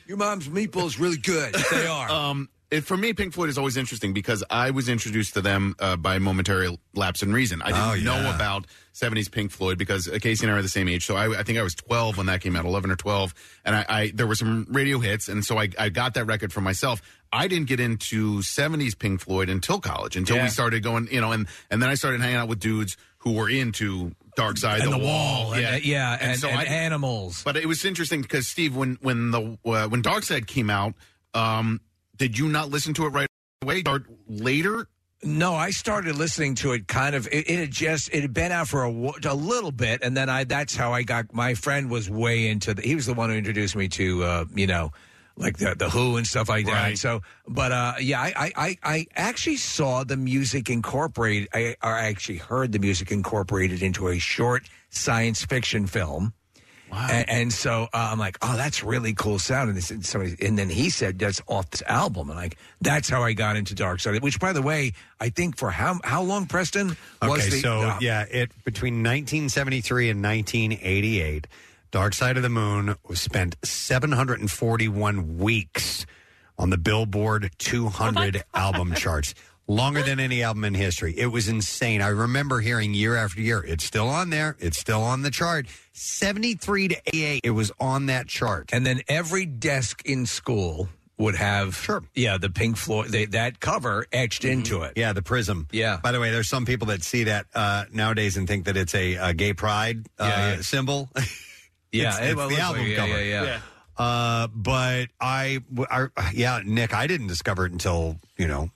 Speaker 6: your mom's meatballs really good. They are.
Speaker 8: Um, it, for me, Pink Floyd is always interesting because I was introduced to them uh, by momentary lapse in reason. I didn't
Speaker 4: Oh,
Speaker 8: know
Speaker 4: yeah.
Speaker 8: about 70s Pink Floyd because uh, Casey and I are the same age. So I, I think I was 12 when that came out, 11 or 12. And I, I there were some radio hits. And so I, I got that record for myself. I didn't get into 70s Pink Floyd until college, until
Speaker 6: Yeah.
Speaker 8: we started going, you know, and, and then I started hanging out with dudes who were into Dark Side
Speaker 6: And
Speaker 8: the,
Speaker 6: The Wall, and, uh, yeah, and- and
Speaker 8: Animals. But it was interesting because Steve, when when the uh, when Dark Side came out, um, did you not listen to it right away? Or later?
Speaker 6: No, I started listening to it kind of. It, it had just it had been out for a, wa- a little bit, and then I that's how I got. My friend was way into. The, he was the one who introduced me to uh, you know, like the the Who and stuff like that.
Speaker 15: Right.
Speaker 6: So, but uh, yeah, I, I I I actually saw the music incorporated. I or I actually heard the music incorporated into a short science fiction film. Wow. And, and so uh, I'm like, oh, that's really cool sound. And, this, and somebody, and then he said, that's off this album. And like, that's how I got into Dark Side. Which, by the way, I think for how how long, Preston? Was
Speaker 4: Okay,
Speaker 6: the,
Speaker 4: so
Speaker 6: uh,
Speaker 4: yeah, it between 1973 and 1988, Dark Side of the Moon was spent 741 weeks on the Billboard 200 album charts, longer than any album in history. It was insane. I remember hearing year after year, it's still on there, it's still on the chart. 73 to 88, it was on that chart.
Speaker 6: And then every desk in school would have, sure. yeah, the Pink Floyd they, that cover etched
Speaker 4: Mm-hmm.
Speaker 6: into it.
Speaker 4: Yeah, the prism.
Speaker 6: Yeah.
Speaker 4: By the way, there's some people that see that uh, nowadays and think that it's a, uh gay pride uh,
Speaker 6: Yeah, yeah.
Speaker 4: symbol.
Speaker 6: Yeah,
Speaker 4: it's,
Speaker 6: it-
Speaker 4: it's
Speaker 6: well, it
Speaker 4: the
Speaker 6: looks
Speaker 4: album
Speaker 6: like- yeah,
Speaker 4: cover.
Speaker 6: yeah, yeah.
Speaker 4: Uh, but I, w- I- yeah, Nick, I didn't discover it until you know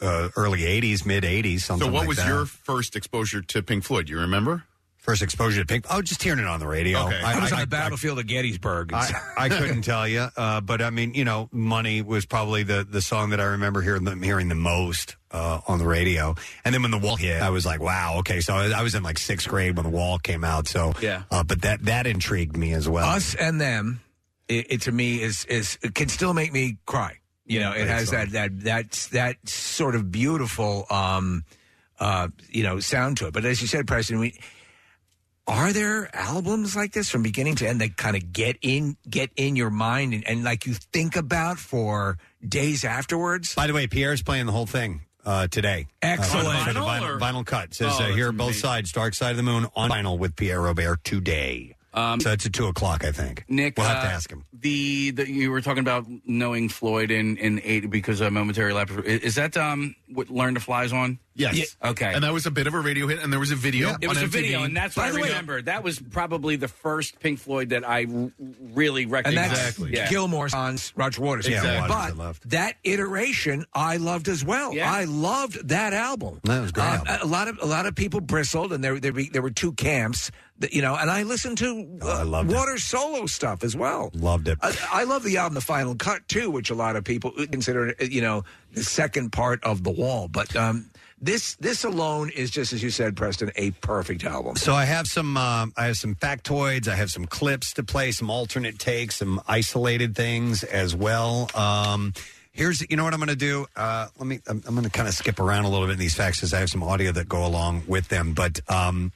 Speaker 4: uh, early '80s, mid '80s, something.
Speaker 8: so what
Speaker 4: like
Speaker 8: was
Speaker 4: that.
Speaker 8: your first exposure to Pink Floyd? You remember?
Speaker 4: First exposure to Pink? Oh, just hearing it on the radio.
Speaker 8: Okay.
Speaker 6: I, was on the battlefield of Gettysburg.
Speaker 4: I, I couldn't tell you, uh, but I mean, you know, "Money" was probably the the song that I remember hearing them hearing the most uh, on the radio. And then when the wall hit, I was like, "Wow, okay." So I was, I was in like sixth grade when the wall came out. So
Speaker 6: Yeah.
Speaker 4: uh, but that that intrigued me as well.
Speaker 6: Us and them, it, it to me is is it can still make me cry. You know, it
Speaker 4: Great
Speaker 6: has
Speaker 4: song.
Speaker 6: that that that that sort of beautiful, um, uh, you know, sound to it. But as you said, Preston, we are there albums like this from beginning to end that kind of get in get in your mind and, and like you think about for days afterwards.
Speaker 4: By the way, Pierre's playing the whole thing uh, today.
Speaker 6: Excellent.
Speaker 4: Uh, for the
Speaker 6: Vinyl
Speaker 4: vinyl,
Speaker 6: or-
Speaker 4: vinyl cut says
Speaker 6: Oh,
Speaker 4: uh, here
Speaker 6: that's
Speaker 4: are both
Speaker 6: amazing.
Speaker 4: sides. Dark Side of the Moon on vinyl with Pierre Robert today.
Speaker 7: Um,
Speaker 4: so it's at two o'clock, I think.
Speaker 7: Nick,
Speaker 4: we'll have to
Speaker 7: uh,
Speaker 4: ask him.
Speaker 7: The, the you were talking about knowing Floyd in in eight because of momentary lapse. I- Is that um what Learn to Flies on?
Speaker 8: Yes.
Speaker 7: Okay.
Speaker 8: And that was a bit of a radio hit, and there was a video.
Speaker 7: It was
Speaker 8: on
Speaker 7: a
Speaker 8: MTV.
Speaker 7: video, and that's what I
Speaker 8: By the way,
Speaker 7: remember. that was probably the first Pink Floyd that I r- really
Speaker 6: And
Speaker 7: recognized.
Speaker 6: that's Gilmore on Roger Waters.
Speaker 7: Yeah, Exactly. Waters
Speaker 6: but
Speaker 7: had left.
Speaker 6: that iteration I loved as well.
Speaker 7: Yeah.
Speaker 6: I loved that album.
Speaker 4: That was great.
Speaker 6: Uh,
Speaker 4: album.
Speaker 6: a lot of a lot of people bristled, and there there, be, there were two camps. That, you know, and I listened to
Speaker 4: Oh,
Speaker 6: uh, Waters solo stuff as well.
Speaker 4: Loved it.
Speaker 6: I, I love the album The Final Cut too, which a lot of people consider uh, you know the second part of the Wall. But um, this this alone is just as you said, Preston, a perfect album.
Speaker 4: So I have some um, I have some factoids. I have some clips to play, some alternate takes, some isolated things as well. Um, here's you know what I'm going to do. Uh, let me I'm, I'm going to kind of skip around a little bit in these facts because I have some audio that go along with them. But um,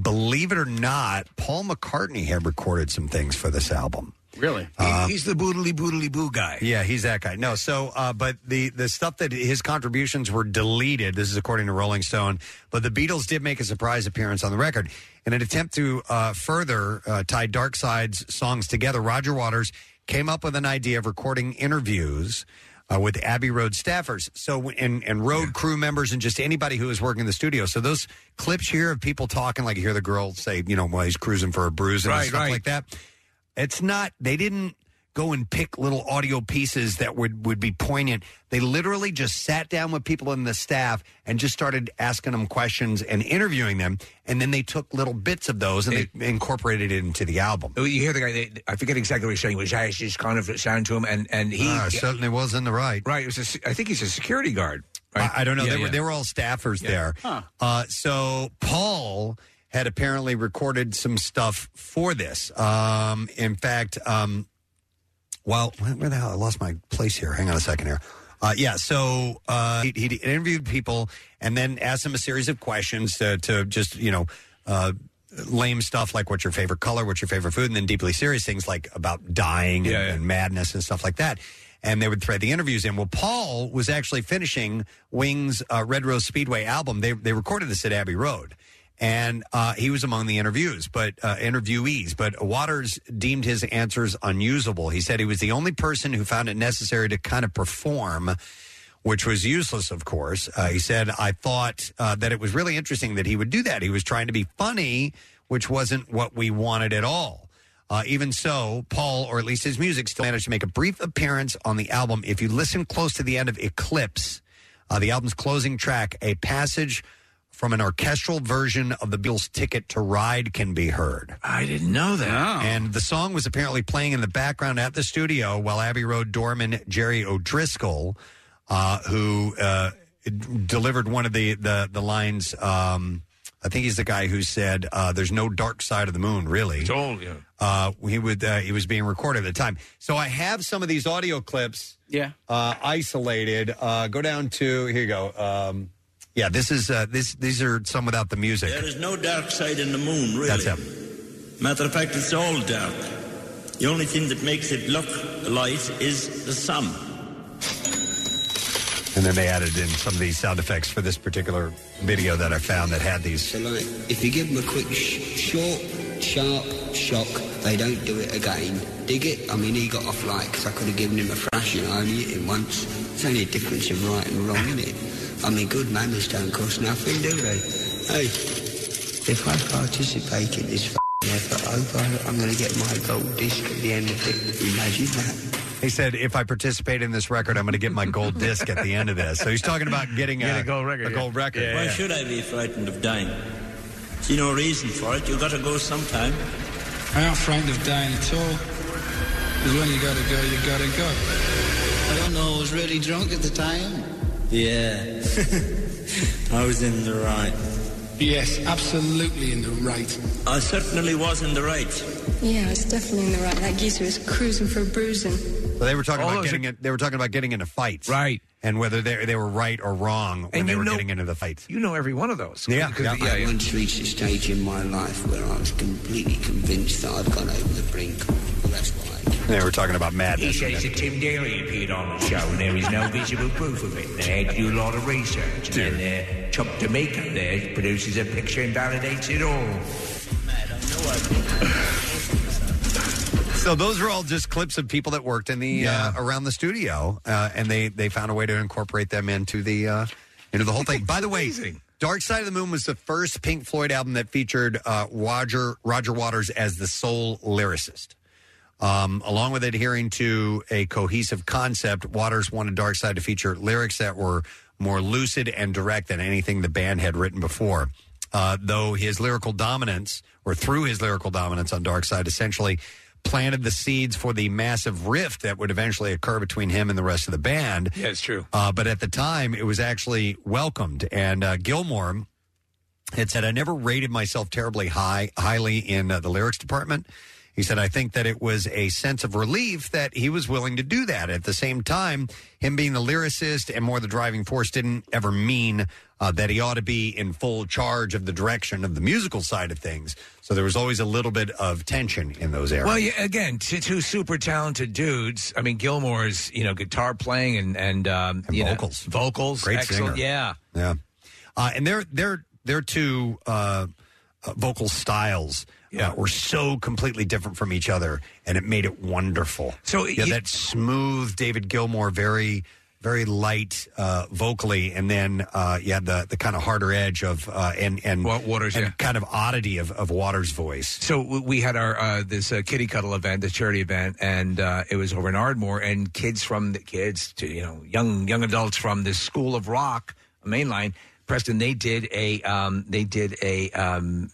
Speaker 4: believe it or not, Paul McCartney had recorded some things for this album.
Speaker 7: Really?
Speaker 4: uh,
Speaker 6: he's the boodly boodly boo guy.
Speaker 4: Yeah, he's that guy. No, so uh, but the the stuff that his contributions were deleted. This is according to Rolling Stone. But the Beatles did make a surprise appearance on the record in an attempt to uh, further uh, tie Dark Side's songs together. Roger Waters came up with an idea of recording interviews. Uh, with Abbey Road staffers, so and and road crew members, and just anybody who was working in the studio. So those clips here of people talking, like you hear the girl say, you know, while he's cruising for a bruise and
Speaker 6: Right,
Speaker 4: stuff
Speaker 6: right.
Speaker 4: like that. It's not. They didn't go and pick little audio pieces that would would be poignant. They literally just sat down with people in the staff and just started asking them questions and interviewing them, and then they took little bits of those and they incorporated it into the album.
Speaker 6: You hear the guy. They, I forget exactly what he's saying. Which I just kind of sound to him, and and he
Speaker 4: Ah, certainly was in the right.
Speaker 6: Right. It was. A, se- I think he's a security guard. Right?
Speaker 4: I, I don't know.
Speaker 6: Yeah,
Speaker 4: they were
Speaker 6: yeah.
Speaker 4: they were all staffers
Speaker 6: Yeah.
Speaker 4: there. Uh, so Paul had apparently recorded some stuff for this. Um, in fact, um, while where where the hell I lost my place here. Hang on a second here. Uh, yeah, so uh, he, he interviewed people and then asked them a series of questions to, to just you know. Uh, Lame stuff like what's your favorite color, what's your favorite food, and then deeply serious things like about dying and, and madness and stuff like that and they would thread the interviews in. Well, Paul was actually finishing Wings' uh, Red Rose Speedway album. They they recorded this at Abbey Road, and uh, he was among the interviews, but uh, interviewees. But Waters deemed his answers unusable. He said he was the only person who found it necessary to kind of perform which was useless, of course. Uh, he said, I thought uh, that it was really interesting that he would do that. He was trying to be funny, which wasn't what we wanted at all. Uh, even so, Paul, or at least his music, still managed to make a brief appearance on the album. If you listen close to the end of Eclipse, uh, the album's closing track, a passage from an orchestral version of the Beatles' Ticket to Ride can be heard.
Speaker 6: I didn't know that.
Speaker 4: And the song was apparently playing in the background at the studio while Abbey Road doorman Jerry O'Driscoll, uh, who uh, delivered one of the the, the lines, um, I think he's the guy who said, uh, "There's no dark side of the moon, really."
Speaker 6: Oh,
Speaker 4: Uh, he would. Uh, he was being recorded at the time. So I have some of these audio clips.
Speaker 7: Yeah.
Speaker 4: Uh, isolated. Uh, go down to here. You go. Um, yeah. This is uh, this. These are some without the music.
Speaker 9: There is no dark side in the moon, really.
Speaker 4: That's him.
Speaker 9: Matter of fact, it's all dark. The only thing that makes it look light is the sun.
Speaker 4: And then they added in some of these sound effects for this particular video that I found that had these.
Speaker 18: If you give them a quick, sh- short, sharp shock, they don't do it again. Dig it? I mean, he got off light because I could have given him a thrashing. I only hit him once. It's only a difference of right and wrong, isn't it? I mean, good manners don't cost nothing, do they? Hey, if I participate in this f***ing effort, I hope I- I'm going to get my gold disc at the end of it. Imagine that.
Speaker 4: He said, "If I participate in this record, I'm going to get my gold disc at the end of this." So he's talking about getting a, uh, a gold record.
Speaker 9: Why should I be frightened of dying? See no reason for it. You gotta go sometime.
Speaker 19: I'm not frightened of dying at all. Because when you gotta go, you gotta go.
Speaker 18: I don't know, I was really drunk at the time.
Speaker 9: Yeah. I was in the right.
Speaker 19: Yes, absolutely in the right.
Speaker 9: I certainly was in the right.
Speaker 20: Yeah, it's definitely in the right. That geezer is cruising for bruising.
Speaker 4: So they were talking
Speaker 9: All
Speaker 4: about
Speaker 9: those
Speaker 4: getting in, they were talking about getting into fights, right? And whether they they were right or wrong when they were getting into the fights.
Speaker 6: You know every one of those.
Speaker 4: Yeah, yeah.
Speaker 18: I once reached a stage in my life where I was completely convinced that I've gone over the brink. Well, that's why.
Speaker 4: They were talking about madness.
Speaker 18: He says that
Speaker 4: Tim
Speaker 18: Daly appeared
Speaker 4: on
Speaker 18: the show, and there is no
Speaker 4: visible proof of it.
Speaker 18: They had to do a lot
Speaker 4: of
Speaker 18: research,
Speaker 4: and
Speaker 18: then uh, Chop Jamaica there produces a picture and validates it all.
Speaker 4: So those are all just clips of people that worked in the uh, around the studio, uh, and they they found a way to incorporate them into the uh, into the whole thing. By the way, Dark Side of the Moon was the first Pink Floyd album that featured uh, Roger Roger Waters as the sole lyricist. Um, along with adhering to a cohesive concept, Waters wanted Dark Side to feature lyrics that were more lucid and direct than anything the band had written before. Uh, though his lyrical dominance, or through his lyrical dominance on Dark Side, essentially planted the seeds for the massive rift that would eventually occur between him and the rest of the band.
Speaker 6: Yeah, it's true.
Speaker 4: Uh, but at the time, it was actually welcomed. And uh, Gilmore had said, "I never rated myself terribly high, highly in uh, the lyrics department." He said, "I think that it was a sense of relief that he was willing to do that." At the same time, him being the lyricist and more the driving force didn't ever mean uh, that he ought to be in full charge of the direction of the musical side of things. So there was always a little bit of tension in those areas.
Speaker 6: Well, yeah, again, two, two super talented dudes. I mean, Gilmore's you know guitar playing and and, um, you know,
Speaker 4: vocals.
Speaker 6: vocals,
Speaker 4: Great
Speaker 6: excellent.
Speaker 4: singer.
Speaker 6: Yeah,
Speaker 4: Yeah, uh, and their their their two uh, uh, vocal styles uh, were so completely different from each other, and it made it wonderful.
Speaker 6: So
Speaker 4: yeah,
Speaker 6: you-
Speaker 4: that smooth David Gilmour, very very light uh, vocally, and then uh, you had the the kind of harder edge of uh, and and
Speaker 6: Waters,
Speaker 4: and
Speaker 6: yeah.
Speaker 4: kind of oddity of, of Waters' voice.
Speaker 6: So w- we had our uh, this uh, kitty cuddle event, this charity event, and uh, it was over in Ardmore. And kids from the kids to you know young young adults from this School of Rock mainline Preston. They did a um, they did a, um,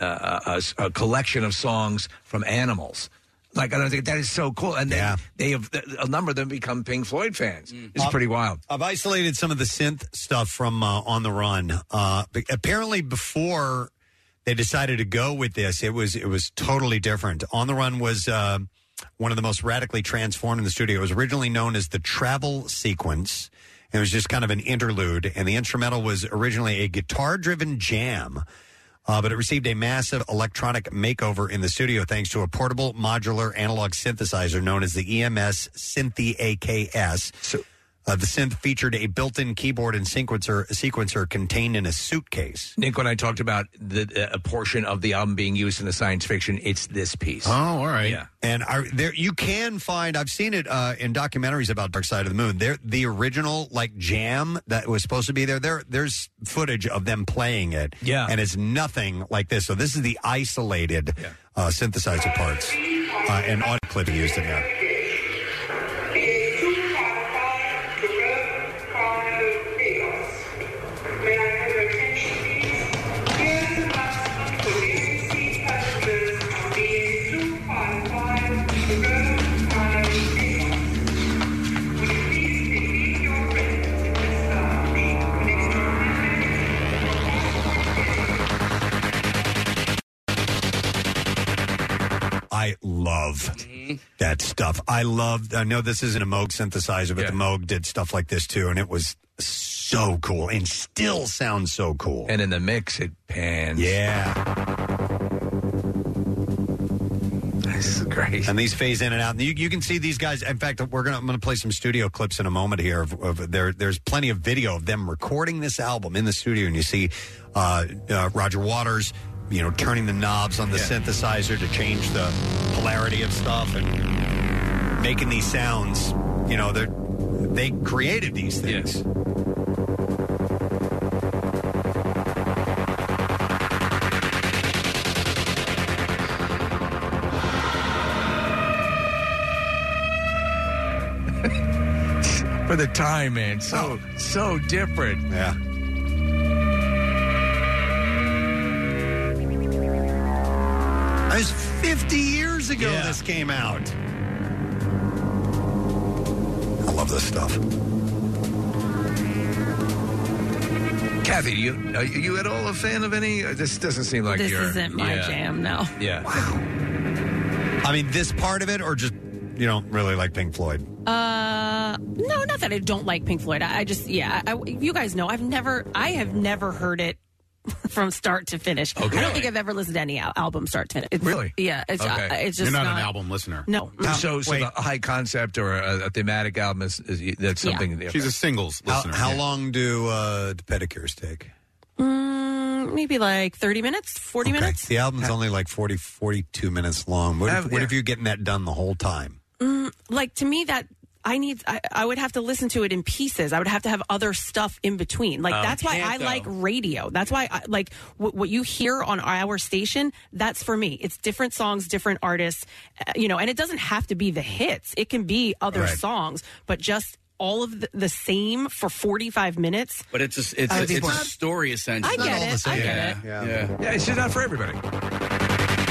Speaker 6: uh, a s- a collection of songs from animals. Like I don't think that is so cool, and they they have a number of them become Pink Floyd fans. It's
Speaker 4: Um,
Speaker 6: pretty wild.
Speaker 4: I've isolated some of the synth stuff from uh, On the Run. Uh, but apparently, before they decided to go with this, it was it was totally different. On the Run was uh, one of the most radically transformed in the studio. It was originally known as the Travel Sequence. It was just kind of an interlude, and the instrumental was originally a guitar-driven jam. Uh, but it received a massive electronic makeover in the studio thanks to a portable modular analog synthesizer known as the EMS Synthi AKS. Uh, the synth featured a built-in keyboard and sequencer sequencer contained in a suitcase.
Speaker 6: Nick, when I talked about the, a portion of the album being used in the science fiction, it's this piece. Oh,
Speaker 8: all right.
Speaker 6: Yeah.
Speaker 4: And I, there you can find I've seen it uh, in documentaries about Dark Side of the Moon. There the original like jam that was supposed to be there there there's footage of them playing it.
Speaker 6: Yeah.
Speaker 4: And it's nothing like this. So this is the isolated uh, synthesizer parts uh, and audio clip he used in there. I love that stuff. I love. I know this isn't a Moog synthesizer, but the Moog did stuff like this too, and it was so cool, and still sounds so cool.
Speaker 6: And in the mix, it pans.
Speaker 4: Yeah.
Speaker 6: This is great.
Speaker 4: And these phase in and out. And you, you can see these guys. In fact, we're gonna I'm gonna play some studio clips in a moment here. Of, of there, there's plenty of video of them recording this album in the studio, and you see uh, uh, Roger Waters, you know, turning the knobs on the synthesizer to change the polarity of stuff and making these sounds. You know, they they created these things.
Speaker 6: For the time, man. So, so different.
Speaker 4: Oh. Yeah. That was 50 years ago this came out. I love this stuff.
Speaker 6: Kathy, you are you at all a fan of any? uh, This doesn't seem like
Speaker 16: This
Speaker 6: you're.
Speaker 16: isn't my jam, no.
Speaker 6: Yeah.
Speaker 4: I mean, this part of it, or just you don't really like Pink Floyd?
Speaker 16: Uh, no, not that I don't like Pink Floyd. I, I just, yeah, I, you guys know I've never, I have never heard it from start to
Speaker 8: Oh,
Speaker 16: finish. I don't think I've ever listened to any al- album start to finish. It's-
Speaker 6: Really?
Speaker 16: Yeah, it's, uh, it's just
Speaker 8: You're not, an album listener.
Speaker 16: No.
Speaker 6: So, so the high concept or a, a thematic album is, is that's
Speaker 16: Yeah.
Speaker 6: something.
Speaker 8: She's a singles
Speaker 4: How,
Speaker 8: listener.
Speaker 4: how
Speaker 8: Yeah.
Speaker 4: long do uh, do pedicures take?
Speaker 16: Mm, Mm, maybe like 30 minutes, 40 minutes.
Speaker 4: The album's only like 40, 42 minutes long. What, if, what if you're getting that done the whole time?
Speaker 16: Mm, like to me that I need I, I would have to listen to it in pieces. I would have to have other stuff in between. Like
Speaker 5: Oh,
Speaker 16: that's why
Speaker 5: can't,
Speaker 16: I
Speaker 5: though.
Speaker 16: like radio. That's why I, like what what you hear on our station, that's for me. It's different songs, different artists, uh, you know, and it doesn't have to be the hits. It can be other
Speaker 7: Right.
Speaker 16: songs, but just all of the, the same for 45 minutes.
Speaker 7: But it's a, it's
Speaker 16: I
Speaker 7: a,
Speaker 16: would be
Speaker 7: it's a
Speaker 16: bored.
Speaker 7: story essentially.
Speaker 16: I Not get all it. the same. I get
Speaker 7: Yeah.
Speaker 16: it.
Speaker 7: Yeah.
Speaker 6: Yeah, it's just not for everybody.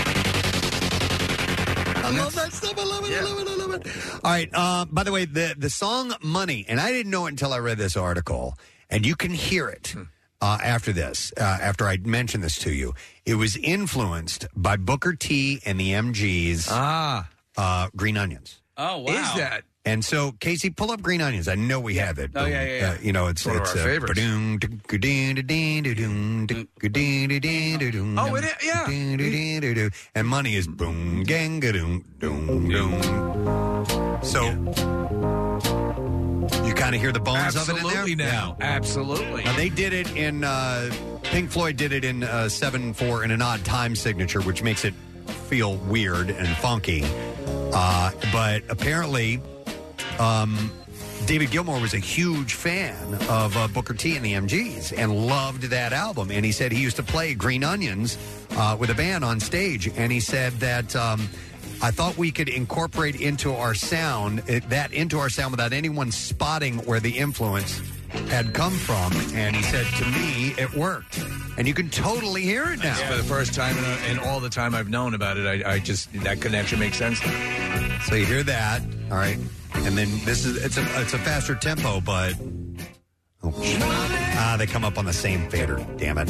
Speaker 4: I love that stuff. I love it. I love it. I love it. All right. Uh, by the way, the the song "Money," and I didn't know it until I read this article, and you can hear it uh, after this. Uh, after I mentioned this to you, it was influenced by Booker T and the MGs. Ah, uh, Green Onions.
Speaker 7: Oh wow.
Speaker 4: Is that? And so, Casey, pull up Green Onions. I know we have it.
Speaker 7: Oh, yeah, yeah, yeah.
Speaker 4: Uh, you know, it's
Speaker 7: One of
Speaker 4: it's
Speaker 7: our favorites.
Speaker 4: ba-doom, da-ga-doom, da-deen, da-doom, da-ga-doom, da-deen, da-doom,
Speaker 6: Oh, it is- yeah.
Speaker 4: da-deen, da-deen, da-doo. And money is boom, gang, doom, doom, doom. So you kind of hear the bones of it
Speaker 6: Absolutely
Speaker 4: in there
Speaker 6: now. Absolutely.
Speaker 4: Now, they did it in uh, Pink Floyd did it in uh, seven four in an odd time signature, which makes it feel weird and funky. Uh, but apparently, um, David Gilmour was a huge fan of uh, Booker T and the MGs and loved that album. And he said he used to play Green Onions uh, with a band on stage. And he said that um, I thought we could incorporate into our sound it, that into our sound without anyone spotting where the influence had come from. And he said to me, it worked. And you can totally hear it now.
Speaker 6: It's For the first time in, in all the time I've known about it, I, I just that connection makes sense.
Speaker 4: So you hear that, all right, and then this is it's a it's a faster tempo, but oh, shit. ah, they come up on the same fader. Damn it!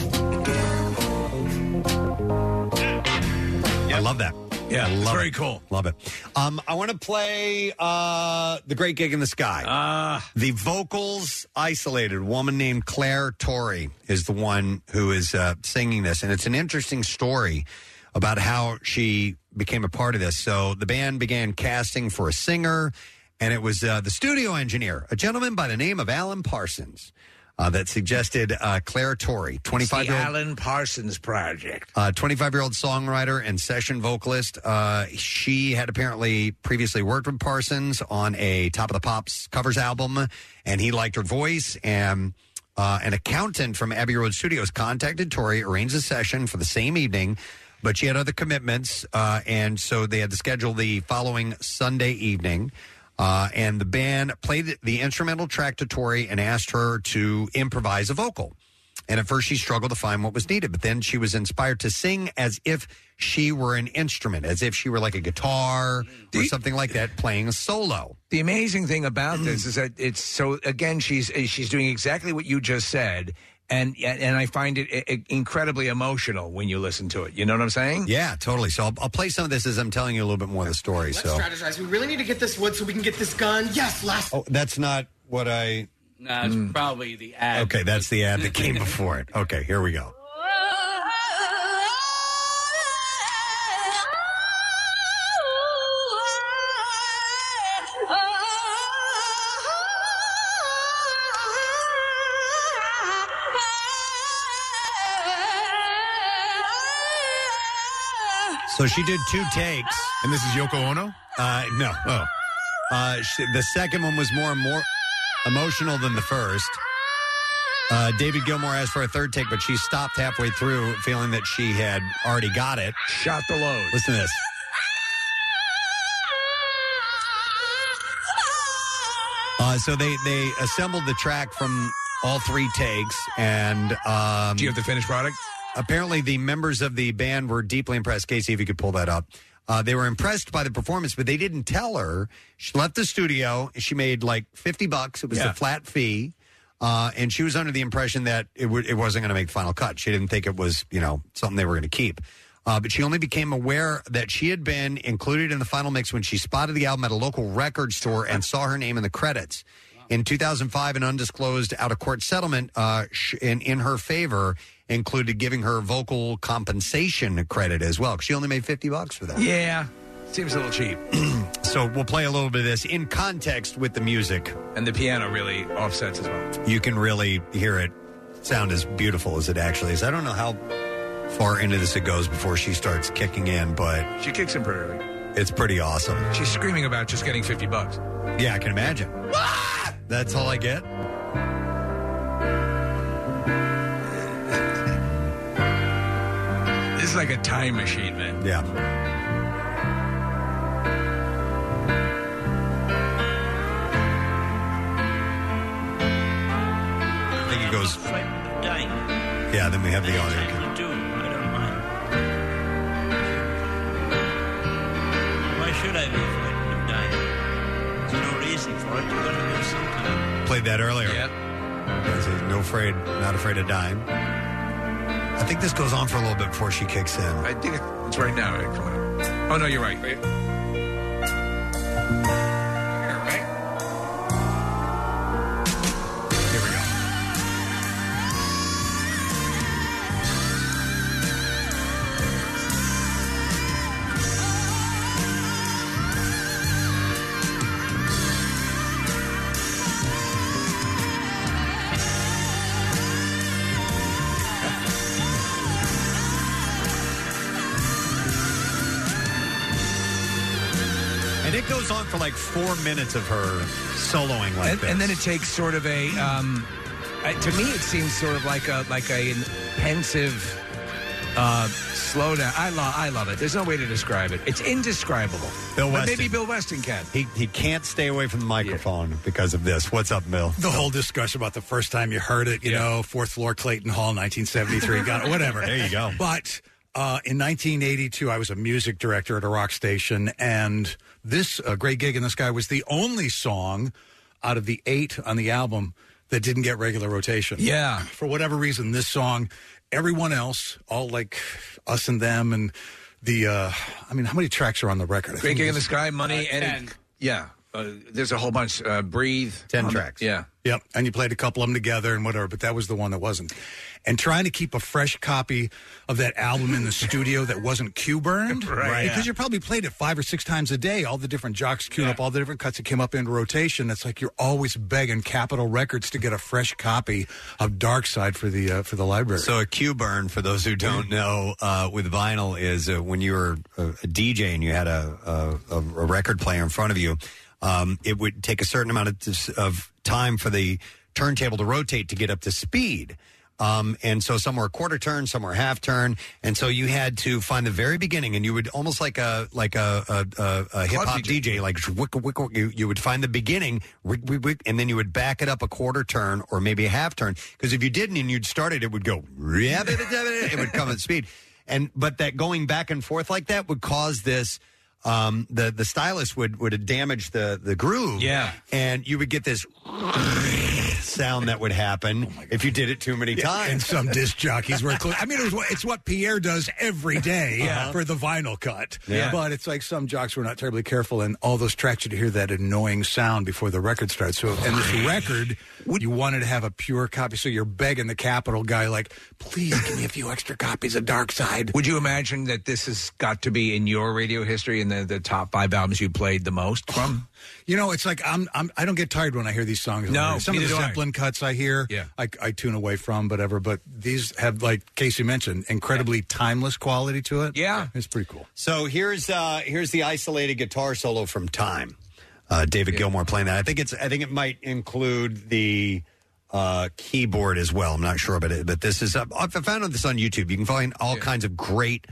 Speaker 4: I love that.
Speaker 6: Yeah,
Speaker 4: I
Speaker 6: it's
Speaker 4: love
Speaker 6: very
Speaker 4: it.
Speaker 6: cool.
Speaker 4: Love it. Um, I want to play uh, the Great Gig in the Sky.
Speaker 6: Ah.
Speaker 4: the vocals isolated woman named Claire Torrey is the one who is uh, singing this, and it's an interesting story about how she became a part of this. So the band began casting for a singer, and it was uh, the studio engineer, a gentleman by the name of Alan Parsons, uh, that suggested uh, Claire Torrey, twenty-five
Speaker 6: the
Speaker 4: year old.
Speaker 6: Alan Parsons Project.
Speaker 4: Uh, 25-year-old songwriter and session vocalist. Uh, she had apparently previously worked with Parsons on a Top of the Pops covers album, and he liked her voice. And uh, an accountant from Abbey Road Studios contacted Tori, arranged a session for the same evening, but she had other commitments, uh, and so they had to schedule the following Sunday evening. Uh, and the band played the instrumental track to Tori and asked her to improvise a vocal. And at first, she struggled to find what was needed, but then she was inspired to sing as if she were an instrument, as if she were like a guitar or something like that, playing a solo.
Speaker 6: The amazing thing about this is that it's so again she's she's doing exactly what you just said and and I find it i- i- incredibly emotional when you listen to it. You know what I'm saying?
Speaker 4: Yeah, totally. So I'll, I'll play some of this as I'm telling you a little bit more of the story. so
Speaker 1: Strategize. We really need to get this wood so we can get this gun. Yes, last.
Speaker 4: oh, that's not what I. Hmm.
Speaker 7: No, it's probably the ad.
Speaker 4: Okay, that's the ad that came before it. Okay, here we go. So she did two takes.
Speaker 8: And this is Yoko Ono?
Speaker 4: Uh, no. Oh. Uh, sh the second one was more more emotional than the first. Uh, David Gilmour asked for a third take, but she stopped halfway through, feeling that she had already got it.
Speaker 6: Shot the load.
Speaker 4: Listen to this. Uh, so they they assembled the track from all three takes, and um, do you
Speaker 6: have the finished product?
Speaker 4: Apparently, the members of the band were deeply impressed. Casey, if you could pull that up. Uh, they were impressed by the performance, but they didn't tell her. She left the studio. She made like fifty bucks. It was
Speaker 6: Yeah.
Speaker 4: the flat fee, uh, and she was under the impression that it would it wasn't going to make final cut. She didn't think it was you know something they were going to keep. Uh, but she only became aware that she had been included in the final mix when she spotted the album at a local record store and saw her name in the credits. In 2005, an undisclosed out of court settlement uh, sh- in, in her favor included giving her vocal compensation credit as well. 'cause She only made 50 bucks for that.
Speaker 6: Yeah. Seems a little cheap.
Speaker 4: So we'll play a little bit of this in context with the music.
Speaker 6: And the piano really offsets as well.
Speaker 4: You can really hear it sound as beautiful as it actually is. I don't know how far into this it goes before she starts kicking in, but
Speaker 6: She kicks him pretty early.
Speaker 4: it's pretty awesome.
Speaker 6: She's screaming about just getting 50 bucks.
Speaker 4: Yeah, I can imagine. That's all I get.
Speaker 6: This is like a time machine, man.
Speaker 4: Yeah. I think it goes. Yeah, then we have the audio.
Speaker 9: Why should I be frightened of dying? There's no reason for it. You gotta do something.
Speaker 4: Played that earlier. Yep. No afraid, not afraid of dying. I think this goes on for a little bit before she kicks in. I
Speaker 6: think it's right now. Oh, no, you're right.
Speaker 4: Here we go. And it goes on for like four minutes of her soloing like
Speaker 6: and,
Speaker 4: this.
Speaker 6: and then it takes sort of a um, I, to me it seems sort of like a like a pensive uh, slowdown. I love I love it. There's no way to describe it. It's indescribable.
Speaker 4: Bill
Speaker 6: But
Speaker 4: Weston.
Speaker 6: maybe Bill Weston can.
Speaker 4: He he can't stay away from the microphone because of this. What's up, Bill?
Speaker 2: The whole discussion about the first time you heard it, you know, fourth floor Clayton Hall, 1973, got it, whatever.
Speaker 4: There you go.
Speaker 2: But uh, in 1982, I was a music director at a rock station, and this uh, great gig in the sky was the only song out of the eight on the album that didn't get regular rotation.
Speaker 6: Yeah.
Speaker 2: For whatever reason, this song, everyone else, all like us and them, and the, uh, I mean, how many tracks are on the record? I
Speaker 6: Great
Speaker 2: think
Speaker 6: gig in
Speaker 2: it's-
Speaker 6: the sky,
Speaker 2: Uh,
Speaker 6: money, and yeah. Uh, there's a whole bunch. Uh, breathe.
Speaker 2: Ten
Speaker 6: Um,
Speaker 2: tracks.
Speaker 6: Yeah.
Speaker 2: Yep. And you played a couple of them together and whatever, but that was the one that wasn't. And trying to keep a fresh copy of that album in the studio that wasn't cue burned.
Speaker 6: Right,
Speaker 2: Because
Speaker 6: yeah.
Speaker 2: you probably played it five or six times a day, all the different jocks queuing up, all the different cuts that came up into rotation. It's like you're always begging Capitol Records to get a fresh copy of Dark Side for the uh, for the library.
Speaker 4: So a cue burn, for those who don't know, uh, with vinyl is uh, when you were a, a DJ and you had a, a, a a record player in front of you. Um, it would take a certain amount of, dis- of time for the turntable to rotate to get up to speed. Um, and so some were a quarter turn, some were a half turn, and so you had to find the very beginning, and you would almost like a like a a, a, a hip hop DJ. like wick, wick, wick, you, you would find the beginning, wick, wick, wick, and then you would back it up a quarter turn or maybe a half turn, because if you didn't and you'd started, it would go rabbit, it would come at speed, and but that going back and forth like that would cause this. Um, the the stylus would would damage the the groove,
Speaker 6: Yeah.
Speaker 4: and you would get this sound that would happen if you did it too many
Speaker 2: Oh Yeah,
Speaker 4: times.
Speaker 2: And some disc jockeys were. Cl- I mean, it was what, it's what Pierre does every day
Speaker 4: Uh-huh.
Speaker 2: for the vinyl cut.
Speaker 4: Yeah.
Speaker 2: But it's like some jocks were not terribly careful, and all those tracks you'd hear that annoying sound before the record starts. So, and this record, you wanted to have a pure copy, so you're begging the Capitol guy, like, please give me a few extra copies of Dark Side.
Speaker 6: Would you imagine that this has got to be in your radio history in the, the top five albums you played the most from?
Speaker 2: You know, it's like I'm, I'm I don't get tired when I hear these songs.
Speaker 6: No,
Speaker 2: some of the
Speaker 6: neither do I.
Speaker 2: Zeppelin cuts I hear,
Speaker 6: Yeah.
Speaker 2: I, I tune away from, but ever. But these have, like Casey mentioned, incredibly timeless quality to it.
Speaker 6: Yeah,
Speaker 2: it's pretty cool.
Speaker 4: So here's uh, here's the isolated guitar solo from Time. Uh, David Gilmour playing that. I think it's I think it might include the uh, keyboard as well. I'm not sure, but it, but this is up. I found this on YouTube. You can find all kinds of great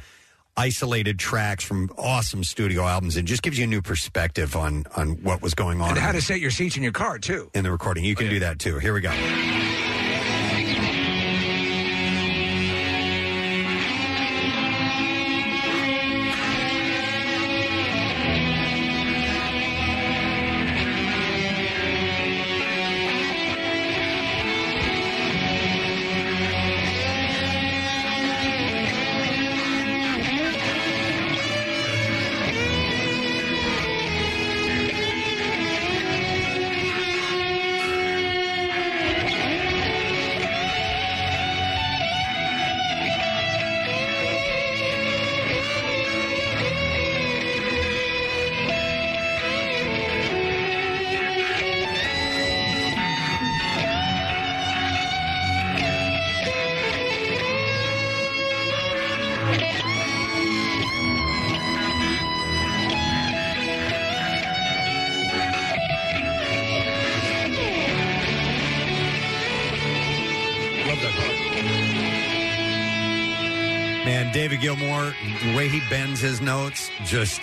Speaker 4: isolated tracks from awesome studio albums, and just gives you a new perspective on on what was going on.
Speaker 6: and
Speaker 4: in
Speaker 6: how
Speaker 4: the-
Speaker 6: to set your seats in your car too.
Speaker 4: in the recording. You can do that too. Here we go.
Speaker 10: Thank you.
Speaker 4: David Gilmour, the way he bends his notes, just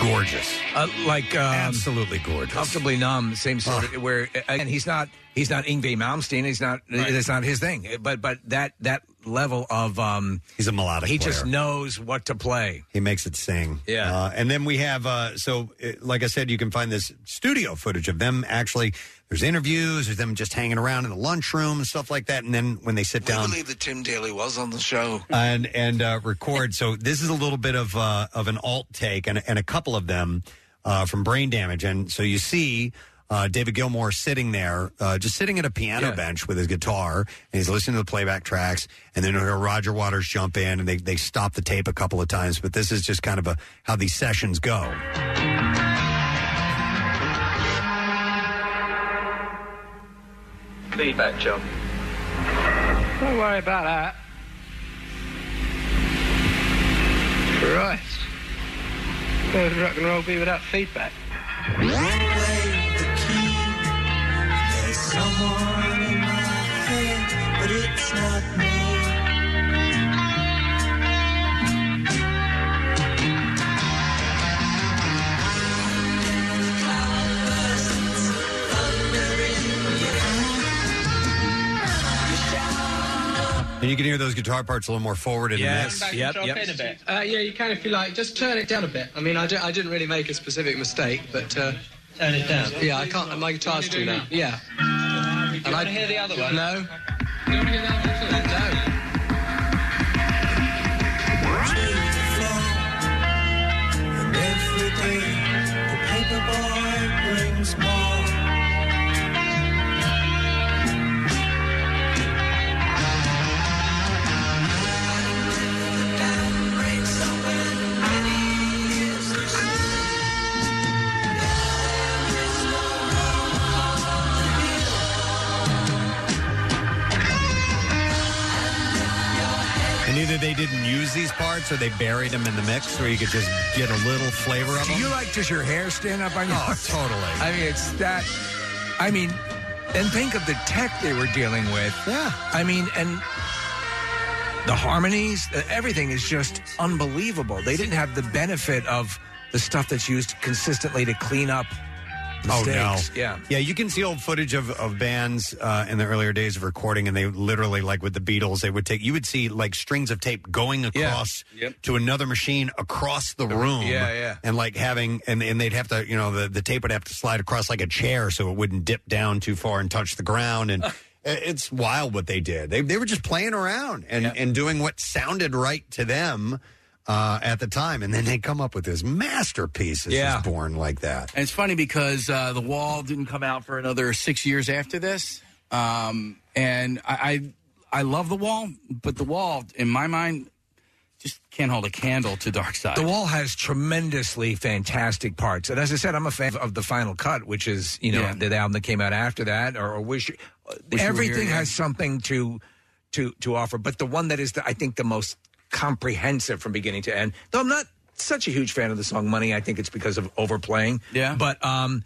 Speaker 4: gorgeous.
Speaker 6: Uh, like um,
Speaker 4: absolutely gorgeous, Ah.
Speaker 6: comfortably numb. Same sort of where and he's not he's not Ingve Malmsteen. He's not
Speaker 4: Right.
Speaker 6: that's not his thing. But but that that level of um
Speaker 4: he's a melodic.
Speaker 6: He
Speaker 4: player.
Speaker 6: just knows what to play.
Speaker 4: He makes it sing. Yeah. Uh, and then we have, uh, so uh, like I said, you can find this studio footage of them actually. There's interviews, there's them just hanging around in the lunchroom and stuff like that. And then when they sit down
Speaker 6: that Tim Daly was on the show.
Speaker 4: and and uh, record, so this is a little bit of uh, of an alt take and, and a couple of them uh, from Brain Damage. And so you see. Uh, David Gilmour sitting there, uh, just sitting at a piano bench with his guitar, and he's listening to the playback tracks. And then he'll hear Roger Waters jump in, and they, they stop the tape a couple of times. But this is just kind of a how these sessions go.
Speaker 10: Feedback job.
Speaker 19: Don't worry about that. Christ. Where would rock and roll be without feedback?
Speaker 10: There's someone in my head, but it's not me.
Speaker 4: And you can hear those guitar parts a little more forward in the mix.
Speaker 19: In a bit. Uh, yeah, you can if you like. Just turn it down a bit. I mean, I, di- I didn't really make a specific mistake, but. Uh, turn it
Speaker 10: down.
Speaker 19: Yeah, I can't. My guitar's too loud. Yeah.
Speaker 10: Do you want to hear the other one?
Speaker 19: No.
Speaker 10: Every day, the paper boy brings more.
Speaker 4: And either they didn't use these parts or they buried them in the mix, where you could just get a little flavor of
Speaker 6: Do
Speaker 4: them.
Speaker 6: you like does your hair stand up on your
Speaker 4: Oh, totally.
Speaker 6: I mean it's that I mean and think of the tech they were dealing with.
Speaker 4: Yeah.
Speaker 6: I mean and the harmonies, uh, everything is just unbelievable. They didn't have the benefit of the stuff that's used consistently to clean up mistakes.
Speaker 4: Oh no!
Speaker 6: Yeah.
Speaker 4: yeah. You can see old footage of of bands uh, in the earlier days of recording, and they literally, like with the Beatles, they would take. You would see like strings of tape going across to another machine across the room.
Speaker 6: Yeah, yeah.
Speaker 4: And like having, and and they'd have to, you know, the the tape would have to slide across like a chair so it wouldn't dip down too far and touch the ground. And it's wild what they did. They they were just playing around and and doing what sounded right to them. Uh, at the time, and then they come up with this masterpiece. This
Speaker 7: Yeah.
Speaker 4: is born like that.
Speaker 7: And it's funny because uh, the wall didn't come out for another six years after this, um, and I, I I love the wall, but the wall in my mind just can't hold a candle to Dark Side.
Speaker 6: The Wall has tremendously fantastic parts, and as I said, I'm a fan of the Final Cut, which is you know
Speaker 7: Yeah.
Speaker 6: the album that came out after that, or, or
Speaker 7: Wish
Speaker 6: Wish.
Speaker 7: You Were Here,
Speaker 6: everything
Speaker 7: yeah.
Speaker 6: has something to to to offer, but the one that is the, I think the most comprehensive from beginning to end. Though I'm not such a huge fan of the song "Money," I think it's because of overplaying. Yeah, but um,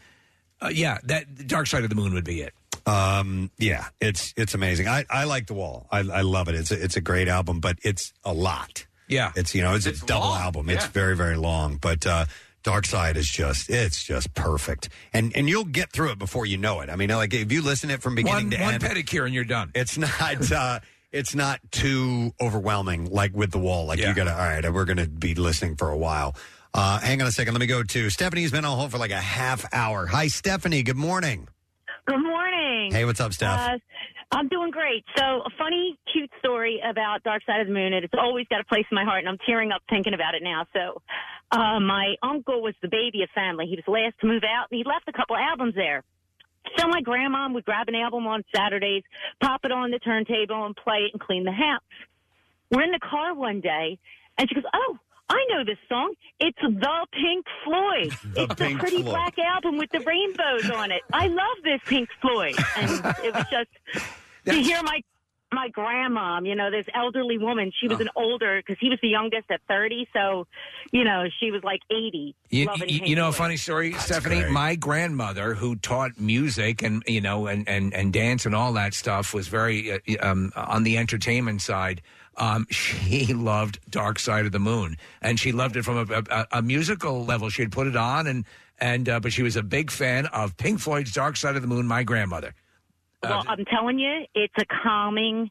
Speaker 6: uh, yeah, that Dark Side of the Moon would be it.
Speaker 4: Um, yeah, it's it's amazing. I, I like the wall. I, I love it. It's a, it's a great album, but it's a lot.
Speaker 6: Yeah,
Speaker 4: it's you know it's, a double album. It's
Speaker 6: yeah.
Speaker 4: very very long, but uh, Dark Side is just it's just perfect, and and you'll get through it before you know it. I mean, like if you listen it from beginning
Speaker 6: one
Speaker 4: to
Speaker 6: one
Speaker 4: end,
Speaker 6: pedicure and you're done.
Speaker 4: it's not uh, it's not too overwhelming like with the wall. Like you gotta all right, we're gonna be listening for a while. Uh, hang on a second. Let me go to Stephanie's been on hold for like a half hour. Hi, Stephanie. Good morning.
Speaker 23: Good morning.
Speaker 4: Hey, what's up, Steph?
Speaker 23: Uh, I'm doing great. So, a funny, cute story about Dark Side of the Moon, and it's always got a place in my heart, and I'm tearing up thinking about it now. So, uh, my uncle was the baby of family. He was last to move out, and he left a couple albums there. So, my grandma would grab an album on Saturdays, pop it on the turntable, and play it and clean the house. We're in the car one day, and she goes, Oh, I know this song. It's The Pink Floyd.
Speaker 4: The
Speaker 23: it's
Speaker 4: Pink
Speaker 23: the pretty
Speaker 4: Floyd.
Speaker 23: black album with the rainbows on it. I love this Pink Floyd. And it was just to hear my my grandma, you know, this elderly woman. She
Speaker 6: Oh.
Speaker 23: was an older because he was the youngest at thirty, so you know she was like eighty.
Speaker 6: You,
Speaker 23: loving
Speaker 6: you-
Speaker 23: Pink
Speaker 6: you know, a
Speaker 23: Floyd.
Speaker 6: funny story, Stephanie. My grandmother, who taught music and you know and and and dance and all that stuff, was very uh, um, on the entertainment side. Um, she loved Dark Side of the Moon, and she loved it from a, a, a musical level. She had put it on, and and uh, but she was a big fan of Pink Floyd's Dark Side of the Moon. My grandmother.
Speaker 23: Well, I'm telling you, it's a calming,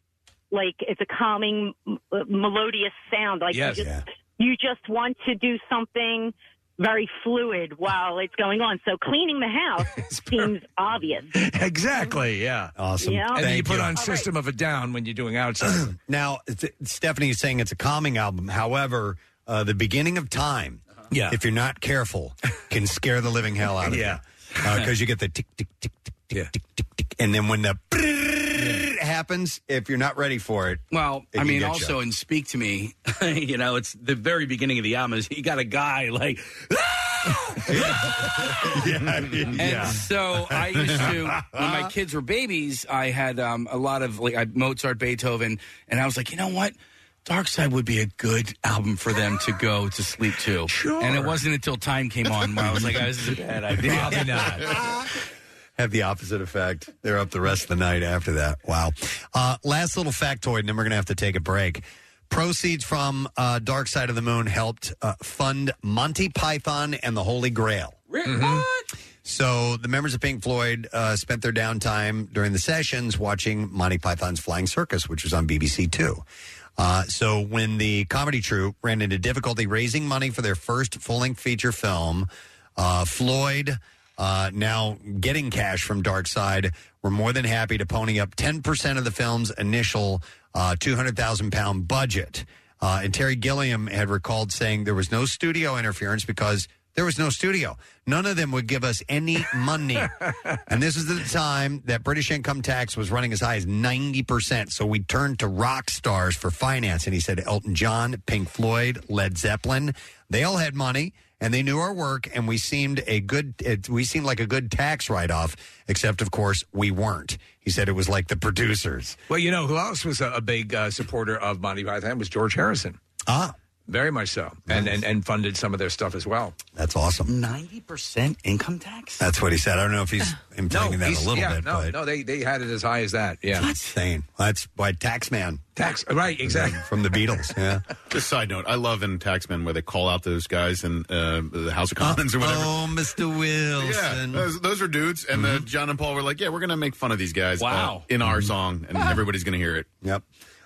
Speaker 23: like it's a calming, m- uh, melodious sound. Like
Speaker 6: Yes.
Speaker 23: you, just,
Speaker 6: Yeah.
Speaker 23: you just want to do something very fluid while it's going on. So cleaning the house seems obvious.
Speaker 6: Exactly. Yeah.
Speaker 4: Awesome.
Speaker 23: Yeah.
Speaker 6: And then you
Speaker 4: Thank
Speaker 6: put
Speaker 4: you.
Speaker 6: on System of a Down when you're doing outside.
Speaker 4: Now, th- Stephanie is saying it's a calming album. However, uh, the beginning of time,
Speaker 6: Yeah.
Speaker 4: if you're not careful, can scare the living hell out of
Speaker 6: Yeah.
Speaker 4: you. Because you get the tick, tick, tick, tick, tick, tick, tick, tick. And then when the brrrr happens, if you're not ready for it.
Speaker 7: Well,
Speaker 4: it
Speaker 7: I
Speaker 4: can
Speaker 7: mean,
Speaker 4: get
Speaker 7: also
Speaker 4: you.
Speaker 7: in Speak to Me, you know, it's the very beginning of the album is you got a guy like. and
Speaker 10: yeah.
Speaker 7: so I used to, when my kids were babies, I had um, a lot of like I had Mozart, Beethoven, and I was like, you know what? Dark Side would be a good album for them to go to sleep to. Sure. And it wasn't until time came on where I was like, oh, this is a bad idea.
Speaker 4: Probably not. have the opposite effect. They're up the rest of the night after that. Wow. Uh, last little factoid, and then we're going to have to take a break. Proceeds from uh, Dark Side of the Moon helped uh, fund Monty Python and the Holy Grail. So the members of Pink Floyd uh, spent their downtime during the sessions watching Monty Python's Flying Circus, which was on BBC Two. Uh, so when the comedy troupe ran into difficulty raising money for their first full-length feature film, uh, Floyd, uh, now getting cash from Dark Side, were more than happy to pony up 10% of the film's initial uh, 200,000 pound budget. Uh, and Terry Gilliam had recalled saying there was no studio interference because there was no studio. None of them would give us any money. and this is the time that British income tax was running as high as 90%. So we turned to rock stars for finance. And he said Elton John, Pink Floyd, Led Zeppelin, they all had money and they knew our work and we seemed a good it, we seemed like a good tax write-off except of course we weren't he said it was like the producers
Speaker 6: Well, you know who else was a, a big uh, supporter of Monty Python was George Harrison.
Speaker 4: Ah,
Speaker 6: very much so, and, and and funded some of their stuff as well.
Speaker 4: that's awesome
Speaker 7: 90% income tax
Speaker 4: that's what he said i don't know if he's inflating that a
Speaker 6: he's-
Speaker 4: little
Speaker 6: yeah,
Speaker 4: bit
Speaker 6: No,
Speaker 4: but
Speaker 6: no, they they had it as high as that. Yeah,
Speaker 4: insane that's why taxman
Speaker 6: tax right exactly
Speaker 4: from the Beatles. Yeah.
Speaker 8: Just side note, I love in Taxman where they call out those guys in uh, the House of Commons or whatever.
Speaker 4: Oh, Mr. Wilson.
Speaker 8: Yeah, those, those are dudes,
Speaker 6: Mm.
Speaker 8: and
Speaker 6: Mm-hmm.
Speaker 8: uh, John and Paul were like, "Yeah, we're gonna make fun of these guys." uh,
Speaker 4: Wow.
Speaker 8: in our song, and everybody's gonna hear it.
Speaker 4: Yep.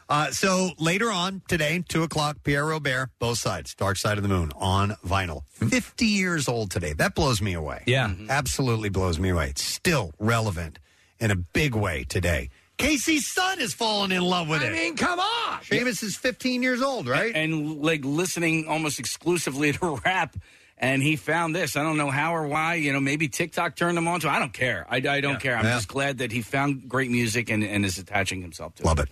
Speaker 4: Uh, so later on today, two o'clock, Pierre Robert, both sides, Dark Side of the Moon on vinyl. Fifty years old today. That blows me away. Yeah, absolutely blows me away. It's still relevant in a big way today. Casey's son is falling in love with it.
Speaker 6: come on.
Speaker 4: Seamus is 15 years old, right?
Speaker 7: And, like listening almost exclusively to rap. And he found this. I don't know how or why. You know, maybe TikTok turned him on to. I don't care. I, I don't care. I'm
Speaker 4: Yeah.
Speaker 7: just glad that he found great music and, and is attaching himself to it.
Speaker 4: Love it.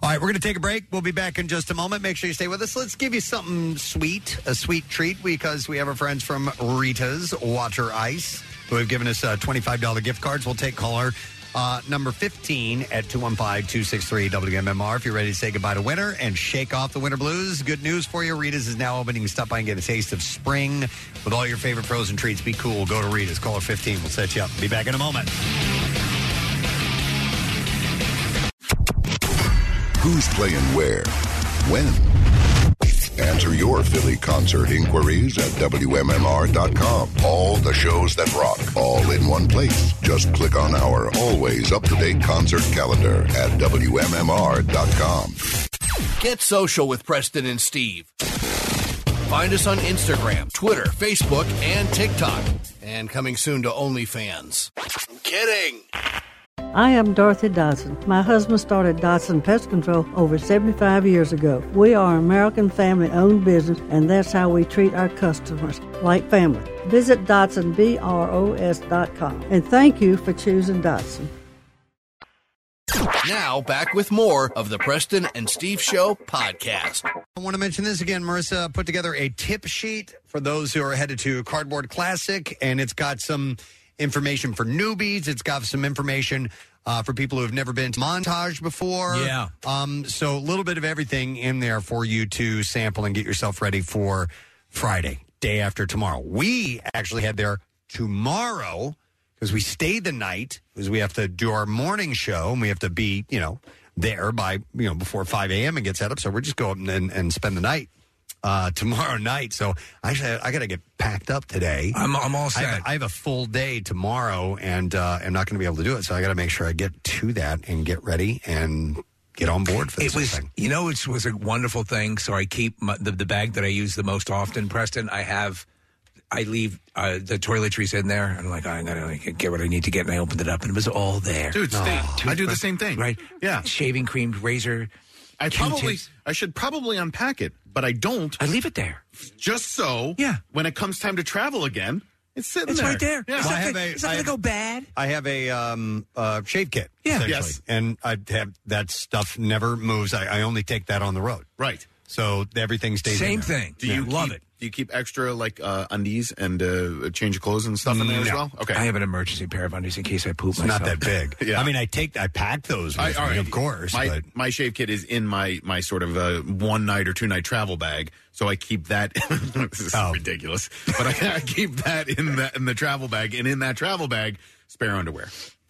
Speaker 4: All right, we're going to take a break. We'll be back in just a moment. Make sure you stay with us. Let's give you something sweet, a sweet treat, because we have our friends from Rita's Water Ice who have given us uh, $25 gift cards. We'll take caller uh, number 15 at 215 263 WMMR if you're ready to say goodbye to winter and shake off the winter blues. Good news for you Rita's is now open. You can stop by and get a taste of spring with all your favorite frozen treats. Be cool. Go to Rita's. Caller 15. We'll set you up. Be back in a moment.
Speaker 3: Who's playing where? When? Answer your Philly concert inquiries at WMMR.com. All the shows that rock, all in one place. Just click on our always up to date concert calendar at WMMR.com.
Speaker 11: Get social with Preston and Steve. Find us on Instagram, Twitter, Facebook, and TikTok. And coming soon to OnlyFans. I'm kidding.
Speaker 12: I am Dorothy Dodson. My husband started Dodson Pest Control over 75 years ago. We are an American family owned business, and that's how we treat our customers like family. Visit Dodson, B R O S dot com, And thank you for choosing Dodson.
Speaker 11: Now, back with more of the Preston and Steve Show podcast.
Speaker 4: I want to mention this again. Marissa put together a tip sheet for those who are headed to Cardboard Classic, and it's got some information for newbies. It's got some information uh, for people who have never been to Montage before.
Speaker 15: Yeah.
Speaker 4: Um, so a little bit of everything in there for you to sample and get yourself ready for Friday, day after tomorrow. We actually head there tomorrow because we stay the night because we have to do our morning show and we have to be, you know, there by you know before 5 a.m. and get set up. So we're just go up and, and, and spend the night uh, tomorrow night. So actually, I, I got to get packed up today.
Speaker 6: I'm- I'm all
Speaker 4: I have- I have,
Speaker 6: set.
Speaker 4: a full day tomorrow, and uh, I'm not going to be able to do it. So I got to make sure I get to that and get ready and get on board for this
Speaker 6: It
Speaker 4: whole
Speaker 6: was,
Speaker 4: thing.
Speaker 6: you know, it was a wonderful thing. So I keep my, the, the bag that I use the most often, Preston. I have, I leave uh, the toiletries in there. I'm like, I'm gonna like, get what I need to get, and I opened it up, and it was all there.
Speaker 8: Dude, same. I do the
Speaker 6: Toothbrush,
Speaker 8: same thing.
Speaker 6: Right?
Speaker 8: Yeah.
Speaker 6: Shaving cream, razor.
Speaker 8: I probably
Speaker 6: Q-tips.
Speaker 8: I should probably unpack it, but I don't.
Speaker 6: I leave it there.
Speaker 8: Just so yeah. when it comes time to travel again, it's sitting
Speaker 4: It's
Speaker 8: there.
Speaker 4: right there.
Speaker 8: Yeah.
Speaker 4: It's not Well, I gonna- have a- it's not I gonna have- go
Speaker 6: bad.
Speaker 4: I have a um, uh, shave kit.
Speaker 8: Yeah.
Speaker 4: essentially.
Speaker 8: Yes.
Speaker 4: And I have that stuff never moves. I, I only take that on the road.
Speaker 8: Right.
Speaker 4: So everything stays. in there.
Speaker 8: Do you love it? Do you keep extra like uh, undies and uh, change of clothes and stuff in there as
Speaker 4: No.
Speaker 8: well? Okay.
Speaker 4: I have
Speaker 6: an emergency pair of undies in case I poop
Speaker 4: It's not that big. I mean, I take, I pack those. With me, Of course,
Speaker 8: My,
Speaker 4: but
Speaker 8: my shave kit is in my my sort of uh, one night or two night travel bag, so I keep that. this is
Speaker 4: Oh.
Speaker 8: ridiculous, but I, I keep that in the in the travel bag, and in that travel bag, spare underwear.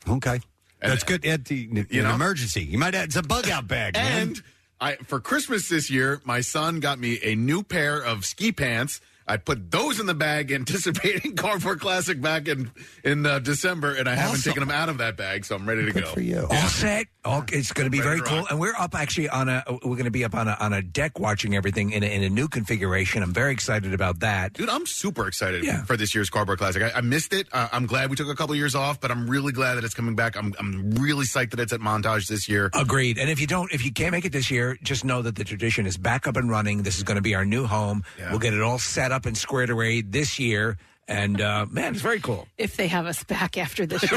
Speaker 4: okay, that's good. At the
Speaker 8: You
Speaker 4: an
Speaker 8: know?
Speaker 4: emergency, you might add it's a bug out bag. man.
Speaker 8: And I for Christmas this year, my son got me a new pair of ski pants. I put those in the bag, anticipating Carport Classic back in in uh, December, and I haven't taken them out of that bag, so I'm ready to go. For you.
Speaker 6: All set. All, it's going to be
Speaker 8: Ready
Speaker 6: very
Speaker 8: to
Speaker 6: cool. And we're up actually on a we're going to be up on a on a deck watching everything in a, in a new configuration. I'm very excited about that.
Speaker 8: Dude, I'm super excited
Speaker 6: Yeah.
Speaker 8: for this year's Cardboard Classic. I, I missed it. Uh, I'm glad we took a couple years off, but I'm really glad that it's coming back. I'm, I'm really psyched that it's at Montage this year.
Speaker 6: Agreed. And if you don't, if you can't make it this year, just know that the tradition is back up and running. This is going to be our new home. We'll get it all set up and squared away this year. And uh, man, it's very cool.
Speaker 16: if they have us back after this show.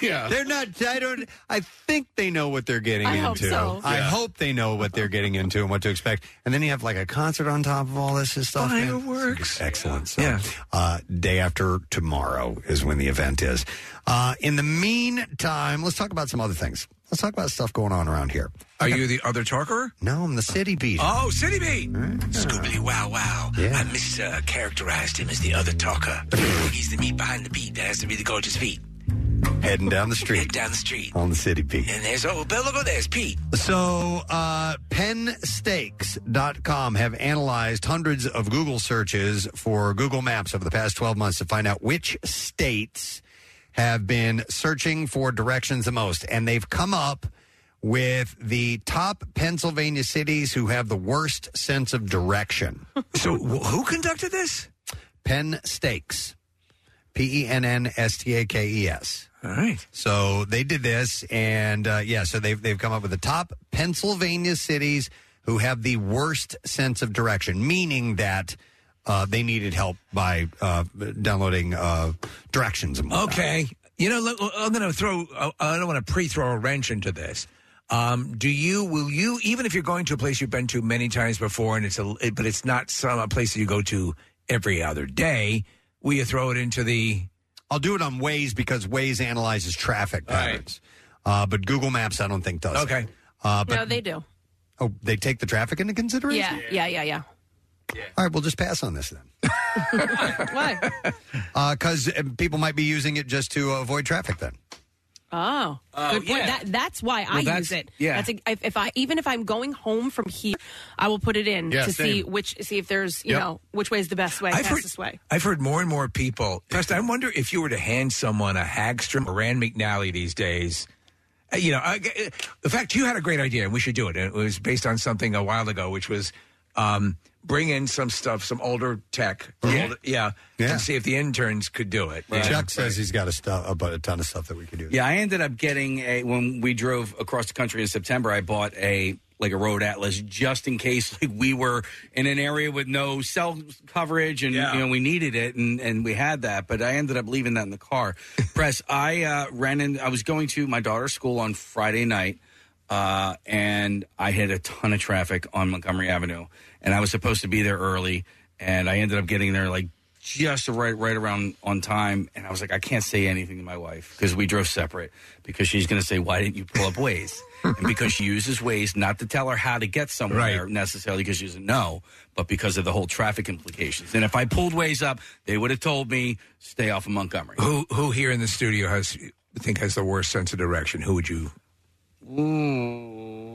Speaker 8: yeah.
Speaker 4: They're not. I don't. I think they know what they're getting
Speaker 16: I
Speaker 4: into.
Speaker 16: hope so.
Speaker 4: I
Speaker 16: Yeah.
Speaker 4: hope they know what they're getting into and what to expect. And then you have like a concert on top of all this and stuff. man. Fireworks. Excellent. So, yeah. Uh, day after tomorrow is when the event is. Uh, in the meantime, let's talk about some other things. Let's talk about stuff going on around here.
Speaker 6: Are you the other talker?
Speaker 4: No, I'm the city beat.
Speaker 6: Oh, City Beat!
Speaker 4: Ah.
Speaker 6: Scoobly Wow Wow. I mischaracterized him as the other talker. He's the meat behind the beat that has to be the gorgeous feet.
Speaker 4: Heading down the street.
Speaker 6: Head down the street.
Speaker 4: On the city beat.
Speaker 6: And there's old Bill. Look, there's Pete.
Speaker 4: So, uh, pennsteaks.com have analyzed hundreds of Google searches for Google Maps over the past 12 months to find out which states have been searching for directions the most. And they've come up with the top Pennsylvania cities who have the worst sense of direction.
Speaker 6: so, who conducted this?
Speaker 4: Penn Stakes. P E N N S T A K E S.
Speaker 6: All right.
Speaker 4: So they did this, and uh, yeah, so they've they've come up with the top Pennsylvania cities who have the worst sense of direction, meaning that uh, they needed help by uh, downloading uh, directions. And whatnot.
Speaker 6: Okay. You know, look, I'm going to throw, I- I don't want to pre throw a wrench into this. Um, do you, will you, even if you're going to a place you've been to many times before and it's a, it- but it's not some a place that you go to every other day, will you throw it into the,
Speaker 4: I'll do it on Waze because Waze analyzes traffic
Speaker 6: All right.
Speaker 4: patterns, uh, but Google Maps I don't think does. it.
Speaker 6: Okay.
Speaker 4: uh, but
Speaker 16: no, they do.
Speaker 4: oh, they take the traffic into consideration.
Speaker 16: Yeah, yeah, yeah, yeah.
Speaker 4: All right, we'll just pass on this then. Why? Because Uh, people might be using it just to avoid traffic. Then
Speaker 16: Oh,
Speaker 6: Uh,
Speaker 16: good point. That, that's why
Speaker 4: Well,
Speaker 16: I
Speaker 4: that's-
Speaker 16: use it.
Speaker 4: yeah.
Speaker 16: That's a, if, if I even if I'm going home from here, I will put it in
Speaker 6: Yeah,
Speaker 16: to see
Speaker 6: same.
Speaker 16: which see if there's you
Speaker 6: Yep.
Speaker 16: know which way is the best way,
Speaker 6: I've heard-
Speaker 16: fastest way.
Speaker 6: I've heard more and more people. Preston, I wonder if you were to hand someone a Hagstrom or Rand McNally these days. uh, You know, I, uh, in fact, you had a great idea, and we should do it. And it was based on something a while ago, which was um, bring in some stuff, some older tech, or older- yeah,
Speaker 4: Yeah.
Speaker 6: and see if the interns could do it. you know?
Speaker 4: Chuck says he's got a, stu- a bu- a ton of stuff that we could do.
Speaker 7: Yeah, I ended up getting a when we drove across the country in September. I bought a like a road atlas just in case like we were in an area with no cell coverage and you know we needed it and and we had that. But I ended up leaving that in the car. Press. I uh, ran in. I was going to my daughter's school on Friday night. Uh, and I hit a ton of traffic on Montgomery Avenue, and I was supposed to be there early, and I ended up getting there like just right right around on time and i was like i can't say anything to my wife because we drove separate because she's going to say why didn't you pull up ways and because she uses ways not to tell her how to get somewhere necessarily because she doesn't know but because of the whole traffic implications and if i pulled ways up they would have told me stay off of montgomery
Speaker 6: Who who here in the studio has think has the worst sense of direction? Who would you?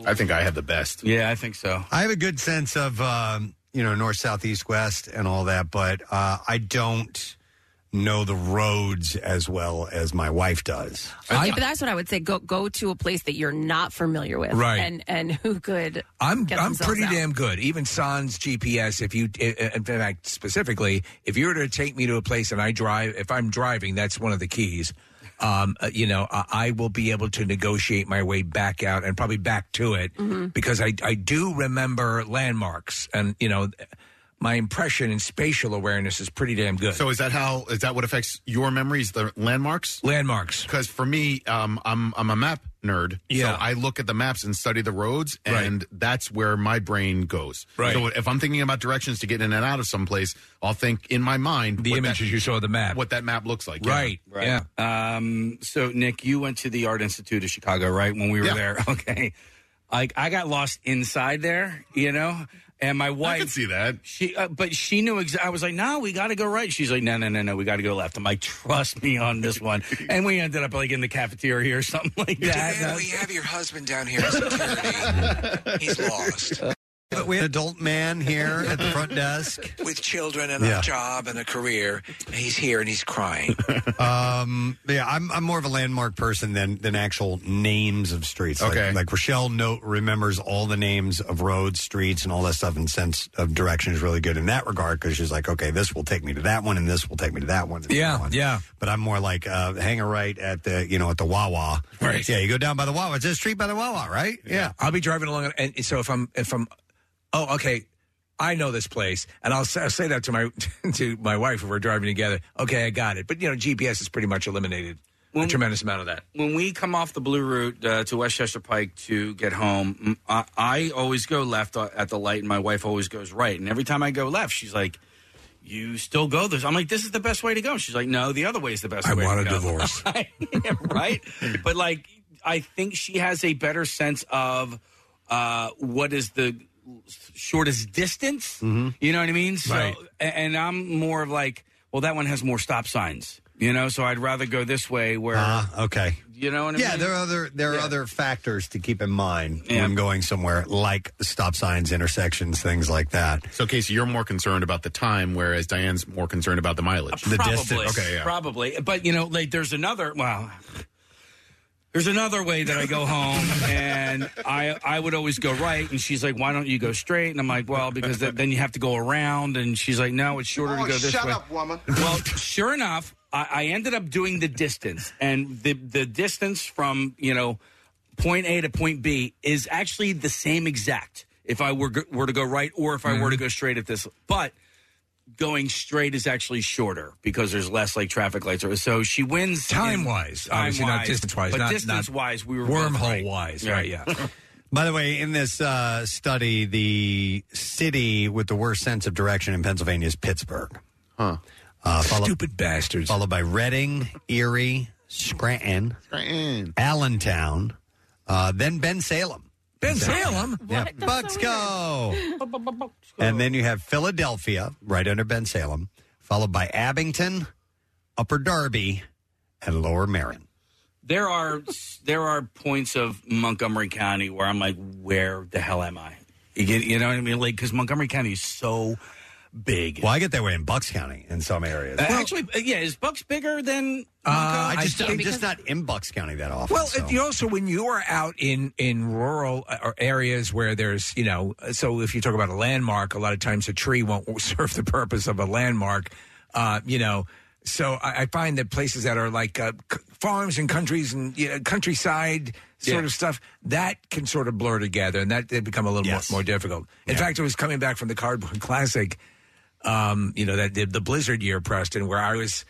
Speaker 8: I think I have the best.
Speaker 7: Yeah, I think so.
Speaker 4: I have a good sense of um, you know north, south, east, west, and all that, but uh, I don't know the roads as well as my wife does.
Speaker 5: Yeah, but that's what I would say. Go go to a place that you're not familiar with,
Speaker 6: Right.
Speaker 5: And and who could?
Speaker 6: I'm
Speaker 5: get
Speaker 6: I'm
Speaker 5: themselves
Speaker 6: pretty
Speaker 5: out.
Speaker 6: damn good. Even Sans GPS. If you, i- i- in fact, specifically, if you were to take me to a place and I drive, if I'm driving, that's one of the keys. Um, uh, you know, I, I will be able to negotiate my way back out and probably back to it
Speaker 5: Mm-hmm.
Speaker 10: Mhm.
Speaker 6: because I I do remember landmarks and you know, my impression and spatial awareness is pretty damn good.
Speaker 8: So is that how is that what affects your memories? The landmarks,
Speaker 6: landmarks.
Speaker 8: Because for me, um, I'm I'm a map nerd.
Speaker 6: Yeah.
Speaker 8: So I look at the maps and study the roads, and that's where my brain goes.
Speaker 6: Right.
Speaker 8: So if I'm thinking about directions to get in and out of someplace, I'll think in my mind
Speaker 6: The images you saw of the map,
Speaker 8: what that map looks like.
Speaker 7: Right. Yeah. Um, so, Nick, you went to the Art Institute of Chicago, right? When we were
Speaker 8: Yeah.
Speaker 7: there. Okay. Like, I got lost inside there, you know? And my wife. I can
Speaker 8: see that.
Speaker 7: She, uh, but she knew exactly. I was like, no, we got to go right. She's like, no, no, no, no. We got to go left. I'm like, trust me on this one. And we ended up, like, in the cafeteria or something like that. And I was-
Speaker 6: we have your husband down here in security. He's lost.
Speaker 4: But we have an adult man here at the front desk.
Speaker 6: with children and
Speaker 4: Yeah.
Speaker 6: a job and a career. And he's here and he's crying.
Speaker 4: Um, yeah, I'm, I'm more of a landmark person than than actual names of streets. Like-
Speaker 8: Okay.
Speaker 4: like, Rochelle note remembers all the names of roads, streets, and all that stuff, and sense of direction is really good in that regard because she's like, okay, this will take me to that one, and this will take me to that one. and that
Speaker 6: Yeah,
Speaker 4: one.
Speaker 6: yeah.
Speaker 4: But I'm more like uh, hang a right at the you know at the Wawa. Right. Yeah, you go down by the Wawa. It's a street by the Wawa, right? Yeah.
Speaker 6: I'll be driving along, and so if I'm if I'm, oh okay, I know this place, and I'll say, I'll say that to my to my wife if we're driving together. Okay, I got it. But you know, GPS is pretty much eliminated a tremendous amount of that.
Speaker 7: when we come off the blue route uh, to Westchester Pike to get home, m- I, I always go left uh, at the light, and my wife always goes right. And every time I go left, she's like, "You still go this?" I'm like, "This is the best way to go." She's like, "No, the other way is the best."
Speaker 6: I
Speaker 7: way
Speaker 6: want
Speaker 7: to
Speaker 6: a
Speaker 7: go."
Speaker 6: divorce.
Speaker 7: Yeah, right? but like, I think she has a better sense of uh, what is the shortest distance.
Speaker 6: Mm-hmm.
Speaker 7: You know what I mean? So,
Speaker 10: Right.
Speaker 7: a- and I'm more of like, well, that one has more stop signs. You know, so I'd rather go this way where.
Speaker 6: Uh-huh.
Speaker 4: Ah, okay.
Speaker 7: You know what I
Speaker 4: yeah,
Speaker 7: mean?
Speaker 4: there are other there are other factors to keep in mind
Speaker 7: Yeah.
Speaker 4: when going somewhere, like stop signs, intersections, things like that.
Speaker 8: So, Casey, you're more concerned about the time, whereas Diane's more concerned about the mileage,
Speaker 4: Uh,
Speaker 7: probably,
Speaker 8: Okay, yeah.
Speaker 7: Probably. But, you know, like there's another, well, there's another way that I go home and I I would always go right. And she's like, why don't you go straight? And I'm like, well, because th- then you have to go around. And she's like, no, it's
Speaker 8: Oh,
Speaker 7: shorter to go this way.
Speaker 10: woman.
Speaker 7: Well, sure enough, I, I ended up doing the distance, and the the distance from you know point A to point B is actually the same exact. If I were go- were to go right, or if I were to
Speaker 6: Mm-hmm.
Speaker 7: go straight at this, but going straight is actually shorter because there's less like traffic lights. or- So she wins in-
Speaker 6: Time-wise, obviously, not
Speaker 7: time-wise,
Speaker 6: distance-wise,
Speaker 7: but
Speaker 6: not- not
Speaker 7: distance wise, we were both right.
Speaker 6: wormhole-wise, right, yeah.
Speaker 4: By the way, in this uh, study, the city with the worst sense of direction in Pennsylvania is Pittsburgh.
Speaker 8: Huh.
Speaker 4: Uh, followed,
Speaker 6: Stupid bastards.
Speaker 4: Followed by Reading, Erie, Scranton, Allentown, uh, then Ben Salem.
Speaker 6: Ben Salem?
Speaker 4: Yeah. Bucks go. And then you have Philadelphia, right under Ben Salem, followed by Abington, Upper Darby, and Lower Marion.
Speaker 7: there are there are points of Montgomery County where I'm like, where the hell am I? You get you know what I mean? Like because Montgomery County is so big.
Speaker 4: Well, I get that way in Bucks County in some areas.
Speaker 7: Uh, actually, uh, yeah, is Bucks bigger than?
Speaker 4: Uh, I just,
Speaker 7: Yeah,
Speaker 4: I'm
Speaker 7: because-
Speaker 4: just not in Bucks County that often.
Speaker 6: Well,
Speaker 4: so.
Speaker 6: you also when you are out in in rural uh, or areas where there's you know, so if you talk about a landmark, a lot of times a tree won't serve the purpose of a landmark, uh, you know. So I, I find that places that are like uh, c- farms and countries and you know, countryside sort
Speaker 7: Yeah.
Speaker 6: of stuff that can sort of blur together, and that they become a little more, more difficult. In fact, I was coming back from the Cardboard Classic, um, you know, that the, the blizzard year, Preston, where I was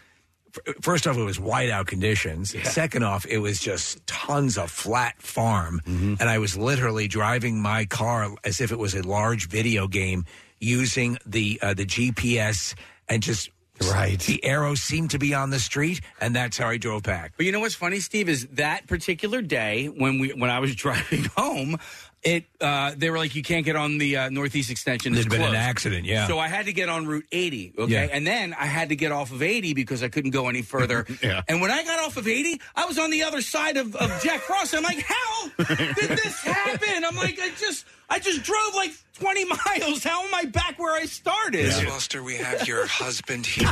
Speaker 6: first off, it was whiteout conditions. Second off, it was just tons of flat farm, and I was literally driving my car as if it was a large video game, using the uh, the GPS and just right. The arrows seemed to be on the street, and that's how I drove back.
Speaker 7: But you know what's funny, Steve, is that particular day when we when I was driving home, It uh, they were like you can't get on the uh, northeast extension.
Speaker 6: There'd
Speaker 7: It's
Speaker 6: been an
Speaker 7: closed.
Speaker 6: accident, yeah.
Speaker 7: So I had to get on Route 80. Okay,
Speaker 6: Yeah.
Speaker 7: and then I had to get off of 80 because I couldn't go any further.
Speaker 6: Yeah.
Speaker 7: And when I got off of 80, I was on the other side of, of Jack Frost. I'm like, how did this happen? I'm like, I just I just drove like 20 miles. How am I back where I started?
Speaker 10: Miss
Speaker 6: Foster, we have your husband here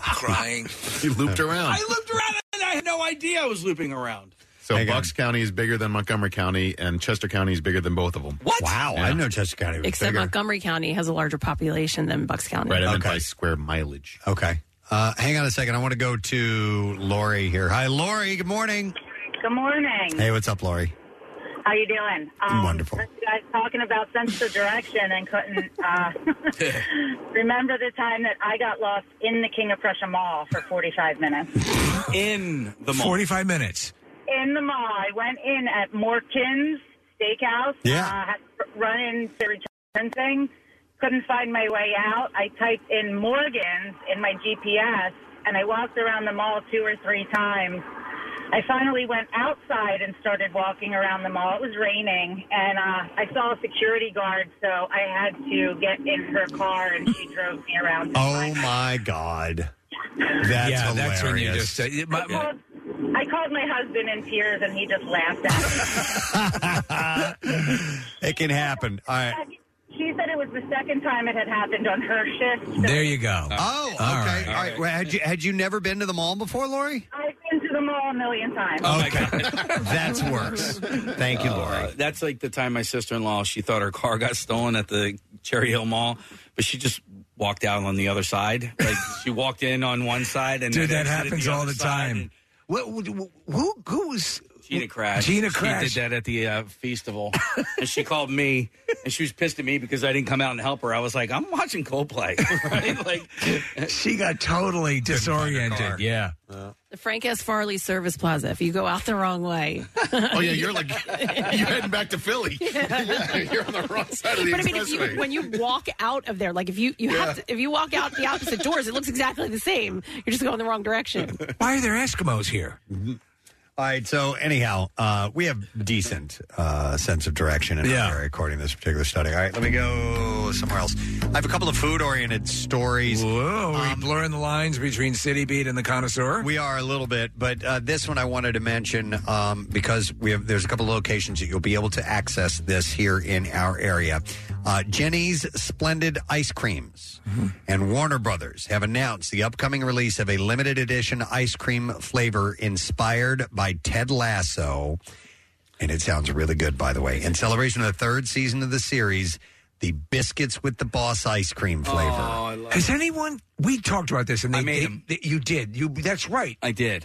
Speaker 6: crying.
Speaker 8: You looped around.
Speaker 7: I looped around and I had no idea I was looping around.
Speaker 8: So Bucks County is bigger than Montgomery County, and Chester County is bigger than both of them.
Speaker 5: What?
Speaker 4: Wow, I didn't know Chester County was
Speaker 5: Except
Speaker 8: bigger.
Speaker 5: Montgomery County has a larger population than Bucks County.
Speaker 8: Right, and then by square mileage.
Speaker 4: Okay. Uh, hang on a second. I want to go to Lori here. Hi, Lori. Good morning.
Speaker 13: Good morning.
Speaker 4: Hey, what's up, Lori?
Speaker 13: How you doing? Um,
Speaker 4: Wonderful.
Speaker 13: You guys talking about sense of direction and couldn't uh, remember the time that I got lost in the King of Prussia Mall for 45 minutes.
Speaker 7: In the mall.
Speaker 6: 45 minutes.
Speaker 13: In the mall, I went in at Morkin's Steakhouse.
Speaker 6: Yeah.
Speaker 13: Uh, had to run in the return thing. Couldn't find my way out. I typed in Morgan's in my GPS, and I walked around the mall two or three times. I finally went outside and started walking around the mall. It was raining, and uh, I saw a security guard, so I had to get in her car, and she drove me around.
Speaker 4: Oh my God. That's
Speaker 6: yeah,
Speaker 4: hilarious.
Speaker 6: that's when you just say. it- my- my-
Speaker 13: I called my husband in tears, and he just laughed at me.
Speaker 4: it can happen. All right.
Speaker 13: She said it was the second time it had happened on her shift.
Speaker 4: There you go. Oh, okay. All
Speaker 13: All
Speaker 4: right.
Speaker 13: right.
Speaker 4: Well, had you had you never been to the mall before, Lori?
Speaker 13: I've been to the mall a million times.
Speaker 4: okay. That's worse. Thank you, Lori.
Speaker 7: Uh, that's like the time my sister in law, she thought her car got stolen at the Cherry Hill Mall, but she just walked out on the other side. Like she walked in on one side and
Speaker 6: Dude,
Speaker 7: then
Speaker 6: that
Speaker 7: exited
Speaker 6: happens all
Speaker 7: other
Speaker 6: the
Speaker 7: side.
Speaker 6: time. What, what- who, who was.
Speaker 7: Gina Crash.
Speaker 6: Gina
Speaker 7: She
Speaker 6: Crash.
Speaker 7: did that at the uh, festival, and she called me, and she was pissed at me because I didn't come out and help her. I was like, I'm watching Coldplay. right? Like
Speaker 6: she got totally disoriented. Yeah.
Speaker 5: The Frank S. Farley Service Plaza. If you go out the wrong way.
Speaker 8: Oh yeah, you're like you're heading back to Philly.
Speaker 5: Yeah.
Speaker 8: Yeah, you're on the wrong side of the
Speaker 5: but I mean, if
Speaker 8: expressway.
Speaker 5: you, when you walk out of there, like if you you have to, if you walk out the opposite doors, it looks exactly the same. You're just going the wrong direction.
Speaker 6: Why are there Eskimos here?
Speaker 4: Mm-hmm. All right. So anyhow, uh, we have decent uh, sense of direction in
Speaker 6: Yeah.
Speaker 4: our area, according to this particular study. All right, let me go somewhere else. I have a couple of food-oriented stories. Um,
Speaker 6: Whoa, are we blurring the lines between City Beat and the Connoisseur?
Speaker 4: We are a little bit, but uh, this one I wanted to mention um, because we have there's a couple of locations that you'll be able to access this here in our area. Uh, Jenny's Splendid Ice Creams and Warner Brothers have announced the upcoming release of a limited edition ice cream flavor inspired by Ted Lasso. And it sounds really good, by the way. In celebration of the third season of the series, the Biscuits with the Boss ice cream flavor.
Speaker 6: Has anyone? We talked about this, and they, they- they- you did. You that's right.
Speaker 7: I did,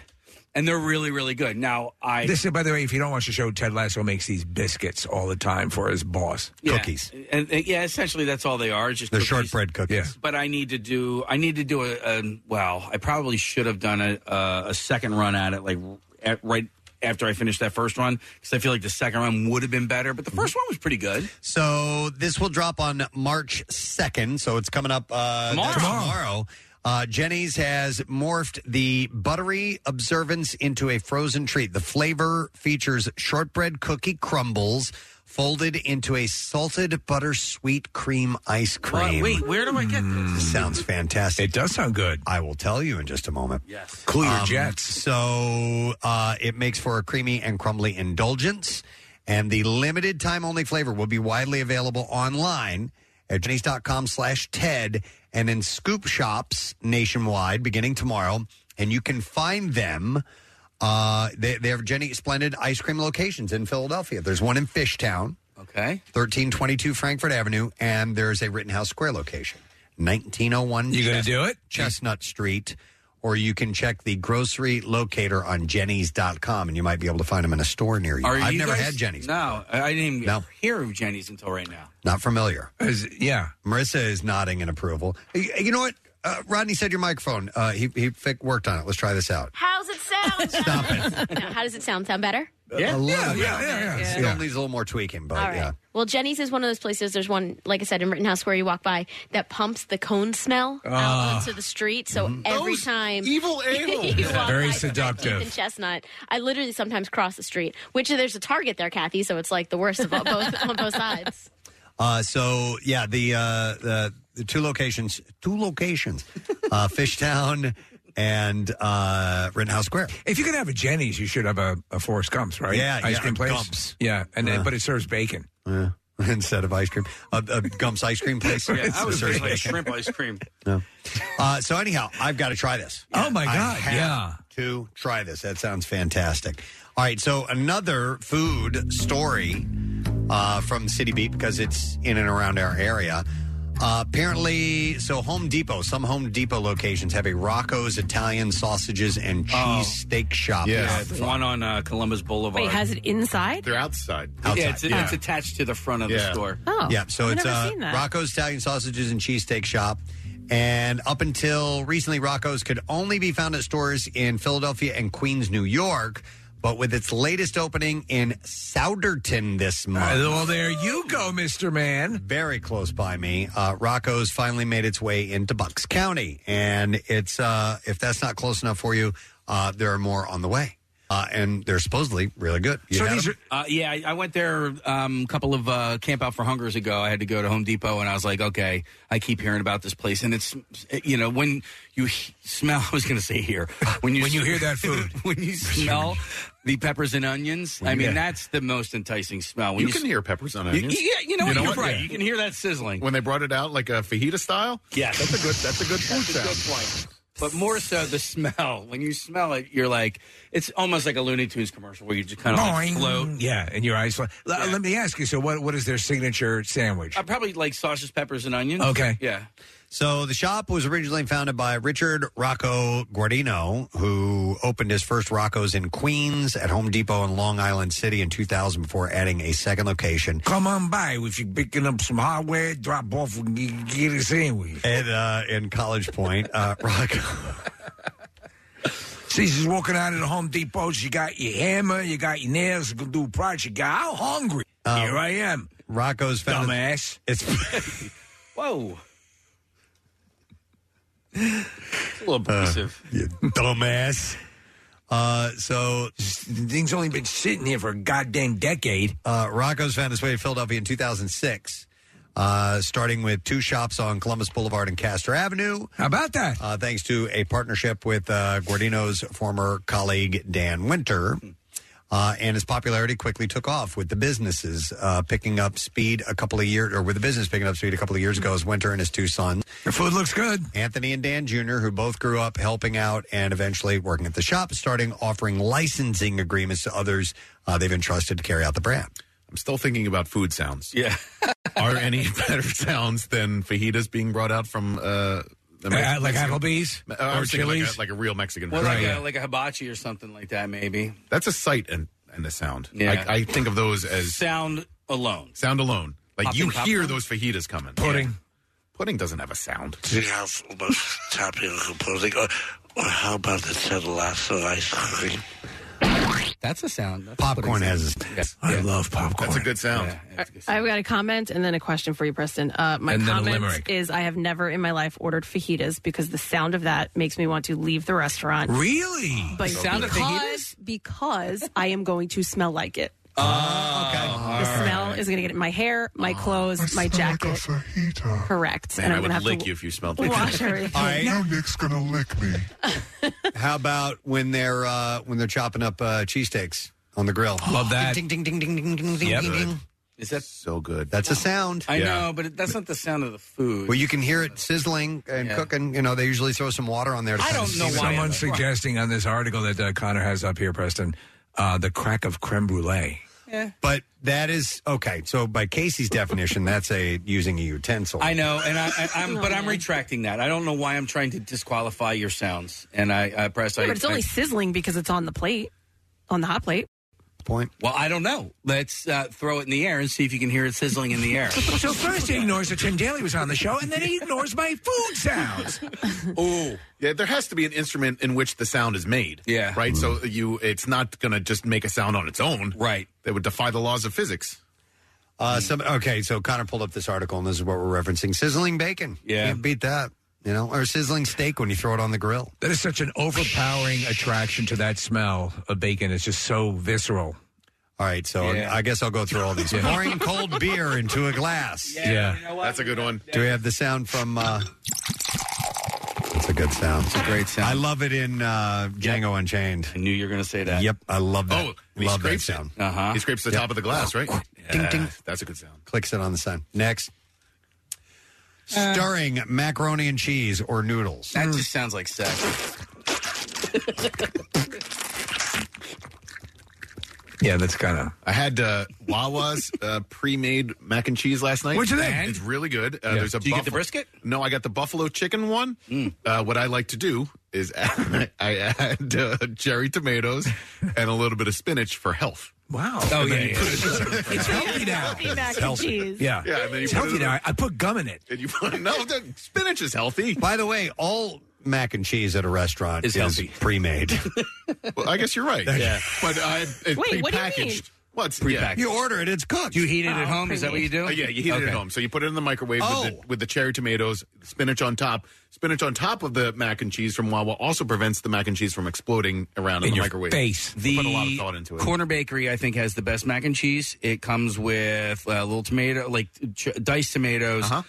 Speaker 7: and they're really really good. Now I
Speaker 6: This is, by the way, if you don't watch the show, Ted Lasso makes these biscuits all the time for his boss.
Speaker 7: Yeah. and, and- yeah, essentially that's all they are. It's just
Speaker 6: They're
Speaker 7: cookies.
Speaker 6: shortbread cookies. Yeah.
Speaker 7: But I need to do. I need to do a. a well, I probably should have done a, a, a second run at it, like at, right after I finished that first run, because I feel like the second run would have been better. But the
Speaker 4: Mm-hmm.
Speaker 7: first one was pretty good.
Speaker 4: So this will drop on March 2nd. So it's coming up uh,
Speaker 7: Tomorrow.
Speaker 4: that's tomorrow. Uh, Jenny's has morphed the buttery observance into a frozen treat. The flavor features shortbread cookie crumbles folded into a salted butter sweet cream ice cream.
Speaker 7: wait, where do I get this?
Speaker 4: Mm. Sounds fantastic. It
Speaker 6: does sound good.
Speaker 4: I will tell you in just a moment. Um,
Speaker 7: Yes.
Speaker 6: Cool your jets.
Speaker 4: So uh, it makes for a creamy and crumbly indulgence. And the limited time only flavor will be widely available online at jennys.com slash TED and in scoop shops nationwide beginning tomorrow. And you can find them. Uh, they, they have Jenny Splendid ice cream locations in Philadelphia. There's one in Fishtown.
Speaker 7: Okay.
Speaker 4: 1322 Frankfurt Avenue, and there's a Rittenhouse Square location. 1901
Speaker 6: You gonna
Speaker 4: Chest-
Speaker 6: do it?
Speaker 4: Chestnut Street. Or you can check the grocery locator on jenny's.com and you might be able to find them in a store near you.
Speaker 7: Are
Speaker 4: I've
Speaker 7: you
Speaker 4: never
Speaker 7: guys-
Speaker 4: had Jenny's.
Speaker 7: No, I I didn't even
Speaker 4: No.
Speaker 7: hear of Jenny's until right now.
Speaker 4: Not familiar.
Speaker 6: yeah.
Speaker 4: Marissa is nodding in approval. You, you know what? Uh, Rodney said your microphone. Uh, he he fi- worked on it. Let's try this out.
Speaker 14: How's it sound? Stop it. how does it sound? Sound better?
Speaker 4: Yeah.
Speaker 14: Yeah.
Speaker 4: A lot
Speaker 14: Yeah,
Speaker 4: of
Speaker 14: yeah,
Speaker 4: it.
Speaker 14: yeah, yeah.
Speaker 4: Still
Speaker 14: Yeah.
Speaker 4: needs a little more tweaking, but
Speaker 14: All right.
Speaker 4: yeah.
Speaker 14: Well, Jenny's is one of those places. There's one, like I said, in Rittenhouse where you walk by that pumps the cone smell
Speaker 4: Ah.
Speaker 14: out onto the street. So every time evil
Speaker 10: a-holes.
Speaker 14: you walk
Speaker 10: Very
Speaker 14: by
Speaker 10: seductive.
Speaker 14: Keith and Chestnut, I literally sometimes cross the street. Which there's a Target there, Kathy. So it's like the worst of all, both on both sides.
Speaker 4: Uh, so yeah, the, uh, the the two locations, two locations, uh, Fishtown and uh, Rittenhouse Square.
Speaker 6: If you could have a Jenny's, you should have a, a Forrest Gump's, right?
Speaker 4: Yeah,
Speaker 6: ice
Speaker 4: yeah,
Speaker 6: cream
Speaker 4: a
Speaker 6: place.
Speaker 4: Gump's.
Speaker 6: Yeah, and then,
Speaker 4: Yeah.
Speaker 6: but it serves bacon.
Speaker 4: Yeah. Instead of ice cream, a, a Gump's ice cream place.
Speaker 6: Yeah, I was
Speaker 4: Seriously.
Speaker 6: thinking
Speaker 7: shrimp ice cream.
Speaker 4: Uh, so anyhow, I've got to try this.
Speaker 7: Oh, my
Speaker 4: I
Speaker 7: God,
Speaker 4: have
Speaker 7: yeah.
Speaker 4: to try this. That sounds fantastic. All right, so another food story uh, from City Beat because it's in and around our area. Uh, apparently, so Home Depot, some Home Depot locations have a Rocco's Italian sausages and cheese steak shop.
Speaker 7: Oh. Yeah, the one on uh, Columbus Boulevard.
Speaker 5: Wait, has it inside?
Speaker 8: They're outside.
Speaker 7: Yeah,
Speaker 4: Outside,
Speaker 7: it's,
Speaker 4: yeah.
Speaker 7: it's attached to the front of the store.
Speaker 5: Oh,
Speaker 4: yeah. So
Speaker 5: I've
Speaker 4: it's
Speaker 5: never
Speaker 4: uh,
Speaker 5: seen that.
Speaker 4: Rocco's Italian Sausages and Cheesesteak Shop. And up until recently, Rocco's could only be found at stores in Philadelphia and Queens, New York. But with its latest opening in Souderton this month.
Speaker 6: well, there you go, Mr. Man.
Speaker 4: Very close by me. Uh, Rocco's finally made its way into Bucks County. And it's, uh, if that's not close enough for you, uh, there are more on the way. Uh, and they're supposedly really good. You had them?
Speaker 7: uh, yeah, I- I went there um, a couple of uh, Camp Out for Hungers ago. I had to go to Home Depot, and I was like, okay, I keep hearing about this place, and it's you know when you he- smell. I was going to say here when you
Speaker 6: When you hear that food.
Speaker 7: when you smell the peppers and onions. I mean,
Speaker 8: Yeah.
Speaker 7: that's the most enticing smell. When
Speaker 8: You can hear peppers on onions.
Speaker 7: You, yeah, you know, what? You're right. You can hear that sizzling
Speaker 8: when they brought it out like a fajita style.
Speaker 7: Yes,
Speaker 8: that's a good. That's a good food
Speaker 7: That's a
Speaker 8: sound.
Speaker 7: good point. But more so the smell. When you smell it, you're like, it's almost like a Looney Tunes commercial where you just kind of like
Speaker 6: Boing.
Speaker 7: float.
Speaker 6: Yeah, and your eyes. fly- L- Let me ask you. So, what what is their signature sandwich?
Speaker 7: I Uh, probably like sausage, peppers, and onions.
Speaker 6: Okay.
Speaker 7: Yeah.
Speaker 4: So the shop was originally founded by Richard Rocco Guardino, who opened his first Rocco's in Queens at Home Depot in Long Island City in 2000 before adding a second location.
Speaker 6: Come on by if you're picking up some hardware. Drop off and get, get a sandwich.
Speaker 4: At, uh, in College Point, uh, Rocco.
Speaker 6: See, she's walking out of the Home Depot. She got your hammer. You got your nails. You can do project. She got out hungry.
Speaker 7: Um,
Speaker 6: Here I am.
Speaker 4: Rocco's found
Speaker 6: dumbass.
Speaker 4: It's
Speaker 7: Whoa.
Speaker 4: a little
Speaker 7: Uh,
Speaker 4: abusive. you dumbass. Uh, so
Speaker 6: thing's only been sitting here for a goddamn decade.
Speaker 4: Uh, Rocco's found its way to Philadelphia in 2006, uh, starting with two shops on Columbus Boulevard and Castor Avenue.
Speaker 6: How about that?
Speaker 4: Uh, thanks to a partnership with uh, Guardino's former colleague Dan Winter. Uh, and his popularity quickly took off with the businesses uh, picking up speed a couple of years, or with the business picking up speed a couple of years ago as Winter and his two sons.
Speaker 6: Your food looks good.
Speaker 4: Anthony and Dan Jr., who both grew up helping out and eventually working at the shop, starting offering licensing agreements to others uh, they've entrusted to carry out the brand.
Speaker 8: I'm still thinking about food sounds.
Speaker 7: Yeah.
Speaker 8: Are any better sounds than fajitas being brought out from uh, the
Speaker 6: Uh, like
Speaker 8: Mexican-
Speaker 6: Applebee's
Speaker 8: Uh, I
Speaker 6: or
Speaker 8: was thinking
Speaker 6: Chili's?
Speaker 8: like a, like a real Mexican.
Speaker 7: Well,
Speaker 8: restaurant.
Speaker 7: like, a, like a hibachi or something like that, maybe.
Speaker 8: That's a sight and and a sound.
Speaker 7: Yeah.
Speaker 8: I, I think of those as
Speaker 7: sound alone.
Speaker 8: Sound alone. Like
Speaker 7: Popping
Speaker 8: you hear
Speaker 7: popcorn?
Speaker 8: those fajitas coming.
Speaker 6: Pudding.
Speaker 8: Pudding doesn't have a sound.
Speaker 17: the house most tapioca pudding, or, or how about the Tedalasso ice cream?
Speaker 7: That's a sound.
Speaker 4: popcorn has. I love popcorn.
Speaker 8: That's a good sound.
Speaker 5: I've got a comment and then a question for you, Preston. Uh, my
Speaker 8: And then a
Speaker 5: comment
Speaker 8: limerick.
Speaker 5: is I have never in my life ordered fajitas because the sound of that makes me want to leave the restaurant.
Speaker 6: Really?
Speaker 5: But
Speaker 6: The sound of
Speaker 5: because, because I am going to smell like it.
Speaker 4: Oh,
Speaker 5: The smell is going to get in my hair, my clothes, my jacket. Correct.
Speaker 8: Man,
Speaker 5: and
Speaker 8: I
Speaker 5: I'm
Speaker 8: would
Speaker 5: gonna have
Speaker 8: lick
Speaker 5: to
Speaker 8: you if you smelled like
Speaker 5: wash
Speaker 8: that.
Speaker 5: everything.
Speaker 4: Now
Speaker 17: Nick's gonna lick me.
Speaker 4: How about when they're uh, when they're chopping up uh, cheesesteaks on the grill?
Speaker 6: Love that.
Speaker 4: Ding ding ding ding ding ding ding
Speaker 6: Yep.
Speaker 4: ding ding.
Speaker 7: Is that
Speaker 8: so good?
Speaker 4: That's a sound.
Speaker 7: I know, but it, that's not the sound of the food.
Speaker 4: Well, you can hear it sizzling and
Speaker 7: Yeah.
Speaker 4: cooking. You know, they usually throw some water on there. To
Speaker 7: I don't know why
Speaker 6: Someone's
Speaker 7: I'm-
Speaker 6: suggesting on this article that uh, Connor has up here, Preston, uh, the crack of creme brulee.
Speaker 4: But that is okay. So by Casey's definition, that's a using a utensil.
Speaker 7: I know, and I, I, I'm, but I'm retracting that. I don't know why I'm trying to disqualify your sounds. And I, I press.
Speaker 5: Yeah,
Speaker 7: I,
Speaker 5: but it's
Speaker 7: I-
Speaker 5: only sizzling because it's on the plate, on the hot plate.
Speaker 4: point?
Speaker 7: Well, I don't know. Let's uh, throw it in the air and see if you can hear it sizzling in the air.
Speaker 6: So first he ignores that Tim Daly was on the show, and then he ignores my food sounds.
Speaker 8: Oh, yeah. There has to be an instrument in which the sound is made. Yeah. Right. So you, it's not going to just make a sound on its own. Right. That would defy the laws of physics.
Speaker 4: Uh, some, okay, so Connor pulled up this article, and this is what we're referencing: sizzling bacon.
Speaker 7: Yeah.
Speaker 4: can't beat that. You know, or sizzling steak when you throw it on the grill.
Speaker 6: That is such an overpowering attraction to that smell of bacon. It's just so visceral.
Speaker 4: All right, so I guess I'll go through all these. Pouring cold beer into a glass.
Speaker 6: Yeah, Yeah. you
Speaker 8: That's a good one.
Speaker 4: Do we have the sound from? uh It's a good sound. It's a
Speaker 7: great sound.
Speaker 4: I love it in uh Django Unchained.
Speaker 7: I knew you were going to say that.
Speaker 4: Yep, I love that.
Speaker 8: Oh, and he
Speaker 4: love
Speaker 8: scrapes
Speaker 4: that
Speaker 8: it.
Speaker 4: sound.
Speaker 8: He scrapes the
Speaker 4: Yep.
Speaker 8: top of the glass, right?
Speaker 4: Ding,
Speaker 8: Yeah,
Speaker 4: ding.
Speaker 8: That's a good sound.
Speaker 4: Clicks it on the sign. Next.
Speaker 5: Uh.
Speaker 4: Stirring macaroni and cheese or noodles.
Speaker 7: That just sounds like sex.
Speaker 6: Yeah, that's kind of.
Speaker 8: I had uh, Wawa's uh, pre-made mac and cheese last night.
Speaker 7: What'd you think?
Speaker 8: And It's really good. Uh,
Speaker 7: Yeah.
Speaker 8: There's a.
Speaker 7: Did you get the brisket?
Speaker 8: No, I got the buffalo chicken one. Uh, what I like to do is add, I add uh, cherry tomatoes and a little bit of spinach for health.
Speaker 6: Wow.
Speaker 8: Oh,
Speaker 6: And
Speaker 8: yeah,
Speaker 6: then you
Speaker 8: yeah,
Speaker 6: put
Speaker 8: yeah.
Speaker 6: it- It's healthy now.
Speaker 8: Healthy mac and cheese.
Speaker 6: Yeah.
Speaker 8: Yeah, and then you
Speaker 6: it's
Speaker 8: put it
Speaker 6: healthy
Speaker 8: in
Speaker 6: now.
Speaker 8: the-
Speaker 6: I, I put gum in it.
Speaker 8: And you put no the spinach is healthy.
Speaker 4: By the way, all mac and cheese at a restaurant
Speaker 8: Is
Speaker 4: is,
Speaker 8: healthy.
Speaker 4: pre-made.
Speaker 8: Well, I guess you're right.
Speaker 4: Yeah.
Speaker 8: But I it
Speaker 4: Wait, what do you
Speaker 8: prepackaged.
Speaker 4: mean?
Speaker 8: Well, it's
Speaker 4: Prepackaged. You order it, it's cooked.
Speaker 8: You
Speaker 7: heat it at Oh, home? Is that what you do?
Speaker 8: Uh, yeah, you heat it
Speaker 7: Okay.
Speaker 8: at home. So you put it in the microwave with,
Speaker 7: Oh.
Speaker 8: the, with the cherry tomatoes, spinach on top. Spinach on top of the mac and cheese from Wawa also prevents the mac and cheese from exploding around in, the microwave.
Speaker 7: The
Speaker 8: put a lot of thought into it.
Speaker 7: Corner Bakery, I think, has the best mac and cheese. It comes with uh, little tomato, like ch- diced tomatoes,
Speaker 8: Uh-huh.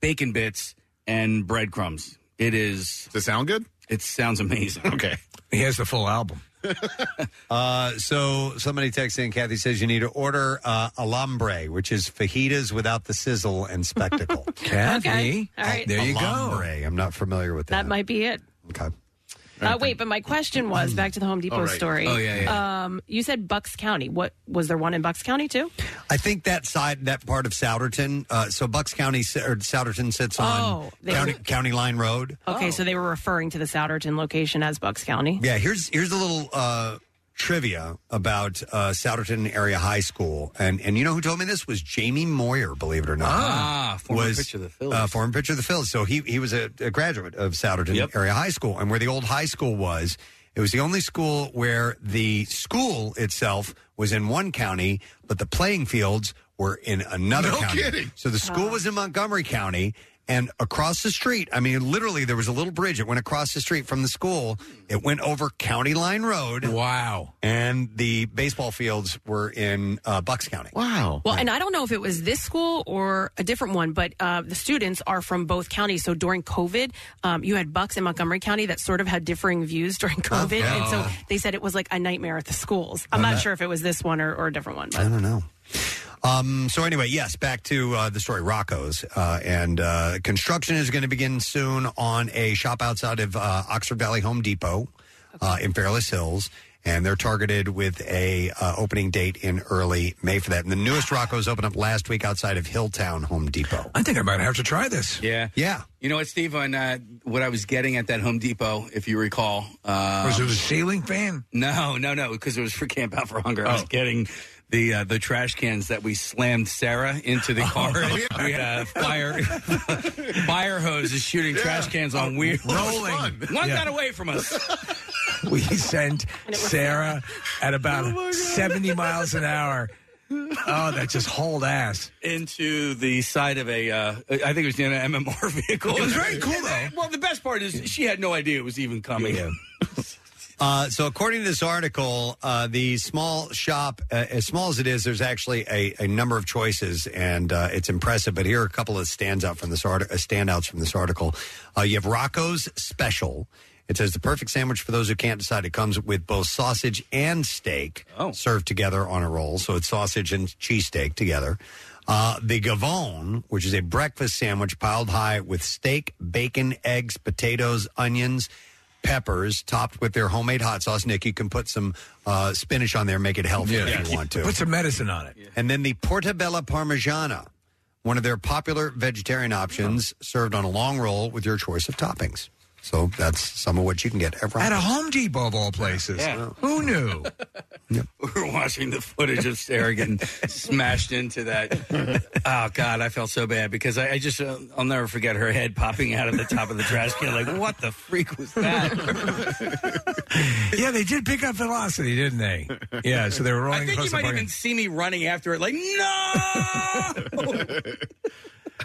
Speaker 7: bacon bits, and breadcrumbs. It is.
Speaker 8: Does it sound good?
Speaker 7: It sounds amazing.
Speaker 8: Okay.
Speaker 6: He has the full album.
Speaker 4: Uh, so somebody texts in. Kathy says you need to order uh, alambre, which is fajitas without the sizzle and spectacle.
Speaker 6: Kathy,
Speaker 5: Okay. All right. there you go.
Speaker 4: Alambre. I'm not familiar with that.
Speaker 5: That might be it.
Speaker 4: Okay.
Speaker 5: Uh, wait, but my question was back to the Home Depot
Speaker 4: All right.
Speaker 5: story.
Speaker 4: Oh, yeah, yeah.
Speaker 5: Um, you said Bucks County. What was there one in Bucks County too?
Speaker 4: I think that side, that part of Souderton. Uh, so Bucks County si- or Souderton sits on
Speaker 5: Oh, they-
Speaker 4: county, county Line Road.
Speaker 5: Okay, so they were referring to the Souderton location as Bucks County.
Speaker 4: Yeah, here's here's a little uh, trivia about uh, Souderton Area High School, and and you know who told me this was Jamie Moyer, believe it or not.
Speaker 7: Ah, former
Speaker 4: was,
Speaker 7: pitcher of the Phillies.
Speaker 4: Uh, former pitcher of the Phillies. So he he was a, a graduate of Souderton Area High School, and where the old high school was, it was the only school where the school itself was in one county, but the playing fields were in another
Speaker 10: No
Speaker 4: county.
Speaker 10: kidding.
Speaker 4: So the school was in Montgomery County, and across the street, I mean, literally, there was a little bridge. It went across the street from the school. It went over County Line Road.
Speaker 6: Wow.
Speaker 4: And the baseball fields were in uh, Bucks County.
Speaker 8: Wow.
Speaker 5: Well, and I don't know if it was this school or a different one, but uh, the students are from both counties. So during COVID, um, you had Bucks and Montgomery County that sort of had differing views during COVID,
Speaker 4: Oh, yeah.
Speaker 5: and so they said it was like a nightmare at the schools. I'm
Speaker 4: Well,
Speaker 5: not
Speaker 4: that-
Speaker 5: sure if it was this one or, or a different one,
Speaker 4: I
Speaker 5: but
Speaker 4: don't know. Um, so anyway, yes, back to uh, the story, Rocco's, uh, and uh, construction is going to begin soon on a shop outside of uh, Oxford Valley Home Depot uh, in Fairless Hills, and they're targeted with a uh, opening date in early May for that. And the newest Rocco's opened up last week outside of Hilltown Home Depot.
Speaker 6: I think I might have to try this.
Speaker 7: Yeah.
Speaker 4: Yeah.
Speaker 7: You know what, Steve? On uh, what I was getting at that Home Depot, if you recall, uh,
Speaker 6: was it a ceiling fan?
Speaker 7: No, no, no, because it was for Camp Out for Hunger. I
Speaker 6: Oh.
Speaker 7: was getting the uh, the trash cans that we slammed Sarah into
Speaker 6: Oh,
Speaker 7: the car. We had a fire fire hoses shooting trash cans on wheels,
Speaker 6: Rolling.
Speaker 7: One
Speaker 6: Yeah.
Speaker 7: got away from us.
Speaker 6: We sent Sarah Oh at about 70 miles an hour. Oh, that just hauled ass.
Speaker 7: Into the side of a, uh, I think it was an MMR vehicle.
Speaker 6: It was very cool, though.
Speaker 7: Well, the best part is she had no idea it was even coming.
Speaker 4: Uh, so, according to this article, uh, the small shop, uh, as small as it is, there's actually a, a number of choices, and uh, it's impressive. But here are a couple of stands out from this art- uh, standouts from this article. Uh, you have Rocco's Special. It says the perfect sandwich for those who can't decide. It comes with both sausage and steak served together on a roll. So it's sausage and cheesesteak together. Uh, the Gavone, which is a breakfast sandwich piled high with steak, bacon, eggs, potatoes, onions, peppers topped with their homemade hot sauce. Nick, you can put some uh, spinach on there, make it healthier if you want to.
Speaker 6: Put some medicine on it.
Speaker 4: And then the Portabella Parmigiana, one of their popular vegetarian options, served on a long roll with your choice of toppings. So that's some of what you can get every
Speaker 6: At a Home Depot of all places. Who knew?
Speaker 7: we were watching the footage of Sarah getting smashed into that. Oh God, I felt so bad because I, I just uh, I'll never forget her head popping out of the top of the trash can. Like what the freak was
Speaker 6: yeah, they did pick up velocity, didn't they? Yeah, so they were rolling
Speaker 7: I think
Speaker 6: across
Speaker 7: you
Speaker 6: the
Speaker 7: might
Speaker 6: parking-
Speaker 7: even see me running after it. Like no.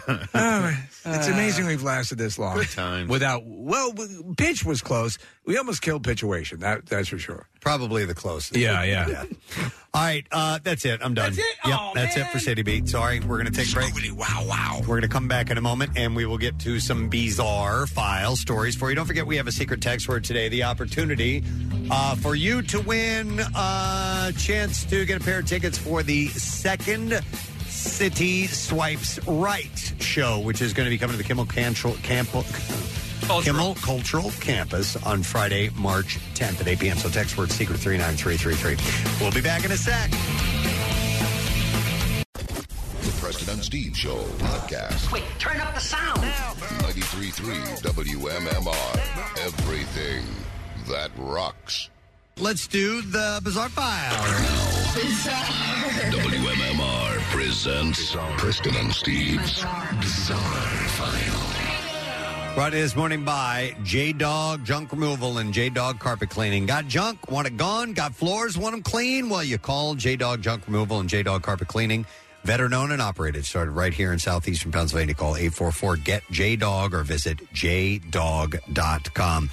Speaker 6: Oh, it's
Speaker 7: Uh,
Speaker 6: amazing we've lasted this long.
Speaker 8: Good times.
Speaker 6: Without well, w- pitch was close. We almost killed Pituation. That that's for sure.
Speaker 4: Probably the closest.
Speaker 6: Yeah, yeah.
Speaker 4: All right, uh, that's it. I'm done. That's it. Yep, that's it for City Beat. Sorry, we're going to take a break. Wow, wow. We're going to come back in a moment, and we will get to some bizarre file stories for you. Don't forget, we have a secret text word today. The opportunity uh, for you to win a chance to get a pair of tickets for the second City Swipes Right show, which is going to be coming to the Kimmel Cantrell Camp. uh, Kimmel Cultural Campus on Friday, March 10th at 8 p.m. So text word secret 39333. We'll be back in a sec.
Speaker 3: The Preston and Steve Show podcast.
Speaker 10: Wait, turn up the sound.
Speaker 3: 93.3 WMMR. Everything that rocks.
Speaker 4: Let's do the bizarre file.
Speaker 3: WMMR presents Preston and Steve's Bizarre File.
Speaker 4: Brought to you this morning by J Dog Junk Removal and J Dog Carpet Cleaning. Got junk, want it gone, got floors, want them clean? Well, you call J Dog Junk Removal and J Dog Carpet Cleaning. Veteran owned and operated. Started right here in southeastern Pennsylvania. Call 844 GET J E Dog or visit jdog.com.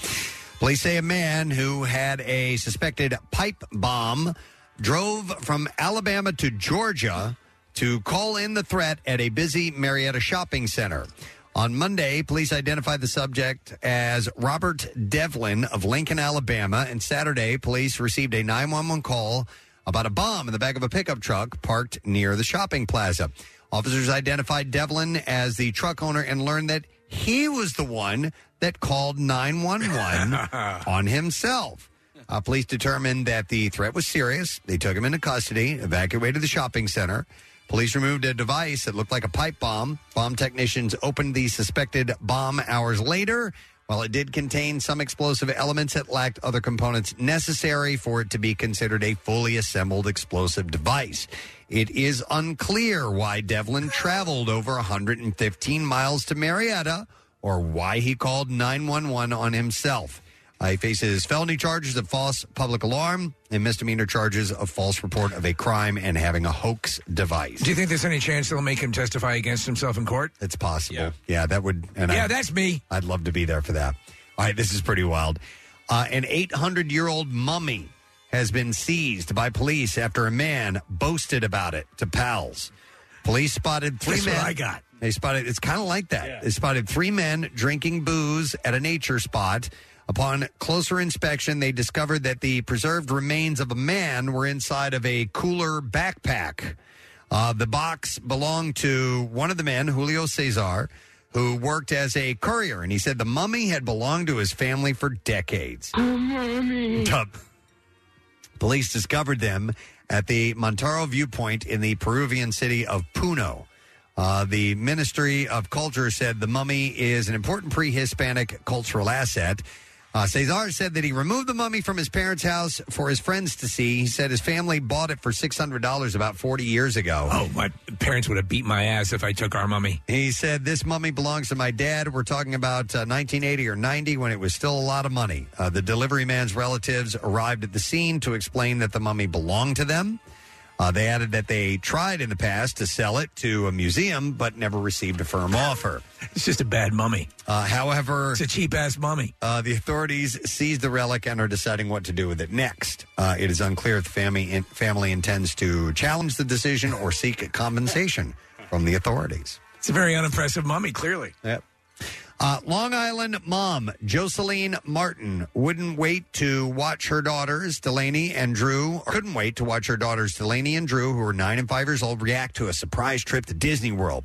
Speaker 4: Police say a man who had a suspected pipe bomb drove from Alabama to Georgia to call in the threat at a busy Marietta shopping center. On Monday, police identified the subject as Robert Devlin of Lincoln, Alabama, and Saturday, police received a 911 call about a bomb in the back of a pickup truck parked near the shopping plaza. Officers identified Devlin as the truck owner and learned that he was the one that called 911 on himself. Uh, police determined that the threat was serious. They took him into custody, evacuated the shopping center. Police removed a device that looked like a pipe bomb. Bomb technicians opened the suspected bomb hours later. While it did contain some explosive elements, it lacked other components necessary for it to be considered a fully assembled explosive device. It is unclear why Devlin traveled over 115 miles to Marietta or why he called 911 on himself. Uh, he faces felony charges of false public alarm and misdemeanor charges of false report of a crime and having a hoax device.
Speaker 6: Do you think there's any chance they'll make him testify against himself in court?
Speaker 4: It's possible. Yeah, that would. And
Speaker 6: yeah,
Speaker 4: I,
Speaker 6: that's me.
Speaker 4: I'd love to be there for that. All right, this is pretty wild. Uh, an 800 year old mummy has been seized by police after a man boasted about it to pals. Police spotted three
Speaker 6: That's
Speaker 4: men.
Speaker 6: what I got.
Speaker 4: They spotted. It's kind of like that. They spotted three men drinking booze at a nature spot. Upon closer inspection, they discovered that the preserved remains of a man were inside of a cooler backpack. Uh, the box belonged to one of the men, Julio Cesar, who worked as a courier, and he said the mummy had belonged to his family for decades. Duh. Police discovered them at the Montaro viewpoint in the Peruvian city of Puno. Uh, the Ministry of Culture said the mummy is an important pre Hispanic cultural asset. Uh, Cesar said that he removed the mummy from his parents' house for his friends to see. He said his family bought it for $600 about 40 years ago.
Speaker 6: Oh, my parents would have beat my ass if I took our mummy.
Speaker 4: He said, This mummy belongs to my dad. We're talking about uh, 1980 or 90 when it was still a lot of money. Uh, the delivery man's relatives arrived at the scene to explain that the mummy belonged to them. Uh, they added that they tried in the past to sell it to a museum but never received a firm offer.
Speaker 6: It's just a bad mummy.
Speaker 4: Uh, however,
Speaker 6: it's a cheap ass mummy.
Speaker 4: Uh, the authorities seized the relic and are deciding what to do with it next. Uh, it is unclear if the family, in, family intends to challenge the decision or seek compensation from the authorities.
Speaker 6: It's a very unimpressive mummy, clearly.
Speaker 4: Yep. Uh, Long Island mom Jocelyn Martin wouldn't wait to watch her daughters Delaney and Drew, or couldn't wait to watch her daughters Delaney and Drew, who are nine and five years old, react to a surprise trip to Disney World.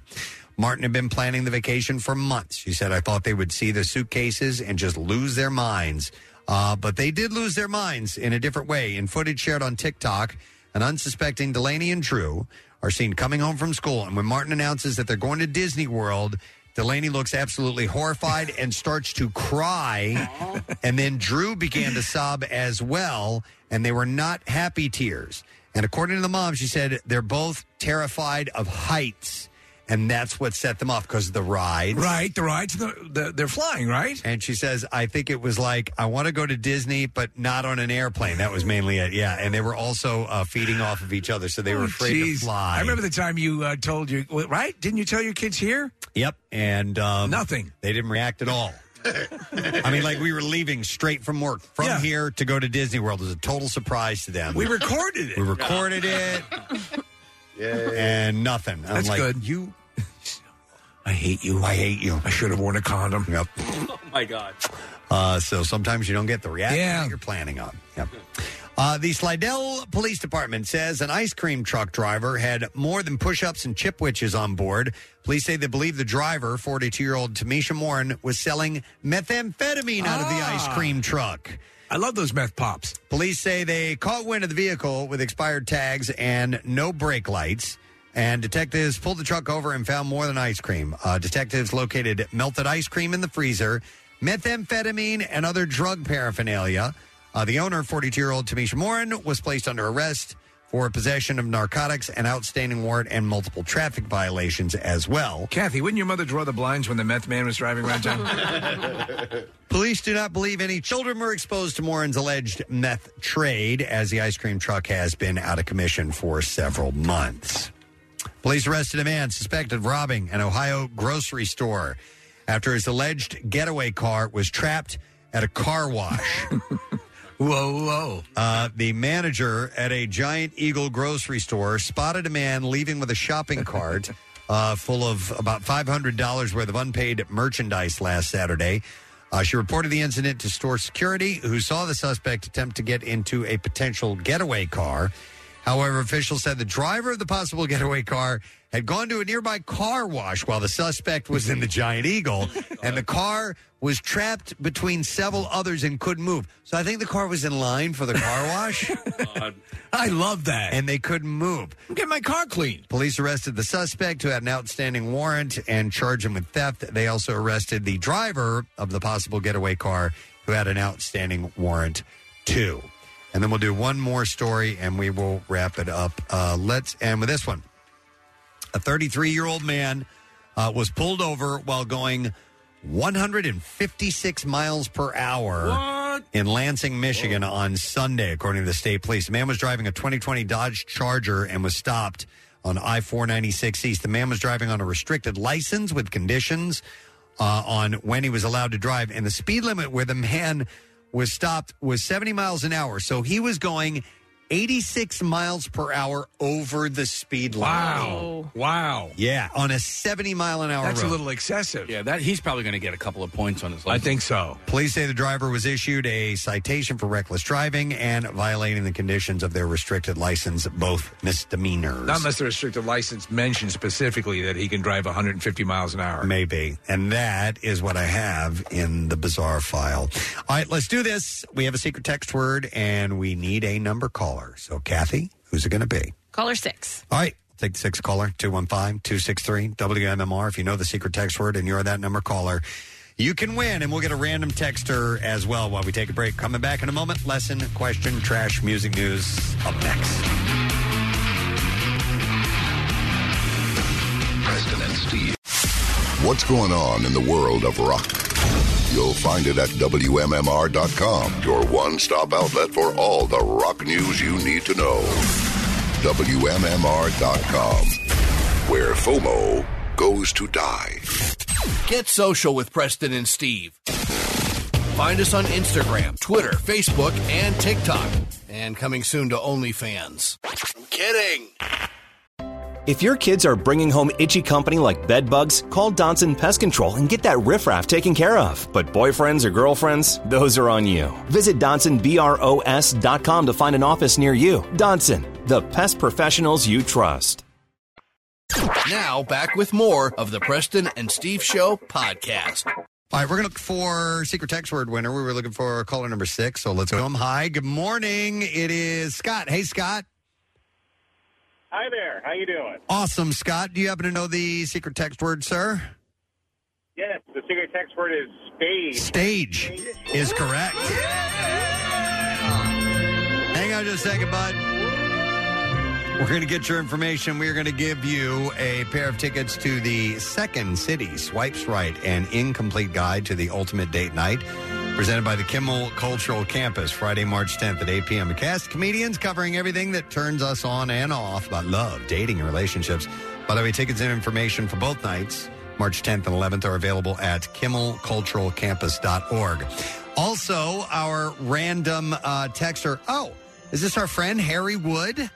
Speaker 4: Martin had been planning the vacation for months. She said, "I thought they would see the suitcases and just lose their minds, uh, but they did lose their minds in a different way." In footage shared on TikTok, an unsuspecting Delaney and Drew are seen coming home from school, and when Martin announces that they're going to Disney World. Delaney looks absolutely horrified and starts to cry. and then Drew began to sob as well, and they were not happy tears. And according to the mom, she said they're both terrified of heights. And that's what set them off because the rides.
Speaker 6: Right, the rides, the, the, they're flying, right?
Speaker 4: And she says, I think it was like, I want to go to Disney, but not on an airplane. That was mainly it, yeah. And they were also uh, feeding off of each other, so they were afraid
Speaker 6: Oh, Jeez.
Speaker 4: to fly.
Speaker 6: I remember the time you uh, told your well, right. Didn't you tell your kids here?
Speaker 4: Yep. And um,
Speaker 6: Nothing.
Speaker 4: They didn't react at all. I mean, like we were leaving straight from work from here to go to Disney World. It was a total surprise to them.
Speaker 6: We recorded it.
Speaker 4: We recorded it. And nothing. I'm
Speaker 6: That's
Speaker 4: like,
Speaker 6: good.
Speaker 4: You.
Speaker 6: I hate you.
Speaker 4: I hate you.
Speaker 6: I should have worn a condom.
Speaker 4: Yep.
Speaker 6: Oh my god.
Speaker 4: Uh, so sometimes you don't get the reaction
Speaker 6: Yeah.
Speaker 4: that you're planning on. Yep. Uh, the Slidell Police Department says an ice cream truck driver had more than push ups and chipwitches on board. Police say they believe the driver, 42 year old Tamisha Morin, was selling methamphetamine out of the ice cream truck.
Speaker 6: Ah. I love those meth pops.
Speaker 4: Police say they caught wind of the vehicle with expired tags and no brake lights. And detectives pulled the truck over and found more than ice cream. Uh, detectives located melted ice cream in the freezer, methamphetamine, and other drug paraphernalia. Uh, the owner, 42 year old Tamisha Morin, was placed under arrest for possession of narcotics, an outstanding warrant, and multiple traffic violations as well.
Speaker 6: Kathy, wouldn't your mother draw the blinds when the meth man was driving around town?
Speaker 4: Police do not believe any children were exposed to Morin's alleged meth trade, as the ice cream truck has been out of commission for several months. Police arrested a man suspected of robbing an Ohio grocery store after his alleged getaway car was trapped at a car wash.
Speaker 6: Whoa, whoa.
Speaker 4: Uh, the manager at a Giant Eagle grocery store spotted a man leaving with a shopping cart uh, full of about $500 worth of unpaid merchandise last Saturday. Uh, she reported the incident to store security, who saw the suspect attempt to get into a potential getaway car. However, officials said the driver of the possible getaway car had gone to a nearby car wash while the suspect was in the Giant Eagle, and the car was trapped between several others and couldn't move. So I think the car was in line for the car wash.
Speaker 6: I love that.
Speaker 4: And they couldn't move.
Speaker 6: Get my car cleaned.
Speaker 4: Police arrested the suspect who had an outstanding warrant and charged him with theft. They also arrested the driver of the possible getaway car who had an outstanding warrant, too. And then we'll do one more story and we will wrap it up. Uh, let's end with this one. A 33 year old man uh, was pulled over while going 156 miles per hour in Lansing, Michigan on Sunday, according to the state police. The man was driving a 2020 Dodge Charger and was stopped on I 496 East. The man was driving on a restricted license with conditions uh, on when he was allowed to drive, and the speed limit where the man was stopped was 70 miles an hour. So he was going 86 miles per hour over the speed limit.
Speaker 7: Wow.
Speaker 6: Wow.
Speaker 4: Yeah, on a 70 mile an hour
Speaker 7: That's a
Speaker 4: road.
Speaker 7: little
Speaker 6: excessive.
Speaker 7: Yeah, that he's probably going to get a couple of points on his license.
Speaker 6: think so.
Speaker 4: Police say the driver was issued a citation for reckless driving and violating the conditions of their restricted license, both misdemeanors.
Speaker 6: Not unless the restrictive license mentions specifically that he can drive 150 miles an hour.
Speaker 4: Maybe. And that is what I have in the bizarre file. All right, let's do this. We have a secret text word and we need a number caller. So, Kathy, who's it going to be?
Speaker 5: Caller six.
Speaker 4: All right. Take the sixth caller, 215 263 WMMR. If you know the secret text word and you're that number caller, you can win, and we'll get a random texter as well while we take a break. Coming back in a moment. Lesson, question, trash, music news up next.
Speaker 3: Preston and Steve. What's going on in the world of rock? You'll find it at WMMR.com, your one stop outlet for all the rock news you need to know. WMMR.com, where FOMO goes to die.
Speaker 11: Get social with Preston and Steve. Find us on Instagram, Twitter, Facebook, and TikTok. And coming soon to OnlyFans. I'm kidding.
Speaker 20: If your kids are bringing home itchy company like bed bugs, call Donson Pest Control and get that riffraff taken care of. But boyfriends or girlfriends, those are on you. Visit DonsonBROS.com to find an office near you. Donson, the pest professionals you trust.
Speaker 11: Now, back with more of the Preston and Steve Show podcast.
Speaker 4: All right, we're going to look for secret text word winner. We were looking for caller number six, so let's go. Um, Hi, good morning. It is Scott. Hey, Scott.
Speaker 21: Hi there. How you doing?
Speaker 4: Awesome, Scott. Do you happen to know the secret text word, sir?
Speaker 18: next word is spade.
Speaker 4: Stage is correct. Hang on just a second, bud. We're going to get your information. We are going to give you a pair of tickets to the Second City Swipes Right, an incomplete guide to the ultimate date night, presented by the Kimmel Cultural Campus, Friday, March 10th at 8 p.m. A cast of comedians covering everything that turns us on and off about love, dating, and relationships. By the way, tickets and information for both nights, March 10th and 11th, are available at kimmelculturalcampus.org. Also, our random uh, texter. Oh, is this our friend Harry Wood?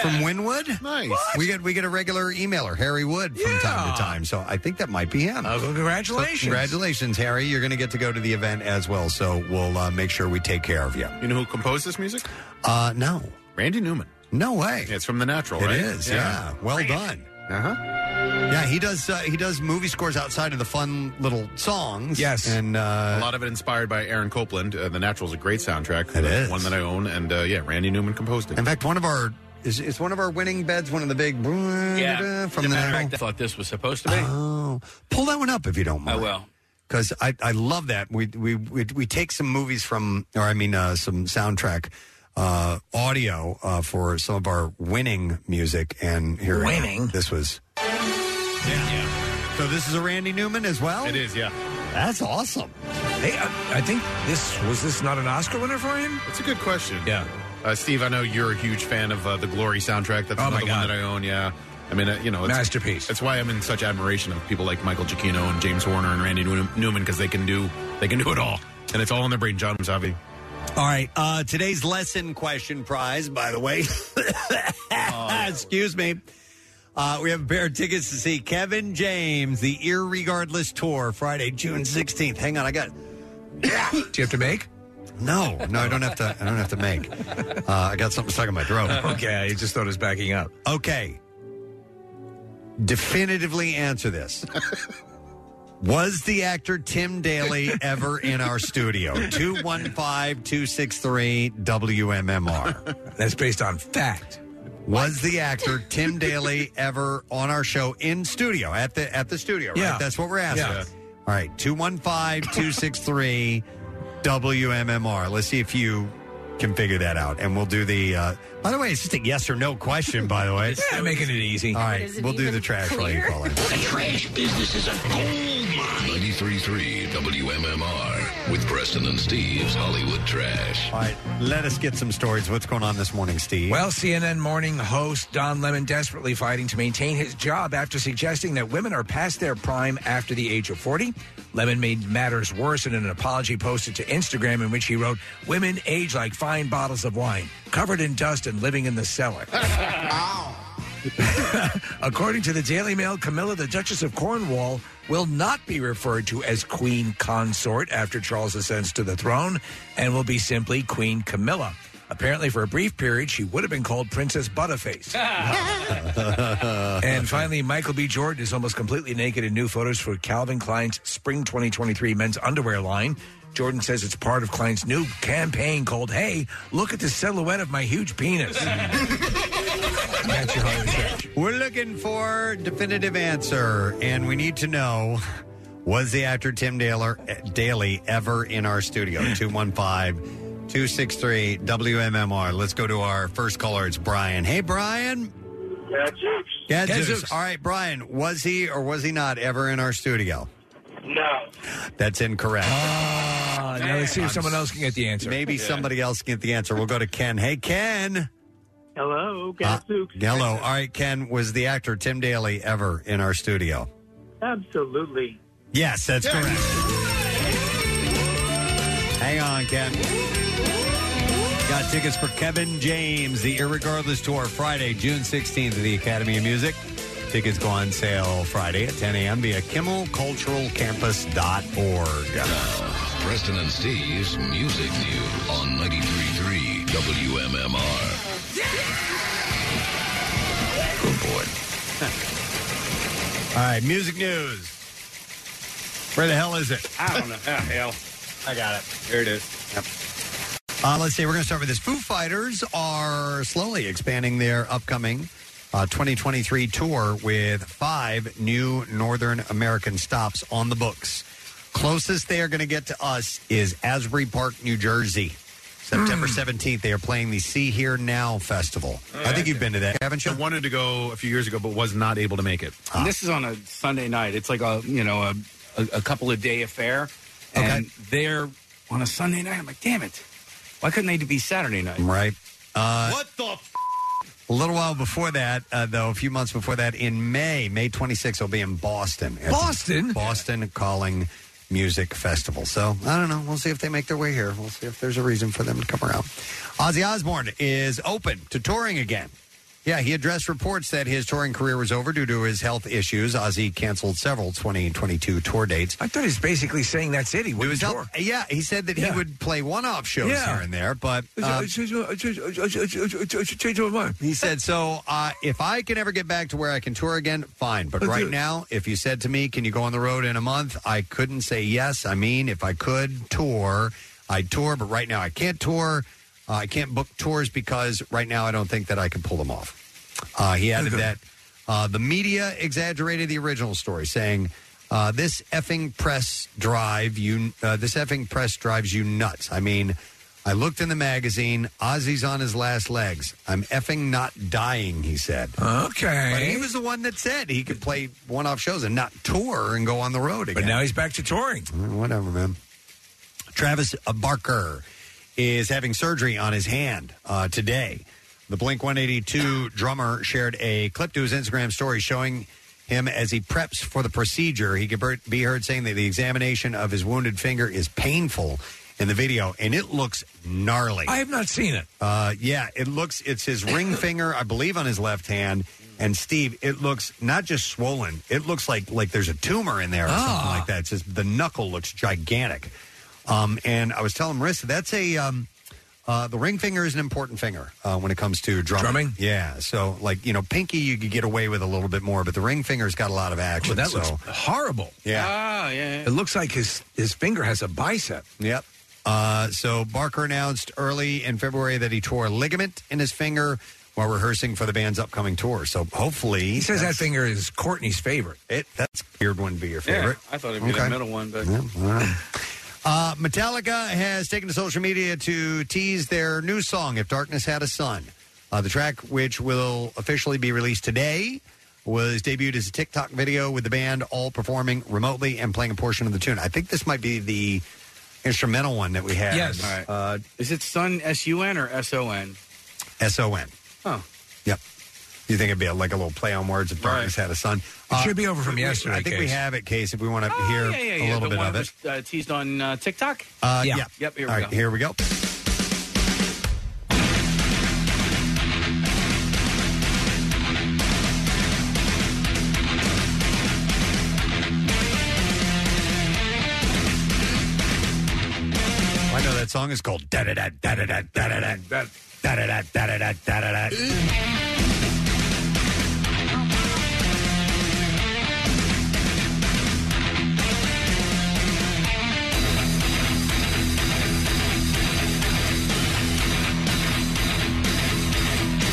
Speaker 4: From Winwood, nice. We get we get a regular emailer, Harry Wood, from time to time. So I think that might be him.
Speaker 8: Uh,
Speaker 4: Oh,
Speaker 6: congratulations.
Speaker 4: congratulations, Harry! You're going to get to go to the event as well. So we'll uh, make sure we take care of you.
Speaker 8: You know who composed this music?
Speaker 4: Uh, no,
Speaker 8: Randy Newman.
Speaker 4: No way.
Speaker 8: It's from The Natural,
Speaker 4: It
Speaker 8: right?
Speaker 4: is, yeah. Well done.
Speaker 8: Uh huh.
Speaker 4: Yeah, he does. Uh, he does movie scores outside of the fun little songs. Yes, and uh,
Speaker 8: a lot of it inspired by Aaron Copland. Uh, the Natural's a great soundtrack. It
Speaker 4: is.
Speaker 8: One that I own. And uh, yeah, Randy Newman composed it.
Speaker 4: in fact, one of our is it's one of our winning beds. One of the big
Speaker 7: Yeah.
Speaker 4: from
Speaker 7: As
Speaker 4: the
Speaker 7: a matter of
Speaker 4: Natural.
Speaker 7: fact, I thought this was supposed to be.
Speaker 4: Oh, pull that one up if you don't
Speaker 7: I
Speaker 4: mind.
Speaker 7: will.
Speaker 4: Because I, I love that we, we we we take some movies from or I mean uh, some soundtrack uh, audio uh, for some of our winning music and here winning this was So this is a Randy Newman as well.
Speaker 8: It is, yeah.
Speaker 4: That's awesome.
Speaker 6: Hey, I, I think this was this not an Oscar winner for him?
Speaker 8: It's a good question.
Speaker 6: Yeah.
Speaker 8: Uh, Steve, I know you're a huge fan of uh, the Glory soundtrack. That's
Speaker 6: Oh, my
Speaker 8: another one
Speaker 6: God.
Speaker 8: that I own. Yeah. I mean, uh, you know, it's, masterpiece. That's why I'm in such admiration of people like Michael Giacchino and James Horner and Randy New- Newman because they can do they can do it all, and it's all in their brain. John Musavi.
Speaker 4: All right. Uh, today's lesson question prize, by the way.
Speaker 6: Oh.
Speaker 4: Excuse me. Uh, we have a pair of tickets to see Kevin James, the Irregardless Tour, Friday, June 16th. Hang on, I got. Do you
Speaker 6: have to make?
Speaker 4: No, no, I don't have to. I don't have to make. Uh, I got something stuck in my throat.
Speaker 6: okay, I just thought it was backing up.
Speaker 4: Okay. Definitively answer this. Was the actor Tim Daly ever in our studio? 215 263 WMMR.
Speaker 6: That's based on fact.
Speaker 4: Was the actor Tim Daly ever on our show in studio at the at the studio, right?
Speaker 6: Yeah.
Speaker 4: That's what we're asking.
Speaker 6: Yeah.
Speaker 4: All right, 215 263 WMMR. Let's see if you can figure that out. And we'll do the uh, By the way, it's just a yes or no question, by the way.
Speaker 6: Yeah, making it easy.
Speaker 4: All right, we'll do the trash while you call it.
Speaker 3: The trash business is a gold mine. 93.3 WMMR with Preston and Steve's Hollywood Trash.
Speaker 4: All right, let us get some stories. What's going on this morning, Steve?
Speaker 6: Well, CNN morning host Don Lemon desperately fighting to maintain his job after suggesting that women are past their prime after the age of 40. Lemon made matters worse in an apology posted to Instagram in which he wrote, Women age like fine bottles of wine, covered in dust and living in the cellar. According to the Daily Mail, Camilla, the Duchess of Cornwall, will not be referred to as Queen Consort after Charles ascends to the throne and will be simply Queen Camilla. Apparently, for a brief period, she would have been called Princess Butterface. and finally, Michael B. Jordan is almost completely naked in new photos for Calvin Klein's Spring 2023 men's underwear line. Jordan says it's part of Klein's new campaign called Hey, Look at the Silhouette of My Huge Penis. That's your Hollywood Trash.
Speaker 4: We're looking for definitive answer, and we need to know was the actor Tim Daler, Daly ever in our studio? 215 263 WMMR. Let's go to our first caller. It's Brian. Hey, Brian. Yeah, Zeus. All right, Brian, was he or was he not ever in our studio?
Speaker 6: No.
Speaker 4: That's incorrect.
Speaker 6: Ah,
Speaker 4: Uh,
Speaker 6: now let's see if someone else can get the answer.
Speaker 4: Maybe somebody else can get the answer. We'll go to Ken. Hey, Ken.
Speaker 21: Hello,
Speaker 4: Uh,
Speaker 21: Gadzooks.
Speaker 4: hello. All right, Ken. Was the actor Tim Daly ever in our studio?
Speaker 21: Absolutely.
Speaker 4: Yes, that's correct. Hang on, Ken. Got tickets for Kevin James, the Irregardless Tour, Friday, June 16th at the Academy of Music. Tickets go on sale Friday at 10 a.m. via KimmelCulturalCampus.org.
Speaker 3: Preston and Steve's Music News on 93.3 WMMR.
Speaker 4: All right, music news. Where the hell is it?
Speaker 21: I don't know. Oh, hell.
Speaker 4: I got it.
Speaker 21: Here it is.
Speaker 4: Uh, let's see. We're going to start with this. Foo Fighters are slowly expanding their upcoming uh, 2023 tour with five new Northern American stops on the books. Closest they are going to get to us is Asbury Park, New Jersey. September 17th, they are playing the See Here Now Festival. I think you've been to that, Ah. haven't you? I
Speaker 8: wanted to go a few years ago, but was not able to make it.
Speaker 7: And this is on a Sunday night. It's like a you know a a, a couple of day affair, and they're on a Sunday night. I'm like, damn it, why couldn't they be Saturday night?
Speaker 4: Right. Uh,
Speaker 7: what the? F-
Speaker 4: A little while before that, uh, though, a few months before that, in May, May 26th, I'll be in Boston. Boston? Boston Calling Music Festival. So I don't know. We'll see if they make their way here. We'll see if there's a reason for them to come around. Ozzy Osbourne is open to touring again. Yeah, he addressed reports that his touring career was over due to his health issues. Ozzy canceled several 2022 tour dates. I thought he was basically saying that's it. He was
Speaker 6: wouldn't
Speaker 4: out- Yeah, he said that he would play one-off shows
Speaker 6: Yeah.
Speaker 4: here and there, but uh,
Speaker 6: Change my mind.
Speaker 4: he said, "So uh, if I can ever get back to where I can tour again, fine. But
Speaker 6: Let's
Speaker 4: right
Speaker 6: do it.
Speaker 4: now, if you said to me, can you go on the road in a month? I couldn't say yes. I mean, if I could tour, I'd tour. But right now, I can't tour. Uh, I can't book tours because right now, I don't think that I can pull them off." Uh, he added that uh, the media exaggerated the original story, saying, uh, "This effing press drive you. Uh, this effing press drives you nuts." I mean, I looked in the magazine. Ozzy's on his last legs. I'm effing not dying. He said.
Speaker 6: Okay.
Speaker 4: But he was the one that said he could play one-off shows and not tour and go on the road again.
Speaker 6: But now he's back to touring.
Speaker 4: Whatever, man. Travis uh, Barker is having surgery on his hand uh, today. The Blink 182 drummer shared a clip to his Instagram story showing him as he preps for the procedure. He could ber- be heard saying that the examination of his wounded finger is painful in the video, and it looks gnarly.
Speaker 6: I have not seen it.
Speaker 4: Uh, yeah, it looks. It's his ring finger, I believe, on his left hand. And Steve, it looks not just swollen. It looks like like there's a tumor in there or
Speaker 6: Ah.
Speaker 4: something like that. It's just the knuckle looks gigantic. Um, and I was telling Marissa that's a um, uh, the ring finger is an important finger uh, when it comes to drumming.
Speaker 6: Drumming?
Speaker 4: yeah. So like you know, pinky you could get away with a little bit more, but the ring finger's got a lot of action.
Speaker 6: Well, that
Speaker 4: so.
Speaker 6: looks horrible.
Speaker 4: Yeah.
Speaker 7: Ah, yeah.
Speaker 6: It looks like his his finger has a bicep.
Speaker 4: Yep. Uh, so Barker announced early in February that he tore a ligament in his finger while rehearsing for the band's upcoming tour. So hopefully, he
Speaker 6: says that finger is Courtney's favorite.
Speaker 4: It that's a weird one to be your favorite.
Speaker 7: I thought it'd be
Speaker 4: Okay.
Speaker 7: the middle one, but
Speaker 4: Uh, Metallica has taken to social media to tease their new song, If Darkness Had a Sun. Uh, the track, which will officially be released today, was debuted as a TikTok video with the band all performing remotely and playing a portion of the tune. I think this might be the instrumental one that we had.
Speaker 7: Uh, is it Sun S U N or S O N?
Speaker 4: S O N.
Speaker 7: Oh.
Speaker 4: Yep. You think it'd be a, like a little play on words if darkness had a sun?
Speaker 7: It should be over from
Speaker 4: we- we-
Speaker 7: yesterday,
Speaker 4: I think we
Speaker 7: Case. Oh,
Speaker 4: have it, Case. If we want to hear
Speaker 7: yeah, yeah,
Speaker 4: a
Speaker 7: yeah.
Speaker 4: little
Speaker 7: the
Speaker 4: bit
Speaker 7: one
Speaker 4: of
Speaker 7: that
Speaker 4: it.
Speaker 7: was, uh, teased on uh, TikTok.
Speaker 4: Uh, yeah.
Speaker 7: Yep. Here we
Speaker 4: All
Speaker 7: go.
Speaker 4: right, Here we go. I know that song is called da da da da da da da da da da da da da da da da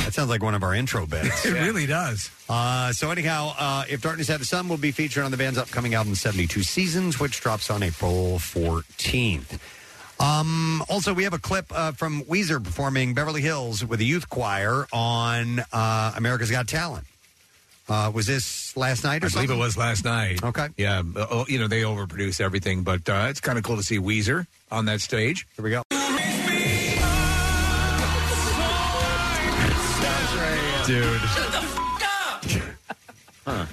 Speaker 4: That sounds like one of our intro bits.
Speaker 6: It really does.
Speaker 4: Uh, so anyhow, uh, if Darkness Had a Sun will be featured on the band's upcoming album 72 Seasons, which drops on April 14th. Um, also, we have a clip uh, from Weezer performing Beverly Hills with a youth choir on uh, America's Got Talent. Uh, was this last night or
Speaker 6: I
Speaker 4: something?
Speaker 6: believe it was last night.
Speaker 4: Okay.
Speaker 6: Yeah. uh, oh, You know, they overproduce everything, but uh, it's kind of cool to see Weezer on that stage.
Speaker 4: Here we go. Dude.
Speaker 10: Shut the f- up!
Speaker 7: Huh.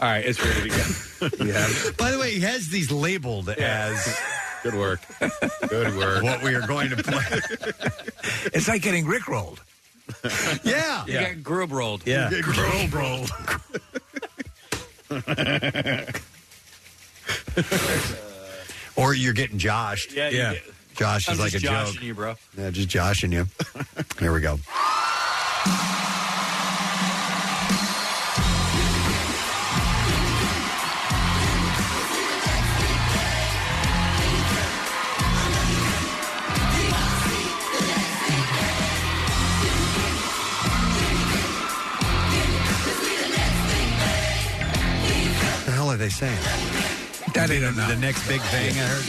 Speaker 7: All right, it's ready to go. yeah.
Speaker 4: By the way, he has these labeled as.
Speaker 7: Good work.
Speaker 8: Good work.
Speaker 4: What we are going to play.
Speaker 6: it's like getting rickrolled.
Speaker 4: yeah.
Speaker 7: You got grub rolled.
Speaker 6: Yeah. You got grub
Speaker 4: rolled. or you're getting joshed.
Speaker 7: Yeah, you Yeah. get-
Speaker 4: Josh
Speaker 7: I'm
Speaker 4: is like
Speaker 7: just
Speaker 4: a
Speaker 7: joshing
Speaker 4: joke.
Speaker 7: you, bro.
Speaker 4: Yeah, just joshing you. Here we go. What the hell are they saying?
Speaker 6: That ain't enough.
Speaker 4: The next big thing I heard.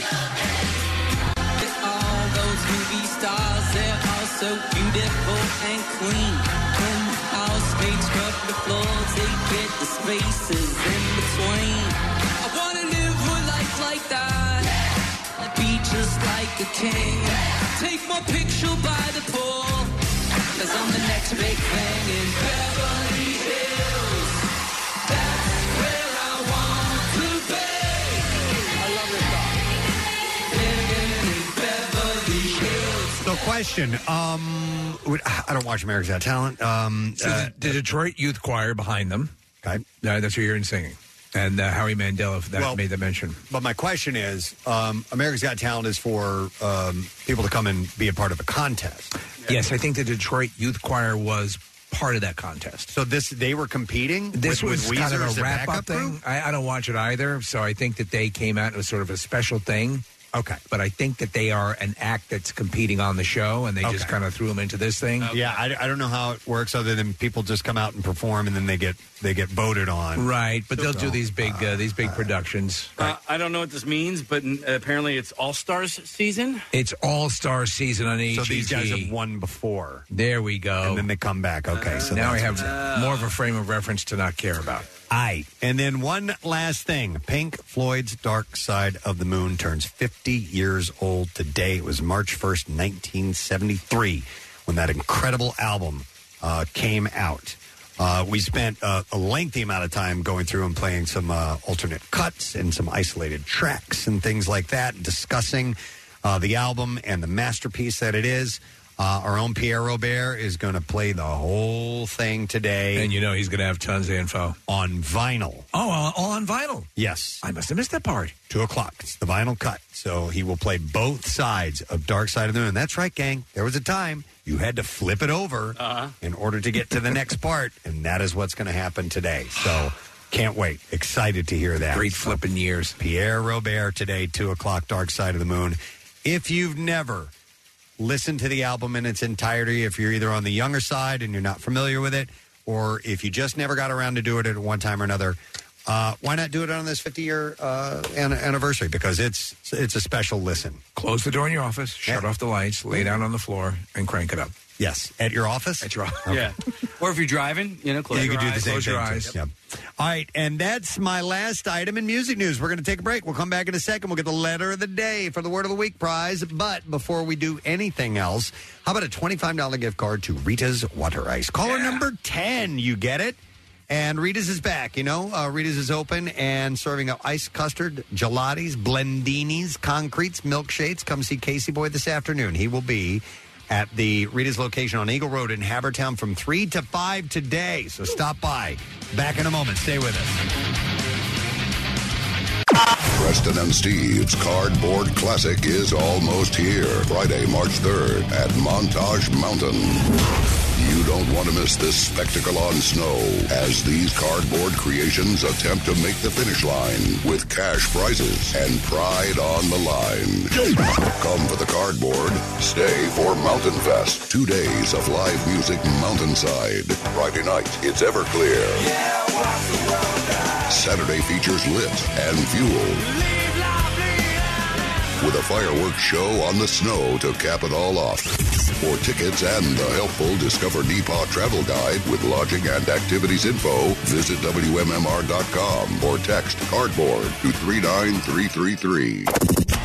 Speaker 10: All those movie stars, they're all so beautiful and clean. When our skates scrub the floors, they get the spaces in between. I wanna live a life like that. I'd be just like a king. Take my picture by the pool. Cause I'm the next big thing in Beverly Hills. That's where I want to be. I love this song. Living in Beverly Hills.
Speaker 4: So, question. Um, would- I don't watch America's Got Talent. Um,
Speaker 6: So
Speaker 4: uh,
Speaker 6: the, the Detroit Youth Choir behind them. Uh,
Speaker 4: Okay.
Speaker 6: that's who you're in singing. And uh, Howie Mandela that
Speaker 4: Well-
Speaker 6: made the mention.
Speaker 4: But my question is, um, America's Got Talent is for um, people to come and be a part of a contest.
Speaker 6: Yes, I think the Detroit Youth Choir was part of that contest.
Speaker 4: So this they were competing.
Speaker 6: This
Speaker 4: with,
Speaker 6: was
Speaker 4: with
Speaker 6: kind
Speaker 4: Weezer
Speaker 6: of
Speaker 4: as
Speaker 6: a
Speaker 4: their
Speaker 6: wrap
Speaker 4: backup
Speaker 6: up thing.
Speaker 4: group?
Speaker 6: I, I don't watch it either, so I think that they came out and it was sort of a special thing.
Speaker 4: Okay,
Speaker 6: but I think that they are an act that's competing on the show, and they just
Speaker 4: Okay. Uh,
Speaker 6: kind of threw them into this thing.
Speaker 4: Yeah, I, I don't know how it works other than people just come out and perform and then they get they get voted on.
Speaker 6: Right, but they'll
Speaker 4: So-
Speaker 6: do these big uh, these big productions.
Speaker 7: Uh, I don't know what this means, but n- apparently it's All Stars season.
Speaker 6: It's All Star season on HET.
Speaker 7: So these guys have
Speaker 4: won before.
Speaker 6: There we go.
Speaker 4: And then they come back. Okay, so
Speaker 6: now I
Speaker 4: that's
Speaker 6: have
Speaker 4: what's
Speaker 6: more of a frame of reference to not care about.
Speaker 4: I and then one last thing. Pink Floyd's Dark Side of the Moon turns 50 years old today. It was March 1st, 1973, when that incredible album uh, came out. Uh, we spent uh, a lengthy amount of time going through and playing some uh, alternate cuts and some isolated tracks and things like that, discussing uh, the album and the masterpiece that it is. Uh, our own Pierre Robert is going to play the whole thing today.
Speaker 6: And you know he's going to have tons of info
Speaker 4: on vinyl.
Speaker 6: Oh, all- all on vinyl.
Speaker 4: Yes.
Speaker 6: I must have missed that part.
Speaker 4: Two o'clock. It's the vinyl cut. So he will play both sides of Dark Side of the Moon. That's right, gang. There was a time you had to flip it over in order to get to the next part, and that is what's going to happen today. So can't wait. Excited to hear that.
Speaker 6: Great
Speaker 4: So,
Speaker 6: flipping years.
Speaker 4: Pierre Robert today, two o'clock, Dark Side of the Moon. If you've never listened to the album in its entirety, if you're either on the younger side and you're not familiar with it, or if you just never got around to do it at one time or another, uh, why not do it on this 50 year uh, an- anniversary? Because it's it's a special listen.
Speaker 6: Close the door in your office, shut off the lights, lay down on the floor, and crank it up.
Speaker 4: Mm-hmm. Yes, at your office. At
Speaker 6: your office.
Speaker 7: Yeah. or if you're driving, you know, close
Speaker 4: Yeah, you
Speaker 7: your
Speaker 4: could do the
Speaker 7: eyes,
Speaker 4: same
Speaker 7: close your
Speaker 4: thing, too.
Speaker 7: eyes.
Speaker 4: Yep. All right, and that's my last item in music news. We're going to take a break. We'll come back in a second. We'll get the letter of the day for the word of the week prize. But before we do anything else, how about a $25 gift card to Rita's Water Ice? Caller number 10, you get it? And Rita's is back, you know. Uh, Rita's is open and serving up ice custard, gelatis, blendinis, concretes, milkshakes. Come see Casey Boy this afternoon. He will be at the Rita's location on Eagle Road in Havertown from 3 to 5 today. So stop by. Back in a moment. Stay with us.
Speaker 3: Preston and Steve's Cardboard Classic is almost here. Friday, March 3rd at Montage Mountain. You don't want to miss this spectacle on snow as these cardboard creations attempt to make the finish line with cash prizes and pride on the line. Come for the cardboard, stay for Mountain Fest. Two days of live music mountainside. Friday night, it's Everclear. Saturday features Lit and Fuel. With a fireworks show on the snow to cap it all off. For tickets and the helpful Discover Depot travel guide with lodging and activities info, visit WMMR.com or text cardboard to 39333.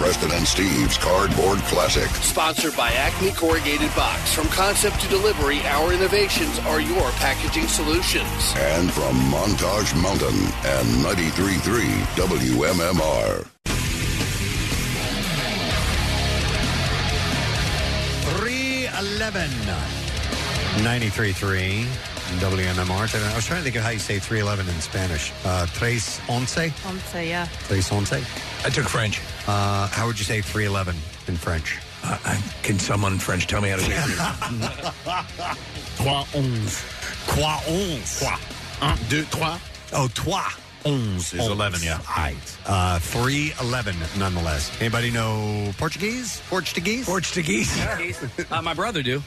Speaker 3: Preston and Steve's Cardboard Classic.
Speaker 11: Sponsored by Acme Corrugated Box. From concept to delivery, our innovations are your packaging solutions.
Speaker 3: And from Montage Mountain and 93.3 WMMR.
Speaker 4: Three eleven ninety three three WMMR. I was trying to think of how you say 311 in Spanish. Uh, tres once?
Speaker 16: Um, so yeah.
Speaker 4: Tres once?
Speaker 6: I took French.
Speaker 4: Uh, how would you say 311 in French?
Speaker 6: Uh, I- can someone in French tell me how to say
Speaker 4: Trois onze. Trois onze. Trois. Un, deux, trois. Oh, trois. Onze
Speaker 8: is 11, yeah.
Speaker 4: All right. Uh, 311, nonetheless. Anybody know Portuguese? Portuguese? Portuguese.
Speaker 7: Uh, my brother do.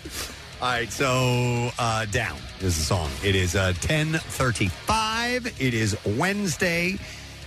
Speaker 4: All right, so uh, down is the song. It is uh, ten thirty-five. It is Wednesday,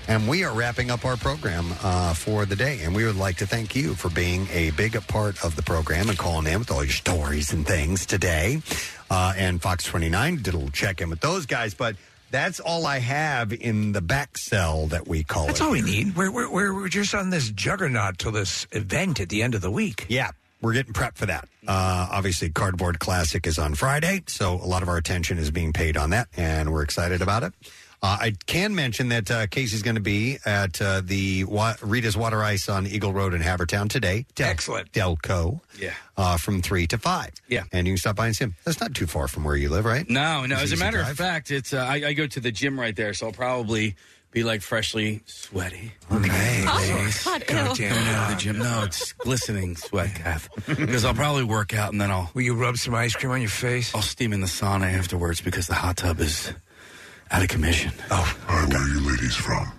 Speaker 4: And we are wrapping up our program uh, for the day. And we would like to thank you for being a big part of the program and calling in with all your stories and things today. Uh, and Fox 29 did a little check in with those guys. But that's all I have in the back cell that we call
Speaker 6: That's
Speaker 4: it.
Speaker 6: all we need. We're, we're, we're, we're just on this juggernaut till this event at the end of the week.
Speaker 4: Yeah, we're getting prepped for that. Uh, obviously, Cardboard Classic is on Friday, so a lot of our attention is being paid on that, and we're excited about it. Uh, I can mention that uh, Casey's going to be at uh, the Wa- Rita's Water Ice on Eagle Road in Havertown today. Del- Excellent. Delco
Speaker 7: Yeah.
Speaker 4: uh, from 3 to 5. Yeah. And you can stop by and see him. That's not too far from where you live, right?
Speaker 7: No, no.
Speaker 4: It's
Speaker 7: As a
Speaker 4: easy
Speaker 7: matter of
Speaker 4: drive.
Speaker 7: fact, it's uh, I, I go to the gym right there, so I'll probably be like freshly sweaty. Okay.
Speaker 16: Oh,
Speaker 10: God,
Speaker 7: damn it, the gym. No, it's glistening sweat, Kath. Because I'll probably work out and then I'll.
Speaker 6: Will you rub some ice cream on your face?
Speaker 7: I'll steam in the sauna afterwards because the hot tub is out of commission.
Speaker 4: Oh,
Speaker 6: where are you ladies from?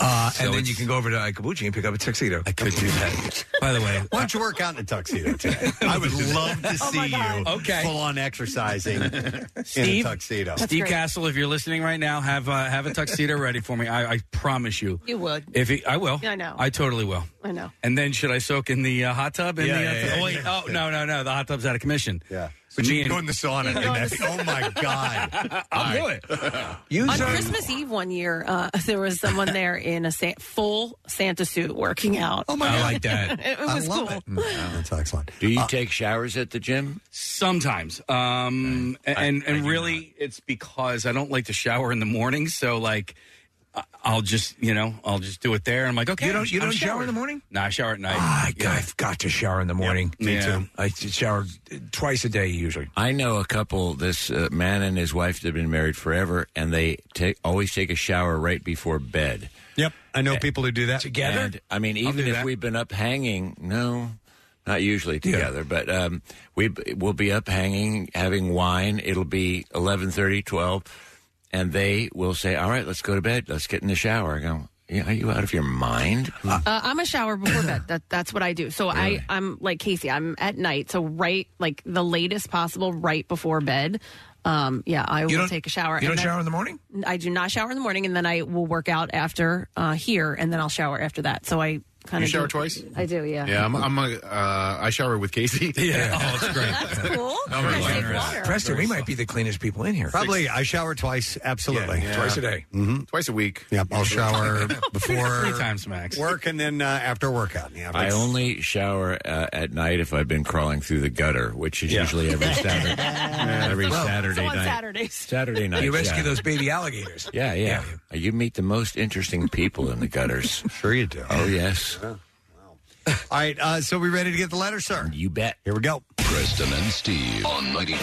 Speaker 4: Uh,
Speaker 6: and then you can go over to Ikabuchi and pick up a tuxedo. I
Speaker 7: could do that. By the way,
Speaker 4: why don't you work out in a tuxedo today? I would love to
Speaker 7: Oh, my
Speaker 4: see
Speaker 7: God.
Speaker 4: you
Speaker 7: Okay.
Speaker 4: full on exercising in a
Speaker 7: Steve,
Speaker 4: tuxedo.
Speaker 7: Steve Castle, if you're listening right now, have uh, have a tuxedo ready for me. I, I promise you.
Speaker 16: You would.
Speaker 7: If he, I will,
Speaker 16: I know.
Speaker 7: I totally will.
Speaker 16: I know.
Speaker 7: And then should I soak in the uh, hot tub? In
Speaker 10: Yeah,
Speaker 7: the,
Speaker 10: yeah,
Speaker 7: uh,
Speaker 10: yeah,
Speaker 7: oh,
Speaker 10: yeah.
Speaker 7: wait, oh, no, no, no. The hot tub's out of commission. Yeah.
Speaker 4: But you can go in the sauna
Speaker 16: You can go in the sauna.
Speaker 7: I'll do it. You
Speaker 16: on
Speaker 7: son-
Speaker 16: Christmas Eve one year, uh, there was someone there in a sa- full Santa suit working out.
Speaker 4: Oh my I God. like
Speaker 7: that.
Speaker 16: it
Speaker 7: I
Speaker 16: was
Speaker 7: love
Speaker 16: cool.
Speaker 7: it.
Speaker 4: That's excellent.
Speaker 7: Do you take showers at the gym? Sometimes. Um, and and really, it's because I don't like to shower in the morning. So, like, I- I'll just, you know, I'll just do it there. I'm like, okay.
Speaker 6: You don't- you
Speaker 7: I'm
Speaker 6: don't shower
Speaker 7: showered.
Speaker 6: in the morning?
Speaker 7: No, I shower at night.
Speaker 6: I've got to shower in the morning.
Speaker 7: me Yeah. too.
Speaker 6: I shower twice a day usually.
Speaker 1: I know a couple. This uh, man and his wife have been married forever, and they take always take a shower right before bed.
Speaker 4: Yep, I know people who do that
Speaker 1: together. And, I mean,
Speaker 4: I'll
Speaker 1: even
Speaker 4: do
Speaker 1: if
Speaker 4: that.
Speaker 1: we've been up hanging, no, not usually together, but um, we we'll be up hanging, having wine. It'll be 11, 12, and they will say, "All right, let's go to bed. Let's get in the shower." I go, "Yeah, are you out of your mind?"
Speaker 5: Uh, I'm a shower before bed. That, that's what I do. So I,
Speaker 1: Really?
Speaker 5: I'm like Casey. I'm at night. So right, like the latest possible, right before bed. Um, yeah, I will
Speaker 6: don't-
Speaker 5: take a shower.
Speaker 6: you don't
Speaker 5: then-
Speaker 6: shower in the morning?
Speaker 5: I do not shower in the morning, and then I will work out after uh, here, and then I'll shower after that. So I kind
Speaker 8: You
Speaker 5: of
Speaker 8: shower twice?
Speaker 5: I do. Yeah.
Speaker 8: Yeah, I'm, I'm a, uh, I shower with Casey.
Speaker 6: Yeah.
Speaker 8: Oh, that's great.
Speaker 5: That's cool.
Speaker 8: I'm very
Speaker 6: Preston,
Speaker 8: generous.
Speaker 6: Preston, we might be the cleanest people in here.
Speaker 4: Probably, I shower twice. Absolutely,
Speaker 6: Yeah, twice a day.
Speaker 4: hmm
Speaker 8: Twice a week.
Speaker 4: Yep, I'll shower before
Speaker 1: Three
Speaker 7: times max.
Speaker 4: Work and then uh, after workout. Yeah,
Speaker 1: I only shower uh, at night if I've been crawling through the gutter, which is usually every Saturday. every
Speaker 6: Well,
Speaker 1: Saturday night. Saturday night.
Speaker 6: You rescue
Speaker 1: yeah.
Speaker 6: those baby alligators.
Speaker 1: Yeah, yeah, You meet the most interesting people in the gutters.
Speaker 4: sure you do.
Speaker 1: Oh yes.
Speaker 4: All right, uh, so we ready to get the letter, sir?
Speaker 1: You bet.
Speaker 4: Here we go.
Speaker 3: Preston and Steve on 93.3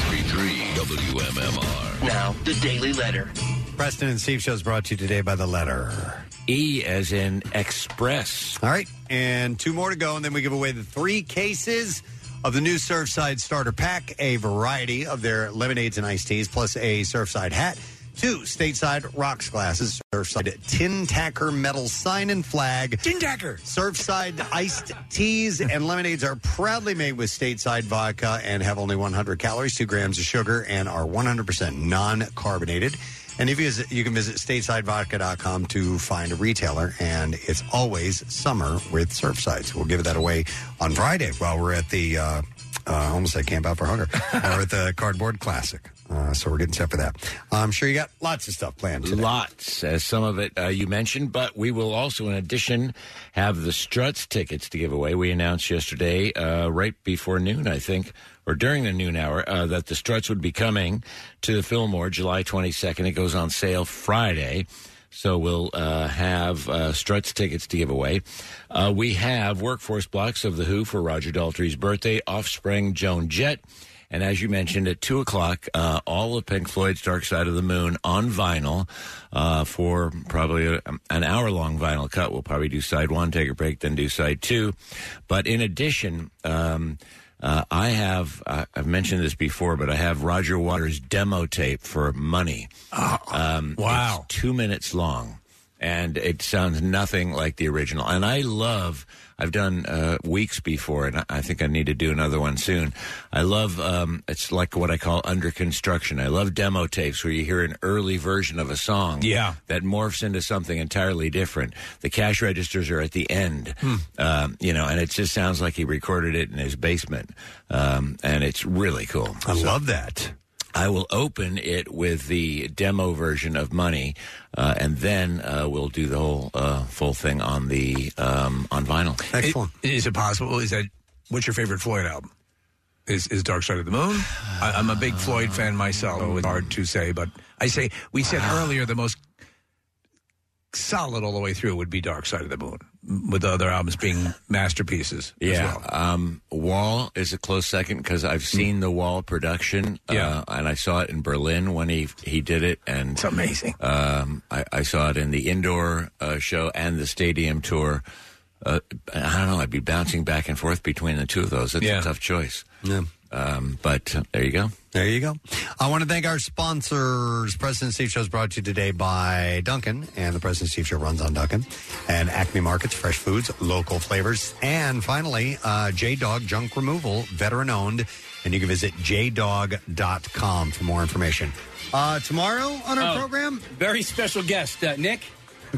Speaker 3: WMMR.
Speaker 1: Now, the Daily Letter.
Speaker 4: Preston and Steve shows brought to you today by the letter
Speaker 1: E as in Express.
Speaker 4: All right, and two more to go, and then we give away the three cases of the new Surfside Starter Pack, a variety of their lemonades and iced teas, plus a Surfside hat, two stateside rocks glasses, Surfside tin tacker metal sign and flag,
Speaker 6: tin tacker,
Speaker 4: Surfside iced teas and lemonades are proudly made with stateside vodka and have only 100 calories, two grams of sugar, and are 100% non-carbonated. And if you, visit, you can visit statesidevodka.com to find a retailer. And it's always summer with Surfside. So we'll give that away on Friday while we're at the, uh, uh, I almost said Camp Out for Hunger, or at the Cardboard Classic. Uh, so we're getting set for that. I'm sure you got lots of stuff planned today.
Speaker 1: Lots, as some of it uh, you mentioned, but we will also, in addition, have the Struts tickets to give away. We announced yesterday, uh, right before noon, I think, or during the noon hour, uh, that the Struts would be coming to the Fillmore July 22nd. It goes on sale Friday. So we'll uh, have uh, Struts tickets to give away. Uh, we have workforce blocks of The Who for Roger Daltrey's birthday, Offspring, Joan Jett. And as you mentioned, at 2 o'clock, uh, all of Pink Floyd's Dark Side of the Moon on vinyl uh, for probably a, an hour long vinyl cut. We'll probably do side one, take a break, then do side two. But in addition, um, uh, I have, uh, I've mentioned this before, but I have Roger Waters' demo tape for Money. um, wow. It's two minutes long. and it sounds nothing like the original. And I love. I've done uh, weeks before, and I- I think I need to do another one soon. I love um, it's like what I call under construction. I love demo tapes where you hear an early version of a song,
Speaker 18: Yeah.
Speaker 1: that morphs into something entirely different. The cash registers are at the end, um, you know, and it just sounds like he recorded it in his basement, um, and it's really cool. I
Speaker 4: love that.
Speaker 1: I will open it with the demo version of Money, uh, and then uh, we'll do the whole uh, full thing on the um, on vinyl.
Speaker 6: Excellent. Is it possible? Is that what's your favorite Floyd album? Is is Dark Side of the Moon? I, I'm a big Floyd fan myself. It's hard to say, but I say we said earlier the most solid all the way through would be Dark Side of the Moon, with the other albums being masterpieces. as
Speaker 1: Yeah,
Speaker 6: well. Mm.
Speaker 1: um, Wall is a close second because I've seen the Wall production.
Speaker 6: Yeah.
Speaker 1: uh, and I saw it in Berlin when he he did it, and it's
Speaker 6: amazing.
Speaker 1: Um, I, I saw it in the indoor uh, show and the stadium tour. Uh, I don't know. I'd be bouncing back and forth between the two of those. It's
Speaker 4: Yeah.
Speaker 1: a tough choice.
Speaker 4: Yeah.
Speaker 1: Um, but uh, there you go.
Speaker 4: There you go. I want to thank our sponsors. President Steve Show is brought to you today by Duncan, and the President Steve Show runs on Duncan, and Acme Markets, fresh foods, local flavors, and finally, uh, J Dog Junk Removal, veteran owned, and you can visit jdog.com for more information. Uh, tomorrow on our program,
Speaker 7: Oh, very special guest, uh, Nick.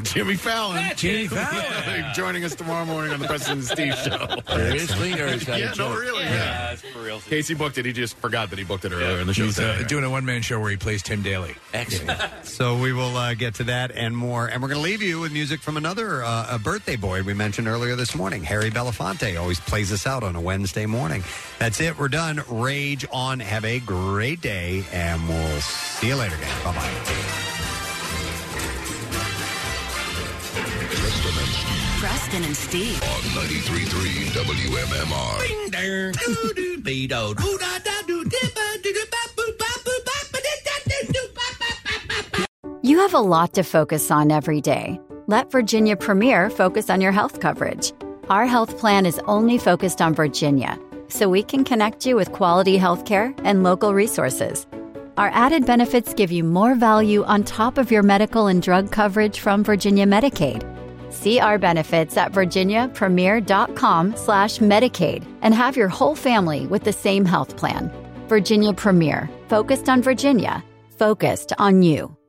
Speaker 8: Jimmy Fallon. Jimmy Fallon. Joining us tomorrow morning on the President Steve Show.
Speaker 1: Seriously? Or is that a
Speaker 8: yeah, no,
Speaker 1: joke?
Speaker 8: really. Yeah.
Speaker 7: it's for real.
Speaker 8: Casey booked it. He just forgot that he booked it earlier in the show.
Speaker 6: He's
Speaker 8: today.
Speaker 6: uh, doing a one man show where he plays Tim Daly.
Speaker 1: Excellent.
Speaker 4: So we will uh, get to that and more. And we're going to leave you with music from another uh, a birthday boy we mentioned earlier this morning. Harry Belafonte always plays us out on a Wednesday morning. That's it. We're done. Rage on. Have a great day. And we'll see you later, guys. Bye bye.
Speaker 28: Preston and Steve.
Speaker 3: On 93.3 WMMR.
Speaker 29: You have a lot to focus on every day. Let Virginia Premier focus on your health coverage. Our health plan is only focused on Virginia, so we can connect you with quality health care and local resources. Our added benefits give you more value on top of your medical and drug coverage from Virginia Medicaid. See our benefits at virginiapremier.com slash Medicaid and have your whole family with the same health plan. Virginia Premier, focused on Virginia, focused on you.